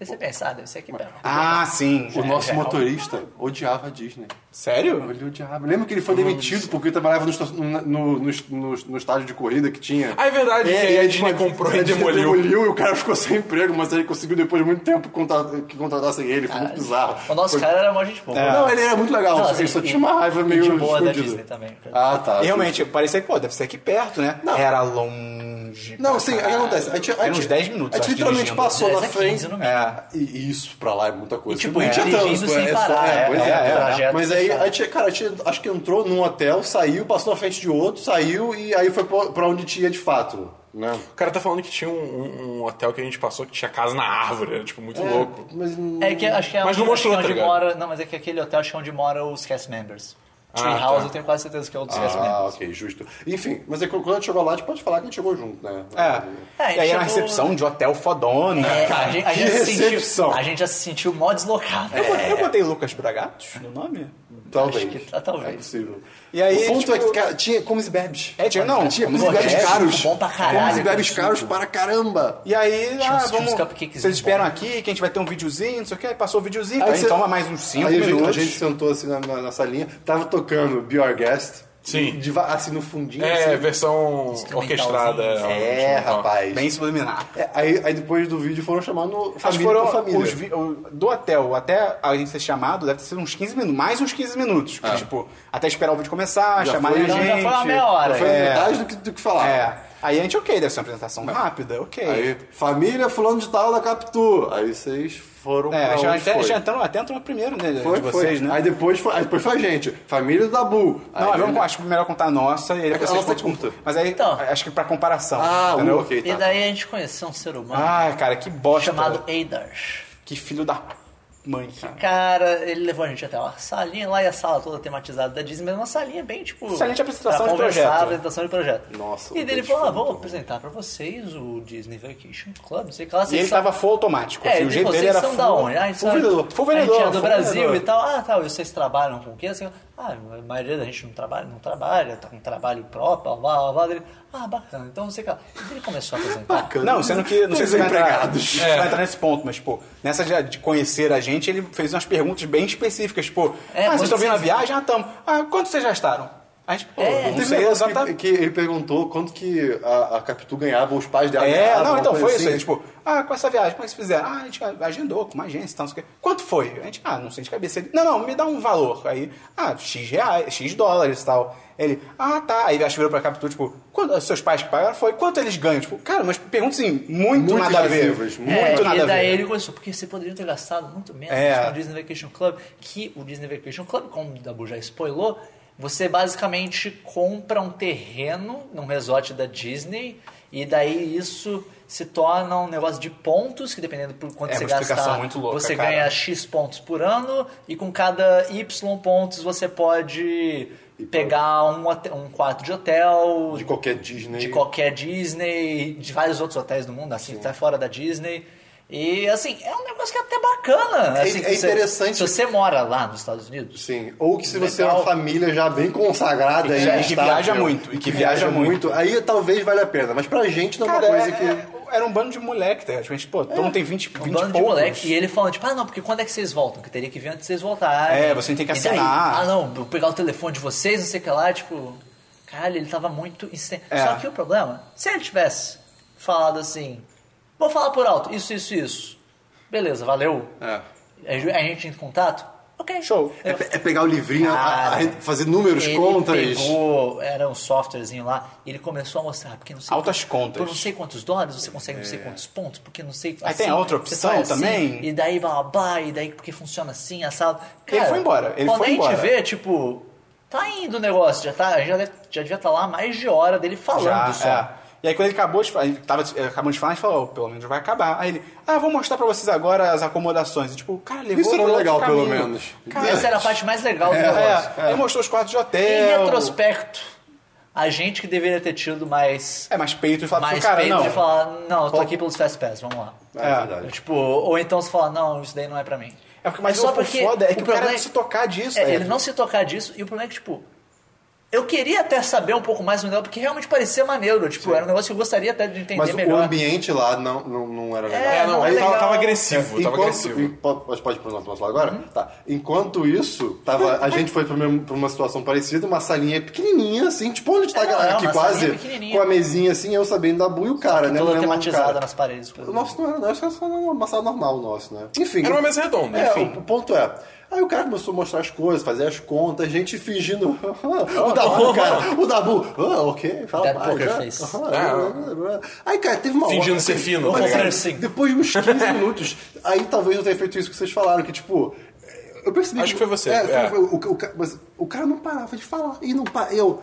Speaker 2: e você pensa, ah, deve ser aqui perto.
Speaker 3: Ah, sim.
Speaker 4: o nosso
Speaker 2: é, é.
Speaker 4: motorista odiava a Disney.
Speaker 3: Sério?
Speaker 4: Ele odiava. Lembra que ele foi demitido porque ele trabalhava no, esta- no, no, no- no estádio de corrida que tinha?
Speaker 1: Ah, é verdade, que
Speaker 4: e
Speaker 1: a
Speaker 4: aí,
Speaker 1: Disney
Speaker 4: tipo,
Speaker 1: comprou
Speaker 7: é,
Speaker 4: a
Speaker 1: e
Speaker 4: Disney
Speaker 1: demoliu.
Speaker 4: E o cara ficou sem emprego, mas ele conseguiu depois de muito tempo contra- que contratassem ele. Foi muito bizarro.
Speaker 2: O nosso cara era mó gente boa.
Speaker 4: Não, ele era muito legal,
Speaker 2: Não,
Speaker 4: só que ele
Speaker 2: assim,
Speaker 4: só
Speaker 2: e-
Speaker 4: tinha uma raiva
Speaker 2: e
Speaker 4: meio
Speaker 2: de boa da
Speaker 4: escondida.
Speaker 2: Disney também.
Speaker 4: Ah, tá.
Speaker 3: E realmente, parecia que, pô, deve ser aqui perto, né? Era longe.
Speaker 4: Não,
Speaker 3: pra
Speaker 4: sim, aí
Speaker 3: caralho.
Speaker 4: acontece. A gente, a
Speaker 3: Era
Speaker 4: gente-
Speaker 3: uns 10 minutos,
Speaker 4: A gente
Speaker 3: acho,
Speaker 4: literalmente
Speaker 3: dirigindo.
Speaker 4: passou na
Speaker 2: 10 a 15
Speaker 4: frente.
Speaker 2: no mínimo.
Speaker 3: É.
Speaker 4: E isso pra lá é muita
Speaker 2: E,
Speaker 4: coisa.
Speaker 2: tipo,
Speaker 4: Não
Speaker 2: a gente
Speaker 4: trânsito,
Speaker 2: dirigindo sem
Speaker 4: é só-
Speaker 2: parar,
Speaker 4: é,
Speaker 2: é,
Speaker 4: pois é,
Speaker 3: é,
Speaker 4: é.
Speaker 3: é.
Speaker 2: Trajeto
Speaker 4: Mas aí,
Speaker 2: fechado.
Speaker 4: a gente, cara, a gente acho que entrou num hotel, saiu, passou na frente de outro, saiu e aí foi pra- pra onde tinha de fato. Né?
Speaker 1: O cara tá falando que tinha um, um- um hotel que a gente passou que tinha casa na árvore, era, tipo, muito louco.
Speaker 4: Mas não-
Speaker 2: É que acho que é
Speaker 1: Mas não
Speaker 2: acho
Speaker 1: mostrou,
Speaker 2: que é onde
Speaker 1: tá ligado?
Speaker 2: mora. Não, mas é que aquele hotel acho que é onde mora os cast members.
Speaker 1: Ah,
Speaker 2: Treehouse,
Speaker 1: tá.
Speaker 2: eu tenho quase certeza que é o dos cast
Speaker 4: Ah,
Speaker 2: members.
Speaker 4: ok, justo. Enfim, mas é que quando a gente chegou lá, a gente pode falar que a gente chegou junto, né?
Speaker 3: É.
Speaker 2: É,
Speaker 3: e aí era uma
Speaker 2: chegou-
Speaker 3: recepção de hotel fodona.
Speaker 2: É, a, gente, a, gente
Speaker 4: que
Speaker 2: se sentiu,
Speaker 4: recepção. É,
Speaker 2: a gente já se sentiu mó deslocado.
Speaker 3: Eu botei Lucas Bragatos no nome?
Speaker 4: Talvez.
Speaker 2: Acho que tá, talvez.
Speaker 4: É possível.
Speaker 3: E aí,
Speaker 4: o ponto
Speaker 3: tipo-
Speaker 4: é que cara, tinha comes e bebes.
Speaker 3: É, tinha, não,
Speaker 4: Tinha comes
Speaker 3: pô,
Speaker 4: e bebes
Speaker 3: é,
Speaker 4: caros. assim?
Speaker 2: bom pra caralho,
Speaker 4: Comes e bebes
Speaker 2: aquele
Speaker 4: caros para caramba.
Speaker 3: E aí,
Speaker 2: Tinha
Speaker 3: ah,
Speaker 2: uns- tinha
Speaker 3: vamos.
Speaker 2: uns cupcakezinhos
Speaker 3: Vocês esperam
Speaker 2: bons.
Speaker 3: aqui que a gente vai ter um videozinho, não sei o que, aí passou o videozinho,
Speaker 4: Aí
Speaker 3: aí,
Speaker 4: você-
Speaker 3: toma mais uns 5
Speaker 4: Aí a gente,
Speaker 3: minutos.
Speaker 4: a gente sentou assim na, na, na salinha, tava tocando Be Our Guest.
Speaker 1: Sim.
Speaker 4: de va- assim no fundinho.
Speaker 1: É, um
Speaker 4: assim.
Speaker 1: versão orquestrada. então.
Speaker 4: é rapaz.
Speaker 3: Bem subliminar.
Speaker 4: É, aí, aí depois do vídeo foram chamando
Speaker 3: Acho que
Speaker 4: família
Speaker 3: foram
Speaker 4: por família.
Speaker 3: os vi- o- do hotel até a gente ser chamado, deve ter sido uns 15 minutos, mais uns 15 minutos. Que, tipo, até esperar o vídeo começar,
Speaker 4: Ah. Já
Speaker 3: chamarem a
Speaker 4: foi-
Speaker 2: Então
Speaker 3: gente.
Speaker 2: já foi uma meia hora.
Speaker 4: Foi
Speaker 3: É.
Speaker 4: metade do que, do que falar.
Speaker 3: É. Aí a gente, ok, deve ser uma apresentação rápida, ok.
Speaker 4: Aí, família fulano de tal da Capitu. Aí vocês foram
Speaker 3: é,
Speaker 4: pra
Speaker 3: já,
Speaker 4: onde
Speaker 3: até,
Speaker 4: foi.
Speaker 3: já entrou, até entrou primeiro, né?
Speaker 4: Foi,
Speaker 3: de vocês,
Speaker 4: foi.
Speaker 3: né?
Speaker 4: Aí depois foi, aí depois foi a gente. Família do Dabu. Aí
Speaker 3: Não, é vamos,
Speaker 4: ele-
Speaker 3: acho que melhor contar a nossa e aí depois
Speaker 4: a
Speaker 3: vocês
Speaker 4: nossa é
Speaker 3: contam.
Speaker 4: curta.
Speaker 3: Mas aí,
Speaker 2: Então.
Speaker 3: acho que pra comparação,
Speaker 4: Ah,
Speaker 3: entendeu?
Speaker 4: uh, ok, tá.
Speaker 2: E daí a gente conheceu um ser humano
Speaker 3: Ah, cara, que bosta.
Speaker 2: chamado Eidarsh.
Speaker 3: Que filho da mãe, cara.
Speaker 2: Cara, ele levou a gente até uma salinha lá e a sala toda tematizada da Disney, mas uma salinha bem tipo.
Speaker 3: Salinha de apresentação
Speaker 2: pra
Speaker 3: de
Speaker 2: conversar,
Speaker 3: projeto.
Speaker 2: apresentação de projeto.
Speaker 4: Nossa,
Speaker 2: E
Speaker 4: o
Speaker 2: dele
Speaker 4: dente
Speaker 2: falou: ah,
Speaker 4: foi
Speaker 2: vou
Speaker 4: muito bom.
Speaker 2: apresentar pra vocês o Disney Vacation Club, não sei o que lá.
Speaker 3: E
Speaker 2: vocês
Speaker 3: ele
Speaker 2: são-
Speaker 3: tava full automático.
Speaker 2: É,
Speaker 3: assim,
Speaker 2: ele
Speaker 3: o jeito
Speaker 2: falou,
Speaker 3: dele
Speaker 2: vocês
Speaker 3: era
Speaker 2: são
Speaker 3: full,
Speaker 2: da onde? Ah, a gente
Speaker 3: full
Speaker 2: sabe-
Speaker 3: vendedor. Full
Speaker 2: A gente
Speaker 3: vendedor.
Speaker 2: é do
Speaker 3: full
Speaker 2: Brasil
Speaker 3: vendedor.
Speaker 2: e tal. Ah, tal, e vocês trabalham com o quê? Assim, ah, a maioria da gente não trabalha, não trabalha, tá com trabalho próprio, blá, blá, blá. Ele, ah, bacana, então não sei o que lá. E ele começou a apresentar.
Speaker 3: Não, sendo que. Não sei se vai entrar,
Speaker 4: Desempregados.
Speaker 3: se vai entrar nesse ponto, mas, pô, nessa de- de conhecer a gente, ele fez umas perguntas bem específicas, tipo,
Speaker 2: É,
Speaker 3: ah, vocês
Speaker 2: quando
Speaker 3: estão vindo na
Speaker 2: vocês-
Speaker 3: viagem? Ah, tamo. Ah, quanto vocês gastaram? A gente, pô,
Speaker 2: É,
Speaker 3: não
Speaker 4: Teve
Speaker 3: sei
Speaker 4: um negócio
Speaker 3: exatamente.
Speaker 4: Que, que ele perguntou quanto que a, a Capitu ganhava, ou os pais dela
Speaker 3: É,
Speaker 4: ganhavam.
Speaker 3: não,
Speaker 4: uma
Speaker 3: então
Speaker 4: coisa
Speaker 3: foi isso.
Speaker 4: assim.
Speaker 3: aí, Tipo, ah, com essa viagem, como é que vocês fizeram? Ah, a gente agendou com uma agência e tal, não sei o quê. Quanto foi? A gente, ah, não sei de cabeça. Ele, não, não, me dá um valor. Aí, ah, X reais, X dólares e tal. Ele, ah, tá. Aí acho que virou pra Capitu, tipo, quanto, seus pais que pagaram foi? Quanto eles ganham? Tipo, cara, mas perguntas assim, muito,
Speaker 4: Muito
Speaker 3: nada a ver.
Speaker 4: invasivas,
Speaker 3: Muito
Speaker 2: É,
Speaker 3: nada
Speaker 2: e
Speaker 3: a
Speaker 2: daí
Speaker 3: ver.
Speaker 2: ele começou, porque você poderia ter gastado muito menos
Speaker 3: É.
Speaker 2: no Disney Vacation Club, que o Disney Vacation Club, como o Dabu já spoilou, você basicamente compra um terreno num resort da Disney, e daí isso se torna um negócio de pontos, que dependendo por quanto
Speaker 3: É
Speaker 2: você
Speaker 3: uma explicação
Speaker 2: gastar,
Speaker 3: muito louca,
Speaker 2: você
Speaker 3: cara.
Speaker 2: ganha X pontos por ano, e com cada Y pontos você pode pegar um, hotel- um quarto de hotel,
Speaker 4: De qualquer Disney.
Speaker 2: de qualquer Disney, de vários outros hotéis do mundo, assim, até fora da Disney. E, assim, é um negócio que é até bacana.
Speaker 4: É-
Speaker 2: assim,
Speaker 4: é
Speaker 2: se-
Speaker 4: interessante.
Speaker 2: Se você mora lá nos Estados Unidos,
Speaker 4: Sim, ou que se você é
Speaker 2: Legal.
Speaker 4: uma família já bem consagrada
Speaker 3: E
Speaker 4: e
Speaker 3: que-
Speaker 4: já
Speaker 3: e que
Speaker 4: estável, É
Speaker 3: viaja muito, e que viaja muito.
Speaker 4: aí talvez valha a pena, mas pra gente não é uma
Speaker 3: Cara,
Speaker 4: coisa
Speaker 3: é-
Speaker 4: que... É,
Speaker 3: é- era um bando de moleque, tá? ligado? Tipo, a gente, pô, todo mundo tem 20, 20
Speaker 2: um bando de
Speaker 3: poucos.
Speaker 2: moleque. E ele falando, tipo, ah, não, porque quando é que vocês voltam? Que teria que vir antes de vocês voltarem.
Speaker 3: É, você tem que
Speaker 2: E daí,
Speaker 3: assinar.
Speaker 2: ah, não, vou pegar o telefone de vocês, não sei o que lá. Tipo, caralho, ele tava muito... insisten-
Speaker 3: É.
Speaker 2: Só que o problema, se ele tivesse falado assim, vou falar por alto, isso, isso, isso. Beleza, valeu.
Speaker 4: É.
Speaker 2: A gente- a gente entra em contato? Ok.
Speaker 3: Show.
Speaker 4: É, pe- é pegar o livrinho, a- a-
Speaker 2: Cara,
Speaker 4: a- fazer números,
Speaker 2: ele
Speaker 4: contas.
Speaker 2: Pegou, era um softwarezinho lá, e ele começou a mostrar, porque não sei.
Speaker 3: Altas
Speaker 2: quantos-
Speaker 3: contas. É.
Speaker 2: Por não sei quantos dólares você consegue não sei quantos pontos, porque não sei. assim,
Speaker 3: Aí tem a outra
Speaker 2: você
Speaker 3: opção
Speaker 2: faz
Speaker 3: também.
Speaker 2: E daí blá blá, blá, e daí porque funciona assim, a sala.
Speaker 3: Ele foi embora, ele
Speaker 2: quando
Speaker 3: foi
Speaker 2: a gente
Speaker 3: embora.
Speaker 2: vê, tipo, tá indo o negócio, já, tá, já, deve- já devia estar lá mais de hora dele falando
Speaker 3: Já,
Speaker 2: só.
Speaker 3: é. E aí quando ele acabou de falar, ele tava eh, acabando de falar, a gente falou, "Oh, pelo menos vai acabar. Aí ele, ah, vou mostrar pra vocês agora as acomodações. E, tipo, cara, levou
Speaker 4: Isso era
Speaker 3: por outro
Speaker 4: legal, pelo
Speaker 3: caminho.
Speaker 4: menos.
Speaker 3: Cara,
Speaker 2: Essa era a parte mais legal do negócio.
Speaker 3: é, Aí mostrou os quartos de
Speaker 2: Em
Speaker 3: hotel.
Speaker 2: retrospecto, a gente que deveria ter tido mais.
Speaker 3: É, mais peito e falar,
Speaker 2: mais
Speaker 3: cara,
Speaker 2: peito
Speaker 3: não.
Speaker 2: de falar, não, eu tô aqui pelos Fast Pass, vamos lá.
Speaker 4: É,
Speaker 3: É.
Speaker 4: verdade.
Speaker 2: Tipo, ou então você fala, não, isso daí não é pra mim.
Speaker 3: É porque, mas
Speaker 2: É só
Speaker 3: o
Speaker 2: porque
Speaker 3: foda é que
Speaker 2: o
Speaker 3: o, cara
Speaker 2: problema
Speaker 3: não
Speaker 2: é-
Speaker 3: se tocar disso,
Speaker 2: É,
Speaker 3: né?
Speaker 2: ele não se tocar disso, e o problema é que, tipo, eu queria até saber um pouco mais do negócio, porque realmente parecia maneiro. Tipo, era um negócio que eu gostaria até de entender
Speaker 4: Mas o
Speaker 2: melhor.
Speaker 4: ambiente lá não, não, não era legal.
Speaker 2: É,
Speaker 1: É, não,
Speaker 2: não é
Speaker 1: aí tava,
Speaker 2: legal.
Speaker 1: tava agressivo,
Speaker 7: É,
Speaker 1: tava
Speaker 4: Enquanto,
Speaker 1: agressivo.
Speaker 4: en- po- pode, pode pôr no nosso lado agora? Tá. Enquanto isso, tava, a gente foi pra mesmo- pra uma situação parecida, uma salinha pequenininha, assim, tipo onde tá
Speaker 2: É,
Speaker 4: a galera
Speaker 2: não, é
Speaker 4: aqui
Speaker 2: uma
Speaker 4: quase,
Speaker 2: salinha pequenininha.
Speaker 4: com a mesinha assim, eu sabendo da buia e o cara, né?
Speaker 3: é
Speaker 2: toda
Speaker 3: um
Speaker 4: Não lembro o nome do cara.
Speaker 2: tematizada nas paredes. por
Speaker 4: O
Speaker 3: tipo,
Speaker 2: exemplo.
Speaker 4: nosso não era, não, acho que era só uma sala normal o nosso, né? Enfim.
Speaker 1: Era uma mesa redonda,
Speaker 4: É,
Speaker 7: um-
Speaker 1: enfim.
Speaker 4: O, o ponto é. Aí o cara começou a mostrar as coisas, fazer as contas, a gente fingindo. "Ah, o Dabu, cara, o Dabu, ah, ok, fala
Speaker 2: That
Speaker 4: mais.
Speaker 2: poker
Speaker 4: né?
Speaker 2: face.
Speaker 4: Ah. Aí, cara, teve
Speaker 7: um
Speaker 4: uma
Speaker 1: Fingindo
Speaker 4: hora-
Speaker 1: ser
Speaker 2: um
Speaker 1: fino, tá
Speaker 4: Não,
Speaker 3: é
Speaker 1: ligado?
Speaker 2: Sim.
Speaker 4: Depois de um uns 15 minutos, aí talvez eu tenha feito isso que vocês falaram, que tipo. Eu percebi
Speaker 1: Acho que foi você,
Speaker 4: É,
Speaker 1: é.
Speaker 4: foi- o, o ca- mas o cara não parava de falar. E não pa- Eu.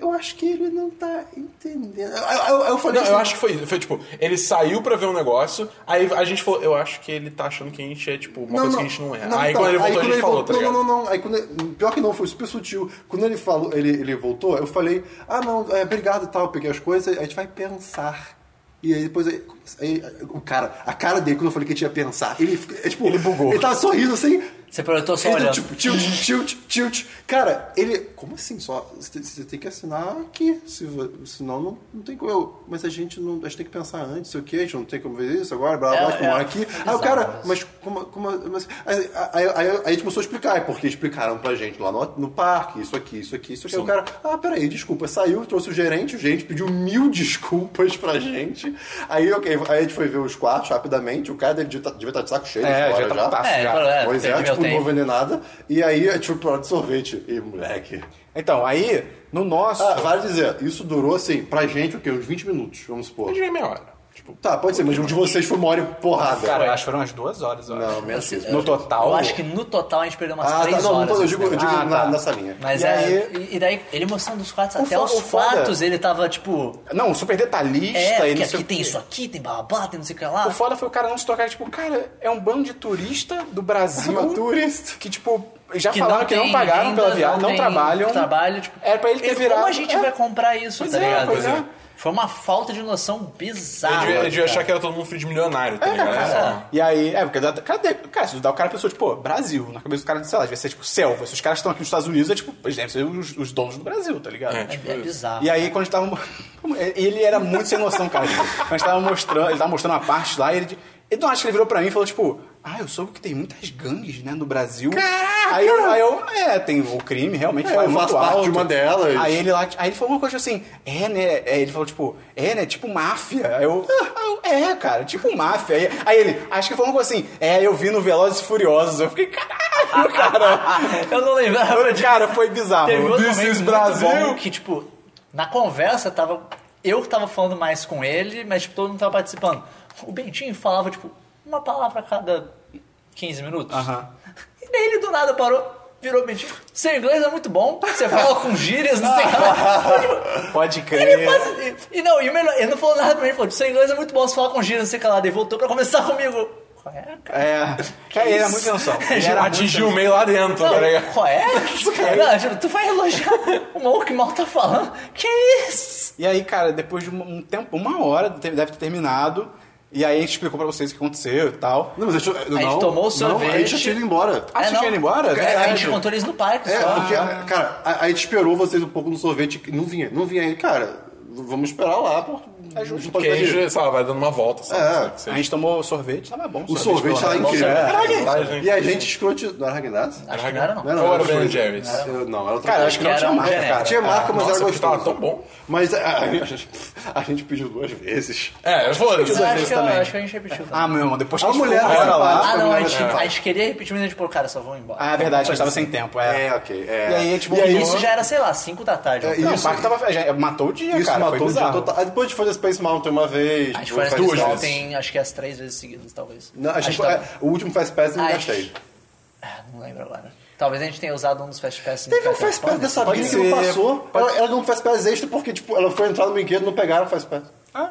Speaker 4: Eu acho que ele não tá entendendo. Eu, eu, eu falei
Speaker 1: Não,
Speaker 4: assim,
Speaker 1: eu acho que foi isso. Foi tipo, ele saiu pra ver um negócio, aí a gente falou, eu acho que ele tá achando que a gente é, tipo, uma coisa que a gente não é. aí
Speaker 4: então,
Speaker 1: quando ele voltou, a
Speaker 4: quando
Speaker 1: gente falou, tá
Speaker 4: não,
Speaker 1: ligado?
Speaker 4: não, não, não. Aí quando ele- pior que não, foi super sutil. Quando ele falou, ele, ele voltou, eu falei, ah não, é, obrigado e tal, eu peguei as coisas, a gente vai pensar. E aí depois aí, aí, o cara, a cara dele, quando eu falei que a gente ia pensar, ele fica- é, tipo, ele bugou. Ele tava sorrindo assim.
Speaker 2: Você projetou só
Speaker 3: é
Speaker 4: ele deu,
Speaker 2: olhando.
Speaker 4: tipo, tilt, tilt, tilt. Cara, ele. Como assim? Só. Você tem- você tem que assinar aqui. Se, vo- senão não, não tem como. Eu, mas a gente não. A gente tem que pensar Tá, antes, sei o quê, a gente não tem como ver isso agora, blá blá,
Speaker 2: É,
Speaker 4: blá, que eu
Speaker 2: é.
Speaker 4: moro aqui. Aí o cara, mas como. como mas- aí, aí- aí- aí a gente começou a explicar, é porque explicaram pra gente lá no, no parque, isso aqui, isso aqui, isso aqui. Aí o cara, ah, peraí, desculpa, saiu, trouxe o gerente, o gerente pediu mil desculpas pra gente. Aí, ok, aí a gente foi ver os quartos rapidamente, o cara devia estar de saco cheio
Speaker 3: É,
Speaker 4: de fora
Speaker 3: já tá putaço.
Speaker 2: É,
Speaker 3: cara.
Speaker 2: é,
Speaker 4: pois
Speaker 3: um
Speaker 2: perdi
Speaker 4: é,
Speaker 2: meu
Speaker 4: tipo, não
Speaker 2: tempo.
Speaker 4: vou vender nada. E aí, é, tipo, pro lado de sorvete. E, moleque.
Speaker 3: Então, aí No nosso.
Speaker 7: Ah, vale dizer, isso durou, assim, pra gente, o quê? Uns 20 minutos, vamos supor.
Speaker 1: Pode ver meia hora. Tipo,
Speaker 7: Tá, pode ser, mas o de vocês foi uma hora e porrada.
Speaker 3: cara, eu acho que foram umas duas horas, eu acho.
Speaker 7: não, menos
Speaker 4: Assim,
Speaker 7: que isso.
Speaker 3: No total.
Speaker 2: é. Eu acho que no total a gente perdeu umas
Speaker 7: Ah, tá,
Speaker 2: três
Speaker 7: não, não
Speaker 2: horas. assim.
Speaker 7: tô- eu digo, eu digo
Speaker 3: Ah,
Speaker 7: na,
Speaker 3: tá.
Speaker 7: nessa linha.
Speaker 2: Mas
Speaker 3: E
Speaker 2: é,
Speaker 3: aí-
Speaker 2: e- e daí ele mostrando os fatos,
Speaker 3: O
Speaker 2: até
Speaker 3: fo-
Speaker 2: os
Speaker 3: o foda-
Speaker 2: fatos ele tava tipo.
Speaker 3: Não, super detalhista
Speaker 2: É,
Speaker 3: e
Speaker 2: porque
Speaker 3: não sei
Speaker 2: aqui
Speaker 3: o
Speaker 2: tem
Speaker 3: quê.
Speaker 2: isso aqui, tem babá, tem não sei o que lá.
Speaker 3: O foda foi o cara não se tocar, tipo, cara, é um bando de turista do Brasil.
Speaker 2: É
Speaker 7: Turista.
Speaker 3: Que, tipo, já
Speaker 2: Que
Speaker 3: falaram que não
Speaker 2: tem
Speaker 3: pagaram
Speaker 2: renda,
Speaker 3: pela viagem, não,
Speaker 2: tem
Speaker 3: trabalham.
Speaker 2: Trabalho, tipo,
Speaker 3: Era pra ele ter virado.
Speaker 2: Como a gente
Speaker 3: é.
Speaker 2: vai comprar isso,
Speaker 3: Pois
Speaker 2: tá
Speaker 3: é,
Speaker 2: ligado?
Speaker 3: pois é.
Speaker 2: Foi uma falta de noção
Speaker 1: eu
Speaker 2: bizarra.
Speaker 1: devia, eu devia
Speaker 2: cara.
Speaker 1: achar que era todo mundo filho de milionário, tá ligado?
Speaker 2: cara.
Speaker 3: E aí, é, porque dá- cadê? Cara, se tu dá o cara a pessoa, tipo, pô, Brasil, na cabeça do cara, sei lá, devia ser tipo selva. Se os caras estão aqui nos Estados Unidos, é tipo, eles devem ser os, os donos do Brasil, tá ligado?
Speaker 1: É.
Speaker 2: É, é bizarro.
Speaker 3: E aí, quando a gente tava. Ele era muito sem noção, cara. Quando a gente tava mostrando, ele tava mostrando uma parte lá, ele. Ele não acha que ele virou pra mim e falou, tipo, ah, eu soube que tem muitas gangues, né, no Brasil. Caraca! Aí eu, aí eu, é, tem o crime, realmente,
Speaker 7: É,
Speaker 3: lá é
Speaker 7: eu
Speaker 3: muito
Speaker 7: faço parte
Speaker 3: alto.
Speaker 7: de uma delas.
Speaker 3: Aí ele lá, aí ele falou uma coisa assim, é, né, é, ele falou, tipo, é, né, tipo máfia. Aí eu, ah, eu, é, cara, tipo máfia. Aí, aí ele, acho que ele falou uma coisa assim, é, eu vi no Velozes e Furiosos. Eu fiquei, caralho, cara.
Speaker 2: Eu não lembrava de
Speaker 3: cara, foi bizarro.
Speaker 2: Teve outro
Speaker 1: This
Speaker 2: momento
Speaker 1: is
Speaker 2: muito
Speaker 1: Brasil.
Speaker 2: bom que, tipo, na conversa tava. Eu que tava falando mais com ele, mas tipo, todo mundo tava participando. O Bentinho falava, tipo, uma palavra a cada 15 minutos.
Speaker 3: Aham.
Speaker 2: E daí ele do nada parou, virou Bentinho. Seu inglês é muito bom, você fala com gírias, não sei o que lá.
Speaker 3: Pode crer.
Speaker 2: Ele quase- E, e não, e o melhor, ele não falou nada pra mim, ele falou, seu inglês é muito bom, você fala com gírias, não sei o que lá. Daí voltou pra conversar comigo. Qual é, cara?
Speaker 3: É. Cara, ele era muito sensação. Ele era muito
Speaker 1: Atingiu o meio lá dentro, tá ligado?
Speaker 2: Não, qual é? Não, tipo, tu vai elogiar o maluco que mal tá falando? Que isso?
Speaker 3: E aí, cara, depois de um- um tempo, uma hora, te- deve ter terminado. E aí a gente explicou pra vocês o que aconteceu e tal.
Speaker 7: Não, mas a gente, não,
Speaker 2: tomou o
Speaker 7: não, a gente
Speaker 2: sorvete.
Speaker 7: já tinha ido embora.
Speaker 3: Ah,
Speaker 2: É,
Speaker 3: vocês
Speaker 2: não.
Speaker 3: tinham ido embora?
Speaker 2: É, a gente
Speaker 3: Caralho.
Speaker 2: encontrou eles no parque
Speaker 7: É,
Speaker 2: só.
Speaker 7: porque, cara, a, a gente esperou vocês um pouco no sorvete e não vinha, não vinha aí. Cara, v- vamos esperar lá, porque a gente não pode
Speaker 1: Porque aí,
Speaker 7: perder.
Speaker 1: sei lá, vai dando uma volta, sabe?
Speaker 7: É.
Speaker 1: Sei que
Speaker 3: A
Speaker 1: seja.
Speaker 3: gente tomou sorvete, tava bom.
Speaker 7: O sorvete
Speaker 3: pelo
Speaker 4: tá
Speaker 7: lá é
Speaker 3: menos.
Speaker 7: incrível.
Speaker 3: Bom sorvete.
Speaker 1: Era Häagen-Dazs.
Speaker 7: E a gente escrote.
Speaker 4: é
Speaker 7: Não era Hagenaz?
Speaker 2: Acho que não era, não.
Speaker 7: Não,
Speaker 1: Ou
Speaker 7: não,
Speaker 1: era Ben
Speaker 7: era
Speaker 1: Jerry's?
Speaker 7: Eu- Não, era outra
Speaker 3: Cara,
Speaker 7: coisa.
Speaker 3: acho que não É,
Speaker 2: Era
Speaker 3: tinha
Speaker 2: um
Speaker 3: marca,
Speaker 2: genérico.
Speaker 3: cara.
Speaker 7: Tinha marca, mas
Speaker 1: Nossa,
Speaker 7: era
Speaker 1: que tava
Speaker 7: gostoso.
Speaker 1: tão bom.
Speaker 7: Mas a, a gente, a gente pediu duas vezes.
Speaker 1: É, foda-se.
Speaker 2: Eu acho, que, eu-
Speaker 3: também.
Speaker 2: acho que a gente repetiu também.
Speaker 3: Ah, meu irmão, depois que
Speaker 7: A
Speaker 3: gente
Speaker 7: mulher né?
Speaker 3: ficou uma hora
Speaker 7: era
Speaker 3: lá.
Speaker 7: lá.
Speaker 2: Ah, não, a gente,
Speaker 7: É.
Speaker 2: a gente queria repetir, mas a gente falou, cara, só vão embora.
Speaker 3: Ah, é verdade, a gente tava sem tempo. É,
Speaker 7: É, ok, é.
Speaker 3: E aí a gente
Speaker 7: E aí
Speaker 3: voltou.
Speaker 2: Isso já era, sei lá, 5 da tarde.
Speaker 7: É,
Speaker 2: ó.
Speaker 3: Não,
Speaker 7: Isso.
Speaker 3: o parque tava. Já, matou o dia,
Speaker 7: Isso
Speaker 3: cara.
Speaker 7: matou
Speaker 3: foi
Speaker 7: um dia
Speaker 3: bizarro.
Speaker 7: total. Aí Depois de fazer Space Mountain uma vez.
Speaker 2: a gente foi
Speaker 7: depois
Speaker 2: nessa
Speaker 7: faz-
Speaker 1: duas
Speaker 2: Space
Speaker 1: vezes.
Speaker 2: Mountain, acho que é as três vezes seguidas, talvez. tá
Speaker 7: Não, a gente
Speaker 2: tava-
Speaker 7: foi- é, O último Fast Pass eu não
Speaker 2: Acho-
Speaker 7: gastei.
Speaker 2: Ah, não lembro agora. Talvez a gente tenha usado um dos Fast Pass.
Speaker 7: Teve um Fast
Speaker 2: né?
Speaker 7: Pass dessa
Speaker 3: Pode
Speaker 7: briga que não
Speaker 3: ser,
Speaker 7: passou.
Speaker 3: pode-
Speaker 7: Ela, ela deu um Fast Pass extra porque, tipo, ela foi entrar no brinquedo e não pegaram o Fast Pass.
Speaker 3: Ah,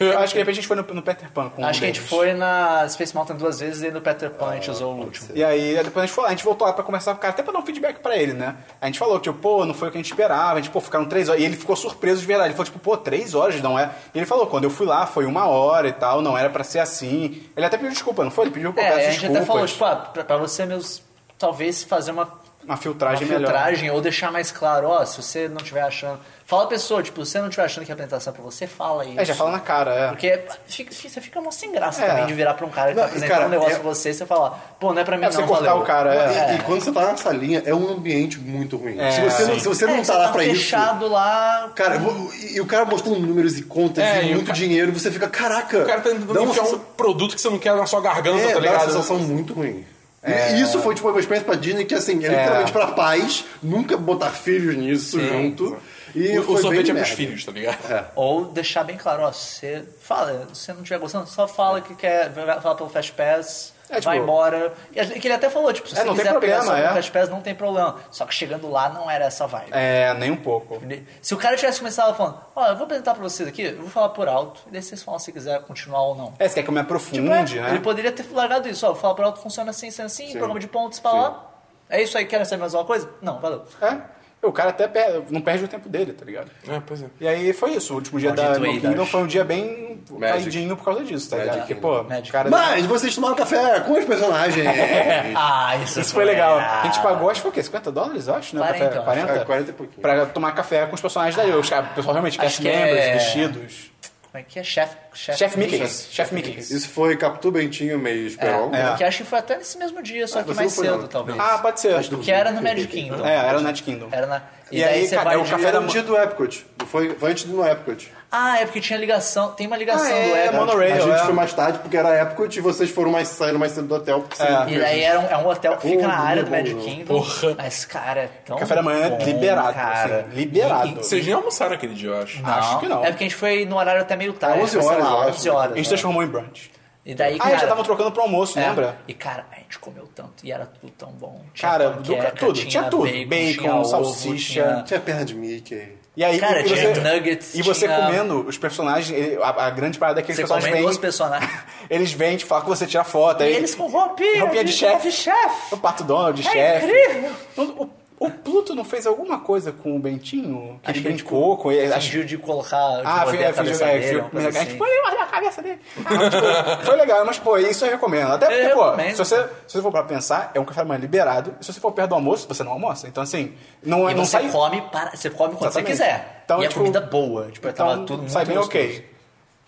Speaker 3: eu acho que de repente a gente foi no, no Peter Pan com um
Speaker 2: Acho que a gente
Speaker 3: deles.
Speaker 2: foi na Space Mountain duas vezes e no Peter Pan a gente usou o último.
Speaker 3: E aí depois a gente, falou, a gente voltou lá pra conversar com o cara, até pra dar um feedback pra ele, né? A gente falou, tipo, pô, não foi o que a gente esperava, a gente, pô, ficaram três horas. E ele ficou surpreso de verdade. Ele falou, tipo, pô, três horas, não é? E ele falou, quando eu fui lá, foi uma hora e tal, não era pra ser assim. Ele até pediu desculpa, não foi? Ele pediu pô,
Speaker 2: É,
Speaker 3: peço
Speaker 2: a gente até falou,
Speaker 3: desculpas.
Speaker 2: tipo, ah, pra, pra você mesmo, talvez fazer uma
Speaker 3: Uma filtragem
Speaker 2: uma
Speaker 3: melhor.
Speaker 2: filtragem ou deixar mais claro, ó, se você não estiver achando. Fala a pessoa, tipo, se você não estiver achando que a apresentação é pra você, fala isso.
Speaker 3: É, já fala na cara, é.
Speaker 2: Porque fica- fica- você fica mó sem graça
Speaker 3: É.
Speaker 2: também de virar pra um cara que
Speaker 7: Não,
Speaker 2: tá
Speaker 7: e,
Speaker 2: apresentando
Speaker 7: cara,
Speaker 2: um negócio
Speaker 7: é-
Speaker 2: pra você e você falar, pô, não é pra mim
Speaker 3: É
Speaker 2: não,
Speaker 3: você cortar
Speaker 2: valeu.
Speaker 3: o cara, é.
Speaker 7: E, e quando você tá na salinha, é um ambiente muito ruim.
Speaker 3: É,
Speaker 7: se você, não,
Speaker 3: sim.
Speaker 7: se você
Speaker 2: É,
Speaker 7: não
Speaker 2: você
Speaker 7: tá lá pra isso.
Speaker 2: fechado lá...
Speaker 7: Cara, eu vou- e e o cara mostrando números e contas
Speaker 1: É,
Speaker 7: e,
Speaker 1: e o
Speaker 7: muito
Speaker 1: ca-
Speaker 7: dinheiro, você fica, caraca.
Speaker 1: O cara tá
Speaker 7: dá
Speaker 1: tentando
Speaker 7: uma
Speaker 1: enfiar um
Speaker 7: sensa-
Speaker 1: produto que você não quer na sua garganta,
Speaker 7: É,
Speaker 1: tá
Speaker 7: dá uma
Speaker 1: ligado? É.
Speaker 7: sensação muito ruim. E Isso foi tipo uma experiência pra Disney que assim, é
Speaker 3: É.
Speaker 7: literalmente pra pais, nunca botar filhos nisso junto. E
Speaker 1: O,
Speaker 7: foi
Speaker 1: o
Speaker 7: bem
Speaker 1: sorvete é pros
Speaker 7: merda.
Speaker 1: filhos, tá ligado?
Speaker 2: Ou deixar bem claro, ó, se você fala, se você não estiver gostando, só fala que quer, vai- fala pelo Fast Pass,
Speaker 3: É, tipo-
Speaker 2: vai embora. E a gente- que ele até falou, tipo, se
Speaker 3: É,
Speaker 2: você
Speaker 3: não tem
Speaker 2: quiser pegar
Speaker 3: problema,
Speaker 2: só pelo
Speaker 3: é.
Speaker 2: Fast Pass, não tem problema. Só que chegando lá, não era essa vibe.
Speaker 3: É, nem um pouco.
Speaker 2: Se o cara tivesse começado falando, ó, eu vou apresentar pra vocês aqui, eu vou falar por alto, e daí vocês falam se quiser continuar ou não.
Speaker 3: É, você quer que eu me aprofunde,
Speaker 2: Tipo, é,
Speaker 3: né?
Speaker 2: Ele poderia ter largado isso, ó, falar por alto funciona assim, assim, assim, programa de pontos pra lá. É isso aí, quer saber mais alguma coisa? Não, valeu.
Speaker 3: É. O cara até perde, não perde o tempo dele, tá ligado?
Speaker 1: É, pois é.
Speaker 3: E aí foi isso. O último dia
Speaker 2: Maldito
Speaker 3: da Animal
Speaker 2: Eidos.
Speaker 3: Kingdom foi um dia bem
Speaker 7: Magic.
Speaker 3: caidinho por causa disso, tá ligado?
Speaker 7: Magic
Speaker 3: Porque, pô,
Speaker 2: Magic.
Speaker 1: né?
Speaker 3: cara.
Speaker 7: Mas vocês tomaram café com os personagens.
Speaker 1: É.
Speaker 2: Ah, isso,
Speaker 3: Isso foi legal.
Speaker 2: irado.
Speaker 3: A gente pagou, acho que foi o quê? 50 dólares, eu acho, né?
Speaker 2: 40,
Speaker 3: Café,
Speaker 2: Ah. acho.
Speaker 3: 40?
Speaker 7: É, 40 e pouquinho.
Speaker 3: Pra tomar café com os personagens daí. Os caras, o pessoal realmente,
Speaker 2: Acho
Speaker 3: cast
Speaker 2: que
Speaker 3: members,
Speaker 2: é-
Speaker 3: vestidos.
Speaker 2: Como é que é? Chef, chef,
Speaker 3: Chef Mickey's. Chef Mickey's.
Speaker 7: Isso foi Capitu Bentinho meio Esperon.
Speaker 2: É,
Speaker 3: É.
Speaker 2: Que acho que foi até nesse mesmo dia, só que
Speaker 7: você
Speaker 2: mais
Speaker 7: não foi,
Speaker 2: cedo,
Speaker 7: não.
Speaker 2: talvez.
Speaker 3: Ah, pode ser.
Speaker 7: Acho
Speaker 2: que era no Magic Kingdom.
Speaker 3: É, era o Night Kingdom.
Speaker 2: Era na... E,
Speaker 3: E
Speaker 2: daí
Speaker 3: aí,
Speaker 2: você
Speaker 3: cara,
Speaker 2: vai
Speaker 3: é o
Speaker 2: de-
Speaker 3: café da
Speaker 7: Era um dia do Epcot. Não Foi, foi antes do Epcot.
Speaker 2: Ah, é porque tinha ligação. Tem uma ligação
Speaker 3: Ah, é,
Speaker 2: do
Speaker 3: é
Speaker 2: Epcot.
Speaker 3: mono- Monorail,
Speaker 7: a gente
Speaker 3: é.
Speaker 7: foi mais tarde porque era Epcot e vocês foram mais, saíram mais cedo do hotel. Porque você não
Speaker 2: E
Speaker 7: viu.
Speaker 2: daí era um, é um hotel que fica
Speaker 7: Oh,
Speaker 2: na área do
Speaker 7: meu
Speaker 2: Magic
Speaker 7: Deus.
Speaker 2: Kingdom.
Speaker 1: Porra.
Speaker 2: Mas, cara, é tão
Speaker 3: Café da manhã
Speaker 2: bom,
Speaker 3: liberado,
Speaker 2: cara.
Speaker 3: assim, liberado.
Speaker 1: Vocês nem almoçaram aquele dia, eu acho.
Speaker 3: Acho que não.
Speaker 2: É porque a gente foi no horário até meio tarde.
Speaker 7: É, 11
Speaker 2: foi, sei
Speaker 7: horas,
Speaker 2: lá,
Speaker 7: eu acho.
Speaker 2: 11 horas.
Speaker 3: A gente
Speaker 2: né?
Speaker 3: transformou em brunch.
Speaker 2: E daí,
Speaker 3: Ah,
Speaker 2: cara...
Speaker 3: eles já estavam trocando pro almoço,
Speaker 2: é,
Speaker 3: lembra?
Speaker 2: E, cara, a gente comeu tanto. E era tudo tão bom.
Speaker 3: Cara, do-
Speaker 2: panqueca,
Speaker 3: tudo, tinha tudo. Bacon,
Speaker 2: ovo,
Speaker 3: salsicha.
Speaker 2: tinha-
Speaker 7: Tinha perna de Mickey.
Speaker 3: E aí,
Speaker 2: Cara,
Speaker 3: e você,
Speaker 2: tinha nuggets,
Speaker 3: E você
Speaker 2: tinha-
Speaker 3: comendo os personagens, ele- a, a grande parada é que os
Speaker 2: Você
Speaker 3: personagens
Speaker 2: comendo
Speaker 3: vêm,
Speaker 2: os personagens.
Speaker 3: eles vêm te falar que você tira foto.
Speaker 2: E
Speaker 3: aí,
Speaker 2: eles com roupinha.
Speaker 3: roupinha de chefe.
Speaker 2: chefe.
Speaker 3: O Pato Donald, de
Speaker 2: É
Speaker 3: chefe.
Speaker 2: incrível.
Speaker 3: O, o Pluto não fez alguma coisa com o Bentinho? Que
Speaker 2: Acho
Speaker 3: ele
Speaker 2: que ele
Speaker 3: brincou com ele. acho-
Speaker 2: Fingiu de colocar... De
Speaker 3: Ah,
Speaker 2: morder
Speaker 3: fi- é,
Speaker 2: a cabeça
Speaker 3: fingiu, é,
Speaker 2: dele,
Speaker 3: fingiu-
Speaker 2: uma coisa
Speaker 3: a gente
Speaker 2: assim.
Speaker 3: foi olhar a cabeça dele. Mas, tipo, foi legal, mas, pô, isso eu recomendo. Até porque,
Speaker 2: Eu
Speaker 3: pô,
Speaker 2: recomendo.
Speaker 3: se você, se você for pra pensar, é um café da manhã liberado. E se você for perto do almoço, você não almoça. Então, assim, não,
Speaker 2: E
Speaker 3: não
Speaker 2: você
Speaker 3: sai...
Speaker 2: come para, você come quando
Speaker 3: Exatamente.
Speaker 2: você quiser.
Speaker 3: Então,
Speaker 2: e é
Speaker 3: tipo,
Speaker 2: comida boa, tipo,
Speaker 3: então,
Speaker 2: tava tudo muito
Speaker 3: sai bem
Speaker 2: gostoso.
Speaker 3: ok.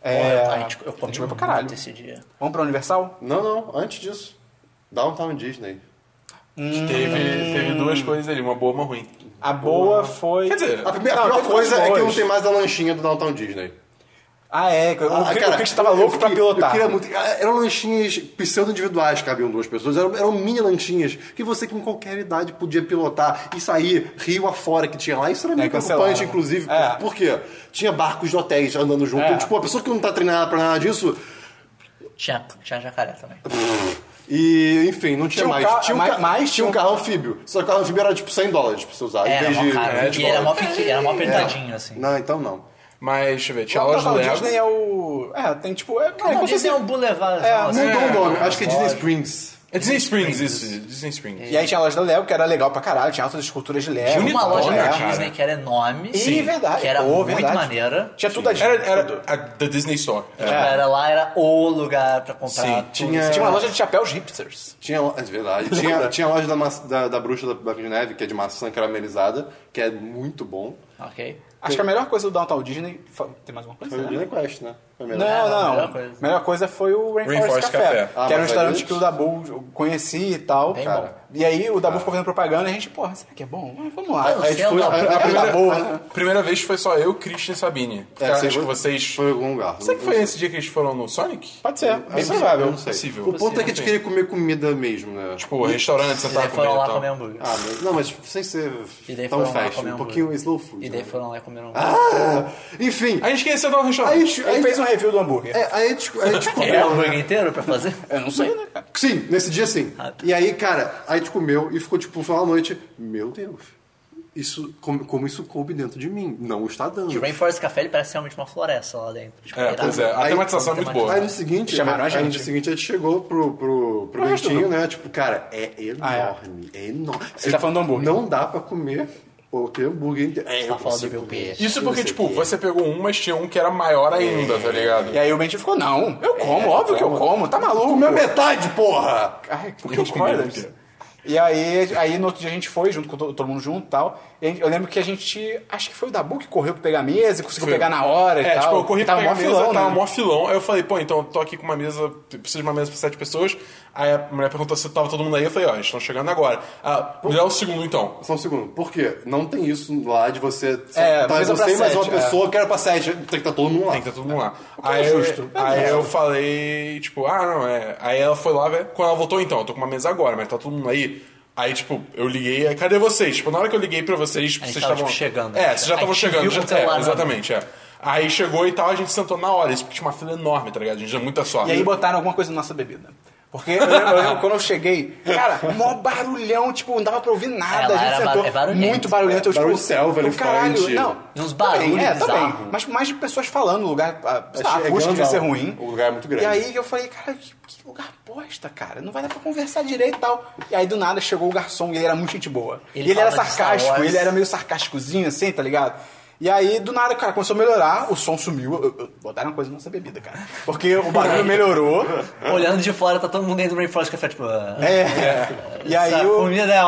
Speaker 2: Pô,
Speaker 3: É,
Speaker 2: a gente, eu comi
Speaker 3: comeu pra
Speaker 2: muito
Speaker 3: caralho.
Speaker 2: esse dia.
Speaker 3: Vamos pra Universal?
Speaker 7: Não, não, antes disso. Downtown Disney.
Speaker 1: Teve, teve duas coisas ali, uma boa e uma ruim.
Speaker 3: A boa foi...
Speaker 1: Quer dizer,
Speaker 7: A primeira
Speaker 3: Não,
Speaker 7: a pior
Speaker 3: teve
Speaker 7: coisa
Speaker 3: coisas
Speaker 7: é que não
Speaker 3: boas.
Speaker 7: tem mais a lanchinha do Downtown Disney.
Speaker 3: Ah, é. O,
Speaker 7: Ah,
Speaker 3: o,
Speaker 7: cara,
Speaker 3: o Chris tava
Speaker 7: eu-
Speaker 3: louco
Speaker 7: eu
Speaker 3: pra
Speaker 7: queria-
Speaker 3: pilotar.
Speaker 7: Eu queria muito. Ah, Eram lanchinhas pseudo-individuais, cabiam duas pessoas. Eram, eram mini lanchinhas que você com qualquer idade podia pilotar e sair rio afora que tinha lá. Isso era meio
Speaker 3: cancelaram.
Speaker 7: preocupante, inclusive. por-
Speaker 3: É.
Speaker 7: Por, quê? Tinha barcos de hotéis andando junto.
Speaker 3: É.
Speaker 7: Tipo, a pessoa que não tá treinada pra nada disso.
Speaker 2: Tinha, tinha jacaré também.
Speaker 7: E, enfim, não tinha,
Speaker 3: Tinha um
Speaker 7: mais.
Speaker 3: carro-
Speaker 7: tinha um
Speaker 3: mais-
Speaker 7: ca-
Speaker 3: mais
Speaker 7: tinha um carro anfíbio. Só que o carro anfíbio era tipo 100 dólares pra você usar. em
Speaker 2: É, Era
Speaker 7: vez
Speaker 2: mó
Speaker 7: de
Speaker 3: é,
Speaker 2: caro.
Speaker 7: 20
Speaker 3: tipo,
Speaker 2: E era mó
Speaker 7: dólares.
Speaker 2: pequeno, era mó apertadinho, assim.
Speaker 7: Não, então não.
Speaker 1: mas, deixa eu ver, tinha
Speaker 3: O
Speaker 1: loja do
Speaker 3: Natal
Speaker 1: Lego.
Speaker 3: Disney é o... É, tem tipo... É, cara,
Speaker 2: Não,
Speaker 3: como se
Speaker 2: Disney é um boulevard.
Speaker 3: É,
Speaker 2: nossa.
Speaker 7: Mudou o nome. Acho que é Disney
Speaker 2: Lógico.
Speaker 7: Springs.
Speaker 1: É Disney Springs, isso, Disney Springs.
Speaker 3: E aí tinha a loja da Lego, que era legal pra caralho, tinha altas esculturas de Lego.
Speaker 2: Tinha uma
Speaker 3: é,
Speaker 2: loja
Speaker 1: Bonitona,
Speaker 2: da
Speaker 1: cara.
Speaker 2: Disney que era enorme.
Speaker 3: E verdade.
Speaker 2: Que era
Speaker 3: pô,
Speaker 2: muito
Speaker 3: verdade.
Speaker 2: maneira.
Speaker 3: Tinha É. tudo a
Speaker 1: Era, era a da Disney Store.
Speaker 2: Tipo,
Speaker 3: É.
Speaker 2: Era lá, era o lugar pra comprar
Speaker 1: Sim,
Speaker 2: tudo.
Speaker 7: Tinha,
Speaker 3: Tinha uma loja de chapéus hipsters.
Speaker 7: Tinha, lo- é verdade. Tinha, tinha a loja da, maçã- da, da bruxa da Branca de Neve, que é de maçã caramelizada, que é muito bom.
Speaker 2: Ok.
Speaker 3: Acho que a melhor coisa do Downtown Disney... fa- Tem mais alguma coisa?
Speaker 7: Foi o Disney Quest, né? Foi
Speaker 3: Não,
Speaker 7: melhor.
Speaker 3: não.
Speaker 2: a
Speaker 3: A
Speaker 2: melhor
Speaker 3: melhor
Speaker 2: coisa.
Speaker 3: coisa, foi o Rainforest,
Speaker 1: Rainforest
Speaker 3: Café.
Speaker 1: Café.
Speaker 7: Ah,
Speaker 3: que era um
Speaker 7: mas
Speaker 3: restaurante
Speaker 7: aí-
Speaker 3: que o Dabu eu conheci e tal.
Speaker 2: Bem
Speaker 3: cara.
Speaker 2: bom.
Speaker 3: E aí o Dabu ficou fazendo propaganda e a gente, porra, será que é bom? Ah, vamos lá.
Speaker 2: Ah, não
Speaker 7: Aí a
Speaker 2: sei,
Speaker 7: gente foi,
Speaker 2: não.
Speaker 7: a, a
Speaker 3: É
Speaker 7: primeira,
Speaker 3: da boa, né?
Speaker 1: Primeira vez foi só eu, Christian e Sabine. Porque
Speaker 7: É,
Speaker 1: acho
Speaker 7: vocês-
Speaker 1: que vocês.
Speaker 7: foi em algum lugar.
Speaker 1: Será que foi nesse dia que eles foram no Sonic?
Speaker 3: Pode ser,
Speaker 7: Eu não
Speaker 3: bem
Speaker 7: sei, eu
Speaker 3: provável.
Speaker 7: não sei.
Speaker 1: Possível.
Speaker 7: O ponto é que a
Speaker 1: Possível,
Speaker 7: gente queria comer comida mesmo, né?
Speaker 1: Tipo, restaurante,
Speaker 2: E
Speaker 1: sentar
Speaker 2: daí
Speaker 1: com
Speaker 2: é, foram lá
Speaker 3: então.
Speaker 1: tal.
Speaker 2: comer hambúrguer.
Speaker 7: Ah, mas, não, mas sem ser
Speaker 2: E daí
Speaker 7: tão
Speaker 2: foram lá
Speaker 7: fast,
Speaker 2: comer
Speaker 7: um
Speaker 2: hambúrguer.
Speaker 7: pouquinho slow food.
Speaker 2: E daí
Speaker 7: né?
Speaker 2: foram lá um e comeram.
Speaker 7: Ah, enfim,
Speaker 1: A gente queria sentar no
Speaker 7: aí, a
Speaker 1: restaurante.
Speaker 7: gente-
Speaker 3: Ele
Speaker 7: aí-
Speaker 3: fez um review do hambúrguer.
Speaker 7: é, aí a gente, a gente
Speaker 2: Ele é o
Speaker 7: comeu, né?
Speaker 2: hambúrguer inteiro pra fazer?
Speaker 3: Eu não sei, né, cara?
Speaker 7: Sim, nesse dia sim.
Speaker 2: Ah, tá.
Speaker 7: E aí, cara, aí a gente comeu e ficou tipo, final da noite, meu Deus, isso, como, como isso coube dentro de mim? Não está dando.
Speaker 2: E o Rainforest Café ele parece realmente uma floresta lá dentro. Tipo,
Speaker 1: É,
Speaker 2: irado.
Speaker 1: pois é. A
Speaker 7: Aí-
Speaker 1: tematização é muito boa.
Speaker 7: Aí no seguinte,
Speaker 3: Chamaram a
Speaker 7: aí, aí no
Speaker 3: gente.
Speaker 7: seguinte a gente chegou pro, pro, pro Bentinho, né? Tipo, cara, é
Speaker 3: Ah, é.
Speaker 7: enorme, é. enorme.
Speaker 3: Você tá falando do hambúrguer.
Speaker 7: Não dá pra comer o que hambúrguer inteiro. É, eu
Speaker 2: Tá falando
Speaker 7: consigo
Speaker 2: do meu
Speaker 7: comer.
Speaker 2: peixe.
Speaker 1: Isso porque,
Speaker 7: Eu sei
Speaker 1: tipo,
Speaker 7: que-
Speaker 1: você pegou um, mas tinha um que era maior ainda, tá ligado?
Speaker 3: E aí o Bentinho ficou, não, eu como, óbvio que eu como, tá maluco.
Speaker 7: Comeu metade, porra!
Speaker 3: Ai, por
Speaker 1: Eu
Speaker 3: que
Speaker 1: comi
Speaker 3: spoilers?
Speaker 1: hambúrguer.
Speaker 3: E aí, aí no outro dia a gente foi, junto com to- todo mundo junto e tal. E a gente- eu lembro que a gente. Acho que foi o Dabu que correu pra pegar a mesa e conseguiu
Speaker 1: Foi.
Speaker 3: pegar na hora e
Speaker 1: É,
Speaker 3: tal.
Speaker 1: tipo, eu corri pra
Speaker 3: tava
Speaker 1: pegar a
Speaker 3: mó
Speaker 1: mesa,
Speaker 3: filão,
Speaker 1: tava
Speaker 3: né?
Speaker 1: mó filão. Aí eu falei, pô, então eu tô aqui com uma mesa, preciso de uma mesa pra sete pessoas. Aí a mulher perguntou se tava todo mundo aí. Eu falei, ó, eles estão chegando agora. Ah, me dá o segundo então.
Speaker 7: Só um segundo, por quê? Não tem isso lá de você.
Speaker 3: É,
Speaker 7: tá,
Speaker 3: mesa pra
Speaker 7: você e mais uma
Speaker 3: sete, é.
Speaker 7: pessoa, que era pra sete. Tem que estar todo mundo lá.
Speaker 1: Tem que tá todo mundo lá.
Speaker 3: é
Speaker 1: Aí, eu-
Speaker 3: justo.
Speaker 1: aí eu falei, tipo, ah, não, é. Aí ela foi lá, velho. Quando ela voltou, então, eu tô com uma mesa agora, mas tá todo mundo aí. Aí, tipo, eu liguei, aí, cadê vocês? Tipo, na hora que eu liguei pra vocês, tipo,
Speaker 2: A gente
Speaker 1: vocês
Speaker 2: tava,
Speaker 1: estavam.
Speaker 2: tipo, chegando, né?
Speaker 1: É, vocês já
Speaker 2: A
Speaker 1: estavam
Speaker 2: gente
Speaker 1: chegando.
Speaker 2: viu
Speaker 1: já-
Speaker 2: com o celular
Speaker 1: é,
Speaker 2: na
Speaker 1: exatamente, é. Aí chegou e tal, a gente sentou na hora, isso porque tinha uma fila enorme, tá ligado? A gente deu muita sorte.
Speaker 3: E aí botaram alguma coisa na nossa bebida. Porque eu lembro, eu lembro quando eu cheguei, cara, mó barulhão, tipo, não dava pra ouvir nada.
Speaker 2: É,
Speaker 3: a
Speaker 2: lá
Speaker 3: gente
Speaker 2: era
Speaker 3: sentou,
Speaker 2: ba- é barulhento.
Speaker 3: muito barulhento. Eu, tipo,
Speaker 7: Barulho de selva,
Speaker 3: eu,
Speaker 7: elefante.
Speaker 3: Caralho, não.
Speaker 2: E uns
Speaker 3: Tá bem,
Speaker 2: barulhos
Speaker 3: É, também.
Speaker 2: bizarros.
Speaker 3: Mas mais de pessoas falando, o lugar, a, sei lá, a
Speaker 7: chegando,
Speaker 3: acústica devia ser
Speaker 7: não.
Speaker 3: ruim.
Speaker 7: né? O lugar é muito grande.
Speaker 3: E aí eu falei, cara, que, que lugar bosta, cara. Não vai dar pra conversar direito e tal. E aí do nada chegou o garçom e ele era muito gente boa.
Speaker 2: Ele
Speaker 3: e ele era
Speaker 2: falava de Star
Speaker 3: sarcástico,
Speaker 2: Wars.
Speaker 3: ele era meio sarcásticozinho assim, tá ligado? E aí, do nada, cara, começou a melhorar, o som sumiu. Eu, eu, botaram coisa na nossa bebida, cara. Porque o barulho melhorou.
Speaker 2: Olhando de fora, tá todo mundo dentro do Rainforest Café, tipo... ah,
Speaker 3: É. E aí
Speaker 2: essa
Speaker 3: o, Ah!
Speaker 2: comida é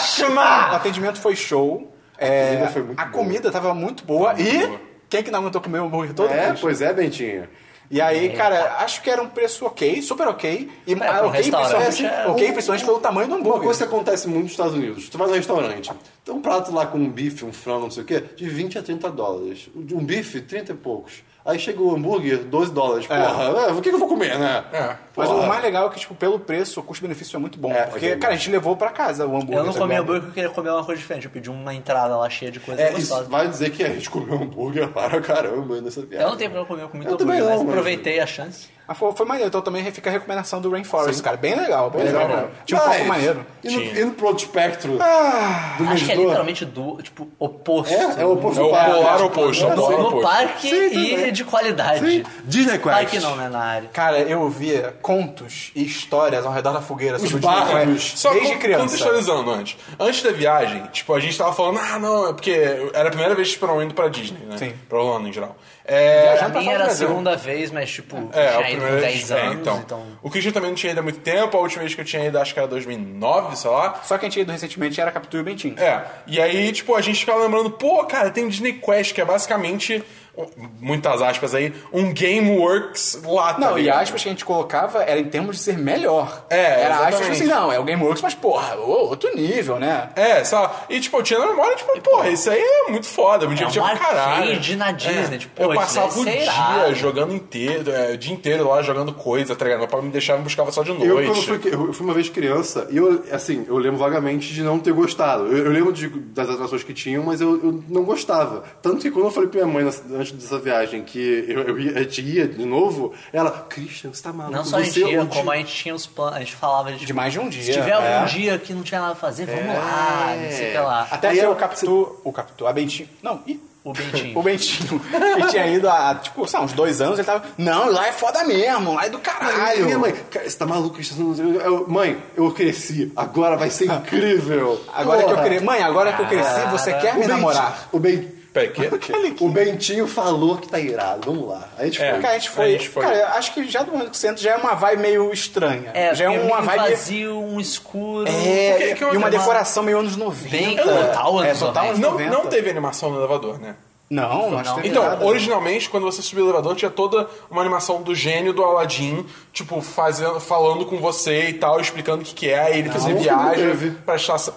Speaker 3: o
Speaker 2: ótima!
Speaker 3: atendimento foi show. É,
Speaker 7: comida foi muito
Speaker 3: a
Speaker 7: boa.
Speaker 3: comida tava muito boa.
Speaker 1: Muito
Speaker 3: e
Speaker 1: boa.
Speaker 3: quem que não aguentou comer o hambúrguer todo?
Speaker 7: É,
Speaker 3: Christian?
Speaker 7: pois é, Bentinho.
Speaker 3: E aí, cara, acho que era um preço ok, super ok. E
Speaker 2: pra um
Speaker 3: ah, ok,
Speaker 2: restaurante,
Speaker 3: principalmente,
Speaker 2: é,
Speaker 3: ok,
Speaker 7: um-
Speaker 3: principalmente pelo tamanho do
Speaker 7: Uma
Speaker 3: hambúrguer.
Speaker 7: coisa que acontece muito nos Estados Unidos. Tu vai no restaurante,
Speaker 4: Tem um prato lá com um bife, um frango, não sei o quê, de 20 a 30 dólares. Um bife, 30 e poucos. Aí chega o hambúrguer, 12 dólares. Porra, é, o que, que eu vou comer, né?
Speaker 1: É.
Speaker 3: Mas o
Speaker 4: Porra.
Speaker 3: mais legal é que, tipo, pelo preço, o custo-benefício é muito bom.
Speaker 4: É,
Speaker 3: porque,
Speaker 4: é bom.
Speaker 3: cara, a gente levou pra casa o hambúrguer.
Speaker 2: Eu não
Speaker 3: tá
Speaker 2: comi
Speaker 3: ligado?
Speaker 2: hambúrguer porque eu queria comer uma coisa diferente. Eu pedi uma entrada lá cheia de coisa
Speaker 4: É, isso
Speaker 2: gostosa.
Speaker 4: vai dizer que a gente comeu hambúrguer para caramba nessa viagem.
Speaker 2: Eu não tenho problema comer com muito
Speaker 4: Eu também
Speaker 2: hambúrguer, mas
Speaker 4: não, mas-
Speaker 2: aproveitei a chance.
Speaker 3: Mas foi, foi maneiro, então também fica a recomendação do Rainforest, cara. Bem legal, bem legal.
Speaker 4: Legal.
Speaker 3: mesmo. Tinha um
Speaker 4: Mas,
Speaker 3: pouco maneiro.
Speaker 4: Indo,
Speaker 1: Tinha.
Speaker 4: indo pro outro espectro do
Speaker 2: Acho que é
Speaker 4: vendedor.
Speaker 2: literalmente do, tipo, oposto.
Speaker 4: É, é o oposto
Speaker 1: É o
Speaker 4: do parque.
Speaker 1: polar oposto, é o
Speaker 4: Sim.
Speaker 1: polar
Speaker 2: No
Speaker 1: oposto.
Speaker 2: parque
Speaker 4: Sim, tudo
Speaker 2: e
Speaker 4: bem.
Speaker 2: de qualidade.
Speaker 6: Disney
Speaker 2: Parque
Speaker 6: Quest.
Speaker 2: não, né? Na área.
Speaker 3: Cara, eu ouvia contos e histórias ao redor da fogueira sobre o Disney
Speaker 4: bardos.
Speaker 3: Quest
Speaker 1: Só
Speaker 3: desde
Speaker 1: con-
Speaker 3: criança.
Speaker 1: contextualizando antes. Antes da viagem, tipo, a gente tava falando, ah, não, é porque era a primeira vez que esperam indo pra Disney, né?
Speaker 3: Sim.
Speaker 1: Pra Orlando em geral. É,
Speaker 2: pra
Speaker 3: pra
Speaker 2: mim
Speaker 3: fora do
Speaker 2: era a
Speaker 3: tá Brasil.
Speaker 2: segunda vez, mas tipo,
Speaker 1: é, a
Speaker 2: já ido
Speaker 1: primeira
Speaker 2: com
Speaker 1: vez.
Speaker 2: 10
Speaker 1: é,
Speaker 2: anos,
Speaker 1: então.
Speaker 2: então.
Speaker 1: O Christian também não tinha ido há muito tempo, a última vez que eu tinha ido, acho que era 2009, sei lá.
Speaker 3: Só que a gente ido recentemente era Captura e Bentinho.
Speaker 1: É, e aí, tipo, a gente ficava lembrando, pô, cara, tem o Disney Quest, que é basicamente, um- muitas aspas aí, um Gameworks lá, tá
Speaker 3: Não, e
Speaker 1: ligado?
Speaker 3: a aspas que a gente colocava era em termos de ser melhor.
Speaker 1: É,
Speaker 3: Era aspas
Speaker 1: exatamente.
Speaker 3: tipo assim, não, é o GameWorks, mas porra, ô, outro nível, né?
Speaker 1: É, sabe? E tipo, eu tinha na memória, tipo, porra, isso aí é muito foda, eu me divertia
Speaker 2: um
Speaker 1: pra caralho. É,
Speaker 2: arcade na Disney, tipo, pô,
Speaker 1: eu
Speaker 2: isso
Speaker 1: passava o
Speaker 2: deve ser
Speaker 1: dia
Speaker 2: irado.
Speaker 1: jogando inteiro, é, o dia inteiro lá jogando coisa, tá ligado? Meu pai me deixava e me buscava só de noite.
Speaker 4: Eu, quando fui, eu fui uma vez criança e eu, assim, eu lembro vagamente de não ter gostado. Eu, eu lembro de- das atrações que tinham, mas eu, eu não gostava. Tanto que quando eu falei pra minha mãe nessa- antes dessa viagem que eu, eu ia, a gente ia de novo, ela, Christian, você tá maluco?
Speaker 2: Não só a gente
Speaker 4: você
Speaker 2: ia,
Speaker 4: odia-
Speaker 2: como a gente tinha os planos, a gente falava de,
Speaker 3: De mais de um dia.
Speaker 2: Se tiver
Speaker 3: é.
Speaker 2: algum dia que não tiver nada a fazer, vamos lá, não sei o que lá.
Speaker 3: Até
Speaker 4: Aí
Speaker 3: que
Speaker 4: eu-
Speaker 3: eu captou, o captou, a Bentinho. Não, ih.
Speaker 2: O Bentinho.
Speaker 3: O Bentinho. Ele tinha ido há, tipo, sei lá, uns dois anos, ele tava. Não, lá é foda mesmo, lá é do
Speaker 4: Aí
Speaker 3: caralho.
Speaker 4: minha mãe, "Cara, você tá maluco, Christian? Você não- eu- eu- mãe, eu cresci, agora vai ser incrível.
Speaker 3: Agora que eu
Speaker 4: Porra.
Speaker 3: cresci. Mãe, agora que eu cresci, você
Speaker 4: O
Speaker 3: quer me
Speaker 4: Bentinho-
Speaker 3: namorar?
Speaker 4: O Ben-
Speaker 1: Peraí, é? quê?
Speaker 4: O Bentinho falou que tá irado, vamos lá. Aí a gente foi.
Speaker 3: Cara, a gente foi.
Speaker 1: É, A gente foi.
Speaker 3: Cara, eu acho que já do ano que centro já é uma vibe meio estranha.
Speaker 2: É,
Speaker 3: já é
Speaker 2: tem um
Speaker 3: uma vibe.
Speaker 2: vazio, um escuro.
Speaker 3: É,
Speaker 1: Que- que eu-
Speaker 3: e uma
Speaker 1: que-
Speaker 3: decoração meio anos 90.
Speaker 2: Bem total
Speaker 3: É,
Speaker 2: anos
Speaker 3: total
Speaker 2: 90.
Speaker 3: anos
Speaker 1: Não,
Speaker 3: 90.
Speaker 1: não teve animação no elevador, né?
Speaker 3: Não, não,
Speaker 2: Não.
Speaker 3: teve
Speaker 1: Então,
Speaker 3: nada. né?
Speaker 1: originalmente, quando você subia o elevador, tinha toda uma animação do gênio do Aladdin, tipo, fazendo, falando com você e tal, explicando o que, que é, aí ele fazia
Speaker 4: não
Speaker 1: viagem
Speaker 4: teve.
Speaker 1: pra estação.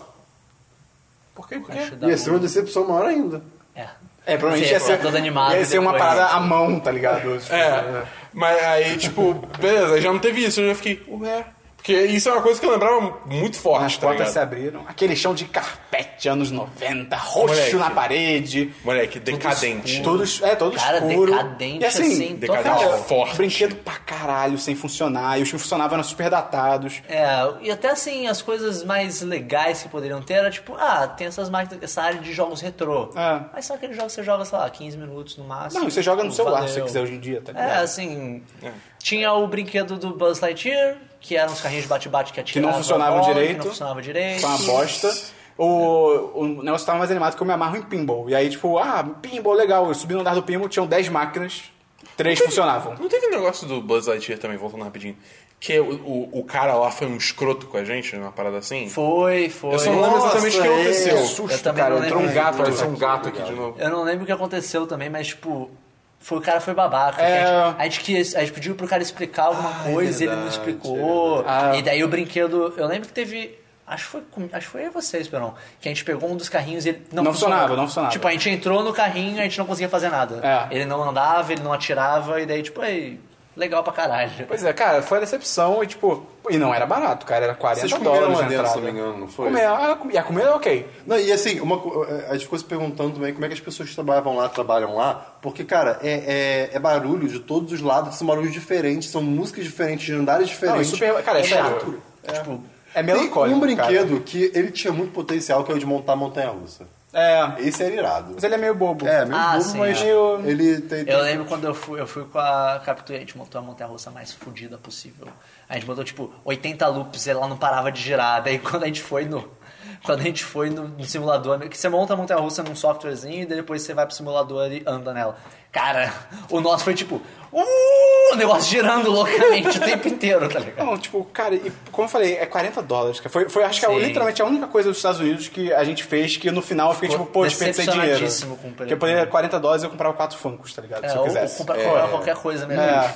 Speaker 3: Por quê? Por quê?
Speaker 2: Acho da
Speaker 4: Ia ser uma
Speaker 2: boa.
Speaker 4: decepção maior ainda.
Speaker 2: É.
Speaker 3: É, provavelmente ia
Speaker 2: Sim, é,
Speaker 3: ser.
Speaker 2: todo animado
Speaker 3: Ia ser uma
Speaker 2: depois.
Speaker 3: parada à mão, tá ligado?
Speaker 1: É, mas aí, tipo, beleza, aí já não teve isso, eu já fiquei, ué. Porque isso é uma coisa que eu lembrava muito
Speaker 3: As
Speaker 1: forte, tá
Speaker 3: portas
Speaker 1: ligado?
Speaker 3: se abriram. Aquele chão de carpete, anos 90, roxo
Speaker 1: Moleque.
Speaker 3: na parede.
Speaker 1: Moleque, decadente.
Speaker 3: Todos, é, todos
Speaker 2: Cara,
Speaker 3: escuro.
Speaker 2: decadente,
Speaker 3: e assim,
Speaker 2: assim,
Speaker 1: decadente.
Speaker 2: total.
Speaker 1: Cara, forte.
Speaker 3: Brinquedo pra caralho, sem funcionar. E os que funcionavam eram super datados.
Speaker 2: É, e até assim, as coisas mais legais que poderiam ter era tipo, ah, tem essas máquinas, essa área de jogos retrô.
Speaker 3: É.
Speaker 2: Mas são aqueles jogos que você joga, sei lá, 15 minutos no máximo.
Speaker 3: Não, você joga no
Speaker 2: Tipo,
Speaker 3: celular
Speaker 2: valeu.
Speaker 3: se você quiser hoje em dia, tá ligado?
Speaker 2: É, assim. Tinha o brinquedo do Buzz Lightyear, que eram os carrinhos de bate-bate que atiravam.
Speaker 3: não funcionavam
Speaker 2: a bola,
Speaker 3: direito.
Speaker 2: Que não funcionava direito.
Speaker 3: Foi uma bosta. O, o negócio tava mais animado que eu me amarro em pinball. E aí, tipo, ah, pinball, legal. Eu subi no andar do pinball, tinham 10 máquinas, 3 funcionavam.
Speaker 1: Não teve um negócio do Buzz Lightyear também, voltando rapidinho, que o, o, o cara lá foi um escroto com a gente, numa parada assim?
Speaker 2: Foi, foi.
Speaker 1: Eu só não lembro
Speaker 4: Nossa,
Speaker 1: exatamente o que
Speaker 4: é,
Speaker 1: aconteceu.
Speaker 3: Que susto,
Speaker 2: Eu também
Speaker 3: cara.
Speaker 2: não
Speaker 3: Entrou um
Speaker 2: lembro.
Speaker 3: gato.
Speaker 1: Apareceu um gato aqui de novo.
Speaker 2: Eu não lembro o que aconteceu também, mas tipo. Foi, o cara foi babaca.
Speaker 3: É.
Speaker 2: que A, gente, a, gente quis- a gente pediu pro cara explicar alguma coisa e ele não
Speaker 4: verdade,
Speaker 2: explicou.
Speaker 3: Ah.
Speaker 2: E daí o brinquedo. Eu lembro que teve. Acho que foi, com- acho que foi eu e vocês, Perão. Que a gente pegou um dos carrinhos e ele não,
Speaker 3: Não funcionava, não funcionava.
Speaker 2: Tipo, a gente entrou no carrinho e a gente não conseguia fazer nada.
Speaker 3: É.
Speaker 2: Ele não andava, ele não atirava, e daí, tipo, aí. Legal pra caralho.
Speaker 3: Pois é, cara, foi a decepção e tipo. E não era barato, cara, era 40
Speaker 4: Vocês comeram
Speaker 3: dólares
Speaker 4: lá
Speaker 3: a
Speaker 4: dentro,
Speaker 3: entrada.
Speaker 4: se não me engano, não foi?
Speaker 3: Comer- ah, com- e a comida é ok.
Speaker 4: Não, e assim, uma, co- eh, a gente ficou se perguntando também como é que as pessoas que trabalhavam lá, trabalham lá, porque, cara, é, é- é barulho de todos os lados, são barulhos diferentes, são músicas diferentes, de andares
Speaker 3: Não, e
Speaker 4: diferentes.
Speaker 3: super. Cara, é, sério.
Speaker 2: chato. Tipo,
Speaker 3: É
Speaker 4: Tem
Speaker 3: melancólico.
Speaker 4: um brinquedo
Speaker 3: cara.
Speaker 4: que ele tinha muito potencial, que é o de montar a montanha-russa.
Speaker 3: É.
Speaker 4: Esse era irado.
Speaker 3: Mas ele é meio bobo.
Speaker 4: É, meio
Speaker 2: Ah,
Speaker 4: bobo,
Speaker 2: sim,
Speaker 4: mas
Speaker 2: é.
Speaker 4: ele tem... tem-
Speaker 2: Eu lembro quando eu fui, eu fui com a Captura, a gente montou a montanha russa mais fodida possível. A gente botou tipo 80 loops e ela não parava de girar. Daí quando a gente foi no. Quando a gente foi no, no simulador, meio que você monta a montanha russa num softwarezinho e daí depois você vai pro simulador e anda nela. Cara, o nosso foi tipo. "Uh!" o negócio girando loucamente o tempo inteiro, tá ligado?
Speaker 3: Não, tipo, cara, e como eu falei, é 40 dólares. cara. Foi, foi acho que é
Speaker 2: Sim.
Speaker 3: literalmente a única coisa dos Estados Unidos que a gente fez que no final eu fiquei
Speaker 2: Ficou
Speaker 3: tipo, pô, desperdicei dinheiro.
Speaker 2: decepcionadíssimo com o
Speaker 3: Porque eu poderia 40 dólares e eu comprava quatro Funkos, tá ligado?
Speaker 2: É,
Speaker 3: se eu
Speaker 2: ou
Speaker 3: quisesse.
Speaker 2: comprar comprar qualquer coisa mesmo.
Speaker 3: É.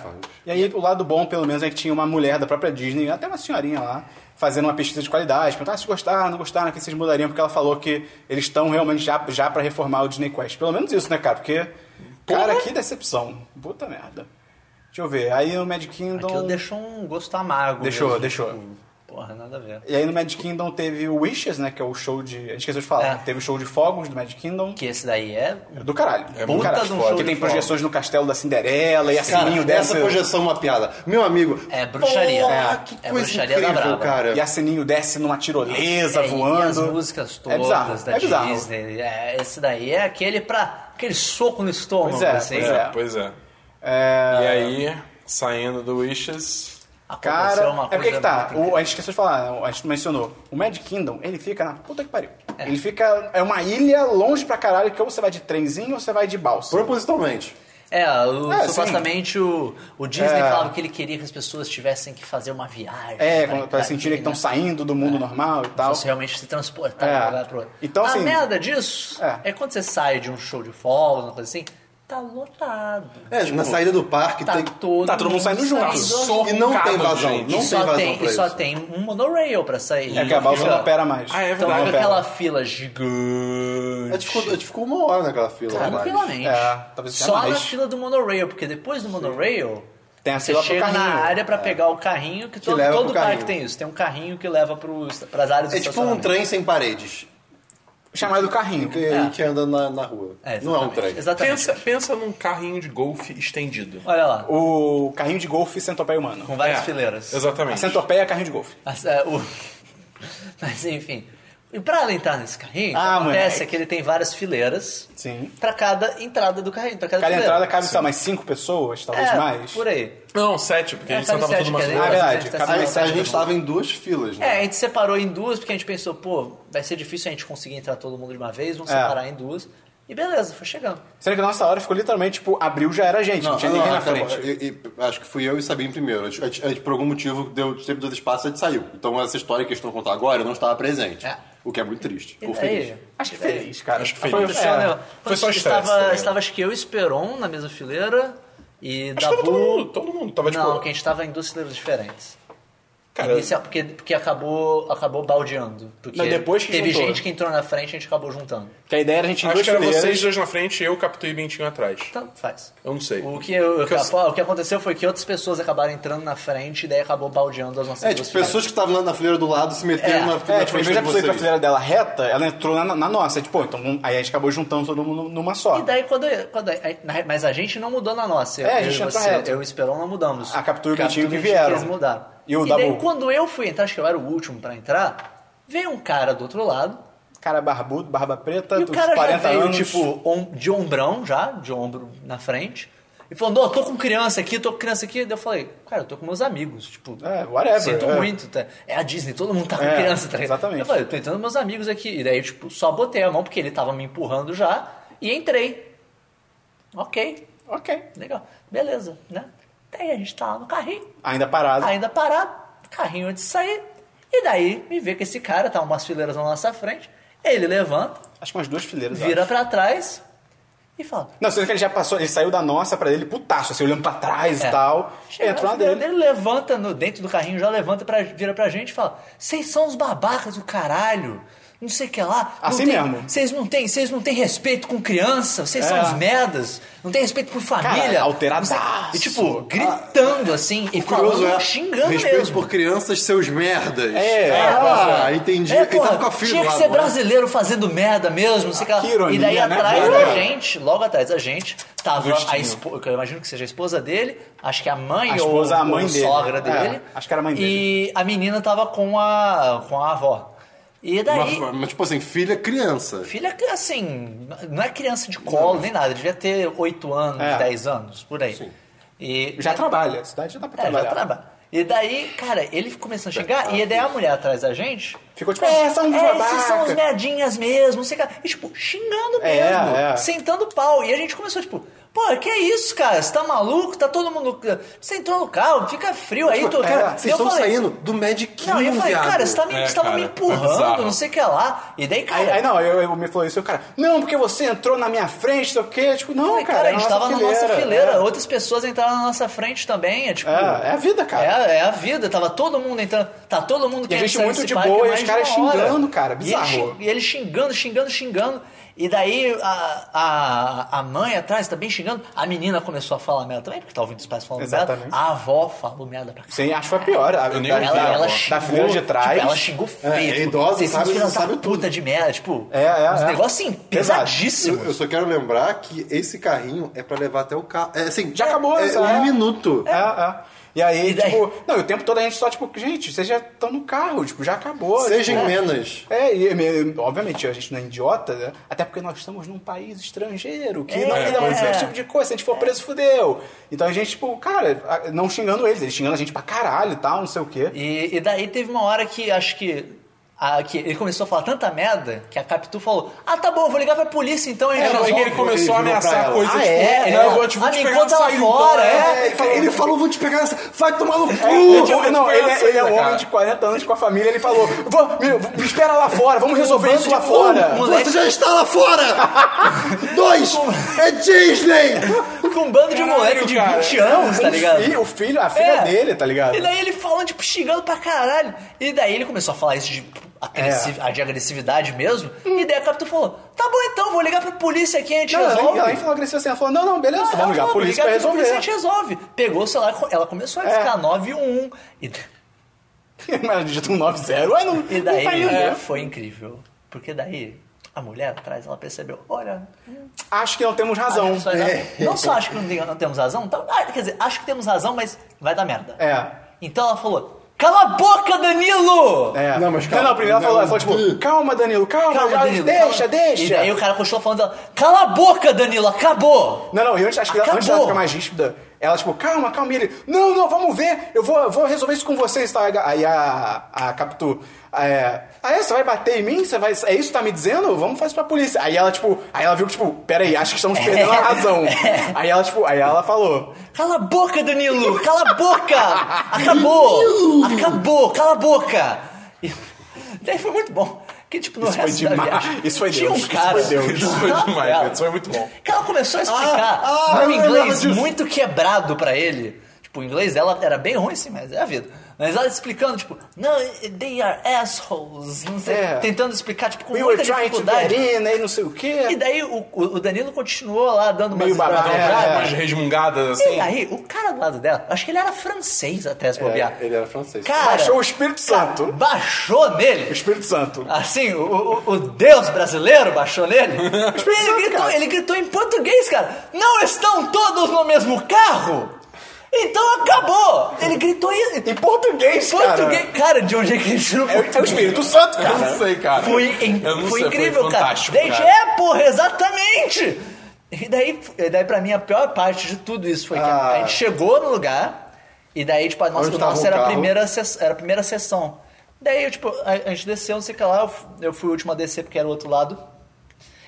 Speaker 3: E aí, o lado bom, pelo menos, é que tinha uma mulher da própria Disney, até uma senhorinha lá, fazendo uma pesquisa de qualidade, perguntando ah, se gostaram, não gostaram, o que vocês mudariam, porque ela falou que eles estão realmente já, já para reformar o Disney Quest. Pelo menos isso, né, cara? Porque, cara, que decepção. Puta merda. Deixa eu ver. Aí no Magic Kingdom...
Speaker 2: Aquilo deixou um gosto amargo.
Speaker 3: Deixou,
Speaker 2: mesmo,
Speaker 3: deixou.
Speaker 2: tipo, porra, nada a ver.
Speaker 3: E aí no Magic Kingdom teve o Wishes, né, que é o show de... A gente esqueceu de falar.
Speaker 2: É.
Speaker 3: Teve o show de fogos do Magic Kingdom.
Speaker 2: Que esse daí é.
Speaker 3: Do caralho.
Speaker 1: É
Speaker 3: do
Speaker 1: puta
Speaker 3: caralho.
Speaker 2: de um show
Speaker 3: que
Speaker 2: de
Speaker 3: tem
Speaker 2: fogos.
Speaker 3: projeções no castelo da Cinderela e a
Speaker 4: Cara,
Speaker 3: sininho
Speaker 4: essa
Speaker 3: dessa...
Speaker 4: projeção é uma piada. Meu amigo.
Speaker 2: É bruxaria.
Speaker 4: Porra,
Speaker 2: É.
Speaker 4: que
Speaker 2: É
Speaker 4: coisa
Speaker 2: bruxaria da
Speaker 4: incrível,
Speaker 2: brava.
Speaker 4: cara.
Speaker 3: E a sininho desce numa tirolesa
Speaker 2: é,
Speaker 3: voando.
Speaker 2: E as músicas todas
Speaker 3: é bizarro,
Speaker 2: da
Speaker 3: é bizarro.
Speaker 2: Disney. É, esse daí é aquele pra. aquele soco no estômago,
Speaker 3: Pois é,
Speaker 2: assim.
Speaker 3: pois é.
Speaker 1: Pois é.
Speaker 3: É,
Speaker 1: E aí, saindo do Wishes.
Speaker 2: Aconteceu
Speaker 3: cara,
Speaker 2: uma
Speaker 3: é
Speaker 2: coisa
Speaker 3: porque que tá.
Speaker 2: muito
Speaker 3: O, a gente esqueceu de falar, né? a gente não mencionou. O Magic Kingdom, ele fica na puta que pariu. Ele fica. É uma ilha longe pra caralho que ou você vai de trenzinho ou você vai de balsa.
Speaker 4: Propositalmente.
Speaker 2: É, o-
Speaker 3: É,
Speaker 2: supostamente o, o Disney
Speaker 3: É.
Speaker 2: falava que ele queria que as pessoas tivessem que fazer uma viagem.
Speaker 3: É,
Speaker 2: pra-
Speaker 3: quando- pra sentirem que estão
Speaker 2: né?
Speaker 3: saindo do mundo normal e tal.
Speaker 2: Você realmente se transportar
Speaker 3: É.
Speaker 2: de um lugar pro outro.
Speaker 3: Então,
Speaker 2: a
Speaker 3: assim-
Speaker 2: merda disso
Speaker 3: É.
Speaker 2: é. quando você sai de um show de folga, uma coisa assim, tá lotado.
Speaker 4: É, na saída do parque
Speaker 2: Tá
Speaker 4: tem.
Speaker 2: todo,
Speaker 3: tá todo mundo saindo junto.
Speaker 2: saindo.
Speaker 1: Só-
Speaker 4: E não tem
Speaker 1: Cabo,
Speaker 4: vazão.
Speaker 1: gente.
Speaker 4: Não
Speaker 2: e
Speaker 4: tem
Speaker 2: só
Speaker 4: vazão
Speaker 2: tem,
Speaker 4: pra
Speaker 2: e só
Speaker 4: isso.
Speaker 2: tem um monorail pra sair.
Speaker 3: É que a balsa
Speaker 2: Fica-
Speaker 3: não opera mais.
Speaker 1: Ah, é
Speaker 2: Então
Speaker 1: verdade.
Speaker 2: fica
Speaker 3: Não opera.
Speaker 2: aquela fila gigante.
Speaker 7: É
Speaker 4: A gente, ficou, a gente ficou tipo, é uma hora naquela fila. né? lá atrás.
Speaker 2: Tranquilamente.
Speaker 3: É, talvez até
Speaker 2: Só
Speaker 3: mais.
Speaker 2: na fila do monorail, porque depois do monorail,
Speaker 3: Tem a
Speaker 2: você
Speaker 3: fila pro
Speaker 2: chega na
Speaker 3: carrinho.
Speaker 2: área pra pegar o carrinho, que, todo,
Speaker 4: leva pro
Speaker 2: todo parque
Speaker 4: carrinho.
Speaker 2: tem isso. Tem um carrinho que leva pros, pras áreas do
Speaker 4: É tipo um
Speaker 2: estacionamento.
Speaker 4: trem sem paredes.
Speaker 3: Chamado carrinho.
Speaker 4: Que, que anda na, na rua.
Speaker 2: É,
Speaker 4: não é um
Speaker 2: exatamente.
Speaker 4: trem.
Speaker 2: Exatamente.
Speaker 1: Pensa, pensa num carrinho de golfe estendido.
Speaker 2: Olha lá,
Speaker 3: O carrinho de golfe e centopeia humano.
Speaker 2: com várias
Speaker 1: É,
Speaker 2: fileiras.
Speaker 3: A
Speaker 1: Exatamente.
Speaker 3: centopeia é carrinho de golfe.
Speaker 2: Mas, é, o- Mas, enfim. E pra ela entrar nesse carrinho,
Speaker 3: Ah,
Speaker 2: o que acontece
Speaker 3: moleque.
Speaker 2: é que ele tem várias fileiras
Speaker 3: Sim.
Speaker 2: pra cada entrada do carrinho. Pra cada,
Speaker 3: Cada
Speaker 2: fileira.
Speaker 3: entrada cabe, sei lá, mais cinco pessoas, talvez
Speaker 2: é,
Speaker 3: mais.
Speaker 2: Por aí.
Speaker 1: Não, sete, porque
Speaker 2: É,
Speaker 1: a gente só
Speaker 2: cabe
Speaker 1: tava tudo
Speaker 2: sete,
Speaker 1: uma
Speaker 2: quer dizer,
Speaker 3: Ah, é verdade,
Speaker 2: gente tá
Speaker 3: cabe
Speaker 4: A,
Speaker 2: saindo
Speaker 4: gente- a
Speaker 2: sete
Speaker 4: gente
Speaker 2: todo mundo.
Speaker 4: estava em duas filas,
Speaker 2: É,
Speaker 4: né?
Speaker 2: a gente separou em duas porque a gente pensou, pô, vai ser difícil a gente conseguir entrar todo mundo de uma vez, vamos
Speaker 3: É.
Speaker 2: separar em duas. E beleza, foi chegando.
Speaker 3: Sendo que na nossa hora ficou literalmente, tipo, abriu já era gente, não, tinha ninguém na
Speaker 4: acabou.
Speaker 3: frente.
Speaker 4: E- e- acho que fui eu e Sabine primeiro. A gente, a gente- a gente, por algum motivo, deu sempre dois espaços e a gente saiu. Então essa história que eles estão contando agora eu não estava presente.
Speaker 2: É.
Speaker 4: O que é muito triste.
Speaker 2: E
Speaker 4: Ou
Speaker 2: daí?
Speaker 4: feliz.
Speaker 3: Acho que feliz, cara.
Speaker 1: Acho que feliz.
Speaker 3: Foi,
Speaker 2: Pessoal,
Speaker 3: é,
Speaker 2: né,
Speaker 1: Foi só estresse, tá
Speaker 2: estava,
Speaker 1: ligado?
Speaker 2: estava, acho que eu e Esperon na mesma fileira e
Speaker 1: Acho que tava todo
Speaker 2: Dabu...
Speaker 1: mundo, todo mundo. Tava
Speaker 2: Não,
Speaker 1: tipo.
Speaker 2: que a gente tava em duas fileiras diferentes.
Speaker 1: Cara,
Speaker 2: Inicial, porque, porque acabou, acabou baldeando. Porque
Speaker 3: Não, depois que
Speaker 2: teve
Speaker 3: juntou.
Speaker 2: gente que entrou na frente e a gente acabou juntando.
Speaker 3: Que a ideia era a gente ir em
Speaker 1: acho
Speaker 3: duas
Speaker 1: que era
Speaker 3: fileiras.
Speaker 1: vocês dois na frente e eu, Capitu e Bentinho atrás.
Speaker 2: Então, faz.
Speaker 1: Eu não sei.
Speaker 2: O que, eu-
Speaker 1: Porque eu-
Speaker 2: o que aconteceu foi que outras pessoas acabaram entrando na frente e daí acabou baldeando as nossas
Speaker 4: É,
Speaker 2: duas
Speaker 4: tipo,
Speaker 2: fileiras.
Speaker 4: pessoas que estavam lá na fileira do lado se meteram
Speaker 2: É.
Speaker 3: É,
Speaker 4: na, na
Speaker 3: tipo, em
Speaker 4: frente
Speaker 3: vez
Speaker 4: de
Speaker 3: da pessoa ir pra
Speaker 4: vocês.
Speaker 3: fileira dela reta, ela entrou na, na nossa. Tipo, então, vamos- aí a gente acabou juntando todo mundo numa só.
Speaker 2: E daí quando, quando aí- na- mas a gente não mudou na nossa. Eu-
Speaker 3: É, a
Speaker 2: eu
Speaker 3: gente
Speaker 2: e
Speaker 3: entrou
Speaker 2: você,
Speaker 3: reto.
Speaker 2: eu e o Esperon não mudamos.
Speaker 3: A Captura e o Bentinho que
Speaker 2: e
Speaker 3: vieram.
Speaker 2: Eles mudaram.
Speaker 3: E o
Speaker 2: daí
Speaker 3: Dabu.
Speaker 2: quando eu fui entrar, acho que eu era o último pra entrar, veio um cara do outro lado.
Speaker 3: Cara barbudo, barba preta,
Speaker 2: E o
Speaker 3: dos
Speaker 2: cara
Speaker 3: 40
Speaker 2: já veio,
Speaker 3: anos.
Speaker 2: tipo, om- de ombrão já, de ombro na frente. E falou, não, eu tô com criança aqui, tô com criança aqui. Daí eu falei, cara, eu tô com meus amigos, tipo...
Speaker 3: É, whatever,
Speaker 2: Sinto
Speaker 3: é.
Speaker 2: muito, tá? É a Disney, todo mundo tá com
Speaker 3: É,
Speaker 2: criança, tá ligado?
Speaker 3: exatamente.
Speaker 2: Eu falei, eu tô entrando com meus amigos aqui. E daí, tipo, só botei a mão, porque ele tava me empurrando já, e entrei. Ok,
Speaker 3: Ok.
Speaker 2: legal, beleza, né? Daí a gente tá lá no carrinho,
Speaker 3: Ainda parado.
Speaker 2: ainda parado, carrinho antes de sair. E daí, me vê que esse cara tá umas fileiras na nossa frente, ele levanta,
Speaker 3: Acho que umas duas fileiras. eu
Speaker 2: vira
Speaker 3: acho.
Speaker 2: pra trás e fala.
Speaker 3: Não, sendo que ele já passou, ele saiu da nossa pra ele, putaço, assim, olhando pra trás
Speaker 2: É.
Speaker 3: e tal.
Speaker 2: Chega
Speaker 3: entrou na
Speaker 2: na fileira
Speaker 3: dele.
Speaker 2: dele, levanta no- dentro do carrinho, já levanta, pra, vira pra gente e fala: Vocês são os babacas do caralho. Não sei o que lá. não
Speaker 3: Assim
Speaker 2: tem-
Speaker 3: mesmo.
Speaker 2: Vocês não têm, vocês não têm respeito com criança, vocês são
Speaker 3: É.
Speaker 2: os merdas, não tem respeito por família.
Speaker 3: alteradaço.
Speaker 2: Não sei- E tipo, gritando assim e falando,
Speaker 4: Curioso é.
Speaker 2: xingando
Speaker 4: respeito
Speaker 2: mesmo.
Speaker 4: por crianças, seus merdas.
Speaker 3: É,
Speaker 4: ah, entendi.
Speaker 2: É,
Speaker 4: Ele
Speaker 2: porra,
Speaker 4: tava com a filha
Speaker 2: tinha
Speaker 4: do
Speaker 2: que
Speaker 4: lado,
Speaker 2: ser
Speaker 4: né?
Speaker 2: brasileiro fazendo merda mesmo, não sei o que lá.
Speaker 3: Que ironia,
Speaker 2: E daí
Speaker 3: né,
Speaker 2: atrás
Speaker 3: cara?
Speaker 2: da gente, logo atrás da gente, tava a
Speaker 3: Agostinho.
Speaker 2: esposa, eu imagino que seja a esposa dele, acho que a mãe
Speaker 3: A
Speaker 2: ou,
Speaker 3: esposa, a mãe
Speaker 2: ou
Speaker 3: dele.
Speaker 2: sogra
Speaker 3: É,
Speaker 2: dele.
Speaker 3: acho que era a mãe
Speaker 2: E a menina tava com a, com a avó. É, E daí,
Speaker 4: Mas, mas, tipo assim, filha, criança.
Speaker 2: filha que, assim, não é criança de colo nem nada, devia ter 8 anos,
Speaker 3: É.
Speaker 2: 10 anos, por aí. E,
Speaker 3: Já trabalha, a cidade já dá pra
Speaker 2: é, já
Speaker 3: trabalhar.
Speaker 2: trabalha. E daí, cara, ele começou a xingar, e daí a mulher atrás da gente.
Speaker 3: Tá Ficou tipo, "É, são uns
Speaker 2: Esses
Speaker 3: babaca."
Speaker 2: são os merdinhas mesmo, não sei o que. lá. E tipo, xingando
Speaker 3: É,
Speaker 2: mesmo,
Speaker 3: é.
Speaker 2: sentando pau. E a gente começou, tipo, Pô, que isso, cara? Você tá maluco? Tá todo mundo. Você entrou no carro, fica frio
Speaker 3: Tipo,
Speaker 2: aí,
Speaker 3: é,
Speaker 2: tô.
Speaker 4: Cara,
Speaker 2: Cara,
Speaker 4: vocês
Speaker 2: E eu
Speaker 4: estão
Speaker 2: falei-
Speaker 4: saindo do Magic Kingdom,
Speaker 2: Não, e eu falei,
Speaker 4: viado.
Speaker 2: cara, você tá me,
Speaker 1: É,
Speaker 2: você tava
Speaker 1: cara,
Speaker 2: me
Speaker 1: é bizarro.
Speaker 2: empurrando, não sei o que lá. E daí,
Speaker 3: Aí,
Speaker 2: cara.
Speaker 3: aí não, eu, eu me falou isso, eu, cara, não, porque você entrou na minha frente, sei o quê. Tipo, não,
Speaker 2: Falei,
Speaker 3: cara,
Speaker 2: cara,
Speaker 3: é
Speaker 2: a gente
Speaker 3: nossa
Speaker 2: tava na nossa fileira,
Speaker 3: é.
Speaker 2: outras pessoas entraram na nossa frente também. É tipo.
Speaker 3: É, é a vida,
Speaker 2: É,
Speaker 3: cara.
Speaker 2: é a vida, tava todo mundo entrando, tá todo mundo querendo
Speaker 3: gente
Speaker 2: sair
Speaker 3: muito
Speaker 2: desse
Speaker 3: de
Speaker 2: parque
Speaker 3: boa, e
Speaker 2: mais
Speaker 3: os caras
Speaker 2: de uma hora.
Speaker 3: xingando, cara,
Speaker 2: E ele,
Speaker 3: bizarro.
Speaker 2: xing- e ele xingando, xingando, xingando. E daí a, a, a mãe atrás também xingando, a menina começou a falar merda também, porque tá ouvindo os pais falando merda.
Speaker 3: Exatamente.
Speaker 2: A avó falou merda pra
Speaker 3: Sim, acho que foi pior. A,
Speaker 1: Eu nem
Speaker 3: da,
Speaker 1: vi,
Speaker 2: ela,
Speaker 3: da,
Speaker 2: ela
Speaker 3: da
Speaker 2: xingou,
Speaker 3: fileira de trás.
Speaker 2: Tipo, ela xingou feio.
Speaker 4: É, é idosa,
Speaker 2: vocês
Speaker 4: sabe-
Speaker 2: são filhos da
Speaker 4: sabe tudo.
Speaker 2: puta de merda. Tipo,
Speaker 3: É, é,
Speaker 2: uns
Speaker 3: é.
Speaker 2: negócios assim,
Speaker 3: Pesado.
Speaker 2: pesadíssimos.
Speaker 4: Eu, eu só quero lembrar que esse carrinho é pra levar até o carro. É assim,
Speaker 3: Já acabou,
Speaker 4: é,
Speaker 3: essa-
Speaker 4: um
Speaker 3: é.
Speaker 4: minuto.
Speaker 3: É, é. E aí,
Speaker 2: E daí?
Speaker 3: tipo, não, e o tempo todo a gente só, tipo, gente, vocês já estão no carro, tipo, já acabou.
Speaker 4: Sejam
Speaker 3: tipo,
Speaker 4: menos.
Speaker 3: É, e, e, obviamente a gente não é idiota, né? Até porque nós estamos num país estrangeiro que
Speaker 2: É,
Speaker 3: não lida muito
Speaker 2: pois
Speaker 3: com
Speaker 2: é.
Speaker 3: esse tipo de coisa. Se a gente for preso, fudeu. Então a gente, tipo, cara, a- não xingando eles, eles xingando a gente pra caralho e tal, não sei o quê.
Speaker 2: E, e daí teve uma hora que acho que, a- que ele começou a falar tanta merda que a Capitu falou: Ah, tá bom, eu vou ligar pra polícia então. E
Speaker 1: É,
Speaker 2: resolve."
Speaker 1: porque ele começou a
Speaker 4: ele virou pra
Speaker 1: ameaçar
Speaker 4: ela.
Speaker 1: coisas.
Speaker 2: Ah,
Speaker 1: tipo,
Speaker 2: é?
Speaker 1: Não, eu
Speaker 2: É.
Speaker 1: vou te, vou
Speaker 2: Ah,
Speaker 1: te
Speaker 2: me
Speaker 1: pegar
Speaker 2: conta
Speaker 1: e
Speaker 2: fora,
Speaker 1: sair embora.
Speaker 2: é. um
Speaker 4: É, ele falou- ele falou, vou te pegar nessa. Vai tomar no
Speaker 3: É,
Speaker 4: cu!
Speaker 3: tipo, não,
Speaker 1: foi
Speaker 3: ele,
Speaker 1: essa,
Speaker 3: é- ele é um
Speaker 1: cara?
Speaker 3: homem de 40 anos com a família, ele falou: "Vamos, me, me espera lá fora, vamos resolver isso lá fora.
Speaker 2: mole-
Speaker 4: Você já está lá fora! Dois! É Disney!
Speaker 2: Com um bando de
Speaker 1: Caralho,
Speaker 2: moleque de
Speaker 1: cara.
Speaker 2: 20 anos, tá
Speaker 3: O
Speaker 2: ligado?
Speaker 3: filho- Um o filho, a filha
Speaker 2: É.
Speaker 3: dele, tá ligado?
Speaker 2: E daí ele falando, tipo, xingando pra caralho. E daí ele começou a falar isso de, agressi-
Speaker 3: É.
Speaker 2: de agressividade mesmo. E daí a Capitu falou: Tá bom então, vou ligar pra polícia aqui, a gente
Speaker 3: Não, ela nem,
Speaker 2: resolve.
Speaker 3: ela nem falou agressiva assim, ela falou, não, não, beleza,
Speaker 2: Ela
Speaker 3: vamos ligar a
Speaker 2: falou,
Speaker 3: polícia pra
Speaker 2: ligar
Speaker 3: resolver. É.
Speaker 2: A gente resolve. Pegou o celular, ela começou a ficar 9-1. E,
Speaker 3: Mas ela digita um 9-0, ué, não,
Speaker 2: e
Speaker 3: não
Speaker 2: daí
Speaker 3: tá indo.
Speaker 2: é, foi incrível. Porque daí a mulher atrás, ela percebeu, olha...
Speaker 3: Acho que não temos razão. É.
Speaker 2: só- é né? Não só acho que não, tem- não temos razão, tá- ah, quer dizer, acho que temos razão, mas vai dar merda.
Speaker 3: É.
Speaker 2: Então ela falou, cala a boca, Danilo!
Speaker 3: É.
Speaker 4: Não, mas calma.
Speaker 3: Não, primeiro ela falou, ela falou tipo, calma, Danilo, calma,
Speaker 2: Calma,
Speaker 3: já-
Speaker 2: Danilo,
Speaker 3: deixa,
Speaker 2: calma." E
Speaker 3: deixa.
Speaker 2: daí o cara continuou falando dela, cala a boca, Danilo, acabou!
Speaker 3: Não, não, e antes, acho que ela- antes dela
Speaker 2: Acabou.
Speaker 3: ficar mais ríspida, ela tipo, calma, calma, e ele, não, não, vamos ver, eu vou, vou resolver isso com vocês, tá? Aí a, a Capitu, é, ah, é, você vai bater em mim? Você vai, é isso que tá me dizendo? Vamos fazer isso pra polícia. Aí ela tipo, aí ela viu que tipo, peraí, acho que estamos perdendo
Speaker 2: É.
Speaker 3: a razão. Aí ela tipo, aí ela falou,
Speaker 2: Cala a boca, Danilo! Cala a boca! Acabou! Acabou! Cala a boca! E daí foi muito bom. Que tipo, no
Speaker 3: Isso foi
Speaker 2: resto da
Speaker 3: demais.
Speaker 2: viagem,
Speaker 3: Isso foi
Speaker 2: tinha
Speaker 3: Deus.
Speaker 2: um
Speaker 3: Isso
Speaker 2: cara... É.
Speaker 3: foi Deus.
Speaker 1: Isso foi demais,
Speaker 2: Ela-
Speaker 1: cara. Isso foi muito bom.
Speaker 2: que ela começou a explicar
Speaker 4: Ah, ah,
Speaker 2: num
Speaker 4: eu lembrava
Speaker 2: inglês
Speaker 4: disso.
Speaker 2: muito quebrado pra ele. Tipo, o inglês dela era bem ruim, sim, mas é a vida. Mas ela explicando, tipo, não, they are assholes, não sei,
Speaker 3: É.
Speaker 2: tentando explicar, tipo, com
Speaker 3: we were
Speaker 2: muita
Speaker 3: trying to get
Speaker 2: dificuldade.
Speaker 3: in, aí não sei o
Speaker 2: E
Speaker 3: quê.
Speaker 2: daí o, o o Danilo continuou lá dando
Speaker 3: Meio
Speaker 2: umas
Speaker 3: babaca,
Speaker 2: dobradas.
Speaker 3: é.
Speaker 1: Umas resmungadas assim.
Speaker 2: E aí, o cara do lado dela, acho que ele era francês até se bobear.
Speaker 4: ele era francês.
Speaker 2: Cara,
Speaker 3: É, Baixou o Espírito Santo.
Speaker 2: baixou
Speaker 3: O
Speaker 2: nele.
Speaker 3: Espírito Santo.
Speaker 2: Assim, o, o- o Deus brasileiro baixou nele. Ele
Speaker 3: Santo,
Speaker 2: gritou,
Speaker 3: cara.
Speaker 2: ele gritou em português, cara. Não estão todos no mesmo carro? Então acabou. Ele gritou em,
Speaker 3: Em português, cara.
Speaker 2: português. Cara, de onde é que ele tirou
Speaker 3: É, o- é o Espírito Santo,
Speaker 1: Eu
Speaker 3: cara.
Speaker 1: não sei, cara.
Speaker 2: Foi, in-
Speaker 1: Eu não
Speaker 2: foi
Speaker 1: sei,
Speaker 2: incrível,
Speaker 1: foi
Speaker 2: cara.
Speaker 1: fantástico,
Speaker 2: Desde
Speaker 1: cara.
Speaker 2: é, porra, exatamente! E daí, e daí, pra mim, a pior parte de tudo isso foi que a- a
Speaker 4: Ah.
Speaker 2: gente chegou no lugar, e daí, tipo, a nossa,
Speaker 4: Onde
Speaker 2: o
Speaker 4: tava
Speaker 1: um
Speaker 2: nosso
Speaker 4: o
Speaker 2: era a,
Speaker 4: carro?
Speaker 2: primeira ses- era a primeira sessão. Daí, eu, tipo, a, a gente desceu, não sei o que lá, eu, fu- eu fui o último a descer porque era o outro lado.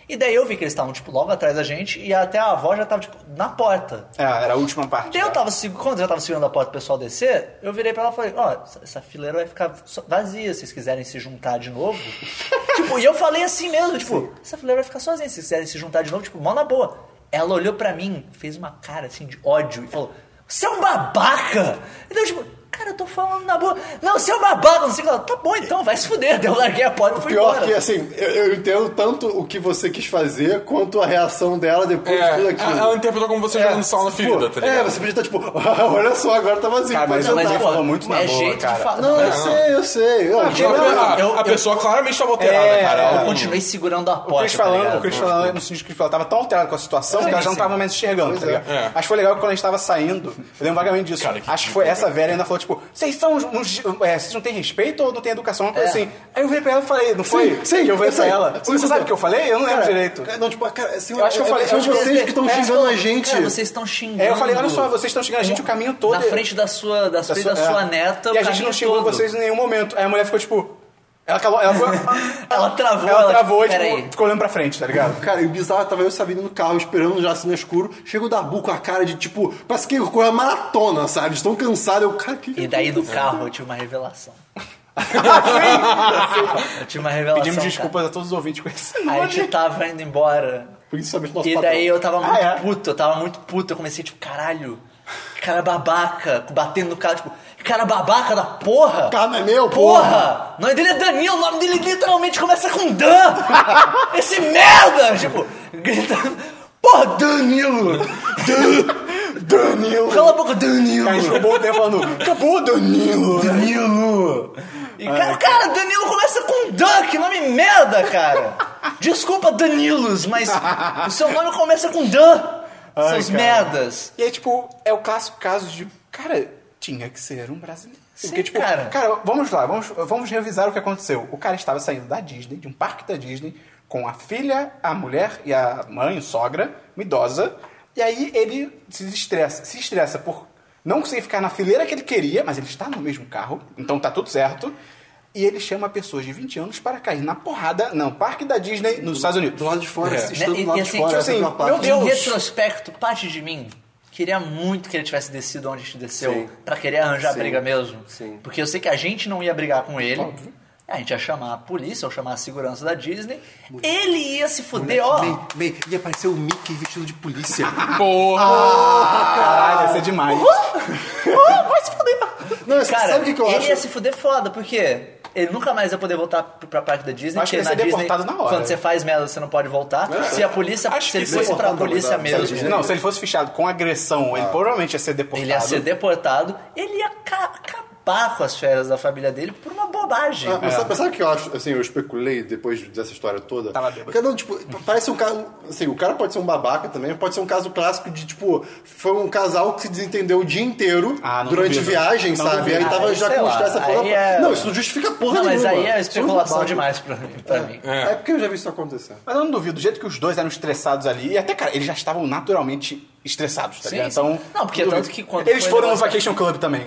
Speaker 2: E daí eu vi que eles estavam, tipo, logo atrás da gente, e até a avó já tava, tipo, na porta.
Speaker 3: É, era a última parte.
Speaker 2: Daí eu
Speaker 3: né?
Speaker 2: tava, seg- quando eu já tava segurando a porta pro pessoal descer, eu virei pra ela e falei, ó, essa- essa fileira vai ficar só- vazia se vocês quiserem se juntar de novo. tipo, e eu falei assim mesmo, tipo, essa fileira vai ficar sozinha se vocês quiserem se juntar de novo, tipo, mó na boa. Ela olhou pra mim, fez uma cara assim de ódio e falou, você é um babaca! E daí eu tipo, cara, eu tô falando na boa. Não, você é um babaca, não sei o que lá. Tá bom então, vai se fuder. Daí eu larguei a porta e fui
Speaker 4: Pior
Speaker 3: é,
Speaker 2: embora.
Speaker 4: que, assim, eu, eu entendo tanto o que você quis fazer quanto a reação dela depois de tudo
Speaker 1: É,
Speaker 4: aquilo.
Speaker 1: ela interpretou como você jogando sal na
Speaker 4: Tipo,
Speaker 1: ferida, tá ligado?
Speaker 4: É, você podia estar tipo, olha só, agora tá vazio.
Speaker 3: Cara,
Speaker 4: pode
Speaker 3: mas eu-
Speaker 4: andar.
Speaker 3: mas falou muito na
Speaker 2: é
Speaker 3: boa,
Speaker 2: jeito
Speaker 3: cara.
Speaker 2: de falar.
Speaker 4: Não, Ah, eu sei, eu sei. Eu,
Speaker 1: Não,
Speaker 4: eu-
Speaker 2: eu-
Speaker 1: a-
Speaker 2: eu-
Speaker 1: a
Speaker 2: eu-
Speaker 1: pessoa claramente tava alterada,
Speaker 3: É,
Speaker 1: cara. Ela
Speaker 2: Eu
Speaker 1: não-
Speaker 2: continuei segurando a
Speaker 3: O
Speaker 2: porta.
Speaker 3: Chris
Speaker 2: tá
Speaker 3: falando,
Speaker 2: ligado?
Speaker 3: o Chris falando, no sentido que o Chris tava tão alterado com a situação que ela já não tava mais enxergando, tá ligado?
Speaker 1: é.
Speaker 3: Acho que foi legal que quando a gente tava saindo, eu lembro vagamente disso.
Speaker 1: Cara, que
Speaker 3: acho que foi
Speaker 1: ridículo,
Speaker 3: essa velha ainda falou, tipo, vocês são uns- uns. é, vocês não têm respeito ou não têm educação? Uma coisa assim. Aí eu virei pra ela e falei, não foi?
Speaker 4: sim,
Speaker 3: eu virei
Speaker 4: eu
Speaker 3: pra
Speaker 4: sei.
Speaker 3: ela.
Speaker 4: Sim,
Speaker 3: Você sabe o que eu falei? Eu não lembro
Speaker 4: Cara,
Speaker 3: direito.
Speaker 4: cara, Não, tipo, cara, assim,
Speaker 3: Eu acho que eu
Speaker 4: é-
Speaker 3: falei-
Speaker 4: São
Speaker 3: eu acho que eu
Speaker 4: vocês que estão
Speaker 2: É,
Speaker 4: xingando a
Speaker 2: falou,
Speaker 4: gente.
Speaker 2: Cara, vocês estão xingando.
Speaker 3: É, eu falei, olha só, vocês estão xingando a gente o caminho todo.
Speaker 2: Na frente da sua, da sua, da sua
Speaker 3: é.
Speaker 2: neta, o
Speaker 3: E a gente
Speaker 2: caminho
Speaker 3: não xingou
Speaker 2: todo.
Speaker 3: vocês em nenhum momento. Aí a mulher ficou tipo. Ela acabou. Ela, foi,
Speaker 2: Ela travou,
Speaker 3: ela
Speaker 2: ela-
Speaker 3: travou e
Speaker 2: pera
Speaker 3: tipo,
Speaker 2: aí.
Speaker 3: ficou olhando pra frente, tá ligado?
Speaker 4: Cara, e o bizarro, é, tava eu e o Sabino no carro, esperando já assim no escuro. Chega o Dabu com a cara de tipo, parece que ele correu uma maratona, sabe? De tão cansado. Eu, cara, que.
Speaker 2: E daí do carro eu tive uma revelação. eu tive uma revelação.
Speaker 3: Pedimos desculpas a todos os ouvintes com esse
Speaker 2: Cara. é um Aí a
Speaker 3: nome.
Speaker 2: gente tava indo embora.
Speaker 4: Por isso, somente nosso
Speaker 2: E
Speaker 4: patrão.
Speaker 2: daí eu tava muito
Speaker 3: é?
Speaker 2: puto, eu tava muito puto. Eu comecei tipo, caralho, que cara babaca, batendo no carro, tipo, que cara babaca da porra.
Speaker 4: Carro não é meu,
Speaker 2: Porra! O nome dele é Danilo, o nome dele literalmente começa com Dan! Esse merda! Tipo, gritando. Porra, Danilo! Dan- Danilo! Cala a boca, Danilo!
Speaker 3: A gente roubou o um tempo falando, acabou, Danilo.
Speaker 2: Danilo!
Speaker 3: Ah.
Speaker 2: E, cara, cara, Danilo começa com Dan, que nome merda, cara! Desculpa, Danilos, mas o seu nome começa com Dan!
Speaker 3: Ai,
Speaker 2: seus
Speaker 3: cara.
Speaker 2: merdas!
Speaker 3: E aí, tipo, é o clássico caso de, cara, tinha que ser um brasileiro.
Speaker 2: Sim,
Speaker 3: Porque, tipo,
Speaker 2: cara.
Speaker 3: vamos lá, vamos, vamos revisar o que aconteceu. O cara estava saindo da Disney, de um parque da Disney, com a filha, a mulher e a mãe, sogra, uma idosa. E aí ele se estressa, se estressa por não conseguir ficar na fileira que ele queria, mas ele está no mesmo carro, então tá tudo certo. E ele chama pessoas de 20 anos para cair na porrada, não, parque da Disney nos Estados Unidos.
Speaker 4: Do lado de fora,
Speaker 2: Né,
Speaker 4: estando
Speaker 2: e-
Speaker 4: do lado
Speaker 2: e
Speaker 4: de
Speaker 2: assim,
Speaker 4: fora.
Speaker 2: tipo
Speaker 4: essa é uma
Speaker 3: assim,
Speaker 4: parte.
Speaker 3: meu Deus.
Speaker 2: Em retrospecto, parte de mim queria muito que ele tivesse descido onde a gente desceu
Speaker 4: Sim.
Speaker 2: pra querer arranjar
Speaker 4: Sim.
Speaker 2: briga mesmo.
Speaker 4: Sim.
Speaker 2: Porque eu sei que a gente não ia brigar com ele. A gente ia chamar a polícia ou chamar a segurança da Disney. Ele ia se fuder, ó.
Speaker 4: Bem, bem, ia aparecer o Mickey vestido de polícia.
Speaker 1: Porra!
Speaker 3: Caralho, isso é demais.
Speaker 4: Não, mas
Speaker 2: Cara,
Speaker 4: sabe o que, que eu
Speaker 2: ele
Speaker 4: acho?
Speaker 2: ia se fuder foda, porque ele nunca mais ia poder voltar pro- pra parte da Disney,
Speaker 3: Acho
Speaker 2: porque
Speaker 3: que ele
Speaker 2: na
Speaker 3: ia ser
Speaker 2: Disney,
Speaker 3: deportado na hora.
Speaker 4: né?
Speaker 2: quando você faz merda, você não pode voltar.
Speaker 4: É.
Speaker 2: Se a polícia,
Speaker 3: Acho
Speaker 2: se ele
Speaker 3: que
Speaker 2: fosse pra
Speaker 4: deportado,
Speaker 2: polícia
Speaker 4: na verdade,
Speaker 2: mesmo, né?
Speaker 3: Não, se ele fosse fichado com agressão, ele provavelmente ia ser deportado.
Speaker 2: Ele ia ser deportado, ele ia ca- acabar com as férias da família dele por uma bobagem.
Speaker 4: Ah, mas sabe, mas sabe o que eu acho? Assim, eu especulei depois dessa história toda.
Speaker 2: Tá
Speaker 3: Tava bêbado.
Speaker 4: Porque, não, tipo, parece um caso. Assim, o cara pode ser um babaca também, pode ser um caso clássico de, tipo, foi um casal que se desentendeu o dia inteiro
Speaker 3: Ah, não
Speaker 4: durante
Speaker 3: duvido.
Speaker 4: viagem,
Speaker 3: Não
Speaker 4: sabe? E aí
Speaker 2: duvido.
Speaker 4: tava
Speaker 2: Ah,
Speaker 4: já
Speaker 2: sei
Speaker 4: com
Speaker 2: lá,
Speaker 4: estresse
Speaker 2: aí
Speaker 4: porra.
Speaker 2: é-
Speaker 4: Não, isso não justifica porra
Speaker 2: não,
Speaker 4: nenhuma.
Speaker 2: mas aí é
Speaker 4: Isso um
Speaker 2: especulação
Speaker 4: babaca.
Speaker 2: demais pra mim. Pra mim.
Speaker 4: É. porque eu já vi isso acontecer.
Speaker 3: Mas eu não duvido, do jeito que os dois eram estressados ali, e até, cara, eles já estavam naturalmente estressados, tá
Speaker 2: Sim,
Speaker 3: ligado?
Speaker 2: sim.
Speaker 3: Então,
Speaker 2: Não, porque
Speaker 3: duvido.
Speaker 2: tanto que quando
Speaker 3: Eles
Speaker 2: foi
Speaker 3: foram no
Speaker 2: negócio-
Speaker 3: Vacation Club também.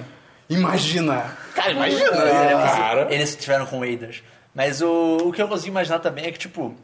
Speaker 3: Imagina! Cara, imagina!
Speaker 1: Cara.
Speaker 2: Eles tiveram com Eidas. Mas o, o que eu consigo imaginar também é que, tipo,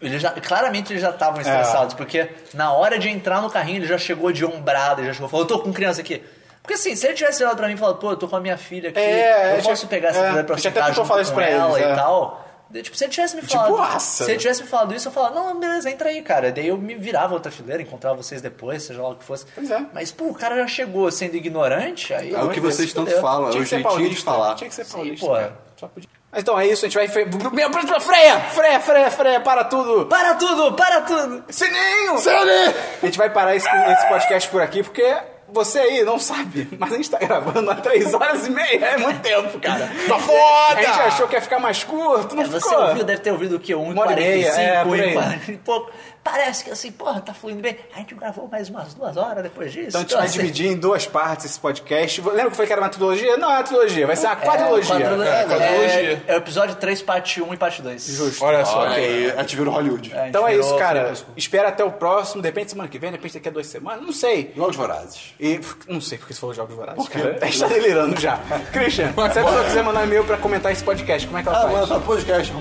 Speaker 2: eles já, claramente eles já estavam estressados,
Speaker 3: É.
Speaker 2: porque na hora de entrar no carrinho ele já chegou de ombrada, ele já chegou, falou, eu tô com criança aqui. Porque assim, se ele tivesse olhado pra mim e falado, pô, eu tô com a minha filha aqui,
Speaker 3: É,
Speaker 2: eu
Speaker 3: é, já-
Speaker 2: posso pegar essa
Speaker 3: é,
Speaker 2: criança pra
Speaker 3: já até
Speaker 2: ficar
Speaker 3: tentou
Speaker 2: junto
Speaker 3: falar
Speaker 2: com
Speaker 3: isso pra
Speaker 2: ela
Speaker 3: eles,
Speaker 2: e
Speaker 3: é.
Speaker 2: tal. De- Tipo, se ele tivesse me falado.
Speaker 3: boaça.
Speaker 2: se ele tivesse me falado isso, eu falava, não, beleza, entra aí, cara. Daí eu me virava outra fileira, encontrava vocês depois, seja lá o que fosse.
Speaker 3: Pois é.
Speaker 2: Mas, pô, o cara já chegou sendo ignorante, aí.
Speaker 4: É o que
Speaker 3: Deus,
Speaker 4: vocês tanto
Speaker 2: fudeu.
Speaker 4: falam, é
Speaker 3: Tinha
Speaker 4: o
Speaker 3: que ser
Speaker 4: jeitinho de
Speaker 3: paulista. né?
Speaker 4: falar.
Speaker 3: Tinha que ser
Speaker 2: Sim,
Speaker 3: paulista.
Speaker 2: pô.
Speaker 3: cara. Só podia. Mas então é isso, a gente vai. em fre- Meu, Freia! Freia, freia, freia! Para tudo!
Speaker 2: Para tudo, para tudo!
Speaker 3: Sininho! Sininho! A gente vai parar esse, esse podcast por aqui porque você aí não sabe, mas a gente tá gravando há 3 horas e meia. É muito tempo, cara. Tá foda! A gente achou que ia ficar mais curto, não
Speaker 2: É, você
Speaker 3: ficou?
Speaker 2: ouviu, deve ter ouvido o quê? 1
Speaker 3: Uma hora e meia, é,
Speaker 2: 45,
Speaker 3: por
Speaker 2: 1
Speaker 3: aí.
Speaker 2: 40 um e pouco. Parece que assim, porra, tá fluindo bem. A gente gravou mais umas duas horas depois disso.
Speaker 3: Então a gente vai
Speaker 2: assim,
Speaker 3: dividir em duas partes esse podcast. Lembra que foi que era uma trilogia? Não é uma trilogia, vai ser uma quadrilogia.
Speaker 2: quadrilo- É,
Speaker 1: quadrilogia.
Speaker 2: é o episódio 3, parte 1 e parte 2. Justo.
Speaker 1: Olha só.
Speaker 4: Ok, ativaram Hollywood.
Speaker 3: Então é isso, cara. Espera até o próximo, depende semana que vem, depende daqui a duas semanas, não sei.
Speaker 4: Jogos Vorazes.
Speaker 3: E pff, não sei porque você falou Jogos Vorazes, cara. A gente tá delirando já. Christian, se a pessoa quiser mandar um e-mail pra comentar esse podcast, como é que ela
Speaker 4: Ah,
Speaker 3: faz?
Speaker 4: manda pra podcast.com.br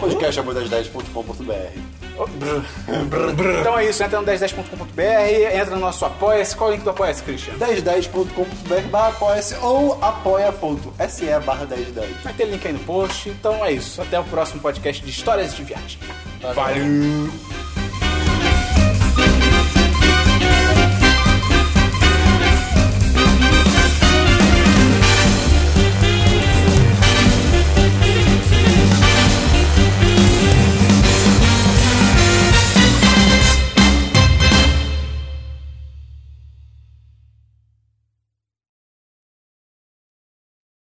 Speaker 4: podcast.com.br
Speaker 3: Então é isso, entra no 1010.com.br, entra no nosso Apoia-se. Qual é o link do Apoia-se, Christian?
Speaker 4: 1010.com.br barra apoia-se ou apoia.se barra 1010.
Speaker 3: Vai ter link aí no post. Então é isso, até o próximo podcast de histórias de viagem.
Speaker 1: Valeu!